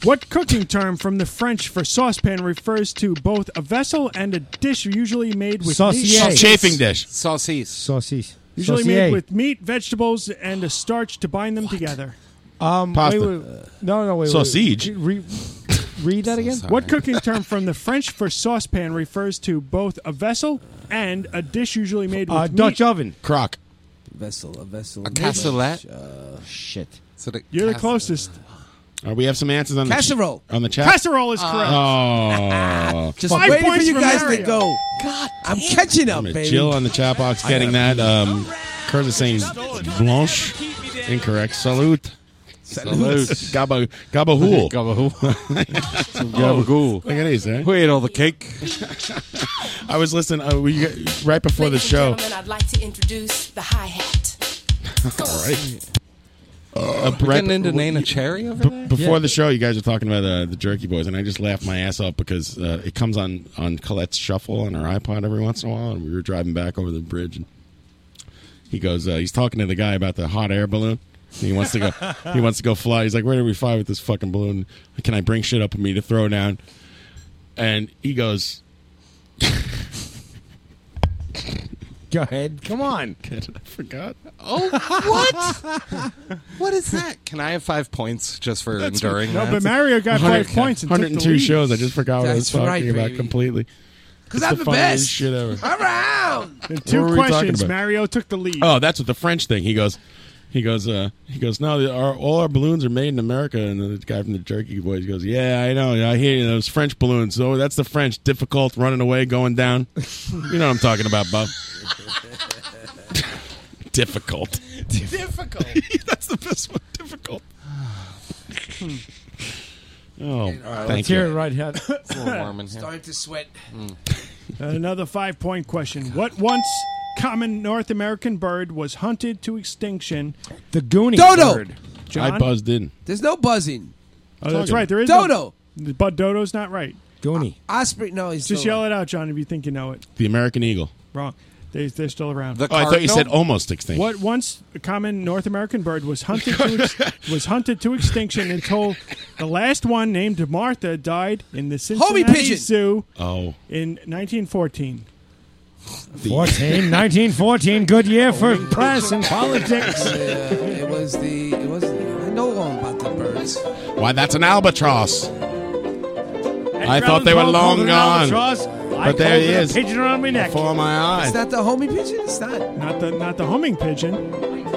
[SPEAKER 11] What cooking term from the French for saucepan refers to both a vessel and a dish usually made with meat?
[SPEAKER 5] dish.
[SPEAKER 9] Saucies.
[SPEAKER 7] Saucies.
[SPEAKER 11] Usually made with meat, vegetables, and a starch to bind them together.
[SPEAKER 7] um,
[SPEAKER 11] Pasta.
[SPEAKER 7] Wait, wait, no, no, wait. wait,
[SPEAKER 5] Sausage.
[SPEAKER 7] wait. Re- read that again.
[SPEAKER 11] What cooking term from the French for saucepan refers to both a vessel and a dish usually made with
[SPEAKER 7] Uh,
[SPEAKER 11] meat?
[SPEAKER 7] Dutch oven.
[SPEAKER 5] Crock.
[SPEAKER 21] Vessel, a vessel.
[SPEAKER 7] A
[SPEAKER 21] cassolette?
[SPEAKER 5] Uh,
[SPEAKER 7] Shit.
[SPEAKER 11] You're the closest.
[SPEAKER 5] Uh, we have some answers on
[SPEAKER 21] Casserole. Ah.
[SPEAKER 5] The ch- on the chat.
[SPEAKER 11] Casserole is correct.
[SPEAKER 5] Oh,
[SPEAKER 21] <laughs> Just Five waiting for points you for guys to Mario. go.
[SPEAKER 5] God,
[SPEAKER 21] I'm catching up, baby.
[SPEAKER 5] Jill on the chat box getting that. Um, Curtis is saying Blanche. Incorrect. Salute.
[SPEAKER 21] Salute.
[SPEAKER 5] <laughs> Gabba
[SPEAKER 9] <laughs>
[SPEAKER 5] gabahool. <laughs>
[SPEAKER 9] Some
[SPEAKER 5] Gabahool.
[SPEAKER 9] gabagool.
[SPEAKER 5] Look at these, eh?
[SPEAKER 9] Wait, all the cake.
[SPEAKER 5] <laughs> I was listening uh, we, right before the <laughs> show.
[SPEAKER 1] Gentlemen, I'd like to introduce the hi hat.
[SPEAKER 9] <laughs>
[SPEAKER 5] All right. Uh,
[SPEAKER 9] We're Uh, getting into Nana Cherry over there?
[SPEAKER 5] Before
[SPEAKER 9] Yeah.
[SPEAKER 5] the show, you guys were talking about uh, the Jerky Boys, and I just laughed my ass off because uh, it comes on on Colette's shuffle on her iPod every once in a while, and we were driving back over the bridge, and he goes, uh, he's talking to the guy about the hot air balloon. and He wants to
[SPEAKER 9] <laughs>
[SPEAKER 5] go. he wants to go fly. He's like, "Where do we fly with this fucking balloon? Can I bring shit up with me to throw down?" And he goes,
[SPEAKER 7] "Go ahead, come on."
[SPEAKER 5] I forgot.
[SPEAKER 9] Oh,
[SPEAKER 5] <laughs>
[SPEAKER 9] what? what is that? Can I have five points just for
[SPEAKER 5] That's what-
[SPEAKER 9] enduring?
[SPEAKER 5] No,
[SPEAKER 9] that?
[SPEAKER 5] but Mario got five points and took the 102 lead. shows. I just forgot what I was
[SPEAKER 9] That's right,
[SPEAKER 5] talking about
[SPEAKER 9] baby.
[SPEAKER 5] completely.
[SPEAKER 21] 'Cause
[SPEAKER 5] It's
[SPEAKER 21] I'm the
[SPEAKER 5] funniest
[SPEAKER 21] best.
[SPEAKER 5] shit ever.
[SPEAKER 21] Around.
[SPEAKER 11] In
[SPEAKER 5] What were
[SPEAKER 11] two
[SPEAKER 5] we talking
[SPEAKER 11] questions,
[SPEAKER 5] about?
[SPEAKER 11] Mario took the lead.
[SPEAKER 5] Oh, that's what the French thing. He goes, he goes, uh, he goes. No, the- our, all our balloons are made in America. And the guy from the Jerky Boys goes, Yeah, I know. I hear you, those French balloons. Oh, that's the French. Difficult, running away, going down. you know what I'm talking about, Bob. difficult.
[SPEAKER 21] Difficult.
[SPEAKER 5] <laughs> that's the best one. Difficult.
[SPEAKER 21] Hmm.
[SPEAKER 5] Oh,
[SPEAKER 21] right,
[SPEAKER 5] thank
[SPEAKER 7] let's
[SPEAKER 5] you.
[SPEAKER 7] hear it right here. It's a little warm in here.
[SPEAKER 21] Starting to sweat.
[SPEAKER 11] Another five point question. What once common North American bird was hunted to extinction?
[SPEAKER 7] The Goonie
[SPEAKER 21] Dodo!
[SPEAKER 11] bird. John?
[SPEAKER 5] I buzzed in.
[SPEAKER 21] There's no buzzing.
[SPEAKER 11] Oh, that's right. There is
[SPEAKER 21] Dodo.
[SPEAKER 11] No, but Dodo's not right.
[SPEAKER 7] Goonie.
[SPEAKER 21] Osprey. No, he's
[SPEAKER 11] Just
[SPEAKER 21] still
[SPEAKER 11] yell it out, John, if you think you know it.
[SPEAKER 5] The American Eagle.
[SPEAKER 11] Wrong. They, they're still around.
[SPEAKER 5] oh, I thought you said almost extinct.
[SPEAKER 11] What once a common North American bird was hunted to
[SPEAKER 5] <laughs>
[SPEAKER 11] ex- was hunted to extinction until the last one named Martha died in the Cincinnati
[SPEAKER 21] pigeon.
[SPEAKER 11] Zoo
[SPEAKER 5] Oh,
[SPEAKER 11] in 1914.
[SPEAKER 7] 14, 1914, good year
[SPEAKER 21] <laughs>
[SPEAKER 7] for press and politics.
[SPEAKER 21] it was the. It was. The, I know all about the birds.
[SPEAKER 5] Why, that's an albatross. I thought they were
[SPEAKER 21] Brown called
[SPEAKER 5] long
[SPEAKER 21] it an
[SPEAKER 5] gone.
[SPEAKER 21] albatross. I
[SPEAKER 5] But there
[SPEAKER 21] called
[SPEAKER 5] he
[SPEAKER 21] it a
[SPEAKER 5] is.
[SPEAKER 21] pigeon around my neck.
[SPEAKER 5] Before my eyes.
[SPEAKER 21] It's not the homie pigeon. It's not.
[SPEAKER 11] Not the not the homing pigeon.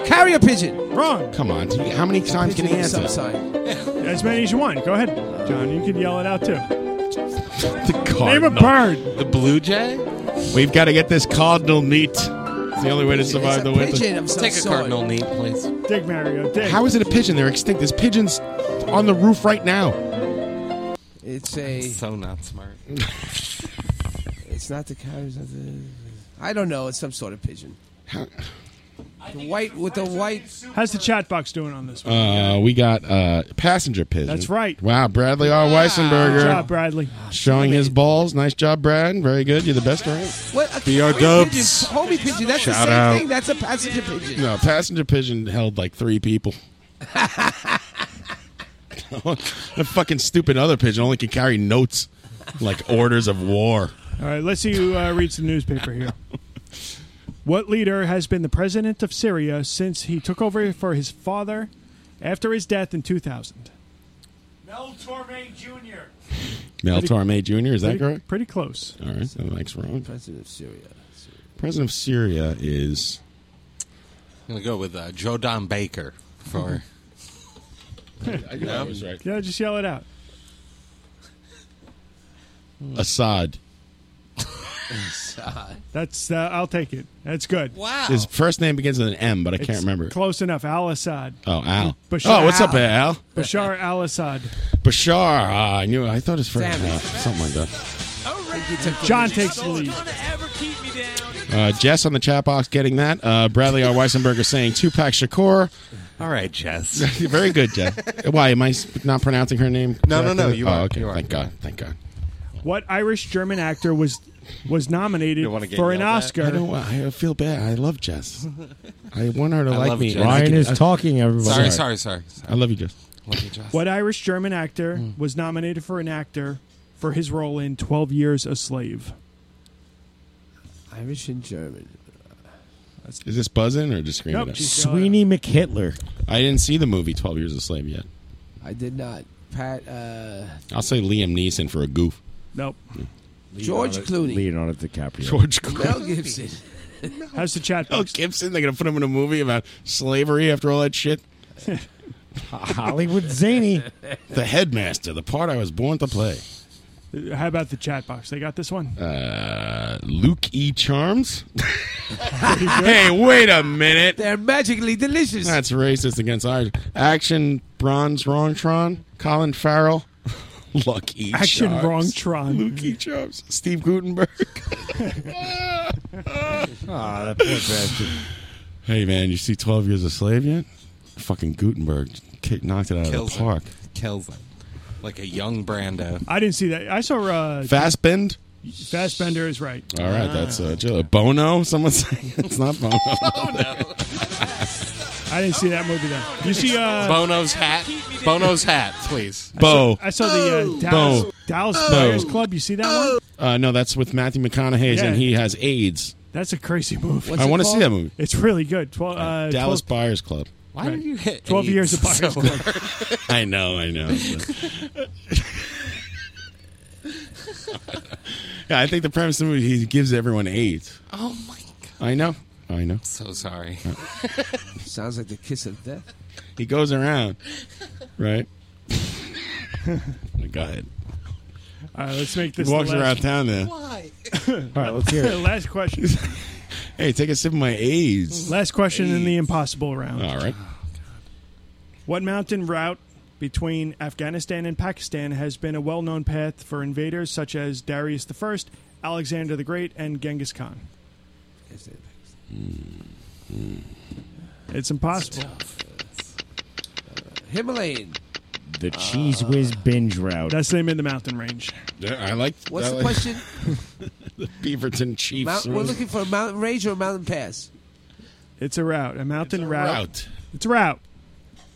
[SPEAKER 21] Carrier pigeon.
[SPEAKER 11] Wrong.
[SPEAKER 5] Come on. do you- How many times can you
[SPEAKER 11] Pigeon is
[SPEAKER 5] answer?
[SPEAKER 21] Sign.
[SPEAKER 11] As many as you want. Go ahead, John. You can yell it out too. Name a
[SPEAKER 5] Cardinal.
[SPEAKER 11] bird.
[SPEAKER 5] The blue jay? We've got to get this cardinal neat. It's the only way to survive the winter.
[SPEAKER 9] Take a cardinal neat, please.
[SPEAKER 11] Dig Mario. Dig.
[SPEAKER 5] How is it a pigeon? They're extinct. There's pigeons on the roof right now.
[SPEAKER 21] It's a.
[SPEAKER 9] So not smart.
[SPEAKER 21] <laughs> It's not the carrier. I don't know. It's some sort of pigeon. The white with the white.
[SPEAKER 11] How's the chat box doing on this one?
[SPEAKER 5] Uh, we got uh, passenger pigeon.
[SPEAKER 11] That's right.
[SPEAKER 5] Wow, Bradley R. Weissenberger.
[SPEAKER 11] Good job, Bradley.
[SPEAKER 5] Showing his balls. Nice job, Brad. Very good. You're the best around.
[SPEAKER 21] What? A
[SPEAKER 5] BR
[SPEAKER 21] homie
[SPEAKER 5] dubs.
[SPEAKER 21] pigeon. Homie pigeon. That's the
[SPEAKER 5] Shout
[SPEAKER 21] same
[SPEAKER 5] out.
[SPEAKER 21] thing. That's a passenger pigeon.
[SPEAKER 5] No, passenger pigeon held like three people. <laughs> the fucking stupid other pigeon only can carry notes, like orders of war.
[SPEAKER 11] All right, let's see who uh, reads the newspaper
[SPEAKER 5] <laughs>
[SPEAKER 11] here. What leader has been the president of Syria since he took over for his father after his death in
[SPEAKER 5] <laughs>
[SPEAKER 11] 2000?
[SPEAKER 8] Mel Torme Jr.
[SPEAKER 5] Mel
[SPEAKER 11] Pretty-
[SPEAKER 5] Torme Jr. Is that
[SPEAKER 11] pretty,
[SPEAKER 5] correct?
[SPEAKER 11] Pretty close.
[SPEAKER 5] All right, that makes wrong.
[SPEAKER 21] President of Syria.
[SPEAKER 5] President of Syria is
[SPEAKER 9] I'm going to go with uh, Joe Don Baker
[SPEAKER 5] <laughs>
[SPEAKER 9] for.
[SPEAKER 5] I knew I was right.
[SPEAKER 11] Yeah, just yell it out.
[SPEAKER 5] Assad.
[SPEAKER 11] That's uh, I'll take it. That's good.
[SPEAKER 21] Wow.
[SPEAKER 5] His first name begins with an M, but I can't
[SPEAKER 11] It's
[SPEAKER 5] remember. it.
[SPEAKER 11] Close enough. Al Assad.
[SPEAKER 5] Oh, Al.
[SPEAKER 11] Bashar
[SPEAKER 5] oh, what's up,
[SPEAKER 11] Al.
[SPEAKER 5] Al?
[SPEAKER 9] <laughs>
[SPEAKER 11] Bashar al Assad.
[SPEAKER 5] Bashar. Ah, I knew. I thought his first
[SPEAKER 11] Damn it.
[SPEAKER 5] uh, something like that.
[SPEAKER 11] John takes the lead.
[SPEAKER 5] Uh, Jess on the chat box getting that. Uh, Bradley R. Weissenberger saying Tupac Shakur.
[SPEAKER 9] All right, Jess.
[SPEAKER 5] <laughs> Very good, Jess. Why am I s- not pronouncing her name?
[SPEAKER 9] No, no, no,
[SPEAKER 5] correctly?
[SPEAKER 9] you
[SPEAKER 5] oh,
[SPEAKER 9] are,
[SPEAKER 5] Okay.
[SPEAKER 9] you are,
[SPEAKER 5] Thank
[SPEAKER 9] you
[SPEAKER 5] God. Thank God.
[SPEAKER 11] What Irish German actor was was nominated
[SPEAKER 5] get
[SPEAKER 11] for an
[SPEAKER 5] yelled at?
[SPEAKER 11] Oscar?
[SPEAKER 5] I don't. wa- I feel bad. I love
[SPEAKER 9] <laughs>
[SPEAKER 5] Jess. I want her to
[SPEAKER 7] I
[SPEAKER 5] like
[SPEAKER 7] love
[SPEAKER 5] me.
[SPEAKER 7] Jess. Ryan
[SPEAKER 5] I can-
[SPEAKER 7] is
[SPEAKER 5] I-
[SPEAKER 7] talking, everybody. Sorry, sorry,
[SPEAKER 9] sorry,
[SPEAKER 5] I love you, Jess.
[SPEAKER 11] What Irish German actor
[SPEAKER 5] Hmm.
[SPEAKER 11] was nominated for an actor for his role in Twelve Years a Slave?
[SPEAKER 21] Irish and German.
[SPEAKER 5] Is this buzzing or just screaming?
[SPEAKER 11] Nope,
[SPEAKER 5] at
[SPEAKER 11] she's
[SPEAKER 5] us?
[SPEAKER 7] Sweeney McHitler.
[SPEAKER 5] I didn't see the movie Twelve Years a Slave yet.
[SPEAKER 21] I did not. Pat. Uh,
[SPEAKER 5] I'll say Liam Neeson for a goof.
[SPEAKER 11] nope.
[SPEAKER 21] George Clooney.
[SPEAKER 7] Leonardo DiCaprio.
[SPEAKER 5] George Clooney.
[SPEAKER 21] Mel Gibson.
[SPEAKER 11] <laughs> How's the chat?
[SPEAKER 5] Mel Gibson. They're gonna put him in a movie about slavery after all
[SPEAKER 11] <laughs>
[SPEAKER 5] that shit.
[SPEAKER 7] Hollywood zany.
[SPEAKER 5] The headmaster, the part I was born to play.
[SPEAKER 11] How about the chat box? They got this one.
[SPEAKER 5] Uh, Luke E.
[SPEAKER 11] <laughs>
[SPEAKER 5] Charms. <laughs>
[SPEAKER 11] good.
[SPEAKER 5] hey, wait a minute.
[SPEAKER 21] They're magically delicious.
[SPEAKER 5] That's racist against Irish. Action Bronze Wrongtron. Colin Farrell. <laughs> Lucky
[SPEAKER 11] Action
[SPEAKER 5] Charms.
[SPEAKER 11] Wrongtron.
[SPEAKER 5] Luke E. Charms. Steve Gutenberg.
[SPEAKER 7] <laughs> Ah, that poor bastard.
[SPEAKER 5] Hey man, you see Twelve Years a Slave yet? Fucking Gutenberg kicked, knocked it out
[SPEAKER 9] Kills
[SPEAKER 5] of the park.
[SPEAKER 9] It. Kills it. Like a young Brando.
[SPEAKER 11] I didn't see that. I saw uh,
[SPEAKER 5] Fastbend.
[SPEAKER 11] Fastbender is right.
[SPEAKER 5] All
[SPEAKER 9] Ah.
[SPEAKER 5] right, that's uh, Joe- Bono. Someone's <laughs> saying it's not
[SPEAKER 9] <laughs>
[SPEAKER 5] Bono.
[SPEAKER 11] I didn't see that movie though. You see uh,
[SPEAKER 9] Bono's hat. Bono's hat, please.
[SPEAKER 5] Bo.
[SPEAKER 11] I saw the uh, Dallas,
[SPEAKER 5] Bo.
[SPEAKER 11] Dallas
[SPEAKER 5] Bo.
[SPEAKER 11] Players Club. You see that one?
[SPEAKER 5] Uh, no, that's with Matthew McConaughey,
[SPEAKER 11] Yeah.
[SPEAKER 5] and he has AIDS.
[SPEAKER 11] That's a crazy movie.
[SPEAKER 5] What's I it wanna see called? that movie.
[SPEAKER 11] It's really good. Twelve. Uh,
[SPEAKER 5] Dallas
[SPEAKER 11] 12
[SPEAKER 5] Buyers Club.
[SPEAKER 9] Why did you hit
[SPEAKER 11] Twelve
[SPEAKER 9] AIDS
[SPEAKER 11] years of Buyers
[SPEAKER 9] so
[SPEAKER 11] Club.
[SPEAKER 5] <laughs> I know, Oh, I know.
[SPEAKER 9] <laughs>
[SPEAKER 5] yeah, I think the premise of the movie he gives everyone AIDS.
[SPEAKER 9] Oh my
[SPEAKER 5] I know, I know.
[SPEAKER 9] So sorry. <laughs>
[SPEAKER 21] Sounds like the kiss of death.
[SPEAKER 5] He goes around, right? Go ahead.
[SPEAKER 11] All right, let's make
[SPEAKER 5] He
[SPEAKER 11] this.
[SPEAKER 5] walks
[SPEAKER 11] the last-
[SPEAKER 5] around town there.
[SPEAKER 11] Why?
[SPEAKER 7] All right, let's hear it.
[SPEAKER 11] <laughs> last question.
[SPEAKER 5] Hey, take a sip of my AIDS.
[SPEAKER 11] Last question in the impossible round.
[SPEAKER 5] All right.
[SPEAKER 11] What mountain route between Afghanistan and Pakistan has been a well known path for invaders such as Darius I, Alexander the Great, and Genghis Khan?
[SPEAKER 5] Hmm,
[SPEAKER 11] It's impossible.
[SPEAKER 21] Himalayan.
[SPEAKER 7] The Ah. Cheese Whiz binge route.
[SPEAKER 11] That's the name of the mountain range.
[SPEAKER 5] Yeah, I like.
[SPEAKER 21] What's
[SPEAKER 5] I
[SPEAKER 21] the
[SPEAKER 5] like-
[SPEAKER 21] question?
[SPEAKER 5] <laughs> the Beaverton Chiefs.
[SPEAKER 21] Mount, we're looking for a mountain range or a mountain pass.
[SPEAKER 11] It's a route, a mountain route.
[SPEAKER 5] route.
[SPEAKER 11] It's a route.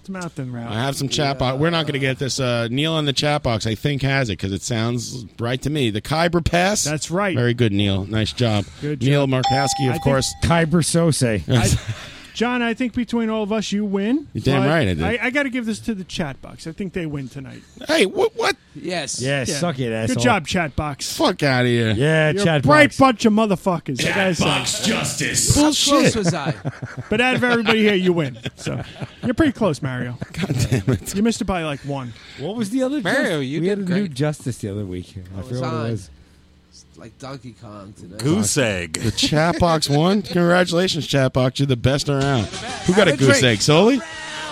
[SPEAKER 11] It's a mountain route.
[SPEAKER 5] I have some chat box. We're not going to get this. Uh, Neil in the chat box, I think, has it because it sounds right to me. The Khyber Pass.
[SPEAKER 11] That's right.
[SPEAKER 5] Very good, Neil. Nice job.
[SPEAKER 11] Good
[SPEAKER 5] Neil Markowski,
[SPEAKER 11] I
[SPEAKER 5] of
[SPEAKER 11] think-
[SPEAKER 5] course.
[SPEAKER 7] Kyber
[SPEAKER 5] <laughs>
[SPEAKER 7] Sose.
[SPEAKER 11] John, I think between all of us, you win.
[SPEAKER 5] You're damn
[SPEAKER 11] but
[SPEAKER 5] right I did.
[SPEAKER 11] I, got to give this to the chat box. I think they win tonight.
[SPEAKER 5] hey, what? What?
[SPEAKER 21] Yes.
[SPEAKER 7] Yeah,
[SPEAKER 11] Yeah.
[SPEAKER 7] suck it, asshole.
[SPEAKER 11] Good job, chat box.
[SPEAKER 5] Fuck out of here.
[SPEAKER 7] Yeah,
[SPEAKER 11] You're a
[SPEAKER 7] Chad.
[SPEAKER 11] bright
[SPEAKER 7] Box.
[SPEAKER 11] bunch of motherfuckers. I gotta say.
[SPEAKER 5] justice.
[SPEAKER 21] How
[SPEAKER 5] Bullshit.
[SPEAKER 21] close was I?
[SPEAKER 11] <laughs> But out of everybody here, you win. So you're pretty close, Mario.
[SPEAKER 5] <laughs> God damn it.
[SPEAKER 11] You missed it by like one.
[SPEAKER 7] What was the other?
[SPEAKER 9] Mario,
[SPEAKER 7] just-
[SPEAKER 9] you
[SPEAKER 7] we had
[SPEAKER 9] did
[SPEAKER 7] a new
[SPEAKER 9] great.
[SPEAKER 7] Justice the other week. I
[SPEAKER 21] was
[SPEAKER 7] forgot what
[SPEAKER 21] on.
[SPEAKER 7] it was.
[SPEAKER 21] Like Donkey Kong tonight.
[SPEAKER 9] Goose egg.
[SPEAKER 5] The chat box won. Congratulations, chat box. You're the best around. Who got a
[SPEAKER 21] Have a
[SPEAKER 5] goose
[SPEAKER 21] drink.
[SPEAKER 5] egg? Soli?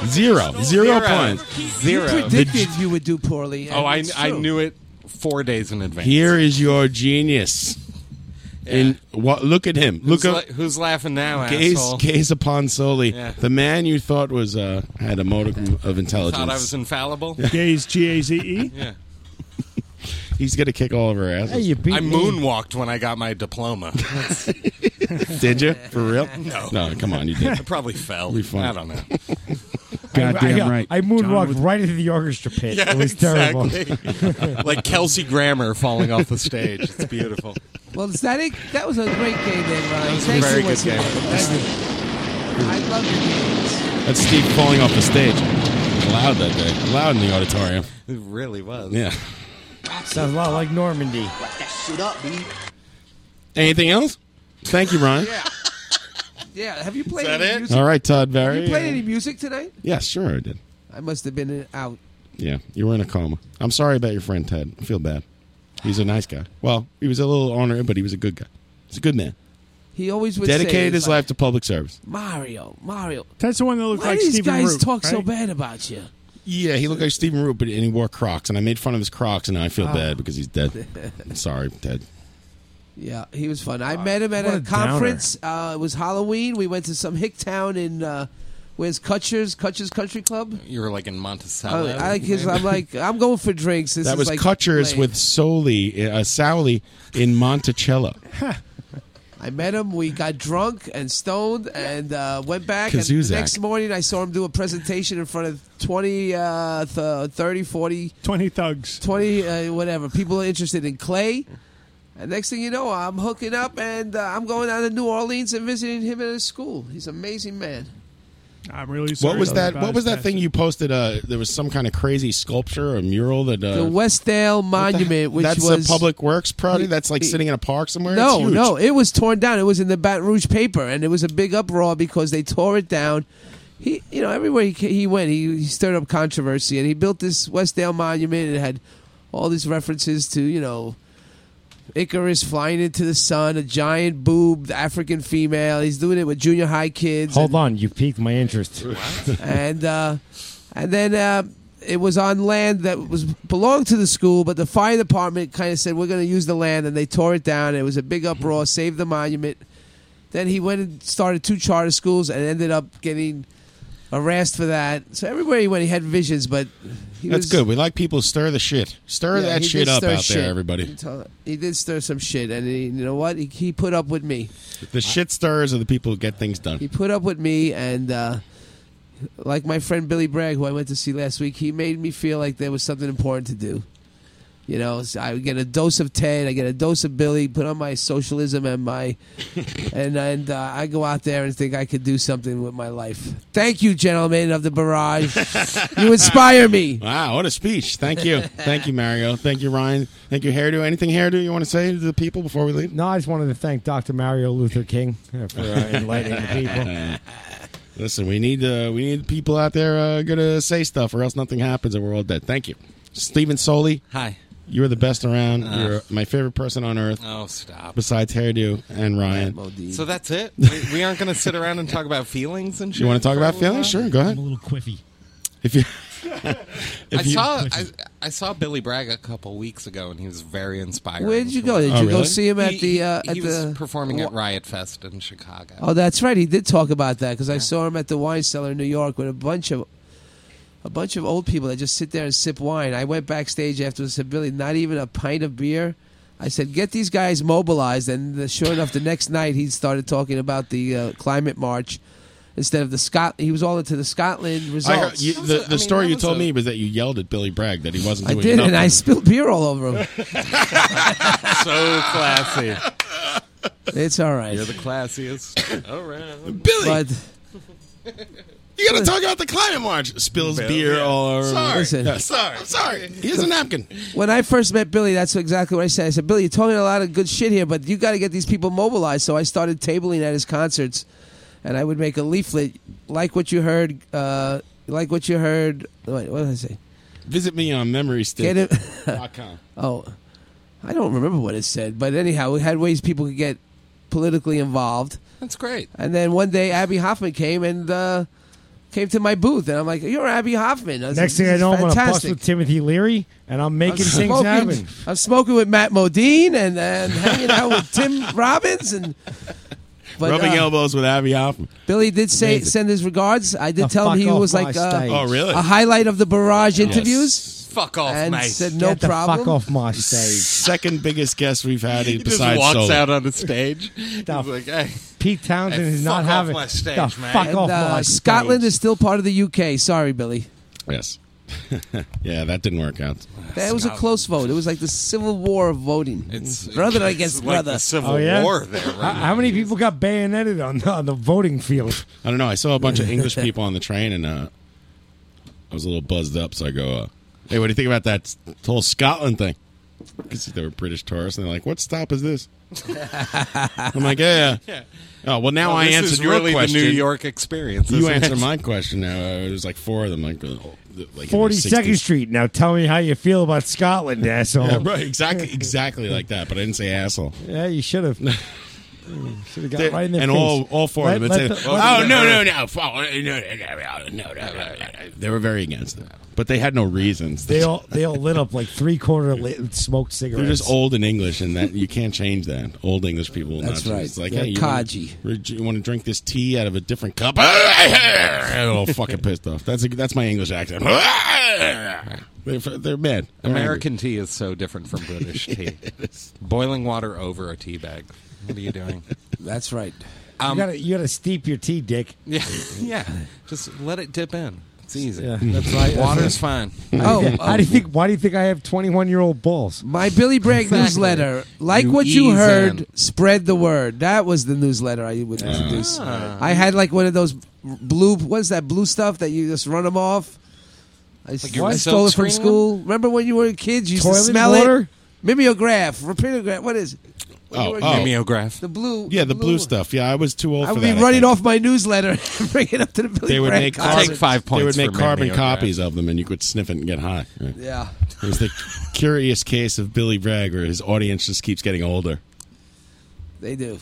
[SPEAKER 5] Zero. Zero points.
[SPEAKER 21] You
[SPEAKER 9] Zero.
[SPEAKER 21] predicted you would do poorly. and
[SPEAKER 9] Oh, I,
[SPEAKER 21] it's
[SPEAKER 9] I
[SPEAKER 21] true.
[SPEAKER 9] knew it four days in advance.
[SPEAKER 5] Here is your genius. And what? Look at him. Look
[SPEAKER 9] Who's,
[SPEAKER 5] at.
[SPEAKER 9] la- who's laughing now,
[SPEAKER 5] Gaze,
[SPEAKER 9] asshole?
[SPEAKER 5] gaze upon Soli,
[SPEAKER 9] Yeah.
[SPEAKER 5] the man you thought was uh, had a modicum of intelligence.
[SPEAKER 9] Thought I
[SPEAKER 5] <laughs>
[SPEAKER 9] was infallible?
[SPEAKER 11] Gaze, G A Z E.
[SPEAKER 9] Yeah.
[SPEAKER 5] He's gonna kick all of our asses.
[SPEAKER 7] Hey, you beat
[SPEAKER 9] I
[SPEAKER 7] me.
[SPEAKER 9] moonwalked when I got my diploma.
[SPEAKER 5] <laughs> Did
[SPEAKER 9] <laughs>
[SPEAKER 5] you for real?
[SPEAKER 9] No.
[SPEAKER 5] no, come on, <laughs> you
[SPEAKER 9] I
[SPEAKER 5] did.
[SPEAKER 9] probably fell.
[SPEAKER 5] Be fun.
[SPEAKER 9] I don't know.
[SPEAKER 7] I, I, I moonwalked right into the orchestra pit. it was
[SPEAKER 5] <laughs>
[SPEAKER 7] terrible.
[SPEAKER 9] Exactly. like Kelsey Grammer falling off the stage. It's beautiful.
[SPEAKER 21] Well, is that it? That was a great game, then, Ryan.
[SPEAKER 9] was a
[SPEAKER 21] Thanks
[SPEAKER 9] very
[SPEAKER 21] for
[SPEAKER 9] good
[SPEAKER 21] listening.
[SPEAKER 9] game.
[SPEAKER 21] Thank you. I love your games.
[SPEAKER 5] That's Steve falling off the stage. Loud that day. Loud in the auditorium.
[SPEAKER 9] It really was.
[SPEAKER 5] Yeah.
[SPEAKER 7] <laughs> Sounds a lot like Normandy.
[SPEAKER 5] Anything else? Thank you, Ryan.
[SPEAKER 21] Yeah. Have you played
[SPEAKER 17] that
[SPEAKER 21] any
[SPEAKER 17] it?
[SPEAKER 21] music?
[SPEAKER 5] All right, Todd Barry.
[SPEAKER 21] You played any music tonight?
[SPEAKER 5] Yeah, sure I did.
[SPEAKER 21] I must have been out.
[SPEAKER 5] Yeah, you were in a coma. I'm sorry about your friend Ted. I feel bad. He's a nice guy. Well, he was a little ornery, but he was a good guy. He's a good man.
[SPEAKER 21] He always would say,
[SPEAKER 5] Dedicated
[SPEAKER 21] it's
[SPEAKER 5] his
[SPEAKER 21] like,
[SPEAKER 5] life to public service.
[SPEAKER 21] Mario, Mario.
[SPEAKER 11] That's the one that looked
[SPEAKER 21] Why
[SPEAKER 11] like
[SPEAKER 21] do these
[SPEAKER 11] Stephen
[SPEAKER 21] guys
[SPEAKER 11] Root,
[SPEAKER 21] talk so
[SPEAKER 11] right?
[SPEAKER 21] bad about you?
[SPEAKER 5] Yeah, he looked like Stephen Root, but and he
[SPEAKER 21] Oh. <laughs>
[SPEAKER 5] wore Crocs, and I made fun of his Crocs, and now I feel bad because he's dead. I'm sorry, Ted.
[SPEAKER 21] Yeah, he was fun. I met him at What a, a conference. Uh, it was Halloween. We went to some hick town in uh, where's Cutcher's Cutcher's Country Club.
[SPEAKER 9] You were like in Monticello.
[SPEAKER 21] Oh, I, I like his. I'm like I'm going for drinks. This
[SPEAKER 5] that
[SPEAKER 21] is
[SPEAKER 5] was
[SPEAKER 21] like
[SPEAKER 5] Cutcher's
[SPEAKER 21] lame.
[SPEAKER 5] with Soli, uh, Sowley in <laughs> Monticello.
[SPEAKER 21] I met him. We got drunk and stoned and uh, went back. And
[SPEAKER 5] Kazuzak.
[SPEAKER 21] the next morning, I saw him do a presentation in front of 20, uh, th- 30, 40.
[SPEAKER 11] 20 thugs.
[SPEAKER 21] 20, uh, whatever. People interested in clay. And next thing you know, I'm hooking up and uh, I'm going down to New Orleans and visiting him at his school. He's an amazing man.
[SPEAKER 11] I'm really sorry.
[SPEAKER 5] What was that?
[SPEAKER 21] about
[SPEAKER 5] What
[SPEAKER 21] his
[SPEAKER 5] was that
[SPEAKER 21] past.
[SPEAKER 5] thing you posted? Uh, there was some kind of crazy sculpture or mural that uh,
[SPEAKER 21] the Westdale Monument, which
[SPEAKER 5] that's
[SPEAKER 21] was
[SPEAKER 5] a public works
[SPEAKER 21] He-
[SPEAKER 5] project. That's like
[SPEAKER 21] he-
[SPEAKER 5] sitting in a park somewhere.
[SPEAKER 21] No,
[SPEAKER 5] It's huge.
[SPEAKER 21] no, it was torn down. It was in the Baton Rouge paper, and it was a big uproar because they tore it down. He, you know, everywhere he, ca- he went, he, he stirred up controversy, and he built this Westdale monument, and it had all these references to, you know, Icarus flying into the sun, a giant boobed African female. He's doing it with junior high kids.
[SPEAKER 7] Hold on, you piqued my interest.
[SPEAKER 21] and uh, and then uh, it was on land that was belonged to the school, but the fire department kind of said we're going to use the land, and they tore it down. It was a big uproar, saved the monument. Then he went and started two charter schools, and ended up getting harassed for that. So everywhere he went, he had visions, but he
[SPEAKER 5] that's
[SPEAKER 21] was,
[SPEAKER 5] good. We like people who stir the shit. Stir
[SPEAKER 21] Yeah,
[SPEAKER 5] that
[SPEAKER 21] he
[SPEAKER 5] shit
[SPEAKER 21] did
[SPEAKER 5] up
[SPEAKER 21] stir
[SPEAKER 5] out
[SPEAKER 21] shit.
[SPEAKER 5] there,
[SPEAKER 21] <laughs>
[SPEAKER 5] everybody.
[SPEAKER 21] He did stir some shit, and he, you know what? He, he put up with me.
[SPEAKER 5] The shit stirrers are the people who get things
[SPEAKER 21] He
[SPEAKER 5] done.
[SPEAKER 21] put up with me, and uh, like my friend Billy Bragg, who I went to see last week, he made me feel like there was something important to do. You know, so I get a dose of Ted, I get a dose of Billy, put on my socialism
[SPEAKER 5] <laughs>
[SPEAKER 21] and my, and and uh, I go out there and think I could do something with my life. Thank you, gentlemen of
[SPEAKER 5] <laughs>
[SPEAKER 21] the barrage. <laughs> you inspire me.
[SPEAKER 5] Wow, what a speech! Thank you, thank you, Mario. Thank you, Ryan. Thank you, hairdo. Anything hairdo you want to say to the <laughs> people before we leave?
[SPEAKER 7] No, I just wanted to thank Dr. Mario Luther King uh, for
[SPEAKER 21] <laughs>
[SPEAKER 7] uh, enlightening the
[SPEAKER 5] <laughs> Listen, we need uh, we need people out there uh, gonna say stuff, or else nothing happens, and we're all dead. Thank you, Stephen Soli.
[SPEAKER 9] Hi.
[SPEAKER 5] You're the best around.
[SPEAKER 9] Uh.
[SPEAKER 5] You're my favorite person on earth.
[SPEAKER 9] Oh, stop.
[SPEAKER 5] Besides hairdo and Ryan.
[SPEAKER 9] So
[SPEAKER 5] <laughs>
[SPEAKER 9] that's it. We, we aren't going to sit around and talk about feelings and shit.
[SPEAKER 5] you want to talk
[SPEAKER 9] for a
[SPEAKER 5] about
[SPEAKER 9] little
[SPEAKER 5] feelings?
[SPEAKER 9] while?
[SPEAKER 5] Sure, go ahead.
[SPEAKER 7] I'm a little quiffy.
[SPEAKER 5] If
[SPEAKER 21] <laughs>
[SPEAKER 5] you,
[SPEAKER 9] I
[SPEAKER 5] If you-
[SPEAKER 9] saw I, I saw Billy Bragg a couple weeks ago, and he was very inspiring.
[SPEAKER 21] Where did you go? Did
[SPEAKER 5] Oh,
[SPEAKER 21] you go
[SPEAKER 5] really?
[SPEAKER 21] see him at
[SPEAKER 9] He-
[SPEAKER 21] the
[SPEAKER 9] he-
[SPEAKER 21] uh, at
[SPEAKER 9] he was
[SPEAKER 21] the
[SPEAKER 9] performing at
[SPEAKER 21] Wa-
[SPEAKER 9] Riot Fest in Chicago.
[SPEAKER 21] Oh, that's right. He did talk about that because I saw him at the wine cellar in New York with a bunch of a bunch of old people that just sit there and sip wine. I went backstage after and said, "Billy, not even a pint of beer." I said, "Get these guys mobilized." And the, sure enough, the next night he started talking about the uh, climate march instead of the Scot. He was all into the Scotland
[SPEAKER 5] I
[SPEAKER 21] results.
[SPEAKER 5] heard, you, the, the story you told me was that you yelled at Billy Bragg that he wasn't.
[SPEAKER 21] I
[SPEAKER 5] Doing
[SPEAKER 21] did, and I
[SPEAKER 5] nothing.
[SPEAKER 21] spilled beer all over him.
[SPEAKER 5] <laughs>
[SPEAKER 9] so classy.
[SPEAKER 21] It's all right.
[SPEAKER 9] You're the classiest around.
[SPEAKER 5] Billy,
[SPEAKER 21] But
[SPEAKER 5] <laughs> you got to talk about the climate march. Spills
[SPEAKER 9] Bill,
[SPEAKER 5] beer
[SPEAKER 9] yeah.
[SPEAKER 5] all over.
[SPEAKER 21] Sorry. Listen.
[SPEAKER 5] Yeah, sorry, sorry. Here's a napkin.
[SPEAKER 21] When I first met Billy, that's exactly what I said. I said, Billy, you're talking a lot of good shit here, but you got to get these people mobilized. So I started tabling at his concerts, and I would make a leaflet like what you heard, uh, like what you heard. Wait, what did I say?
[SPEAKER 5] Visit me on memory
[SPEAKER 21] Get
[SPEAKER 5] stick.
[SPEAKER 21] it? <laughs> oh, I don't remember what it said, but anyhow, we had ways people could get politically involved.
[SPEAKER 9] That's great.
[SPEAKER 21] And then one day, Abby Hoffman came and uh, came to my booth, and I'm like, "You're Abby Hoffman." I was
[SPEAKER 7] Next
[SPEAKER 21] like,
[SPEAKER 7] thing I
[SPEAKER 21] "This
[SPEAKER 7] know,
[SPEAKER 21] is
[SPEAKER 7] I'm on a bus
[SPEAKER 21] fantastic."
[SPEAKER 7] with Timothy Leary, and I'm making things
[SPEAKER 21] smoking-
[SPEAKER 7] happen.
[SPEAKER 21] I'm smoking with Matt Modine and, and hanging out
[SPEAKER 7] <laughs>
[SPEAKER 21] with Tim Robbins and but,
[SPEAKER 5] Rubbing
[SPEAKER 21] uh,
[SPEAKER 5] elbows with Abby Hoffman.
[SPEAKER 21] Billy did say
[SPEAKER 5] Amazing.
[SPEAKER 21] send his regards. I did
[SPEAKER 5] The
[SPEAKER 21] tell
[SPEAKER 5] fuck
[SPEAKER 21] him he
[SPEAKER 5] off
[SPEAKER 21] was
[SPEAKER 5] my
[SPEAKER 21] like uh,
[SPEAKER 5] stage. Oh, really?
[SPEAKER 21] a highlight of the barrage
[SPEAKER 5] Yes.
[SPEAKER 21] interviews.
[SPEAKER 9] Fuck off,
[SPEAKER 21] and
[SPEAKER 9] mate.
[SPEAKER 21] Said no
[SPEAKER 7] Get the
[SPEAKER 21] problem.
[SPEAKER 7] fuck off my stage.
[SPEAKER 5] Second biggest guest we've had
[SPEAKER 9] He just
[SPEAKER 5] besides
[SPEAKER 9] walks
[SPEAKER 5] Soli.
[SPEAKER 9] out on the <laughs> stage. He's
[SPEAKER 7] The
[SPEAKER 9] like, hey,
[SPEAKER 7] Pete Townsend
[SPEAKER 9] Hey,
[SPEAKER 7] is not
[SPEAKER 9] fuck off
[SPEAKER 7] having
[SPEAKER 9] my stage,
[SPEAKER 7] the
[SPEAKER 9] man.
[SPEAKER 7] fuck
[SPEAKER 21] And,
[SPEAKER 7] off
[SPEAKER 21] uh,
[SPEAKER 7] my
[SPEAKER 21] Scotland is still part of the UK. Sorry, Billy.
[SPEAKER 5] Yes. <laughs> yeah, that didn't work out.
[SPEAKER 21] That was a close vote. It was like the Civil War of voting. It's brother
[SPEAKER 9] it's
[SPEAKER 21] against
[SPEAKER 9] like
[SPEAKER 21] brother.
[SPEAKER 9] the Civil
[SPEAKER 7] Oh yeah,
[SPEAKER 9] there,
[SPEAKER 7] how, how many people got bayoneted on the, on the voting field?
[SPEAKER 5] I don't know. I saw a bunch of
[SPEAKER 9] <laughs>
[SPEAKER 5] English people on the train, and uh, I was a little buzzed up, so I go, uh, "Hey, what do you think about that s- whole Scotland thing?" Because they were British tourists, and they're like, "What stop is this?" I'm like, "Yeah."
[SPEAKER 9] <laughs>
[SPEAKER 5] yeah. Oh well, now
[SPEAKER 9] Well,
[SPEAKER 5] I
[SPEAKER 9] this
[SPEAKER 5] answered
[SPEAKER 9] is
[SPEAKER 5] your
[SPEAKER 9] really the
[SPEAKER 5] question.
[SPEAKER 9] New York experience,
[SPEAKER 5] You
[SPEAKER 9] isn't
[SPEAKER 5] answer
[SPEAKER 9] it?
[SPEAKER 5] my question now. Uh, It was like four of them, like, uh, like
[SPEAKER 7] Forty Second Street. Now tell me how you feel
[SPEAKER 5] <laughs>
[SPEAKER 7] about Scotland, asshole. <laughs>
[SPEAKER 5] Yeah, right, exactly, exactly like that. But I didn't say asshole. <laughs>
[SPEAKER 7] Yeah, you should have. Should have got
[SPEAKER 5] They-
[SPEAKER 7] right in their
[SPEAKER 5] and
[SPEAKER 7] face.
[SPEAKER 5] all all four of them.
[SPEAKER 7] Let-
[SPEAKER 5] had
[SPEAKER 7] let
[SPEAKER 5] said,
[SPEAKER 7] the-
[SPEAKER 5] oh
[SPEAKER 7] let the- <laughs>
[SPEAKER 5] no no no, follow- no no no no no no. They were very against it, but they had no reasons. <laughs>
[SPEAKER 7] They all they all lit up like three quarter lit smoked cigarettes.
[SPEAKER 5] They're just old in English, and that you can't change that. Old English people. will
[SPEAKER 7] That's
[SPEAKER 5] not
[SPEAKER 7] right.
[SPEAKER 5] It's like,
[SPEAKER 7] They're
[SPEAKER 5] hey, you
[SPEAKER 7] codgy.
[SPEAKER 5] Want, you want to drink this tea out of a different cup? <laughs> They're all fucking pissed off. That's a, that's my English accent. <laughs> They're, they're mad. I'm angry.
[SPEAKER 9] American tea is so different from British tea. Boiling water over a tea bag. What are you doing?
[SPEAKER 21] That's right.
[SPEAKER 9] Um,
[SPEAKER 7] you gotta you gotta steep your tea,
[SPEAKER 21] <laughs>
[SPEAKER 7] Dick.
[SPEAKER 9] yeah, yeah. Just let it dip in. It's easy.
[SPEAKER 7] Yeah.
[SPEAKER 21] <laughs>
[SPEAKER 9] That's right.
[SPEAKER 7] <laughs>
[SPEAKER 9] Water's fine.
[SPEAKER 7] Oh, how do you think? Why do you think I have twenty-one-year-old balls?
[SPEAKER 21] My
[SPEAKER 7] <laughs>
[SPEAKER 21] Billy Bragg newsletter. Like what you heard, spread the word. That was the newsletter I would introduce.
[SPEAKER 9] Ah.
[SPEAKER 21] I had like one of those blue. What is that blue stuff that you just run them off? I, s-
[SPEAKER 9] your
[SPEAKER 21] I stole it from
[SPEAKER 9] silkscreen
[SPEAKER 21] school. Remember when you were kids? You used to
[SPEAKER 9] Toilet
[SPEAKER 21] smell
[SPEAKER 9] water?
[SPEAKER 21] it. Mimeograph, rapidograph. What
[SPEAKER 5] Oh,
[SPEAKER 21] is? it? When you were a kid,
[SPEAKER 9] Mimeograph.
[SPEAKER 21] The blue.
[SPEAKER 5] Yeah, the blue stuff. Yeah, I was too old
[SPEAKER 21] I
[SPEAKER 5] for
[SPEAKER 21] would
[SPEAKER 5] that.
[SPEAKER 21] be running off my newsletter <laughs> and bring it up to the Billy
[SPEAKER 5] they would
[SPEAKER 21] Bragg
[SPEAKER 5] make
[SPEAKER 21] concert.
[SPEAKER 5] carbon, They would make carbon
[SPEAKER 21] mimeograph.
[SPEAKER 5] copies of them, and you could sniff it and get high. Right?
[SPEAKER 21] Yeah.
[SPEAKER 5] it was the <laughs> curious case of Billy Bragg, where his audience just keeps getting older.
[SPEAKER 21] They do.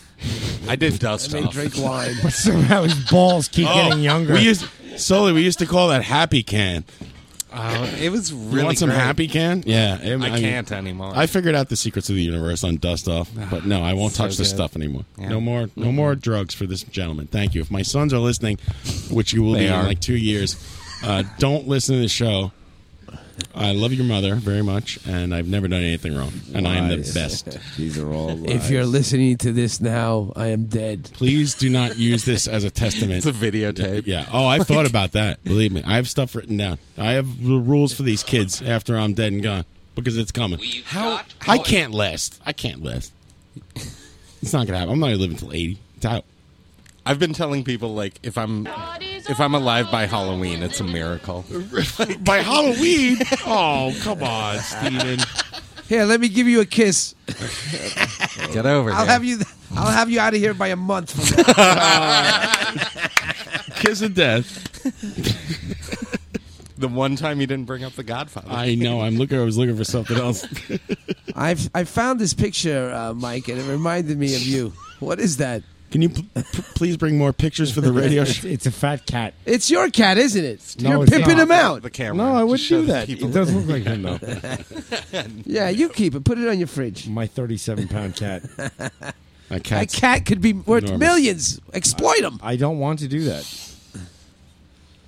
[SPEAKER 9] I did dust
[SPEAKER 21] They
[SPEAKER 9] off.
[SPEAKER 21] drink
[SPEAKER 9] <laughs>
[SPEAKER 21] wine.
[SPEAKER 7] But somehow his balls keep getting younger.
[SPEAKER 5] Oh, We used solely we used to call that happy can.
[SPEAKER 9] Uh, it was
[SPEAKER 5] you
[SPEAKER 9] really
[SPEAKER 5] want some
[SPEAKER 9] great.
[SPEAKER 5] happy can? Yeah, it-
[SPEAKER 9] I
[SPEAKER 5] mean,
[SPEAKER 9] can't anymore.
[SPEAKER 5] I figured out the secrets of the universe on Dust
[SPEAKER 9] <sighs>
[SPEAKER 5] Off, but no, I won't
[SPEAKER 9] So
[SPEAKER 5] touch this
[SPEAKER 9] good.
[SPEAKER 5] stuff anymore.
[SPEAKER 9] Yeah. Mm-hmm.
[SPEAKER 5] No more, no more drugs for this gentleman. Thank you. If my sons are listening, which you will
[SPEAKER 9] They
[SPEAKER 5] be
[SPEAKER 9] are.
[SPEAKER 5] in like two years, uh, don't listen to the show. I love your mother very much, and I've never done anything wrong, and I am the
[SPEAKER 9] <laughs>
[SPEAKER 21] Lies.
[SPEAKER 5] best.
[SPEAKER 7] These are
[SPEAKER 9] Oh,
[SPEAKER 7] all.
[SPEAKER 21] <laughs> If
[SPEAKER 5] <laughs>
[SPEAKER 21] you're listening to this now, I am dead.
[SPEAKER 5] Please do not use this as a testament.
[SPEAKER 9] <laughs> It's a videotape.
[SPEAKER 5] Yeah. Oh,
[SPEAKER 9] <laughs>
[SPEAKER 5] I thought about that. Believe me, I have stuff written down. I have the rules for these kids after I'm dead and gone because it's coming.
[SPEAKER 9] How
[SPEAKER 5] I can't last. I can't last. It's not gonna happen. I'm not gonna live until 80. It's out.
[SPEAKER 9] I've been telling people like if I'm if I'm alive by Halloween, it's a miracle.
[SPEAKER 5] By
[SPEAKER 21] <laughs>
[SPEAKER 5] Halloween? <laughs> Oh, come on, Steven.
[SPEAKER 21] Here, let me give you a kiss.
[SPEAKER 9] Get over
[SPEAKER 21] I'll
[SPEAKER 9] here.
[SPEAKER 21] have you. I'll have you out of here by a month.
[SPEAKER 9] <laughs>
[SPEAKER 21] From now.
[SPEAKER 5] Kiss of death.
[SPEAKER 9] <laughs> the one time you didn't bring up the Godfather.
[SPEAKER 5] I know. I'm looking. I was looking for something else.
[SPEAKER 21] <laughs> I've I found this picture, uh, Mike, and it reminded me of you. <laughs> What is that?
[SPEAKER 5] Can you pl- p- please bring more pictures
[SPEAKER 7] <laughs>
[SPEAKER 5] for the radio
[SPEAKER 7] It's,
[SPEAKER 5] show?
[SPEAKER 7] it's a fat cat.
[SPEAKER 21] It's your cat, isn't it?
[SPEAKER 7] No,
[SPEAKER 21] You're
[SPEAKER 7] it's
[SPEAKER 21] pimping
[SPEAKER 7] not.
[SPEAKER 21] him out.
[SPEAKER 9] The camera.
[SPEAKER 7] No, I
[SPEAKER 9] Just
[SPEAKER 7] would
[SPEAKER 9] show
[SPEAKER 7] do
[SPEAKER 9] the
[SPEAKER 7] that.
[SPEAKER 9] people.
[SPEAKER 7] It does look like him though.
[SPEAKER 21] <laughs> Yeah, you keep it. Put it on your fridge.
[SPEAKER 7] My thirty-seven pound
[SPEAKER 21] <laughs>
[SPEAKER 7] cat.
[SPEAKER 5] A
[SPEAKER 21] A
[SPEAKER 5] cat.
[SPEAKER 21] cat could be worth
[SPEAKER 7] Enormous.
[SPEAKER 21] millions. Exploit him.
[SPEAKER 7] I don't want to do that.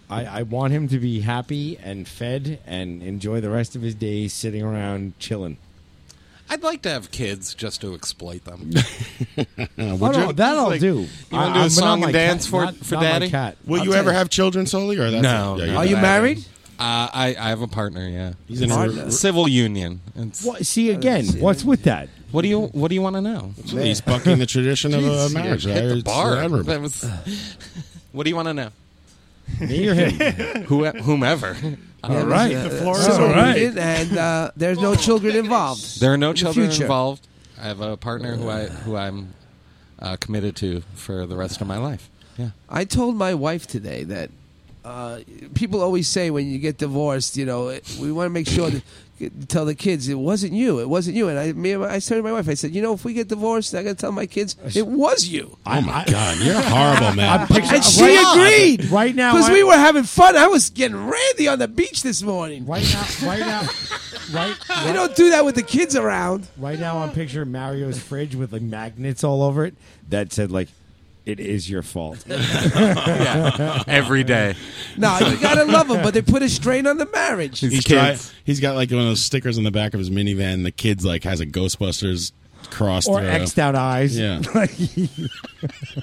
[SPEAKER 7] I, I want him to be happy and fed and enjoy the rest of his days sitting around chilling.
[SPEAKER 9] I'd like to have kids just to exploit
[SPEAKER 5] <laughs>
[SPEAKER 9] them.
[SPEAKER 7] Oh, no, that I'll
[SPEAKER 9] Like,
[SPEAKER 7] do.
[SPEAKER 9] You want to do
[SPEAKER 7] a
[SPEAKER 9] a song and dance for
[SPEAKER 7] not,
[SPEAKER 9] for
[SPEAKER 7] not
[SPEAKER 9] daddy?
[SPEAKER 7] My cat.
[SPEAKER 5] Will you ever have children solely, or that's
[SPEAKER 9] No.
[SPEAKER 5] Yeah,
[SPEAKER 9] no.
[SPEAKER 5] you're
[SPEAKER 9] Not
[SPEAKER 5] not.
[SPEAKER 9] that. Uh, I I have a partner. Yeah,
[SPEAKER 5] He's in a
[SPEAKER 9] It's
[SPEAKER 5] re-
[SPEAKER 9] civil union. It's-
[SPEAKER 7] What, see again? What's with that?
[SPEAKER 9] What do you What do you want to know?
[SPEAKER 5] He's bucking the tradition of uh,
[SPEAKER 9] Jeez,
[SPEAKER 5] marriage.
[SPEAKER 9] you hit the
[SPEAKER 5] It's
[SPEAKER 9] bar.
[SPEAKER 5] admirable.
[SPEAKER 9] That was- <laughs> what do you want to know?
[SPEAKER 7] Me or him?
[SPEAKER 9] <laughs> Who, whomever.
[SPEAKER 21] Yeah, uh, there's a- a civil union, and uh, there's no children involved.
[SPEAKER 9] There are no
[SPEAKER 21] in the
[SPEAKER 9] children
[SPEAKER 21] future.
[SPEAKER 9] involved. I have a partner who I who I'm uh, committed to for the rest of my life. Yeah.
[SPEAKER 21] I told my wife today that uh, people always say when you get divorced, you know, it- we want to make sure that tell the kids it wasn't you, it wasn't you. And I, me, and my- I said to my wife, I said, you know, if we get divorced, I got to tell my kids it was you.
[SPEAKER 5] Oh my God, you're
[SPEAKER 21] <laughs>
[SPEAKER 5] horrible, man.
[SPEAKER 21] And she agreed.
[SPEAKER 7] Right now,
[SPEAKER 21] because
[SPEAKER 7] I-
[SPEAKER 21] we were having fun. I was getting randy on the beach this morning.
[SPEAKER 7] Right now, right
[SPEAKER 21] <laughs>
[SPEAKER 7] now, right.
[SPEAKER 21] We don't do that with the kids around.
[SPEAKER 7] Right now, I'm picturing Mario's fridge with like magnets all over it that said like, "It is your fault."
[SPEAKER 9] <laughs> yeah. Every day.
[SPEAKER 21] No,
[SPEAKER 9] <laughs>
[SPEAKER 21] you gotta love them, but they put a strain on the marriage.
[SPEAKER 5] He's, dri- he's got like one of those stickers on the back of his minivan. The kid's like has a Ghostbusters cross
[SPEAKER 7] or
[SPEAKER 5] through.
[SPEAKER 7] X'd out eyes.
[SPEAKER 21] <laughs>
[SPEAKER 5] Yeah.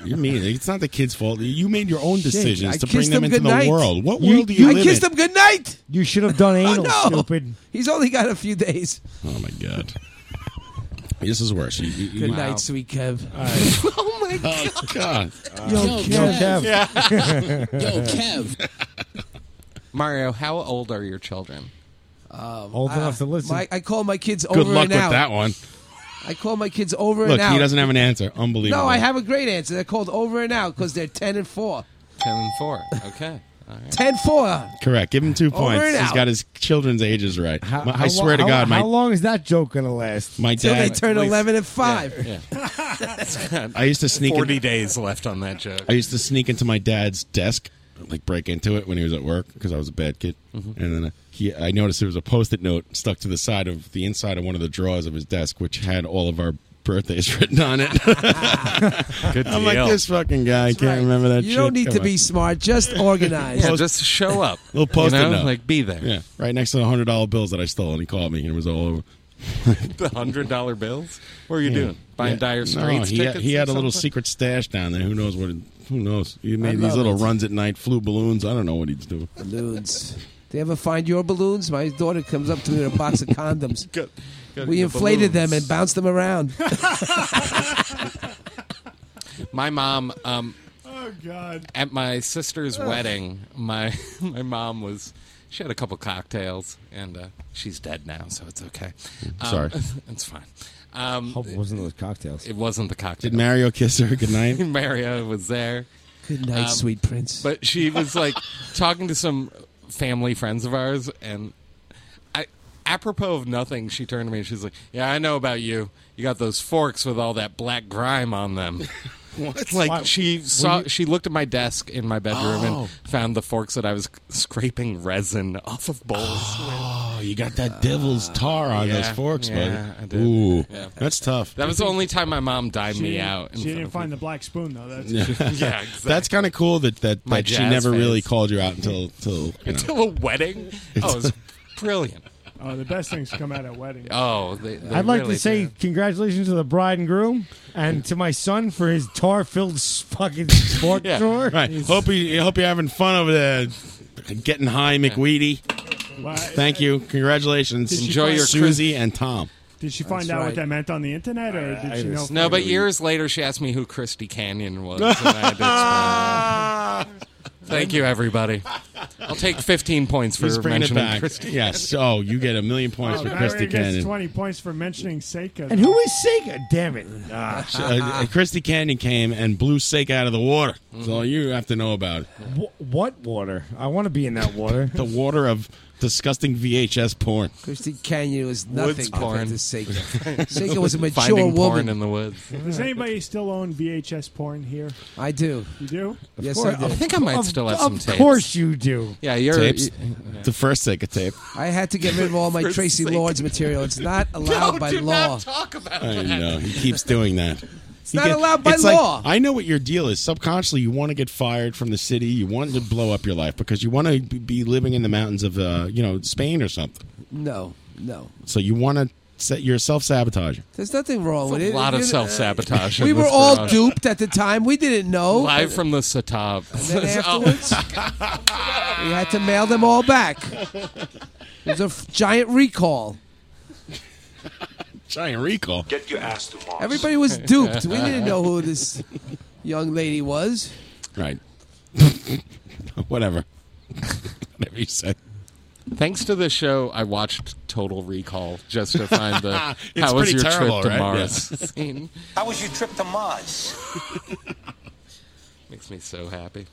[SPEAKER 5] You're mean. It's not the kid's fault. You made your own decisions
[SPEAKER 21] I
[SPEAKER 5] to bring
[SPEAKER 21] kissed
[SPEAKER 5] them
[SPEAKER 21] him
[SPEAKER 5] into the
[SPEAKER 21] goodnight.
[SPEAKER 5] world. What
[SPEAKER 21] You-
[SPEAKER 5] world do you
[SPEAKER 21] I
[SPEAKER 5] live
[SPEAKER 21] kissed
[SPEAKER 5] in?
[SPEAKER 21] him good night.
[SPEAKER 7] You should have done anal,
[SPEAKER 21] no.
[SPEAKER 7] stupid.
[SPEAKER 21] He's only got a
[SPEAKER 5] <laughs>
[SPEAKER 21] few days.
[SPEAKER 5] Oh my god. This is worse. You, you-
[SPEAKER 21] Good
[SPEAKER 5] you-
[SPEAKER 21] night, sweet Kev. oh my god.
[SPEAKER 5] Oh god.
[SPEAKER 21] Yo, Kev.
[SPEAKER 9] Yo, Kev. Mario, how old are your children?
[SPEAKER 21] Um,
[SPEAKER 7] Old
[SPEAKER 21] I-
[SPEAKER 7] enough to listen.
[SPEAKER 21] my- I call my kids over
[SPEAKER 5] Good luck
[SPEAKER 21] and
[SPEAKER 5] with
[SPEAKER 21] out.
[SPEAKER 5] that
[SPEAKER 9] <laughs>
[SPEAKER 5] one.
[SPEAKER 21] <laughs> I call my kids over
[SPEAKER 5] Look,
[SPEAKER 21] and out.
[SPEAKER 5] he doesn't have an answer. Unbelievable.
[SPEAKER 21] No, I have a great answer. They're called over and out because they're ten and four.
[SPEAKER 9] Ten and four. Okay.
[SPEAKER 21] Ten four.
[SPEAKER 5] Correct. Give him two
[SPEAKER 21] Over and
[SPEAKER 5] points. He's
[SPEAKER 21] out.
[SPEAKER 5] got his children's ages right. My-
[SPEAKER 7] How
[SPEAKER 5] I swear
[SPEAKER 7] lo-
[SPEAKER 5] to God,
[SPEAKER 7] how,
[SPEAKER 5] my
[SPEAKER 7] how long is that joke gonna last?
[SPEAKER 5] my
[SPEAKER 21] Till they
[SPEAKER 5] dad.
[SPEAKER 21] turn eleven and five. <laughs>
[SPEAKER 5] I used to sneak in-
[SPEAKER 9] forty days left on that joke.
[SPEAKER 5] I used to sneak into my dad's desk, like break into it when he was at work because I was a bad kid.
[SPEAKER 9] Mhm.
[SPEAKER 5] And then uh, he, I noticed there was a post-it note stuck to the side of the inside of one of the drawers of his desk, which had all of our birthdays <laughs> written on it.
[SPEAKER 9] <laughs> Good
[SPEAKER 5] <laughs> I'm like
[SPEAKER 9] deal.
[SPEAKER 5] this fucking guy. I can't remember that.
[SPEAKER 21] You
[SPEAKER 5] shit.
[SPEAKER 21] don't need to
[SPEAKER 5] Come on.
[SPEAKER 21] be smart. Just organized.
[SPEAKER 5] Yeah,
[SPEAKER 9] just show up.
[SPEAKER 5] Little post-it note.
[SPEAKER 9] be there.
[SPEAKER 5] Yeah, right next to the hundred dollar bills that I stole, and he called me, and it was all over.
[SPEAKER 9] The hundred dollar bills. What are you
[SPEAKER 5] Yeah.
[SPEAKER 9] doing? Buying
[SPEAKER 5] Yeah.
[SPEAKER 9] dire
[SPEAKER 5] No,
[SPEAKER 9] straits
[SPEAKER 5] he, had-
[SPEAKER 9] tickets?
[SPEAKER 5] he
[SPEAKER 9] or
[SPEAKER 5] had a little
[SPEAKER 9] something?
[SPEAKER 5] secret stash down there. Who knows what? It, who knows? He made these
[SPEAKER 21] love
[SPEAKER 5] little
[SPEAKER 21] it.
[SPEAKER 5] runs at night, flew balloons. I don't know what he's doing.
[SPEAKER 21] <laughs> balloons. They ever find your balloons? My daughter comes up to me with a box
[SPEAKER 5] <laughs>
[SPEAKER 21] of condoms.
[SPEAKER 9] got
[SPEAKER 21] we
[SPEAKER 9] your
[SPEAKER 21] inflated
[SPEAKER 9] balloons.
[SPEAKER 21] them and bounced them around.
[SPEAKER 9] My mom. Um,
[SPEAKER 11] Oh, God.
[SPEAKER 9] At my sister's
[SPEAKER 11] Ugh.
[SPEAKER 9] wedding, my <laughs> my mom was. She had a couple cocktails, and uh, she's dead now, so it's okay.
[SPEAKER 5] Mm, Sorry.
[SPEAKER 9] <laughs> it's fine. Um,
[SPEAKER 7] Hope it wasn't those cocktails.
[SPEAKER 9] It wasn't the cocktail.
[SPEAKER 5] Did Mario kiss her goodnight?
[SPEAKER 9] <laughs> Mario was there. Um,
[SPEAKER 21] Good night, sweet prince.
[SPEAKER 9] But she was like <laughs> talking to some family friends of ours, and I, apropos of nothing, she turned to me and she's like, "Yeah, I know about you. You got those forks with all that black grime on them."
[SPEAKER 11] <laughs>
[SPEAKER 5] <laughs>
[SPEAKER 6] What?
[SPEAKER 9] Like
[SPEAKER 6] Why-
[SPEAKER 9] she
[SPEAKER 6] were
[SPEAKER 9] saw,
[SPEAKER 6] you-
[SPEAKER 9] she looked at my desk in my bedroom
[SPEAKER 6] Oh.
[SPEAKER 9] and found the forks that I was scraping resin off of bowls.
[SPEAKER 5] Oh, you got that devil's tar on
[SPEAKER 9] Yeah,
[SPEAKER 5] those forks,
[SPEAKER 9] yeah, I
[SPEAKER 5] buddy.
[SPEAKER 9] did.
[SPEAKER 5] Ooh,
[SPEAKER 9] Yeah.
[SPEAKER 5] that's tough.
[SPEAKER 9] That <laughs> was the only time my mom dimed me out. in
[SPEAKER 11] She
[SPEAKER 9] front
[SPEAKER 11] didn't
[SPEAKER 9] of
[SPEAKER 11] find the black spoon, though. That's
[SPEAKER 5] Yeah,
[SPEAKER 9] <laughs>
[SPEAKER 7] <laughs>
[SPEAKER 9] Yeah, exactly.
[SPEAKER 5] that's kind of cool that that,
[SPEAKER 9] My
[SPEAKER 5] that she
[SPEAKER 9] jazz
[SPEAKER 5] never
[SPEAKER 9] fans.
[SPEAKER 5] really called you out until until you know.
[SPEAKER 9] Until a wedding? Oh, it was brilliant.
[SPEAKER 11] Oh, the best things come out at weddings.
[SPEAKER 9] <laughs> Oh, they, they
[SPEAKER 7] I'd like
[SPEAKER 9] really
[SPEAKER 7] to
[SPEAKER 9] <laughs>
[SPEAKER 7] say congratulations to the bride and groom, and to my son for his tar-filled
[SPEAKER 5] <laughs>
[SPEAKER 7] fucking fork drawer.
[SPEAKER 5] Right. Hope you hope you're having fun over there, getting high, McWeedy.
[SPEAKER 11] Why-
[SPEAKER 5] Thank you. Congratulations.
[SPEAKER 11] Did she Enjoy find- your
[SPEAKER 5] Susie and Tom.
[SPEAKER 11] Did she find
[SPEAKER 9] That's
[SPEAKER 11] out
[SPEAKER 9] right.
[SPEAKER 11] what that meant on the internet, or did she know?
[SPEAKER 9] no, but years later, she asked me who Christy Canyon was. and I had to explain that. Thank you, everybody. I'll take 15 points for
[SPEAKER 5] He's bringing it
[SPEAKER 9] mentioning
[SPEAKER 5] back.
[SPEAKER 9] Christy.
[SPEAKER 5] Yes. Oh, you get a million points
[SPEAKER 11] Oh,
[SPEAKER 5] for
[SPEAKER 11] Mario
[SPEAKER 5] Christy
[SPEAKER 11] gets
[SPEAKER 5] Canyon.
[SPEAKER 11] Twenty points for mentioning Seika.
[SPEAKER 7] And who is Sega? Damn it! Ah.
[SPEAKER 5] <laughs> Uh,
[SPEAKER 9] <laughs>
[SPEAKER 5] uh, Christy Canyon came and blew Sake out of the water.
[SPEAKER 21] Mm-hmm.
[SPEAKER 5] That's all you have to know about
[SPEAKER 21] <laughs>
[SPEAKER 5] it.
[SPEAKER 7] Wh- what water? I want to be in that water.
[SPEAKER 5] <laughs> The water of disgusting VHS porn.
[SPEAKER 21] Christy Canyon was
[SPEAKER 5] Woods
[SPEAKER 21] nothing compared
[SPEAKER 5] porn.
[SPEAKER 21] to Seika.
[SPEAKER 9] <laughs>
[SPEAKER 21] Seika was a mature
[SPEAKER 5] Finding
[SPEAKER 21] woman.
[SPEAKER 5] porn in the
[SPEAKER 9] woods.
[SPEAKER 21] <laughs>
[SPEAKER 11] Does anybody still own VHS porn here?
[SPEAKER 21] I do.
[SPEAKER 11] You do?
[SPEAKER 21] yes,
[SPEAKER 9] course.
[SPEAKER 21] I do.
[SPEAKER 9] I think I might Of- still have some of tapes.
[SPEAKER 7] course you do.
[SPEAKER 9] Yeah, you're.
[SPEAKER 5] Tapes.
[SPEAKER 9] you-
[SPEAKER 5] The first Sega tape.
[SPEAKER 21] I had to get rid of all my
[SPEAKER 9] For
[SPEAKER 21] Tracy
[SPEAKER 9] Seika.
[SPEAKER 21] Lords material. It's not allowed by
[SPEAKER 9] do
[SPEAKER 21] law.
[SPEAKER 9] not talk about
[SPEAKER 5] I
[SPEAKER 9] that.
[SPEAKER 5] know. He keeps doing that. It's
[SPEAKER 21] not allowed by law.
[SPEAKER 5] I know what your deal is. Subconsciously, you want to get fired from the city. You want to blow up your life because you want to b- be living in the mountains of, uh, you know, Spain or something.
[SPEAKER 21] No, no.
[SPEAKER 5] So you want to set yourself sabotaging.
[SPEAKER 21] There's nothing wrong with
[SPEAKER 9] a
[SPEAKER 21] it.
[SPEAKER 9] lot of
[SPEAKER 21] You-
[SPEAKER 9] self-sabotage
[SPEAKER 21] We
[SPEAKER 9] in
[SPEAKER 21] were
[SPEAKER 9] this
[SPEAKER 21] all
[SPEAKER 9] garage.
[SPEAKER 21] duped at the time. We didn't know.
[SPEAKER 9] Live from the Oh. Satab. <laughs>
[SPEAKER 21] And then afterwards, we had to mail them all back. It was a f- giant recall.
[SPEAKER 5] Giant recall.
[SPEAKER 13] Get your ass to Mars.
[SPEAKER 21] Everybody was duped. We didn't know who this young lady was.
[SPEAKER 5] Right. Whatever. Whatever you say.
[SPEAKER 9] Thanks to this show, I watched Total Recall just to find the
[SPEAKER 5] It's
[SPEAKER 9] how was
[SPEAKER 5] pretty
[SPEAKER 9] your
[SPEAKER 5] terrible,
[SPEAKER 9] trip to
[SPEAKER 5] right?
[SPEAKER 9] Mars.
[SPEAKER 5] Yeah.
[SPEAKER 9] scene.
[SPEAKER 13] How was your trip to
[SPEAKER 5] <laughs>
[SPEAKER 7] <laughs>
[SPEAKER 13] Mars?
[SPEAKER 9] Makes me so happy.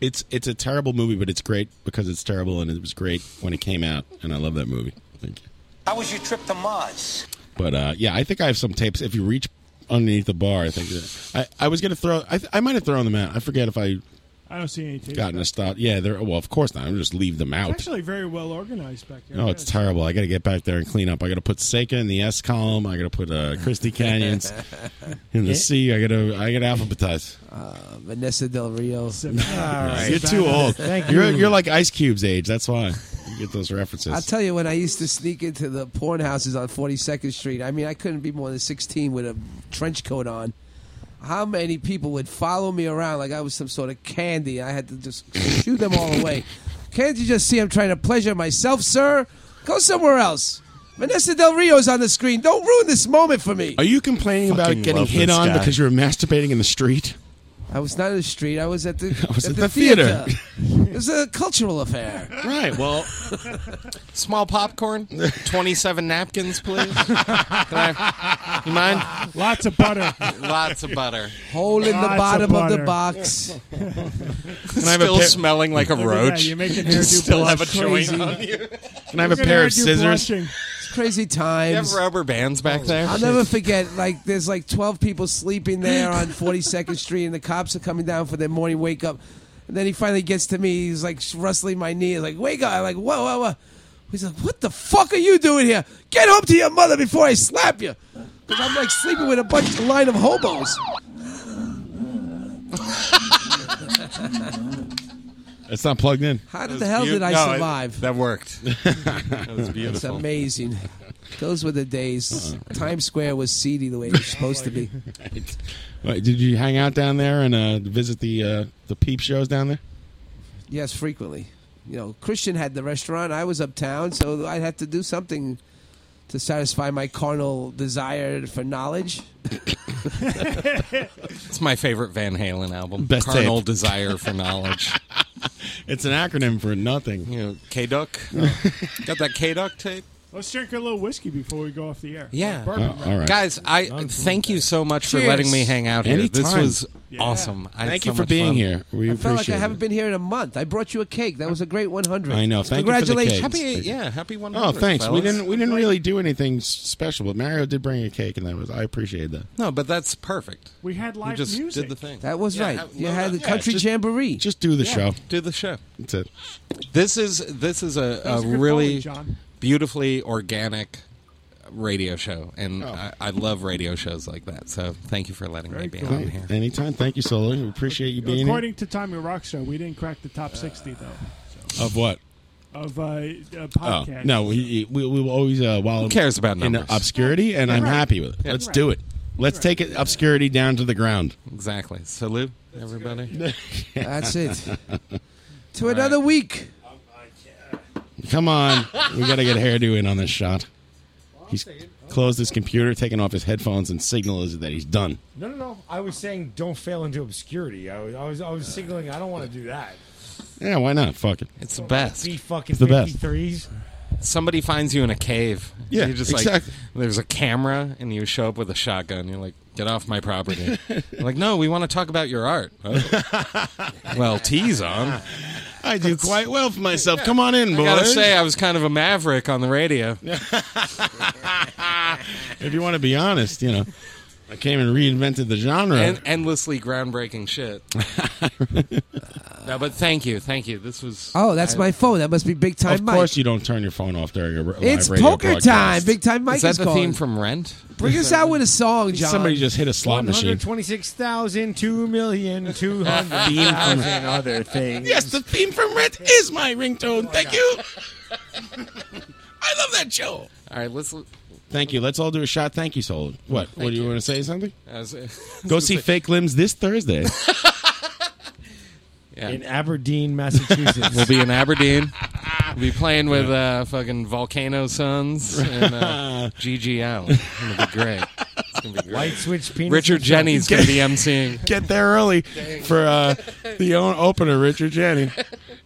[SPEAKER 5] It's it's a terrible movie, but it's great because it's terrible, and it was great when it came out, and I love that movie. Thank you.
[SPEAKER 13] How was your trip to Mars?
[SPEAKER 5] But uh, yeah, I think I have some tapes. If you reach underneath the bar, I think that, I I was gonna throw. I th- I might have thrown them out. I forget if I
[SPEAKER 11] I don't see any tapes.
[SPEAKER 5] gotten a stop. Yeah, they're well, of course not. I'm just leave them
[SPEAKER 11] It's
[SPEAKER 5] out.
[SPEAKER 11] actually very well organized back
[SPEAKER 7] Oh,
[SPEAKER 11] here.
[SPEAKER 5] No, it's terrible. I got to get back there and clean up. I got to put Seika in the S column. I got to put uh, Christy <laughs> Canyons in the C. I got to I got to alphabetize.
[SPEAKER 21] Uh, Vanessa Del Rio.
[SPEAKER 5] You're too old. are you are like Ice Cube's age. That's why you get those
[SPEAKER 21] I'll
[SPEAKER 5] references.
[SPEAKER 21] tell you, when I used to sneak into the porn houses on 42nd Street, I mean, I couldn't be more than 16 with a trench coat on. How many people would follow me around like I was some sort of candy? I had to just shoo them all away. Can't you just see I'm trying to pleasure myself, sir? Go somewhere else. Vanessa Del Rio's on the screen. Don't ruin this moment for me.
[SPEAKER 5] Are you complaining about
[SPEAKER 21] Fucking
[SPEAKER 5] getting
[SPEAKER 21] love
[SPEAKER 5] hit
[SPEAKER 21] this
[SPEAKER 5] on
[SPEAKER 21] guy.
[SPEAKER 5] because you were masturbating in the street?
[SPEAKER 21] I was not in the street. I was at the,
[SPEAKER 5] <laughs> I was at
[SPEAKER 21] the,
[SPEAKER 5] the theater.
[SPEAKER 21] theater. It's a
[SPEAKER 5] <laughs>
[SPEAKER 21] cultural affair.
[SPEAKER 9] Right. Well, <laughs> small popcorn, 27 napkins, please. Can I, you mind?
[SPEAKER 11] Lots of butter.
[SPEAKER 9] Lots of butter.
[SPEAKER 21] Hole in the
[SPEAKER 9] Lots of
[SPEAKER 21] bottom of, the
[SPEAKER 9] butter.
[SPEAKER 21] box.
[SPEAKER 9] Can I have a Still pair- smelling like a Look at that, roach.
[SPEAKER 21] You
[SPEAKER 9] you're
[SPEAKER 21] make
[SPEAKER 9] making
[SPEAKER 21] it
[SPEAKER 9] hairdo Still have a blush. chewing on you.
[SPEAKER 5] Can I have a pair of scissors?
[SPEAKER 21] It's crazy
[SPEAKER 9] You
[SPEAKER 21] times.
[SPEAKER 9] have rubber bands back there?
[SPEAKER 21] I'll never forget. Like, there's like 12 people sleeping there on 42nd Street, and the cops are coming down for their morning wake up. And then he finally gets to me. He's like rustling my knee. Like, wake up! I'm like, whoa, whoa, whoa. He's like, what the fuck are you doing here? Get home to your mother before I slap you. Because I'm like sleeping with a bunch of line of hobos.
[SPEAKER 5] <laughs> It's not plugged in.
[SPEAKER 21] How the hell did I survive?
[SPEAKER 9] that
[SPEAKER 5] <laughs>
[SPEAKER 9] worked. that was beautiful.
[SPEAKER 21] It's amazing. Those were the days.
[SPEAKER 5] Uh-huh.
[SPEAKER 21] Times Square was seedy the way it was supposed
[SPEAKER 5] <laughs>
[SPEAKER 21] to be.
[SPEAKER 5] Wait, did you hang out down there and uh, visit the uh, the peep shows down there?
[SPEAKER 21] Yes, frequently. You know, Christian had the restaurant. I was uptown, so I'd have to do something to satisfy my carnal desire for knowledge.
[SPEAKER 9] It's my favorite Van Halen album.
[SPEAKER 5] Best
[SPEAKER 9] Carnal
[SPEAKER 5] tape.
[SPEAKER 9] Desire for Knowledge.
[SPEAKER 5] <laughs> It's an acronym for nothing. Oh.
[SPEAKER 9] You know, K Duck. Got that K Duck tape?
[SPEAKER 11] Let's drink a little whiskey before we go off the air.
[SPEAKER 9] Yeah.
[SPEAKER 11] Bourbon,
[SPEAKER 5] Oh, all right.
[SPEAKER 9] Guys, I thank you so much for letting me hang out here. This
[SPEAKER 5] Anytime.
[SPEAKER 9] was awesome. I had
[SPEAKER 5] Thank
[SPEAKER 9] so
[SPEAKER 5] you for
[SPEAKER 9] much
[SPEAKER 5] being
[SPEAKER 9] fun.
[SPEAKER 5] here. We
[SPEAKER 21] I felt like
[SPEAKER 5] appreciate
[SPEAKER 21] I haven't
[SPEAKER 5] it.
[SPEAKER 21] been here in a month. I brought you a cake. That was a great 100.
[SPEAKER 5] I know. Thank you for the
[SPEAKER 21] Congratulations.
[SPEAKER 5] cake. Happy-
[SPEAKER 9] yeah, happy 100.
[SPEAKER 5] Oh, thanks. We
[SPEAKER 9] fellas.
[SPEAKER 5] didn't we didn't really do anything s- special, but Mario did bring a cake, and that was I appreciate that.
[SPEAKER 9] No, but that's perfect.
[SPEAKER 11] We had
[SPEAKER 9] live just music. did the thing.
[SPEAKER 21] That was
[SPEAKER 9] Yeah,
[SPEAKER 21] right.
[SPEAKER 9] have-
[SPEAKER 21] you
[SPEAKER 9] well,
[SPEAKER 21] had the
[SPEAKER 9] yeah,
[SPEAKER 21] country
[SPEAKER 9] just-
[SPEAKER 21] jamboree.
[SPEAKER 5] Just do the
[SPEAKER 9] Yeah,
[SPEAKER 5] show.
[SPEAKER 9] Do the show.
[SPEAKER 5] That's it.
[SPEAKER 9] This is this is a,
[SPEAKER 5] That
[SPEAKER 9] a
[SPEAKER 5] was a good
[SPEAKER 9] really
[SPEAKER 5] volley, John.
[SPEAKER 9] beautifully organic radio show, and I, I love radio shows like that. So thank you for letting me be on here.
[SPEAKER 5] Anytime. Thank you, Solo. We appreciate you being here.
[SPEAKER 11] According to Tommy Rockstar, we didn't crack the top 60, though,
[SPEAKER 5] Of what?
[SPEAKER 11] of uh, uh,
[SPEAKER 5] Oh
[SPEAKER 11] podcasts.
[SPEAKER 5] no, we, we, we will always uh, wallow.
[SPEAKER 9] Who cares about
[SPEAKER 5] in
[SPEAKER 9] numbers?
[SPEAKER 5] obscurity? And
[SPEAKER 9] Yeah.
[SPEAKER 5] I'm
[SPEAKER 9] Right.
[SPEAKER 5] happy with it.
[SPEAKER 9] Yeah.
[SPEAKER 5] Let's
[SPEAKER 9] Right.
[SPEAKER 5] do it. Let's take it obscurity down to the ground.
[SPEAKER 9] Exactly. Salute, <laughs> everybody.
[SPEAKER 21] That's it. to another week.
[SPEAKER 5] <laughs> Come on, we got to get a hairdo in on this shot. He's closed his computer, taken off his headphones, and signals that he's done.
[SPEAKER 7] No, no, no. I was saying don't fail into obscurity. I was, I was, I was signaling I don't want to do that.
[SPEAKER 5] Yeah, why not? Fuck it.
[SPEAKER 9] It's the best.
[SPEAKER 7] Be fucking
[SPEAKER 9] It's the best.
[SPEAKER 7] 53s.
[SPEAKER 9] Somebody finds you in a cave.
[SPEAKER 5] Yeah,
[SPEAKER 9] You're just like,
[SPEAKER 5] exactly.
[SPEAKER 9] there's a camera, and you show up with a shotgun. You're like, get off my <laughs> property. You're like, no, we want to talk about your art. <laughs> Oh. well, tease on.
[SPEAKER 5] I do quite well for myself. Come on in,
[SPEAKER 9] I
[SPEAKER 5] boys.
[SPEAKER 9] gotta say, I was kind of a maverick on the radio.
[SPEAKER 5] if you want to be honest, you know, I came and reinvented the genre.
[SPEAKER 9] En- endlessly
[SPEAKER 5] <laughs>
[SPEAKER 9] groundbreaking shit. no, but thank you, thank you. This was.
[SPEAKER 21] Oh, that's
[SPEAKER 9] I-
[SPEAKER 21] my phone. That must be big time
[SPEAKER 5] of
[SPEAKER 21] Mike.
[SPEAKER 5] course, you don't turn your phone off during a r-
[SPEAKER 21] It's
[SPEAKER 5] live radio
[SPEAKER 21] poker
[SPEAKER 5] broadcast.
[SPEAKER 21] time. Big time Mike
[SPEAKER 9] Is that
[SPEAKER 21] is
[SPEAKER 9] the
[SPEAKER 21] calling.
[SPEAKER 9] theme from Rent?
[SPEAKER 21] Bring us out with a song, John.
[SPEAKER 5] Somebody just hit a slot machine.
[SPEAKER 7] 126,000,
[SPEAKER 5] <laughs>
[SPEAKER 7] 2,200,000
[SPEAKER 9] <laughs>
[SPEAKER 7] other things.
[SPEAKER 5] Yes, the theme from Rent is my ringtone. Thank you. I love that show.
[SPEAKER 9] All right, let's. l-
[SPEAKER 5] Thank you. Let's all do a shot. Thank you, Soul. What? what do you, want to say? Something?
[SPEAKER 9] I <laughs> was-
[SPEAKER 5] Go see Fake Limbs this Thursday.
[SPEAKER 9] Yeah.
[SPEAKER 7] In Aberdeen, Massachusetts.
[SPEAKER 9] We'll be
[SPEAKER 23] <laughs>
[SPEAKER 9] in Aberdeen. We'll be playing with uh, fucking Volcano Sons and
[SPEAKER 5] <laughs>
[SPEAKER 9] uh, GG Allen. It's gonna be great. It's gonna be great.
[SPEAKER 7] Light switch penis.
[SPEAKER 9] Richard Jenny's gonna be emceeing.
[SPEAKER 5] <laughs> Get there early for uh, the own opener, Richard Jenny.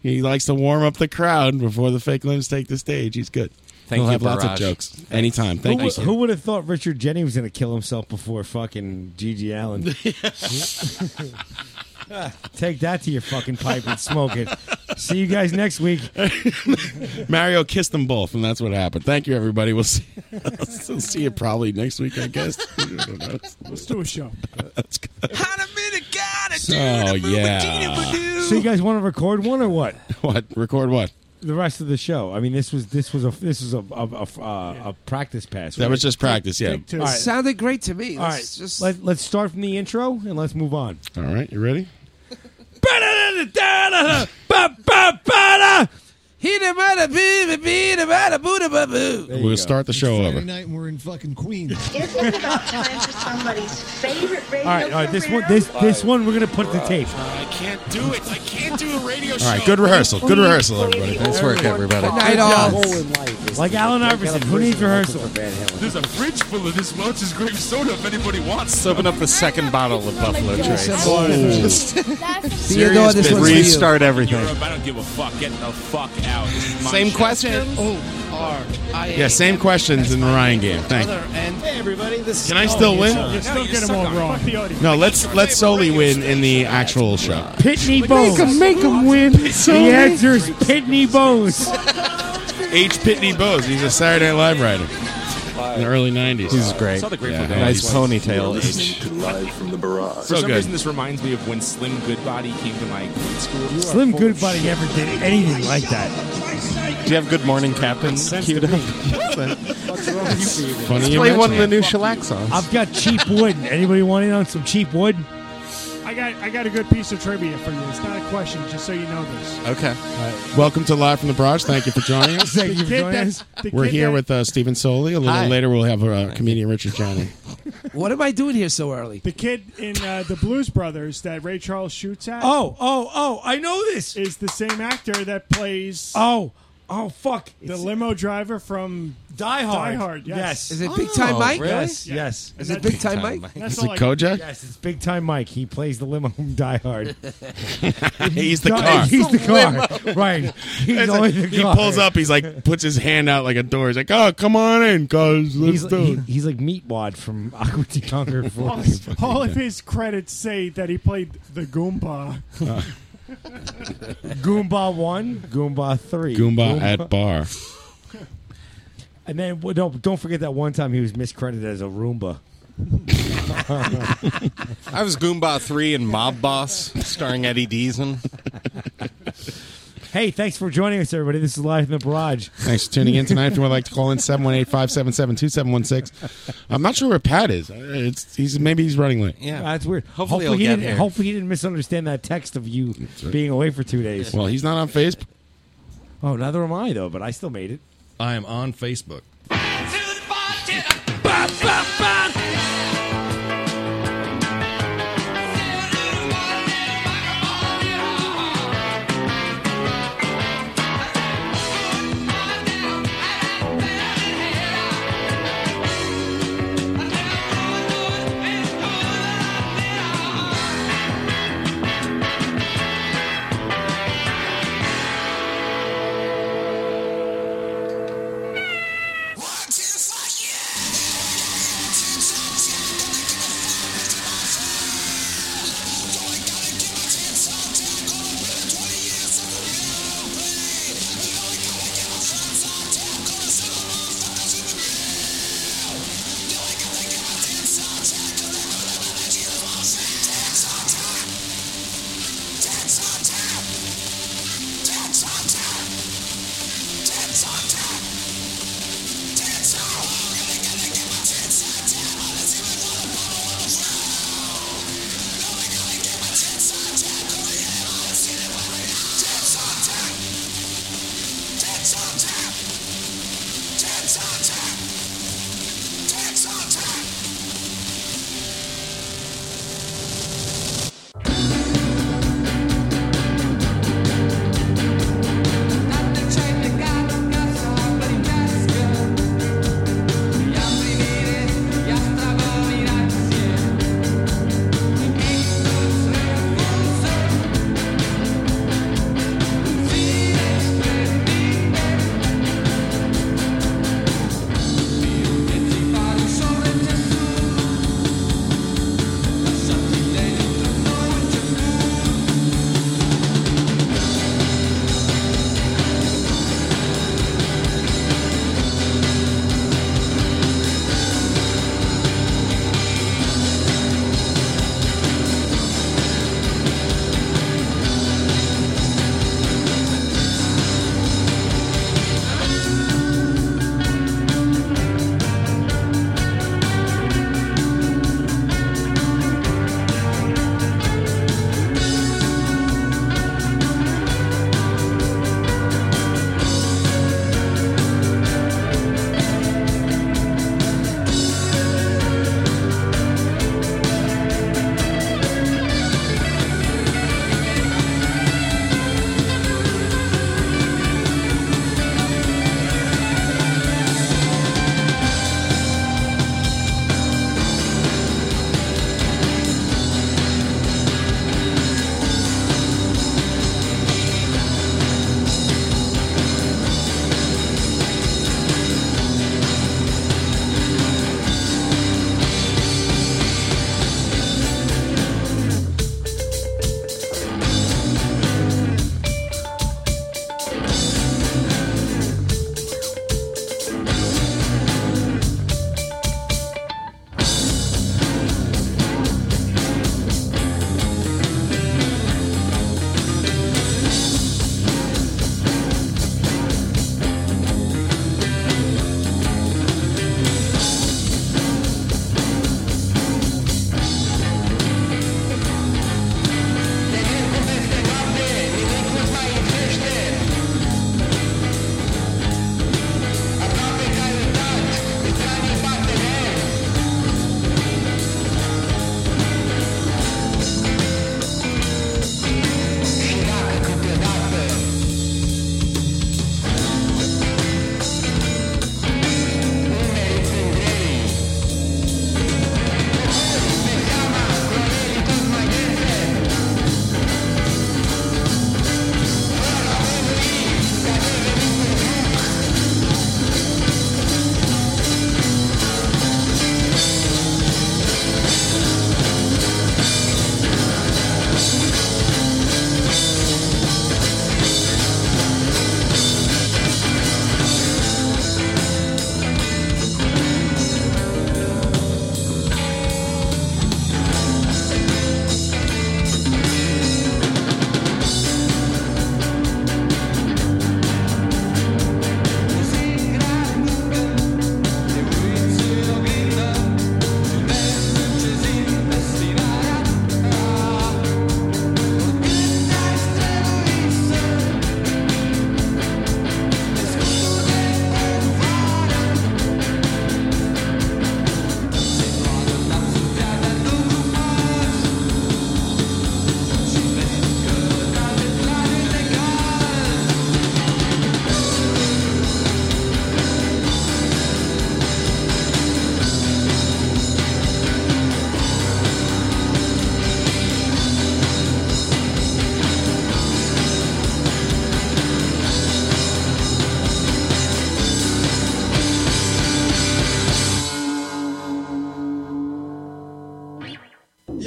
[SPEAKER 5] He likes to warm up the crowd before the Fake Limbs take the stage. He's good.
[SPEAKER 9] Thank
[SPEAKER 5] He'll
[SPEAKER 9] you,
[SPEAKER 5] have lots of
[SPEAKER 9] Barrage.
[SPEAKER 5] jokes anytime. Thank
[SPEAKER 7] who,
[SPEAKER 5] you.
[SPEAKER 7] wou- Who would have thought Richard Jenny was going to kill himself before fucking Gigi Allen?
[SPEAKER 9] <laughs>
[SPEAKER 7] <laughs> Take that to your fucking pipe and smoke it. See you guys next week.
[SPEAKER 5] <laughs> Mario kissed them both, and that's what happened. Thank you, everybody. We'll see. <laughs> we'll see you probably next week, I guess. <laughs>
[SPEAKER 11] Let's do a show.
[SPEAKER 5] Oh yeah.
[SPEAKER 7] So you guys want to record one or what?
[SPEAKER 5] <laughs> What? Record what?
[SPEAKER 7] The rest of the show. I mean, this was this was a this was a a, a, a, a practice pass.
[SPEAKER 5] That
[SPEAKER 7] right?
[SPEAKER 5] was just practice. Yeah.
[SPEAKER 7] All right.
[SPEAKER 21] Sounded great to me.
[SPEAKER 7] All right,
[SPEAKER 21] Let's just-
[SPEAKER 7] Let, let's start from the intro and let's move on.
[SPEAKER 5] All right. You ready?
[SPEAKER 21] Hit him out of boo, boo, boo, bada boo, da ba boo.
[SPEAKER 5] We'll start the show
[SPEAKER 24] Saturday
[SPEAKER 5] over.
[SPEAKER 24] night and we're in fucking Queens.
[SPEAKER 23] Isn't it about time for somebody's favorite radio
[SPEAKER 7] All right, all right. This one, this this one, we're gonna put to tape.
[SPEAKER 14] I can't do it. I can't do a radio
[SPEAKER 5] All right, good rehearsal. Good rehearsal, everybody.
[SPEAKER 9] Nice work, everybody.
[SPEAKER 7] Good night, all. Like Alan Iverson, who needs rehearsal?
[SPEAKER 14] There's a fridge full of this Welch's grape soda if anybody wants.
[SPEAKER 9] Let's open up the second bottle of Buffalo Trace.
[SPEAKER 14] Theodore,
[SPEAKER 9] Serious
[SPEAKER 14] this
[SPEAKER 9] business.
[SPEAKER 14] one's for you.
[SPEAKER 9] Restart everything.
[SPEAKER 25] Europe, I don't give a fuck. Get the fuck out. This is my
[SPEAKER 14] Same
[SPEAKER 25] show.
[SPEAKER 14] question.
[SPEAKER 23] Oh, R I A.
[SPEAKER 5] Yeah, same questions in the Ryan game. Thank you.
[SPEAKER 23] Hey, everybody. This
[SPEAKER 5] Can I still win?
[SPEAKER 23] You
[SPEAKER 11] still get them all wrong. Fuck the audience.
[SPEAKER 5] No, let's let Soli win in the actual show.
[SPEAKER 7] Pitney Bones.
[SPEAKER 5] Make 'em-
[SPEAKER 7] make him win. The
[SPEAKER 5] Soli.
[SPEAKER 7] answer is Pitney Bones.
[SPEAKER 5] H. Pitney Bowes. He's a Saturday Night Live writer in the early '90s.
[SPEAKER 9] He's great.
[SPEAKER 5] Yeah,
[SPEAKER 9] nice
[SPEAKER 5] he's-
[SPEAKER 9] ponytail.
[SPEAKER 14] Live from the barrage. For
[SPEAKER 5] So
[SPEAKER 14] some
[SPEAKER 5] good.
[SPEAKER 14] reason, this reminds me of when Slim Goodbody came to my grade school.
[SPEAKER 7] Slim Goodbody never did anything like that.
[SPEAKER 9] Do you have Good Morning Captain queued up? <laughs>
[SPEAKER 7] Funny
[SPEAKER 9] Let's
[SPEAKER 7] you
[SPEAKER 9] play
[SPEAKER 7] mention
[SPEAKER 9] one of the
[SPEAKER 7] it.
[SPEAKER 9] new shellac songs.
[SPEAKER 7] I've got cheap wood. Anybody want in on some cheap wood?
[SPEAKER 11] I got I got a good piece of trivia for you. It's not a question, just so you know this.
[SPEAKER 9] Okay.
[SPEAKER 5] Welcome to Live from the Barrage. Thank you for <laughs> joining us.
[SPEAKER 11] The kid that- the
[SPEAKER 5] We're
[SPEAKER 11] kid
[SPEAKER 5] here
[SPEAKER 11] that-
[SPEAKER 5] with uh, Stephen Soli. A little
[SPEAKER 11] Hi.
[SPEAKER 5] later, we'll have uh, comedian Richard
[SPEAKER 7] <laughs>
[SPEAKER 5] Johnny.
[SPEAKER 21] What am I doing here so early?
[SPEAKER 11] The kid in uh, the Blues Brothers that Ray Charles shoots at.
[SPEAKER 7] Oh, oh, oh! I know this
[SPEAKER 11] is the same actor that plays.
[SPEAKER 7] Oh, oh, fuck!
[SPEAKER 11] The limo driver from
[SPEAKER 7] Die Hard.
[SPEAKER 11] Die Hard. Yes.
[SPEAKER 7] Is it Big Time Oh, Mike? really? Yes, yes.
[SPEAKER 11] And
[SPEAKER 7] Is it
[SPEAKER 11] that's-
[SPEAKER 7] Big Time Mike?
[SPEAKER 11] That's
[SPEAKER 7] Is
[SPEAKER 11] all
[SPEAKER 7] it
[SPEAKER 11] I-
[SPEAKER 5] Kojak?
[SPEAKER 7] Yes, it's Big Time Mike. He plays the limo from Die
[SPEAKER 11] <laughs>
[SPEAKER 7] Hard.
[SPEAKER 5] he's the
[SPEAKER 7] Di-
[SPEAKER 5] car.
[SPEAKER 7] He's the <laughs> car. right. He's
[SPEAKER 5] It's
[SPEAKER 7] only
[SPEAKER 5] like,
[SPEAKER 7] the
[SPEAKER 5] he
[SPEAKER 7] car.
[SPEAKER 5] pulls up. He's like, puts his hand out like a door. He's like, "Oh, come on in, guys. Let's
[SPEAKER 7] He's,
[SPEAKER 5] do
[SPEAKER 7] he,
[SPEAKER 5] it."
[SPEAKER 7] he's like Meatwad from <laughs> Aqua Teen
[SPEAKER 11] <laughs>
[SPEAKER 7] Hunger. for-
[SPEAKER 11] All, all of his credits say that he played the
[SPEAKER 7] <laughs>
[SPEAKER 11] Goomba.
[SPEAKER 7] Uh. <laughs> Goomba 1, Goomba 3.
[SPEAKER 5] Goomba at bar.
[SPEAKER 7] And then well, don't, don't forget that one time he was miscredited as a Roomba.
[SPEAKER 9] I was Goomba 3 and Mob Boss, starring Eddie Deason.
[SPEAKER 7] hey, thanks for joining us, everybody. This is Live in the Barrage.
[SPEAKER 5] Thanks for tuning in tonight. If you would like to call in, 718-577-2716. I'm not sure where Pat is. Uh, It's he's maybe he's running late.
[SPEAKER 7] Yeah, that's weird.
[SPEAKER 9] Hopefully he'll
[SPEAKER 7] he
[SPEAKER 9] get
[SPEAKER 7] didn't,
[SPEAKER 9] here.
[SPEAKER 7] Hopefully he didn't misunderstand that text of you
[SPEAKER 5] right.
[SPEAKER 7] being away for two days.
[SPEAKER 5] Well, he's not on Facebook.
[SPEAKER 7] Oh, neither am I though, but I still made it.
[SPEAKER 15] I am on Facebook.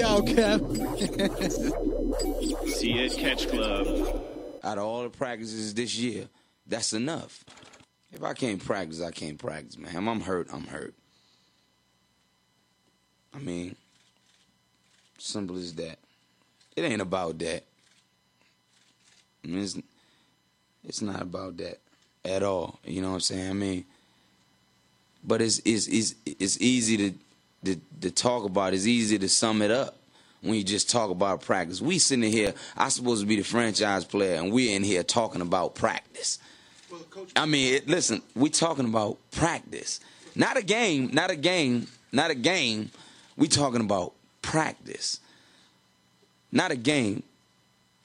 [SPEAKER 4] out, Kev.
[SPEAKER 12] See it, Catch Club. Out of all the practices this year, that's enough. If I can't practice, I can't practice, man. If I'm hurt, I'm hurt. I mean, simple as that. It ain't about that. I mean, it's, it's not about that at all. You know what I'm saying? I mean, but it's it's it's, it's easy to, to to talk about. It's easy to sum it up when you just talk about practice. We sitting here. I supposed to be the franchise player, and we're in here talking about practice. I mean, it, listen, we talking about practice, not a game, not a game, not a game. We talking about practice, not a game,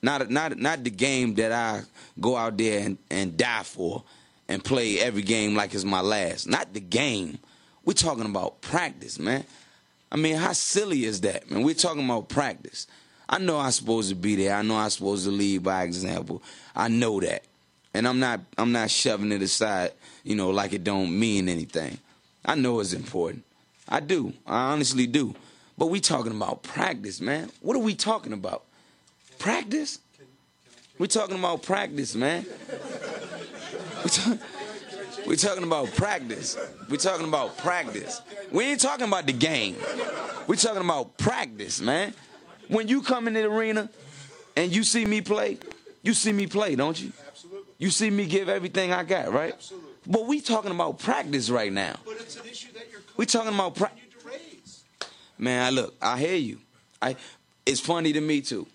[SPEAKER 12] not a, not not the game that I go out there and, and die for and play every game like it's my last. Not the game. We talking about practice, man. I mean, how silly is that, man? We're talking about practice. I know I'm supposed to be there. I know I'm supposed to lead by example. I know that, and I'm not. I'm not shoving it aside, you know, like it don't mean anything. I know it's important. I do. I honestly do. But we talking about practice, man. What are we talking about? Practice? we talking about practice, man. we talk- we talking about practice. we talking about practice. We ain't talking about the game. we talking about practice, man. When you come in the arena and you see me play, you see me play, don't you? Absolutely. You see me give everything I got, right? Absolutely. But we talking about practice right now.
[SPEAKER 4] But it's an issue that you're
[SPEAKER 12] We talking about practice. Man, I look, I hear you. I, it's funny to me too.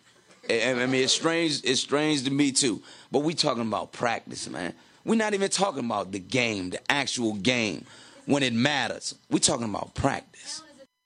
[SPEAKER 12] I, I mean, it's strange. It's strange to me too. But we talking about practice, man. We're not even talking about the game, the actual game, when it matters. We talking about practice.